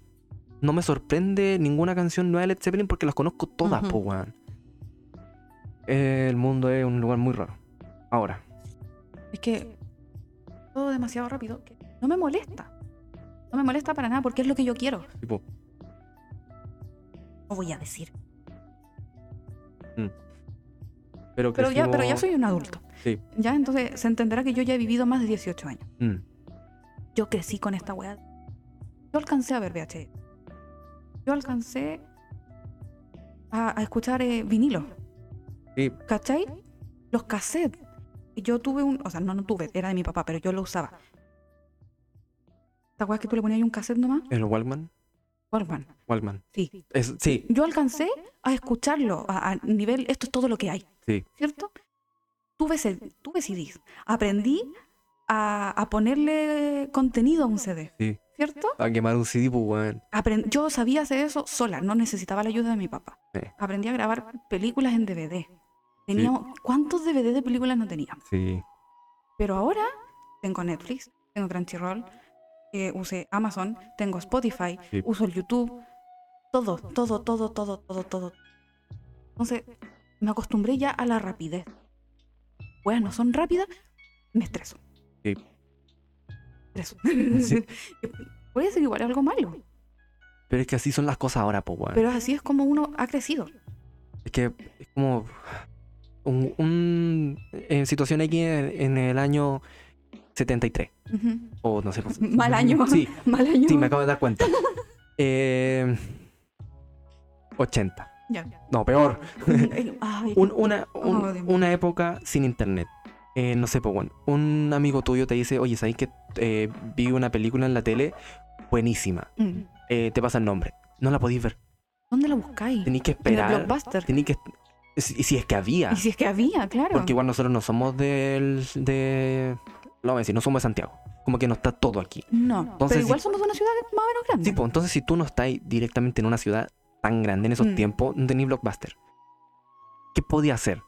Speaker 1: no me sorprende ninguna canción nueva de Led Zeppelin porque las conozco todas,
Speaker 2: Ujú.
Speaker 1: po, weón. El mundo es un lugar muy raro. Ahora,
Speaker 2: Es que todo demasiado rápido, que no me molesta. No me molesta para nada porque es lo que yo quiero.
Speaker 1: Tipo,
Speaker 2: No voy a decir.
Speaker 1: pero
Speaker 2: Pero ya, pero ya
Speaker 1: crecimos-
Speaker 2: soy un adulto.
Speaker 1: Sí.
Speaker 2: Ya, entonces se entenderá que yo ya he vivido más de 18 años.
Speaker 1: Mm.
Speaker 2: Yo crecí con esta weá. Yo alcancé a ver VHS. Yo alcancé a, a escuchar eh, vinilo.
Speaker 1: Sí.
Speaker 2: ¿Cachai? Los cassettes. Y Yo tuve un. O sea, no, no tuve, era de mi papá, pero yo lo usaba. ¿Te acuerdas que tú le ponías ahí un cassette nomás?
Speaker 1: ¿El Walkman?
Speaker 2: Walkman.
Speaker 1: Walkman.
Speaker 2: Sí.
Speaker 1: Es, sí,
Speaker 2: Yo alcancé a escucharlo a, a nivel. Esto es todo lo que hay.
Speaker 1: Sí.
Speaker 2: ¿Cierto? Tuve, ce- tuve CDs. Aprendí a, a ponerle contenido a un CD.
Speaker 1: Sí.
Speaker 2: ¿Cierto?
Speaker 1: a quemar un CD, pues, weón.
Speaker 2: Apren- yo sabía hacer eso sola, no necesitaba la ayuda de mi papá.
Speaker 1: Sí.
Speaker 2: Aprendí a grabar películas en DVD. Teníamos, ¿Cuántos DVD de películas no teníamos?
Speaker 1: Sí.
Speaker 2: Pero ahora tengo Netflix, tengo Crunchyroll, eh, usé Amazon, tengo Spotify,
Speaker 1: Sí.
Speaker 2: uso el YouTube, todo, todo, todo, todo, todo, todo. Entonces, me acostumbré ya a la rapidez. Weas no son rápidas, me estreso.
Speaker 1: Sí.
Speaker 2: Estreso.
Speaker 1: Sí.
Speaker 2: Puede ser igual algo malo,
Speaker 1: Pero es que así son las cosas ahora, pues, weón.
Speaker 2: pero así es como uno ha crecido.
Speaker 1: Es que es como un, un- en situación aquí en, en el año 73
Speaker 2: Ujú.
Speaker 1: o no sé. pues-
Speaker 2: Mal año.
Speaker 1: Sí,
Speaker 2: Mal año.
Speaker 1: sí, me acabo de dar cuenta. Eh, 80.
Speaker 2: Ya.
Speaker 1: No, peor.
Speaker 2: Ay,
Speaker 1: Un- una, un-
Speaker 2: Oh, Dios mío.
Speaker 1: una época sin internet. Eh, no sé, pues bueno, un amigo tuyo te dice, oye, ¿sabes que eh, vi una película en la tele buenísima?
Speaker 2: Mm.
Speaker 1: Eh, te pasa el nombre. No la podéis ver.
Speaker 2: ¿Dónde la buscáis?
Speaker 1: Tenéis que
Speaker 2: En el
Speaker 1: esperar.
Speaker 2: blockbuster.
Speaker 1: Tenéis que... Si, si es que había.
Speaker 2: Y si es que había, claro.
Speaker 1: Porque igual nosotros no somos del. de. Lo voy a decir, no somos de Santiago. Como que no está todo aquí.
Speaker 2: No,
Speaker 1: Entonces,
Speaker 2: pero igual somos de una ciudad más o menos grande.
Speaker 1: Sí, pues entonces si tú no estás ahí directamente en una ciudad tan grande en esos
Speaker 2: Mm.
Speaker 1: tiempos, no tenéis blockbuster. ¿Qué podía hacer?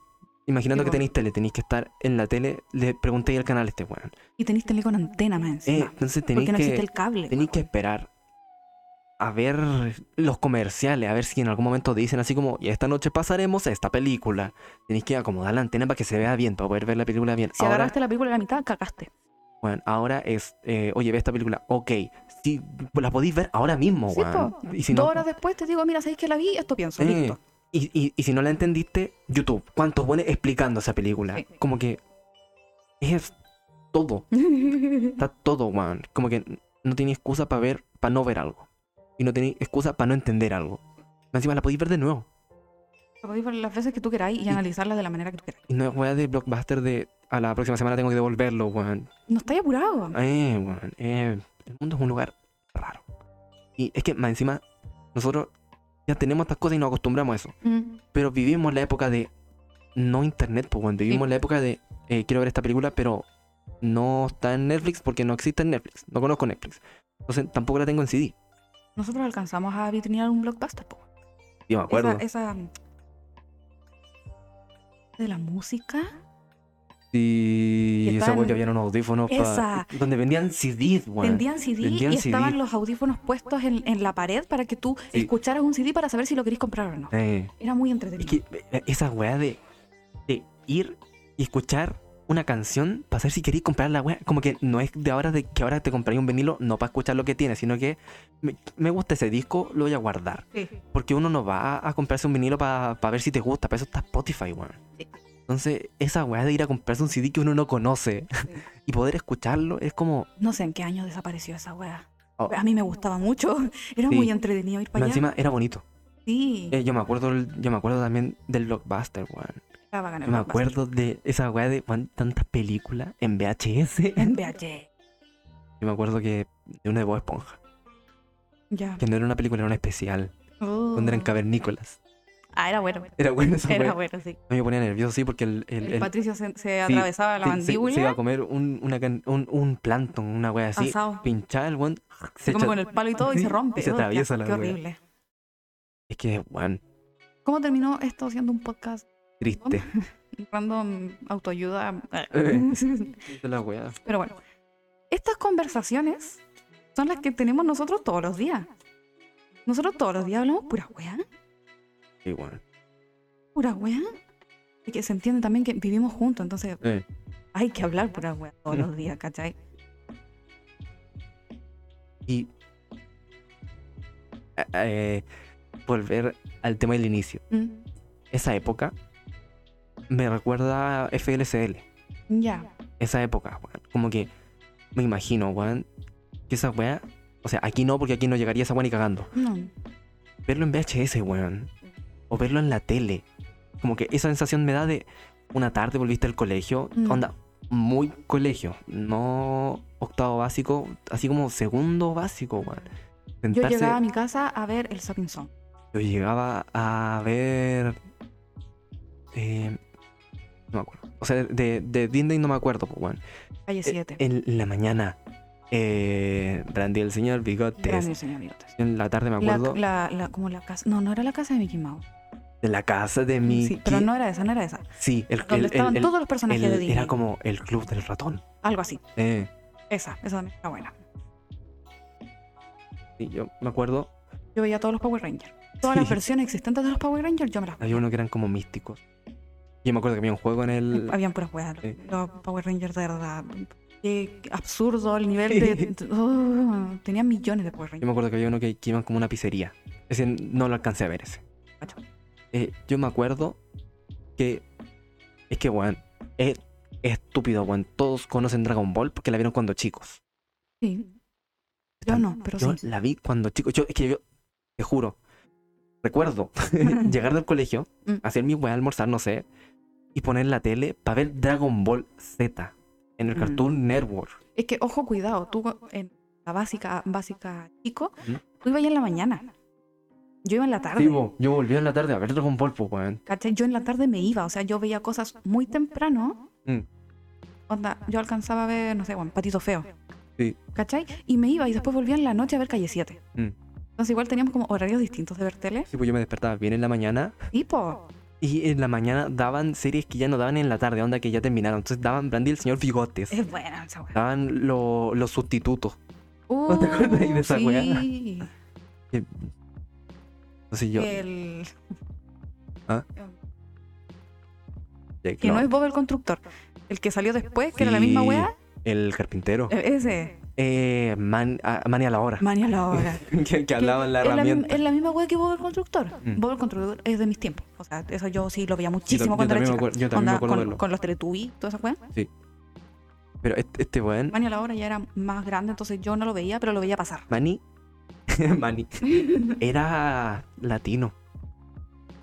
Speaker 1: Imaginando
Speaker 2: Sí,
Speaker 1: que
Speaker 2: po.
Speaker 1: tenéis tele, tenéis que estar en la tele, le preguntéis al canal a este weón.
Speaker 2: Y tenéis tele con antena más
Speaker 1: Eh,
Speaker 2: encima.
Speaker 1: entonces tenéis
Speaker 2: porque no existe
Speaker 1: que,
Speaker 2: el cable.
Speaker 1: tenéis que esperar a ver los comerciales, a ver si en algún momento dicen así como, y esta noche pasaremos esta película. Tenéis que acomodar la antena para que se vea bien, para poder ver la película bien.
Speaker 2: Si
Speaker 1: Ahora-
Speaker 2: agarraste la película a la mitad, cagaste.
Speaker 1: Weón, ahora es, eh, oye, ve esta película, ok, sí, pues la podéis ver ahora mismo,
Speaker 2: Sí,
Speaker 1: Oh, weón.
Speaker 2: po.
Speaker 1: Y si
Speaker 2: Dos
Speaker 1: no,
Speaker 2: horas después te digo, mira, sabéis que la vi, esto pienso,
Speaker 1: Eh,
Speaker 2: listo.
Speaker 1: y, y- y si no la entendiste, YouTube, ¿cuántos buenos explicando esa película?
Speaker 2: Sí.
Speaker 1: Como que es todo, está todo, weón. Como que no tenía excusa para ver, para no ver algo. Y no tenía excusa para no entender algo. Más Encima la podéis ver de nuevo.
Speaker 2: Lo podéis ver las veces que tú queráis y,
Speaker 1: Y-
Speaker 2: analizarlas de la manera que tú queráis.
Speaker 1: Y no es weá de blockbuster de a la próxima semana tengo que devolverlo, weón.
Speaker 2: No estáis apurado.
Speaker 1: Eh, weón, eh, el mundo es un lugar raro. Y es que más encima, nosotros ya tenemos estas cosas y nos acostumbramos a eso.
Speaker 2: Mm.
Speaker 1: Pero vivimos la época de no internet, pues weón, vivimos
Speaker 2: Sí.
Speaker 1: la época de eh, quiero ver esta película, pero no está en Netflix porque no existe en Netflix. No conozco Netflix. Entonces tampoco la tengo en CD.
Speaker 2: Nosotros alcanzamos a vitrinear un blockbuster. po.
Speaker 1: Yo me acuerdo.
Speaker 2: Esa, esa. mm, De la música.
Speaker 1: Y esa
Speaker 2: que
Speaker 1: weón
Speaker 2: estaban-
Speaker 1: que habían unos audífonos pa-
Speaker 2: Esa.
Speaker 1: donde vendían CDs, weón.
Speaker 2: Vendían CD
Speaker 1: vendían
Speaker 2: y estaban
Speaker 1: CD.
Speaker 2: los audífonos puestos en, en la pared para que tú
Speaker 1: Sí.
Speaker 2: escucharas un CD para saber si lo querías comprar o no.
Speaker 1: Eh.
Speaker 2: Era muy
Speaker 1: Es
Speaker 2: entretenido.
Speaker 1: que eh, esa weá de, de ir y escuchar una canción para saber si queréis comprar la weá. Como que no es de ahora de que ahora te compraré un vinilo, no para escuchar lo que tiene, sino que me, me gusta ese disco, lo voy a guardar.
Speaker 2: Sí.
Speaker 1: Porque uno no va a, a comprarse un vinilo para ver si te gusta, para eso está Spotify, weón.
Speaker 2: Sí.
Speaker 1: Entonces, esa weá de ir a comprarse un CD que uno no conoce y poder escucharlo es como.
Speaker 2: No sé en qué año desapareció esa wea.
Speaker 1: Oh.
Speaker 2: A mí me gustaba mucho. Era
Speaker 1: Sí.
Speaker 2: muy entretenido ir para allá.
Speaker 1: Encima era bonito.
Speaker 2: ah, Sí.
Speaker 1: Eh, yo me acuerdo el- yo me acuerdo también del blockbuster, weón.
Speaker 2: Estaba bacán el
Speaker 1: Yo me
Speaker 2: Blockbuster.
Speaker 1: acuerdo de esa weá de weón, tantas películas en VHS.
Speaker 2: En VH.
Speaker 1: Yo me acuerdo que de una de Bob Esponja,
Speaker 2: Ya.
Speaker 1: que no era una película, era una especial,
Speaker 2: Oh.
Speaker 1: donde eran cavernícolas.
Speaker 2: Ah, era bueno.
Speaker 1: Era bueno esa
Speaker 2: Era
Speaker 1: wea.
Speaker 2: bueno, sí.
Speaker 1: A mí me ponía nervioso, sí, porque el, el-
Speaker 2: El,
Speaker 1: el-
Speaker 2: Patricio se, se atravesaba la
Speaker 1: sí, se-
Speaker 2: mandíbula.
Speaker 1: Se, iba a comer un, una can- un, un plancton, una wea así,
Speaker 2: Asado.
Speaker 1: pinchada el weón.
Speaker 2: Se come
Speaker 1: echa-
Speaker 2: con el palo y todo y
Speaker 1: Sí,
Speaker 2: se rompe.
Speaker 1: y se
Speaker 2: Oh,
Speaker 1: atraviesa
Speaker 2: qué-
Speaker 1: la
Speaker 2: Qué
Speaker 1: wea.
Speaker 2: horrible.
Speaker 1: Es que, weón,
Speaker 2: ¿Cómo terminó esto siendo un podcast
Speaker 1: triste.
Speaker 2: random autoayuda?
Speaker 1: Triste la wea.
Speaker 2: Pero bueno, estas conversaciones son las que tenemos nosotros todos los días. Nosotros todos los días hablamos pura wea,
Speaker 1: Sí, weón.
Speaker 2: pura wea. Y que se entiende también que vivimos juntos, entonces
Speaker 1: Eh,
Speaker 2: hay que hablar pura wea todos los días, ¿cachai?
Speaker 1: y eh, eh, volver al tema del inicio.
Speaker 2: Mm,
Speaker 1: Esa época me recuerda a FLCL.
Speaker 2: Ya.
Speaker 1: Esa época, weón. Como que me imagino, weón, que esa weá. O sea, aquí no, porque aquí no llegaría esa weá ni cagando.
Speaker 2: No.
Speaker 1: verlo en VHS, weón. O verlo en la tele. Como que esa sensación me da de una tarde volviste al colegio.
Speaker 2: Mm.
Speaker 1: Onda, muy colegio. No octavo básico, así como segundo básico, weón.
Speaker 2: Yo
Speaker 1: Sentarse-
Speaker 2: llegaba a mi casa a ver el Sapping Song.
Speaker 1: yo llegaba a ver. eh, no me acuerdo. O sea, de, de Disney no me acuerdo, pues, weón.
Speaker 2: Calle 7.
Speaker 1: En la mañana, eh, Brandy el señor Bigotes.
Speaker 2: Grande señor Bigotes.
Speaker 1: En la tarde me
Speaker 2: La,
Speaker 1: acuerdo
Speaker 2: la, la- como la casa. No, no era la casa de Mickey Mouse.
Speaker 1: de la casa de mi.
Speaker 2: Sí, pero no era esa, no era esa.
Speaker 1: Sí, el, el-
Speaker 2: Donde estaban
Speaker 1: el- el-
Speaker 2: todos los personajes
Speaker 1: el-
Speaker 2: de Disney.
Speaker 1: Era como el club del ratón.
Speaker 2: Algo así.
Speaker 1: Eh,
Speaker 2: Esa, esa también era buena.
Speaker 1: sí, yo me acuerdo,
Speaker 2: Yo veía todos los Power Rangers. Todas
Speaker 1: Sí.
Speaker 2: las versiones existentes de los Power Rangers, yo me las
Speaker 1: había uno que eran como místicos. Yo me acuerdo que había un juego en el.
Speaker 2: Habían puras weas. los-
Speaker 1: Sí.
Speaker 2: Los Power Rangers de verdad. Qué absurdo el nivel de. Oh, tenían millones de Power
Speaker 1: Yo
Speaker 2: Rangers.
Speaker 1: me acuerdo que había uno que, que iban como una pizzería. Ese no lo alcancé a ver ese.
Speaker 2: Cacho.
Speaker 1: Eh, yo me acuerdo que. Es que, weón, es es estúpido, weón. Todos conocen Dragon Ball porque la vieron cuando chicos.
Speaker 2: Sí. Yo no, pero
Speaker 1: Yo
Speaker 2: sí.
Speaker 1: la vi cuando chico. Yo, es que yo, te juro, recuerdo llegar del colegio,
Speaker 2: Mm.
Speaker 1: hacer mi weá, almorzar, no sé, y poner la tele para ver Dragon Ball Z en el
Speaker 2: Mm.
Speaker 1: Cartoon Network.
Speaker 2: Es que, ojo, cuidado, tú en la básica, básica chico,
Speaker 1: Ujú.
Speaker 2: tú ibas ya en la mañana. Yo iba en la tarde.
Speaker 1: Sí, bo, yo volví en la tarde a ver Dragon Ball, pues, weón.
Speaker 2: ¿cachai? Yo en la tarde me iba, o sea, yo veía cosas muy temprano.
Speaker 1: Mm.
Speaker 2: Onda, yo alcanzaba a ver, no sé, bueno, Patito Feo.
Speaker 1: Sí.
Speaker 2: ¿Cachai? Y me iba y después volvía en la noche a ver Calle 7.
Speaker 1: Mm.
Speaker 2: Entonces igual teníamos como horarios distintos de ver tele.
Speaker 1: Sí, pues yo me despertaba bien en la mañana
Speaker 2: Y po,
Speaker 1: y en la mañana daban series que ya no daban en la tarde, onda que ya terminaron. Entonces daban Brandy y el señor Bigotes.
Speaker 2: es buena esa weá.
Speaker 1: Daban lo- los sustitutos.
Speaker 2: Uh,
Speaker 1: te acuerdas de esa
Speaker 2: sí.
Speaker 1: weá? Eh, Entonces yo.
Speaker 2: El...
Speaker 1: ¿Ah? ya
Speaker 2: Que no. es Bob el Constructor. El que salió después, que era la misma
Speaker 1: Sí,
Speaker 2: weá.
Speaker 1: El carpintero.
Speaker 2: e- Ese.
Speaker 1: Eh, man, a, Manny a la hora.
Speaker 2: Mania la hora.
Speaker 1: que, que hablaba en la
Speaker 2: es, la, mim-
Speaker 1: herramienta.
Speaker 2: es la misma wea que Bob el Constructor.
Speaker 1: Mm.
Speaker 2: Bob el Constructor es de mis tiempos. O sea, eso yo sí lo veía
Speaker 1: Yo tam-
Speaker 2: muchísimo
Speaker 1: yo
Speaker 2: cuando era
Speaker 1: también me
Speaker 2: chica.
Speaker 1: acuer- yo también me
Speaker 2: Onda,
Speaker 1: acuerdo
Speaker 2: con,
Speaker 1: verlo.
Speaker 2: con los Teletubbies, toda esa wea.
Speaker 1: Pero este, este weón,
Speaker 2: Mania la hora ya era más grande, entonces yo no lo veía, pero lo veía pasar.
Speaker 1: Manny, Manny, era latino.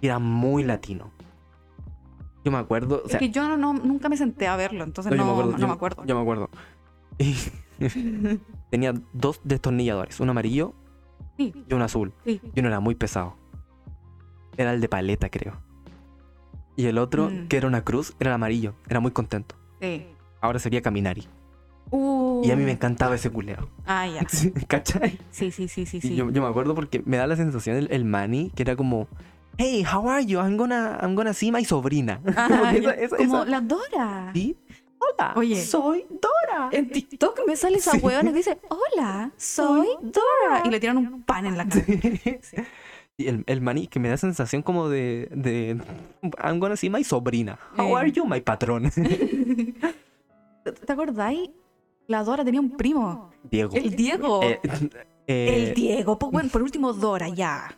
Speaker 1: Era muy latino. Yo me acuerdo, o sea,
Speaker 2: es que yo no, no- nunca me senté a verlo, entonces
Speaker 1: no,
Speaker 2: no,
Speaker 1: yo me acuerdo.
Speaker 2: no
Speaker 1: yo,
Speaker 2: me acuerdo.
Speaker 1: yo me acuerdo. Y tenía dos destornilladores, un amarillo
Speaker 2: Sí,
Speaker 1: y un azul.
Speaker 2: sí.
Speaker 1: Y uno era muy pesado. Era el de paleta, creo. Y el otro,
Speaker 2: Mm.
Speaker 1: que era una cruz, era el amarillo. Era muy contento.
Speaker 2: sí.
Speaker 1: Ahora sería Caminari.
Speaker 2: Uh,
Speaker 1: Y a mí me encantaba ese culeo.
Speaker 2: Ah, ya.
Speaker 1: ¿Cachai?
Speaker 2: Sí, sí, sí, sí.
Speaker 1: Y
Speaker 2: sí.
Speaker 1: Yo, yo me acuerdo porque me da la sensación el, el Manny que era como, hey, how are you? I'm gonna, I'm gonna see my sobrina.
Speaker 2: Ah,
Speaker 1: como que
Speaker 2: ya.
Speaker 1: esa- esa-
Speaker 2: Como
Speaker 1: esa-
Speaker 2: la Dora.
Speaker 1: Sí. Hola,
Speaker 2: Oye.
Speaker 1: soy Dora.
Speaker 2: En TikTok me sale esa
Speaker 1: Sí.
Speaker 2: huevona que dice, hola, soy Dora. Y le tiran un pan en la cara.
Speaker 1: Y el, el Manny que me da sensación como de, de, I'm gonna see my sobrina. How
Speaker 2: Eh.
Speaker 1: are you, my patrón?
Speaker 2: ¿Te acordáis? La Dora tenía un primo.
Speaker 1: Diego.
Speaker 2: El Diego.
Speaker 1: Eh, eh,
Speaker 2: el Diego. Pues bueno, por último, Dora, ya.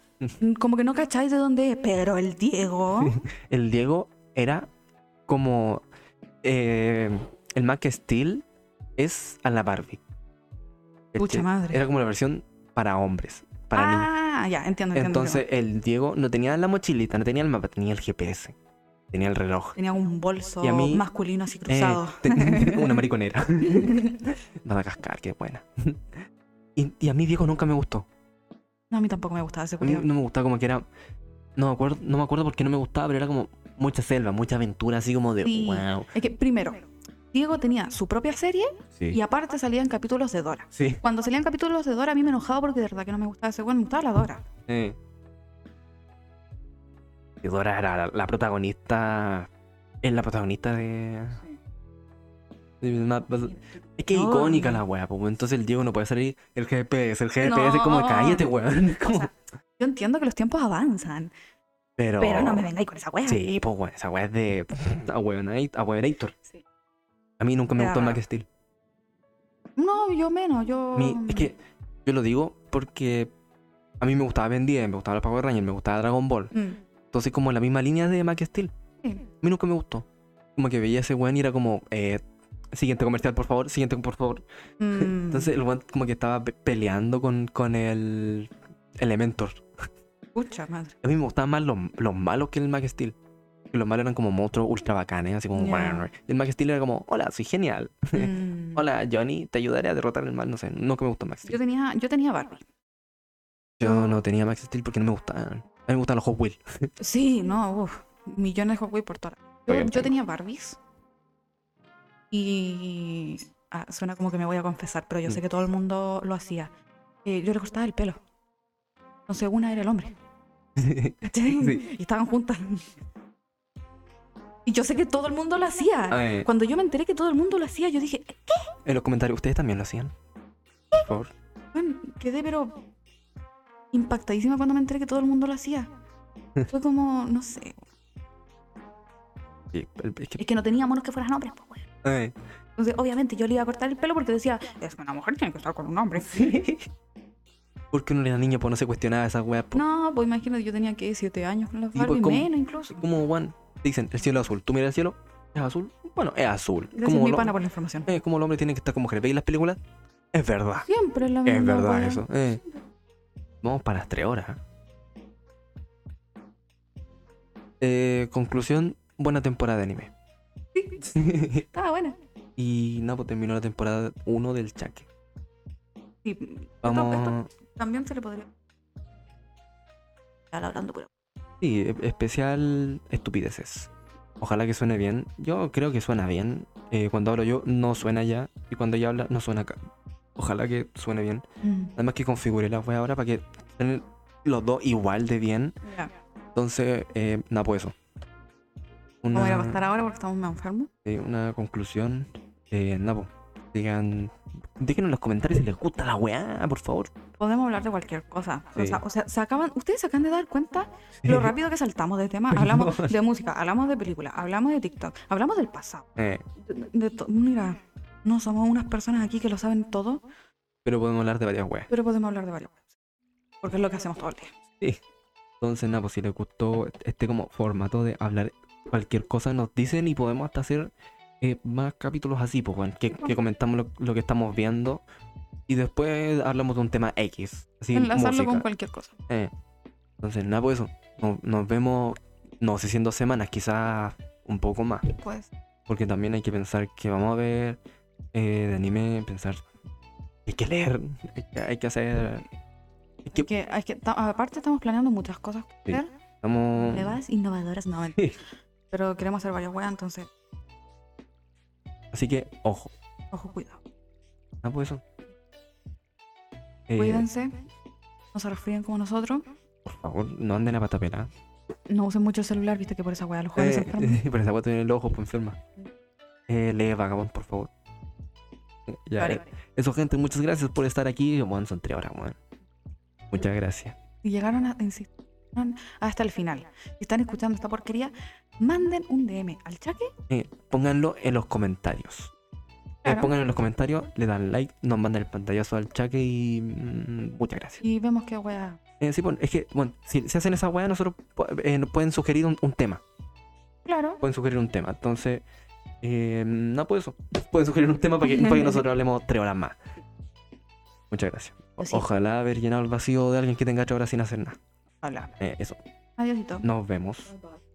Speaker 2: Como que no cacháis de dónde es, pero el Diego.
Speaker 1: el Diego era como eh, el Mac Steel es a la Barbie.
Speaker 2: Pucha
Speaker 1: Este,
Speaker 2: madre.
Speaker 1: Era como la versión para hombres, para niños.
Speaker 2: ah, ya, entiendo, entiendo.
Speaker 1: Entonces
Speaker 2: entiendo.
Speaker 1: el Diego no tenía la mochilita, no tenía el mapa, tenía el GPS, tenía el reloj.
Speaker 2: Tenía un bolso
Speaker 1: Y a mí-
Speaker 2: masculino así
Speaker 1: Eh,
Speaker 2: cruzado.
Speaker 1: ten- una mariconera. Madagascar, qué buena. Y, y a mí Diego nunca me gustó.
Speaker 2: No, a mí tampoco me gustaba ese
Speaker 1: A mí
Speaker 2: culiao.
Speaker 1: no me gustaba como que era... No me acuerdo, no me acuerdo por qué no me gustaba, pero era como mucha selva, mucha aventura, así como de...
Speaker 2: Sí.
Speaker 1: ¡Wow!
Speaker 2: Es que, primero, Diego tenía su propia serie y
Speaker 1: Sí.
Speaker 2: aparte salían capítulos de Dora.
Speaker 1: Sí.
Speaker 2: Cuando salían capítulos de Dora, a mí me enojaba porque de verdad que no me gustaba ese weón, me gustaba la Dora.
Speaker 1: Eh. Y Dora era la, la protagonista. Es la protagonista de. de una- Es que es
Speaker 2: No,
Speaker 1: icónica
Speaker 2: no.
Speaker 1: la wea, pues entonces el Diego no puede salir. El GPS, el GPS,
Speaker 2: No.
Speaker 1: como cállate, weón. como-
Speaker 2: sea, Yo entiendo que los tiempos avanzan,
Speaker 1: pero.
Speaker 2: pero no me vengáis con esa wea.
Speaker 1: Sí, pues weón, esa wea es de. A Weonator.
Speaker 2: Sí.
Speaker 1: A mí nunca me
Speaker 2: Era
Speaker 1: gustó el
Speaker 2: raro.
Speaker 1: Mac Steel.
Speaker 2: No, yo menos, yo...
Speaker 1: Mi- es que Yo lo digo porque a mí me gustaba Ben 10, me gustaba los Power Rangers, me gustaba Dragon Ball.
Speaker 2: Mm.
Speaker 1: Entonces, como en la misma línea de Mac Steel.
Speaker 2: Sí.
Speaker 1: A mí nunca me gustó. Como que veía a ese weón y era como, eh, siguiente comercial, por favor, siguiente, por favor.
Speaker 2: Mm.
Speaker 1: Entonces, el weón como que estaba pe- peleando con, con el Elementor.
Speaker 2: Pucha madre.
Speaker 1: A mí me gustaban más los, los malos que el Mac Steel. Porque Los malos eran como monstruos ultra bacanes, así como.
Speaker 2: Ya.
Speaker 1: Y el Mac Steel era como, hola, soy genial.
Speaker 2: Mm.
Speaker 1: Hola, Johnny, te ayudaré a derrotar el mal. No sé, nunca me gustó Max
Speaker 2: Yo
Speaker 1: Steel.
Speaker 2: tenía, yo tenía Barbie.
Speaker 1: Yo no tenía Max Steel porque no me gustaban. A mí me gustan los Hot Wheels.
Speaker 2: Sí, no, uf, millones de Hot Wheels por todas. Yo,
Speaker 1: Oye,
Speaker 2: yo
Speaker 1: entiendo.
Speaker 2: tenía Barbies. Y. ah, suena como que me voy a confesar, pero yo sé
Speaker 1: Mm.
Speaker 2: que todo el mundo lo hacía. Eh, yo le cortaba el pelo. Entonces una era el hombre. ¿cachai?
Speaker 1: Sí.
Speaker 2: Y estaban juntas. Y yo sé que todo el mundo lo hacía.
Speaker 1: Eh,
Speaker 2: Cuando yo me enteré que todo el mundo lo hacía, yo dije,
Speaker 1: en los comentarios, ¿ustedes también lo hacían? Por favor.
Speaker 2: Bueno, quedé pero impactadísima cuando me enteré que todo el mundo lo hacía. Fue como, no sé,
Speaker 1: Sí, el- es que-
Speaker 2: es que no tenía monos que fueran hombres, pues, weón.
Speaker 1: eh.
Speaker 2: Entonces, obviamente, yo le iba a cortar el pelo porque decía, es que una mujer tiene que estar con un hombre.
Speaker 1: ¿Por qué uno era niño? Pues no se cuestionaba esas weas. po?
Speaker 2: No, pues imagínate, yo tenía que 7 años con la
Speaker 1: pues,
Speaker 2: Barbie,
Speaker 1: ¿cómo?
Speaker 2: menos incluso.
Speaker 1: Como Juan, dicen, el cielo es azul. ¿Tú miras el cielo? ¿Es azul? Bueno, es azul.
Speaker 2: Gracias,
Speaker 1: Como
Speaker 2: mi
Speaker 1: lo-
Speaker 2: pana, por la información.
Speaker 1: eh, como el hombre tiene que estar como mujer. ¿Veis las películas? Es verdad.
Speaker 2: Siempre es la misma.
Speaker 1: Es verdad
Speaker 2: weón.
Speaker 1: eso. eh. Vamos para las tres horas. ¿ah? Eh, conclusión, buena temporada de anime.
Speaker 2: Estaba buena.
Speaker 1: y nada, pues terminó la temporada 1 del Chaque.
Speaker 2: Sí, esto-
Speaker 1: Vamos.
Speaker 2: esto también se le podría. Estar hablando, pero.
Speaker 1: Sí, e- especial estupideces. Ojalá que suene bien. Yo creo que suena bien. Eh, cuando hablo yo no suena ya. Y cuando ella habla no suena acá. Ojalá que suene bien.
Speaker 2: Mm.
Speaker 1: Además que configure la web ahora para que estén los dos igual de bien.
Speaker 2: Ya.
Speaker 1: Entonces, eh, nada, pues eso.
Speaker 2: Vamos a ir a
Speaker 1: Una-
Speaker 2: pastar ahora porque estamos más enfermos.
Speaker 1: eh, una conclusión. Eh, nada, po. digan. Déjenos en los comentarios si les gusta la weá, por favor.
Speaker 2: podemos hablar de cualquier cosa. O
Speaker 1: Sí.
Speaker 2: sea, o sea, se acaban, ustedes se acaban de dar cuenta lo rápido que saltamos de tema. Hablamos de música, hablamos de películas, hablamos de TikTok, hablamos del pasado.
Speaker 1: Eh,
Speaker 2: de- de to- Mira, no somos unas personas aquí que lo saben todo,
Speaker 1: pero podemos hablar de varias weas.
Speaker 2: pero podemos hablar de varias cosas. Porque es lo que hacemos todo el día.
Speaker 1: Entonces, nada, pues si les gustó este como formato de hablar cualquier cosa, nos dicen y podemos hasta hacer eh, más capítulos así, pues, weón, que, que comentamos lo, lo que estamos viendo. Y después hablamos de un tema X. Así,
Speaker 2: Enlazarlo con
Speaker 1: música.
Speaker 2: cualquier cosa.
Speaker 1: Eh, entonces, nada, pues eso. Nos, nos vemos, no sé si en dos semanas, quizás un poco más.
Speaker 2: Pues,
Speaker 1: Porque también hay que pensar que vamos a ver eh, de anime, pensar. Hay que leer, hay que, hay que hacer. hay que-
Speaker 2: que, hay que, ta- aparte estamos planeando muchas cosas
Speaker 1: Sí.
Speaker 2: que
Speaker 1: Mm.
Speaker 2: hacer,
Speaker 1: estamos-
Speaker 2: nuevas, innovadoras, no, mentira. pero queremos hacer varias weas, entonces,
Speaker 1: Así que, ojo.
Speaker 2: ojo, cuidado.
Speaker 1: Ah, pues eso. Eh,
Speaker 2: Cuídense, no se resfríen como nosotros,
Speaker 1: por favor, no anden a pata pelada.
Speaker 2: no usen mucho el celular, viste que por esa wea los jóvenes se
Speaker 1: Eh,
Speaker 2: enferman.
Speaker 1: pero esa guata tiene el ojo, pues enferma. Eh, lee vagabond, por favor. Eh, Ya,
Speaker 2: Vale.
Speaker 1: eh. Eso, gente, muchas gracias por estar aquí. Bueno, son tres horas, bueno. Muchas gracias.
Speaker 2: si llegaron a- insisto, llegaron hasta el final, si están escuchando esta porquería, manden un DM al chaque.
Speaker 1: Eh, pónganlo en los comentarios. Eh,
Speaker 2: Claro.
Speaker 1: pónganlo en los comentarios, le dan like, nos mandan el pantallazo al chaque y mm, muchas gracias.
Speaker 2: y vemos qué wea.
Speaker 1: Eh, sí, bueno, es que, bueno, si se hacen esa weá, nosotros po- eh, nos pueden sugerir un, un tema.
Speaker 2: Claro.
Speaker 1: Pueden sugerir un tema. Entonces, eh, no, pues eso. Pueden sugerir un tema para que, para que nosotros hablemos tres horas más. Muchas gracias. O-
Speaker 2: Lo siento.
Speaker 1: Ojalá haber llenado el vacío de alguien que tenga tres horas sin hacer nada.
Speaker 2: Hola.
Speaker 1: Eh, eso.
Speaker 2: Adiósito.
Speaker 1: Nos vemos.
Speaker 2: Bye, bye.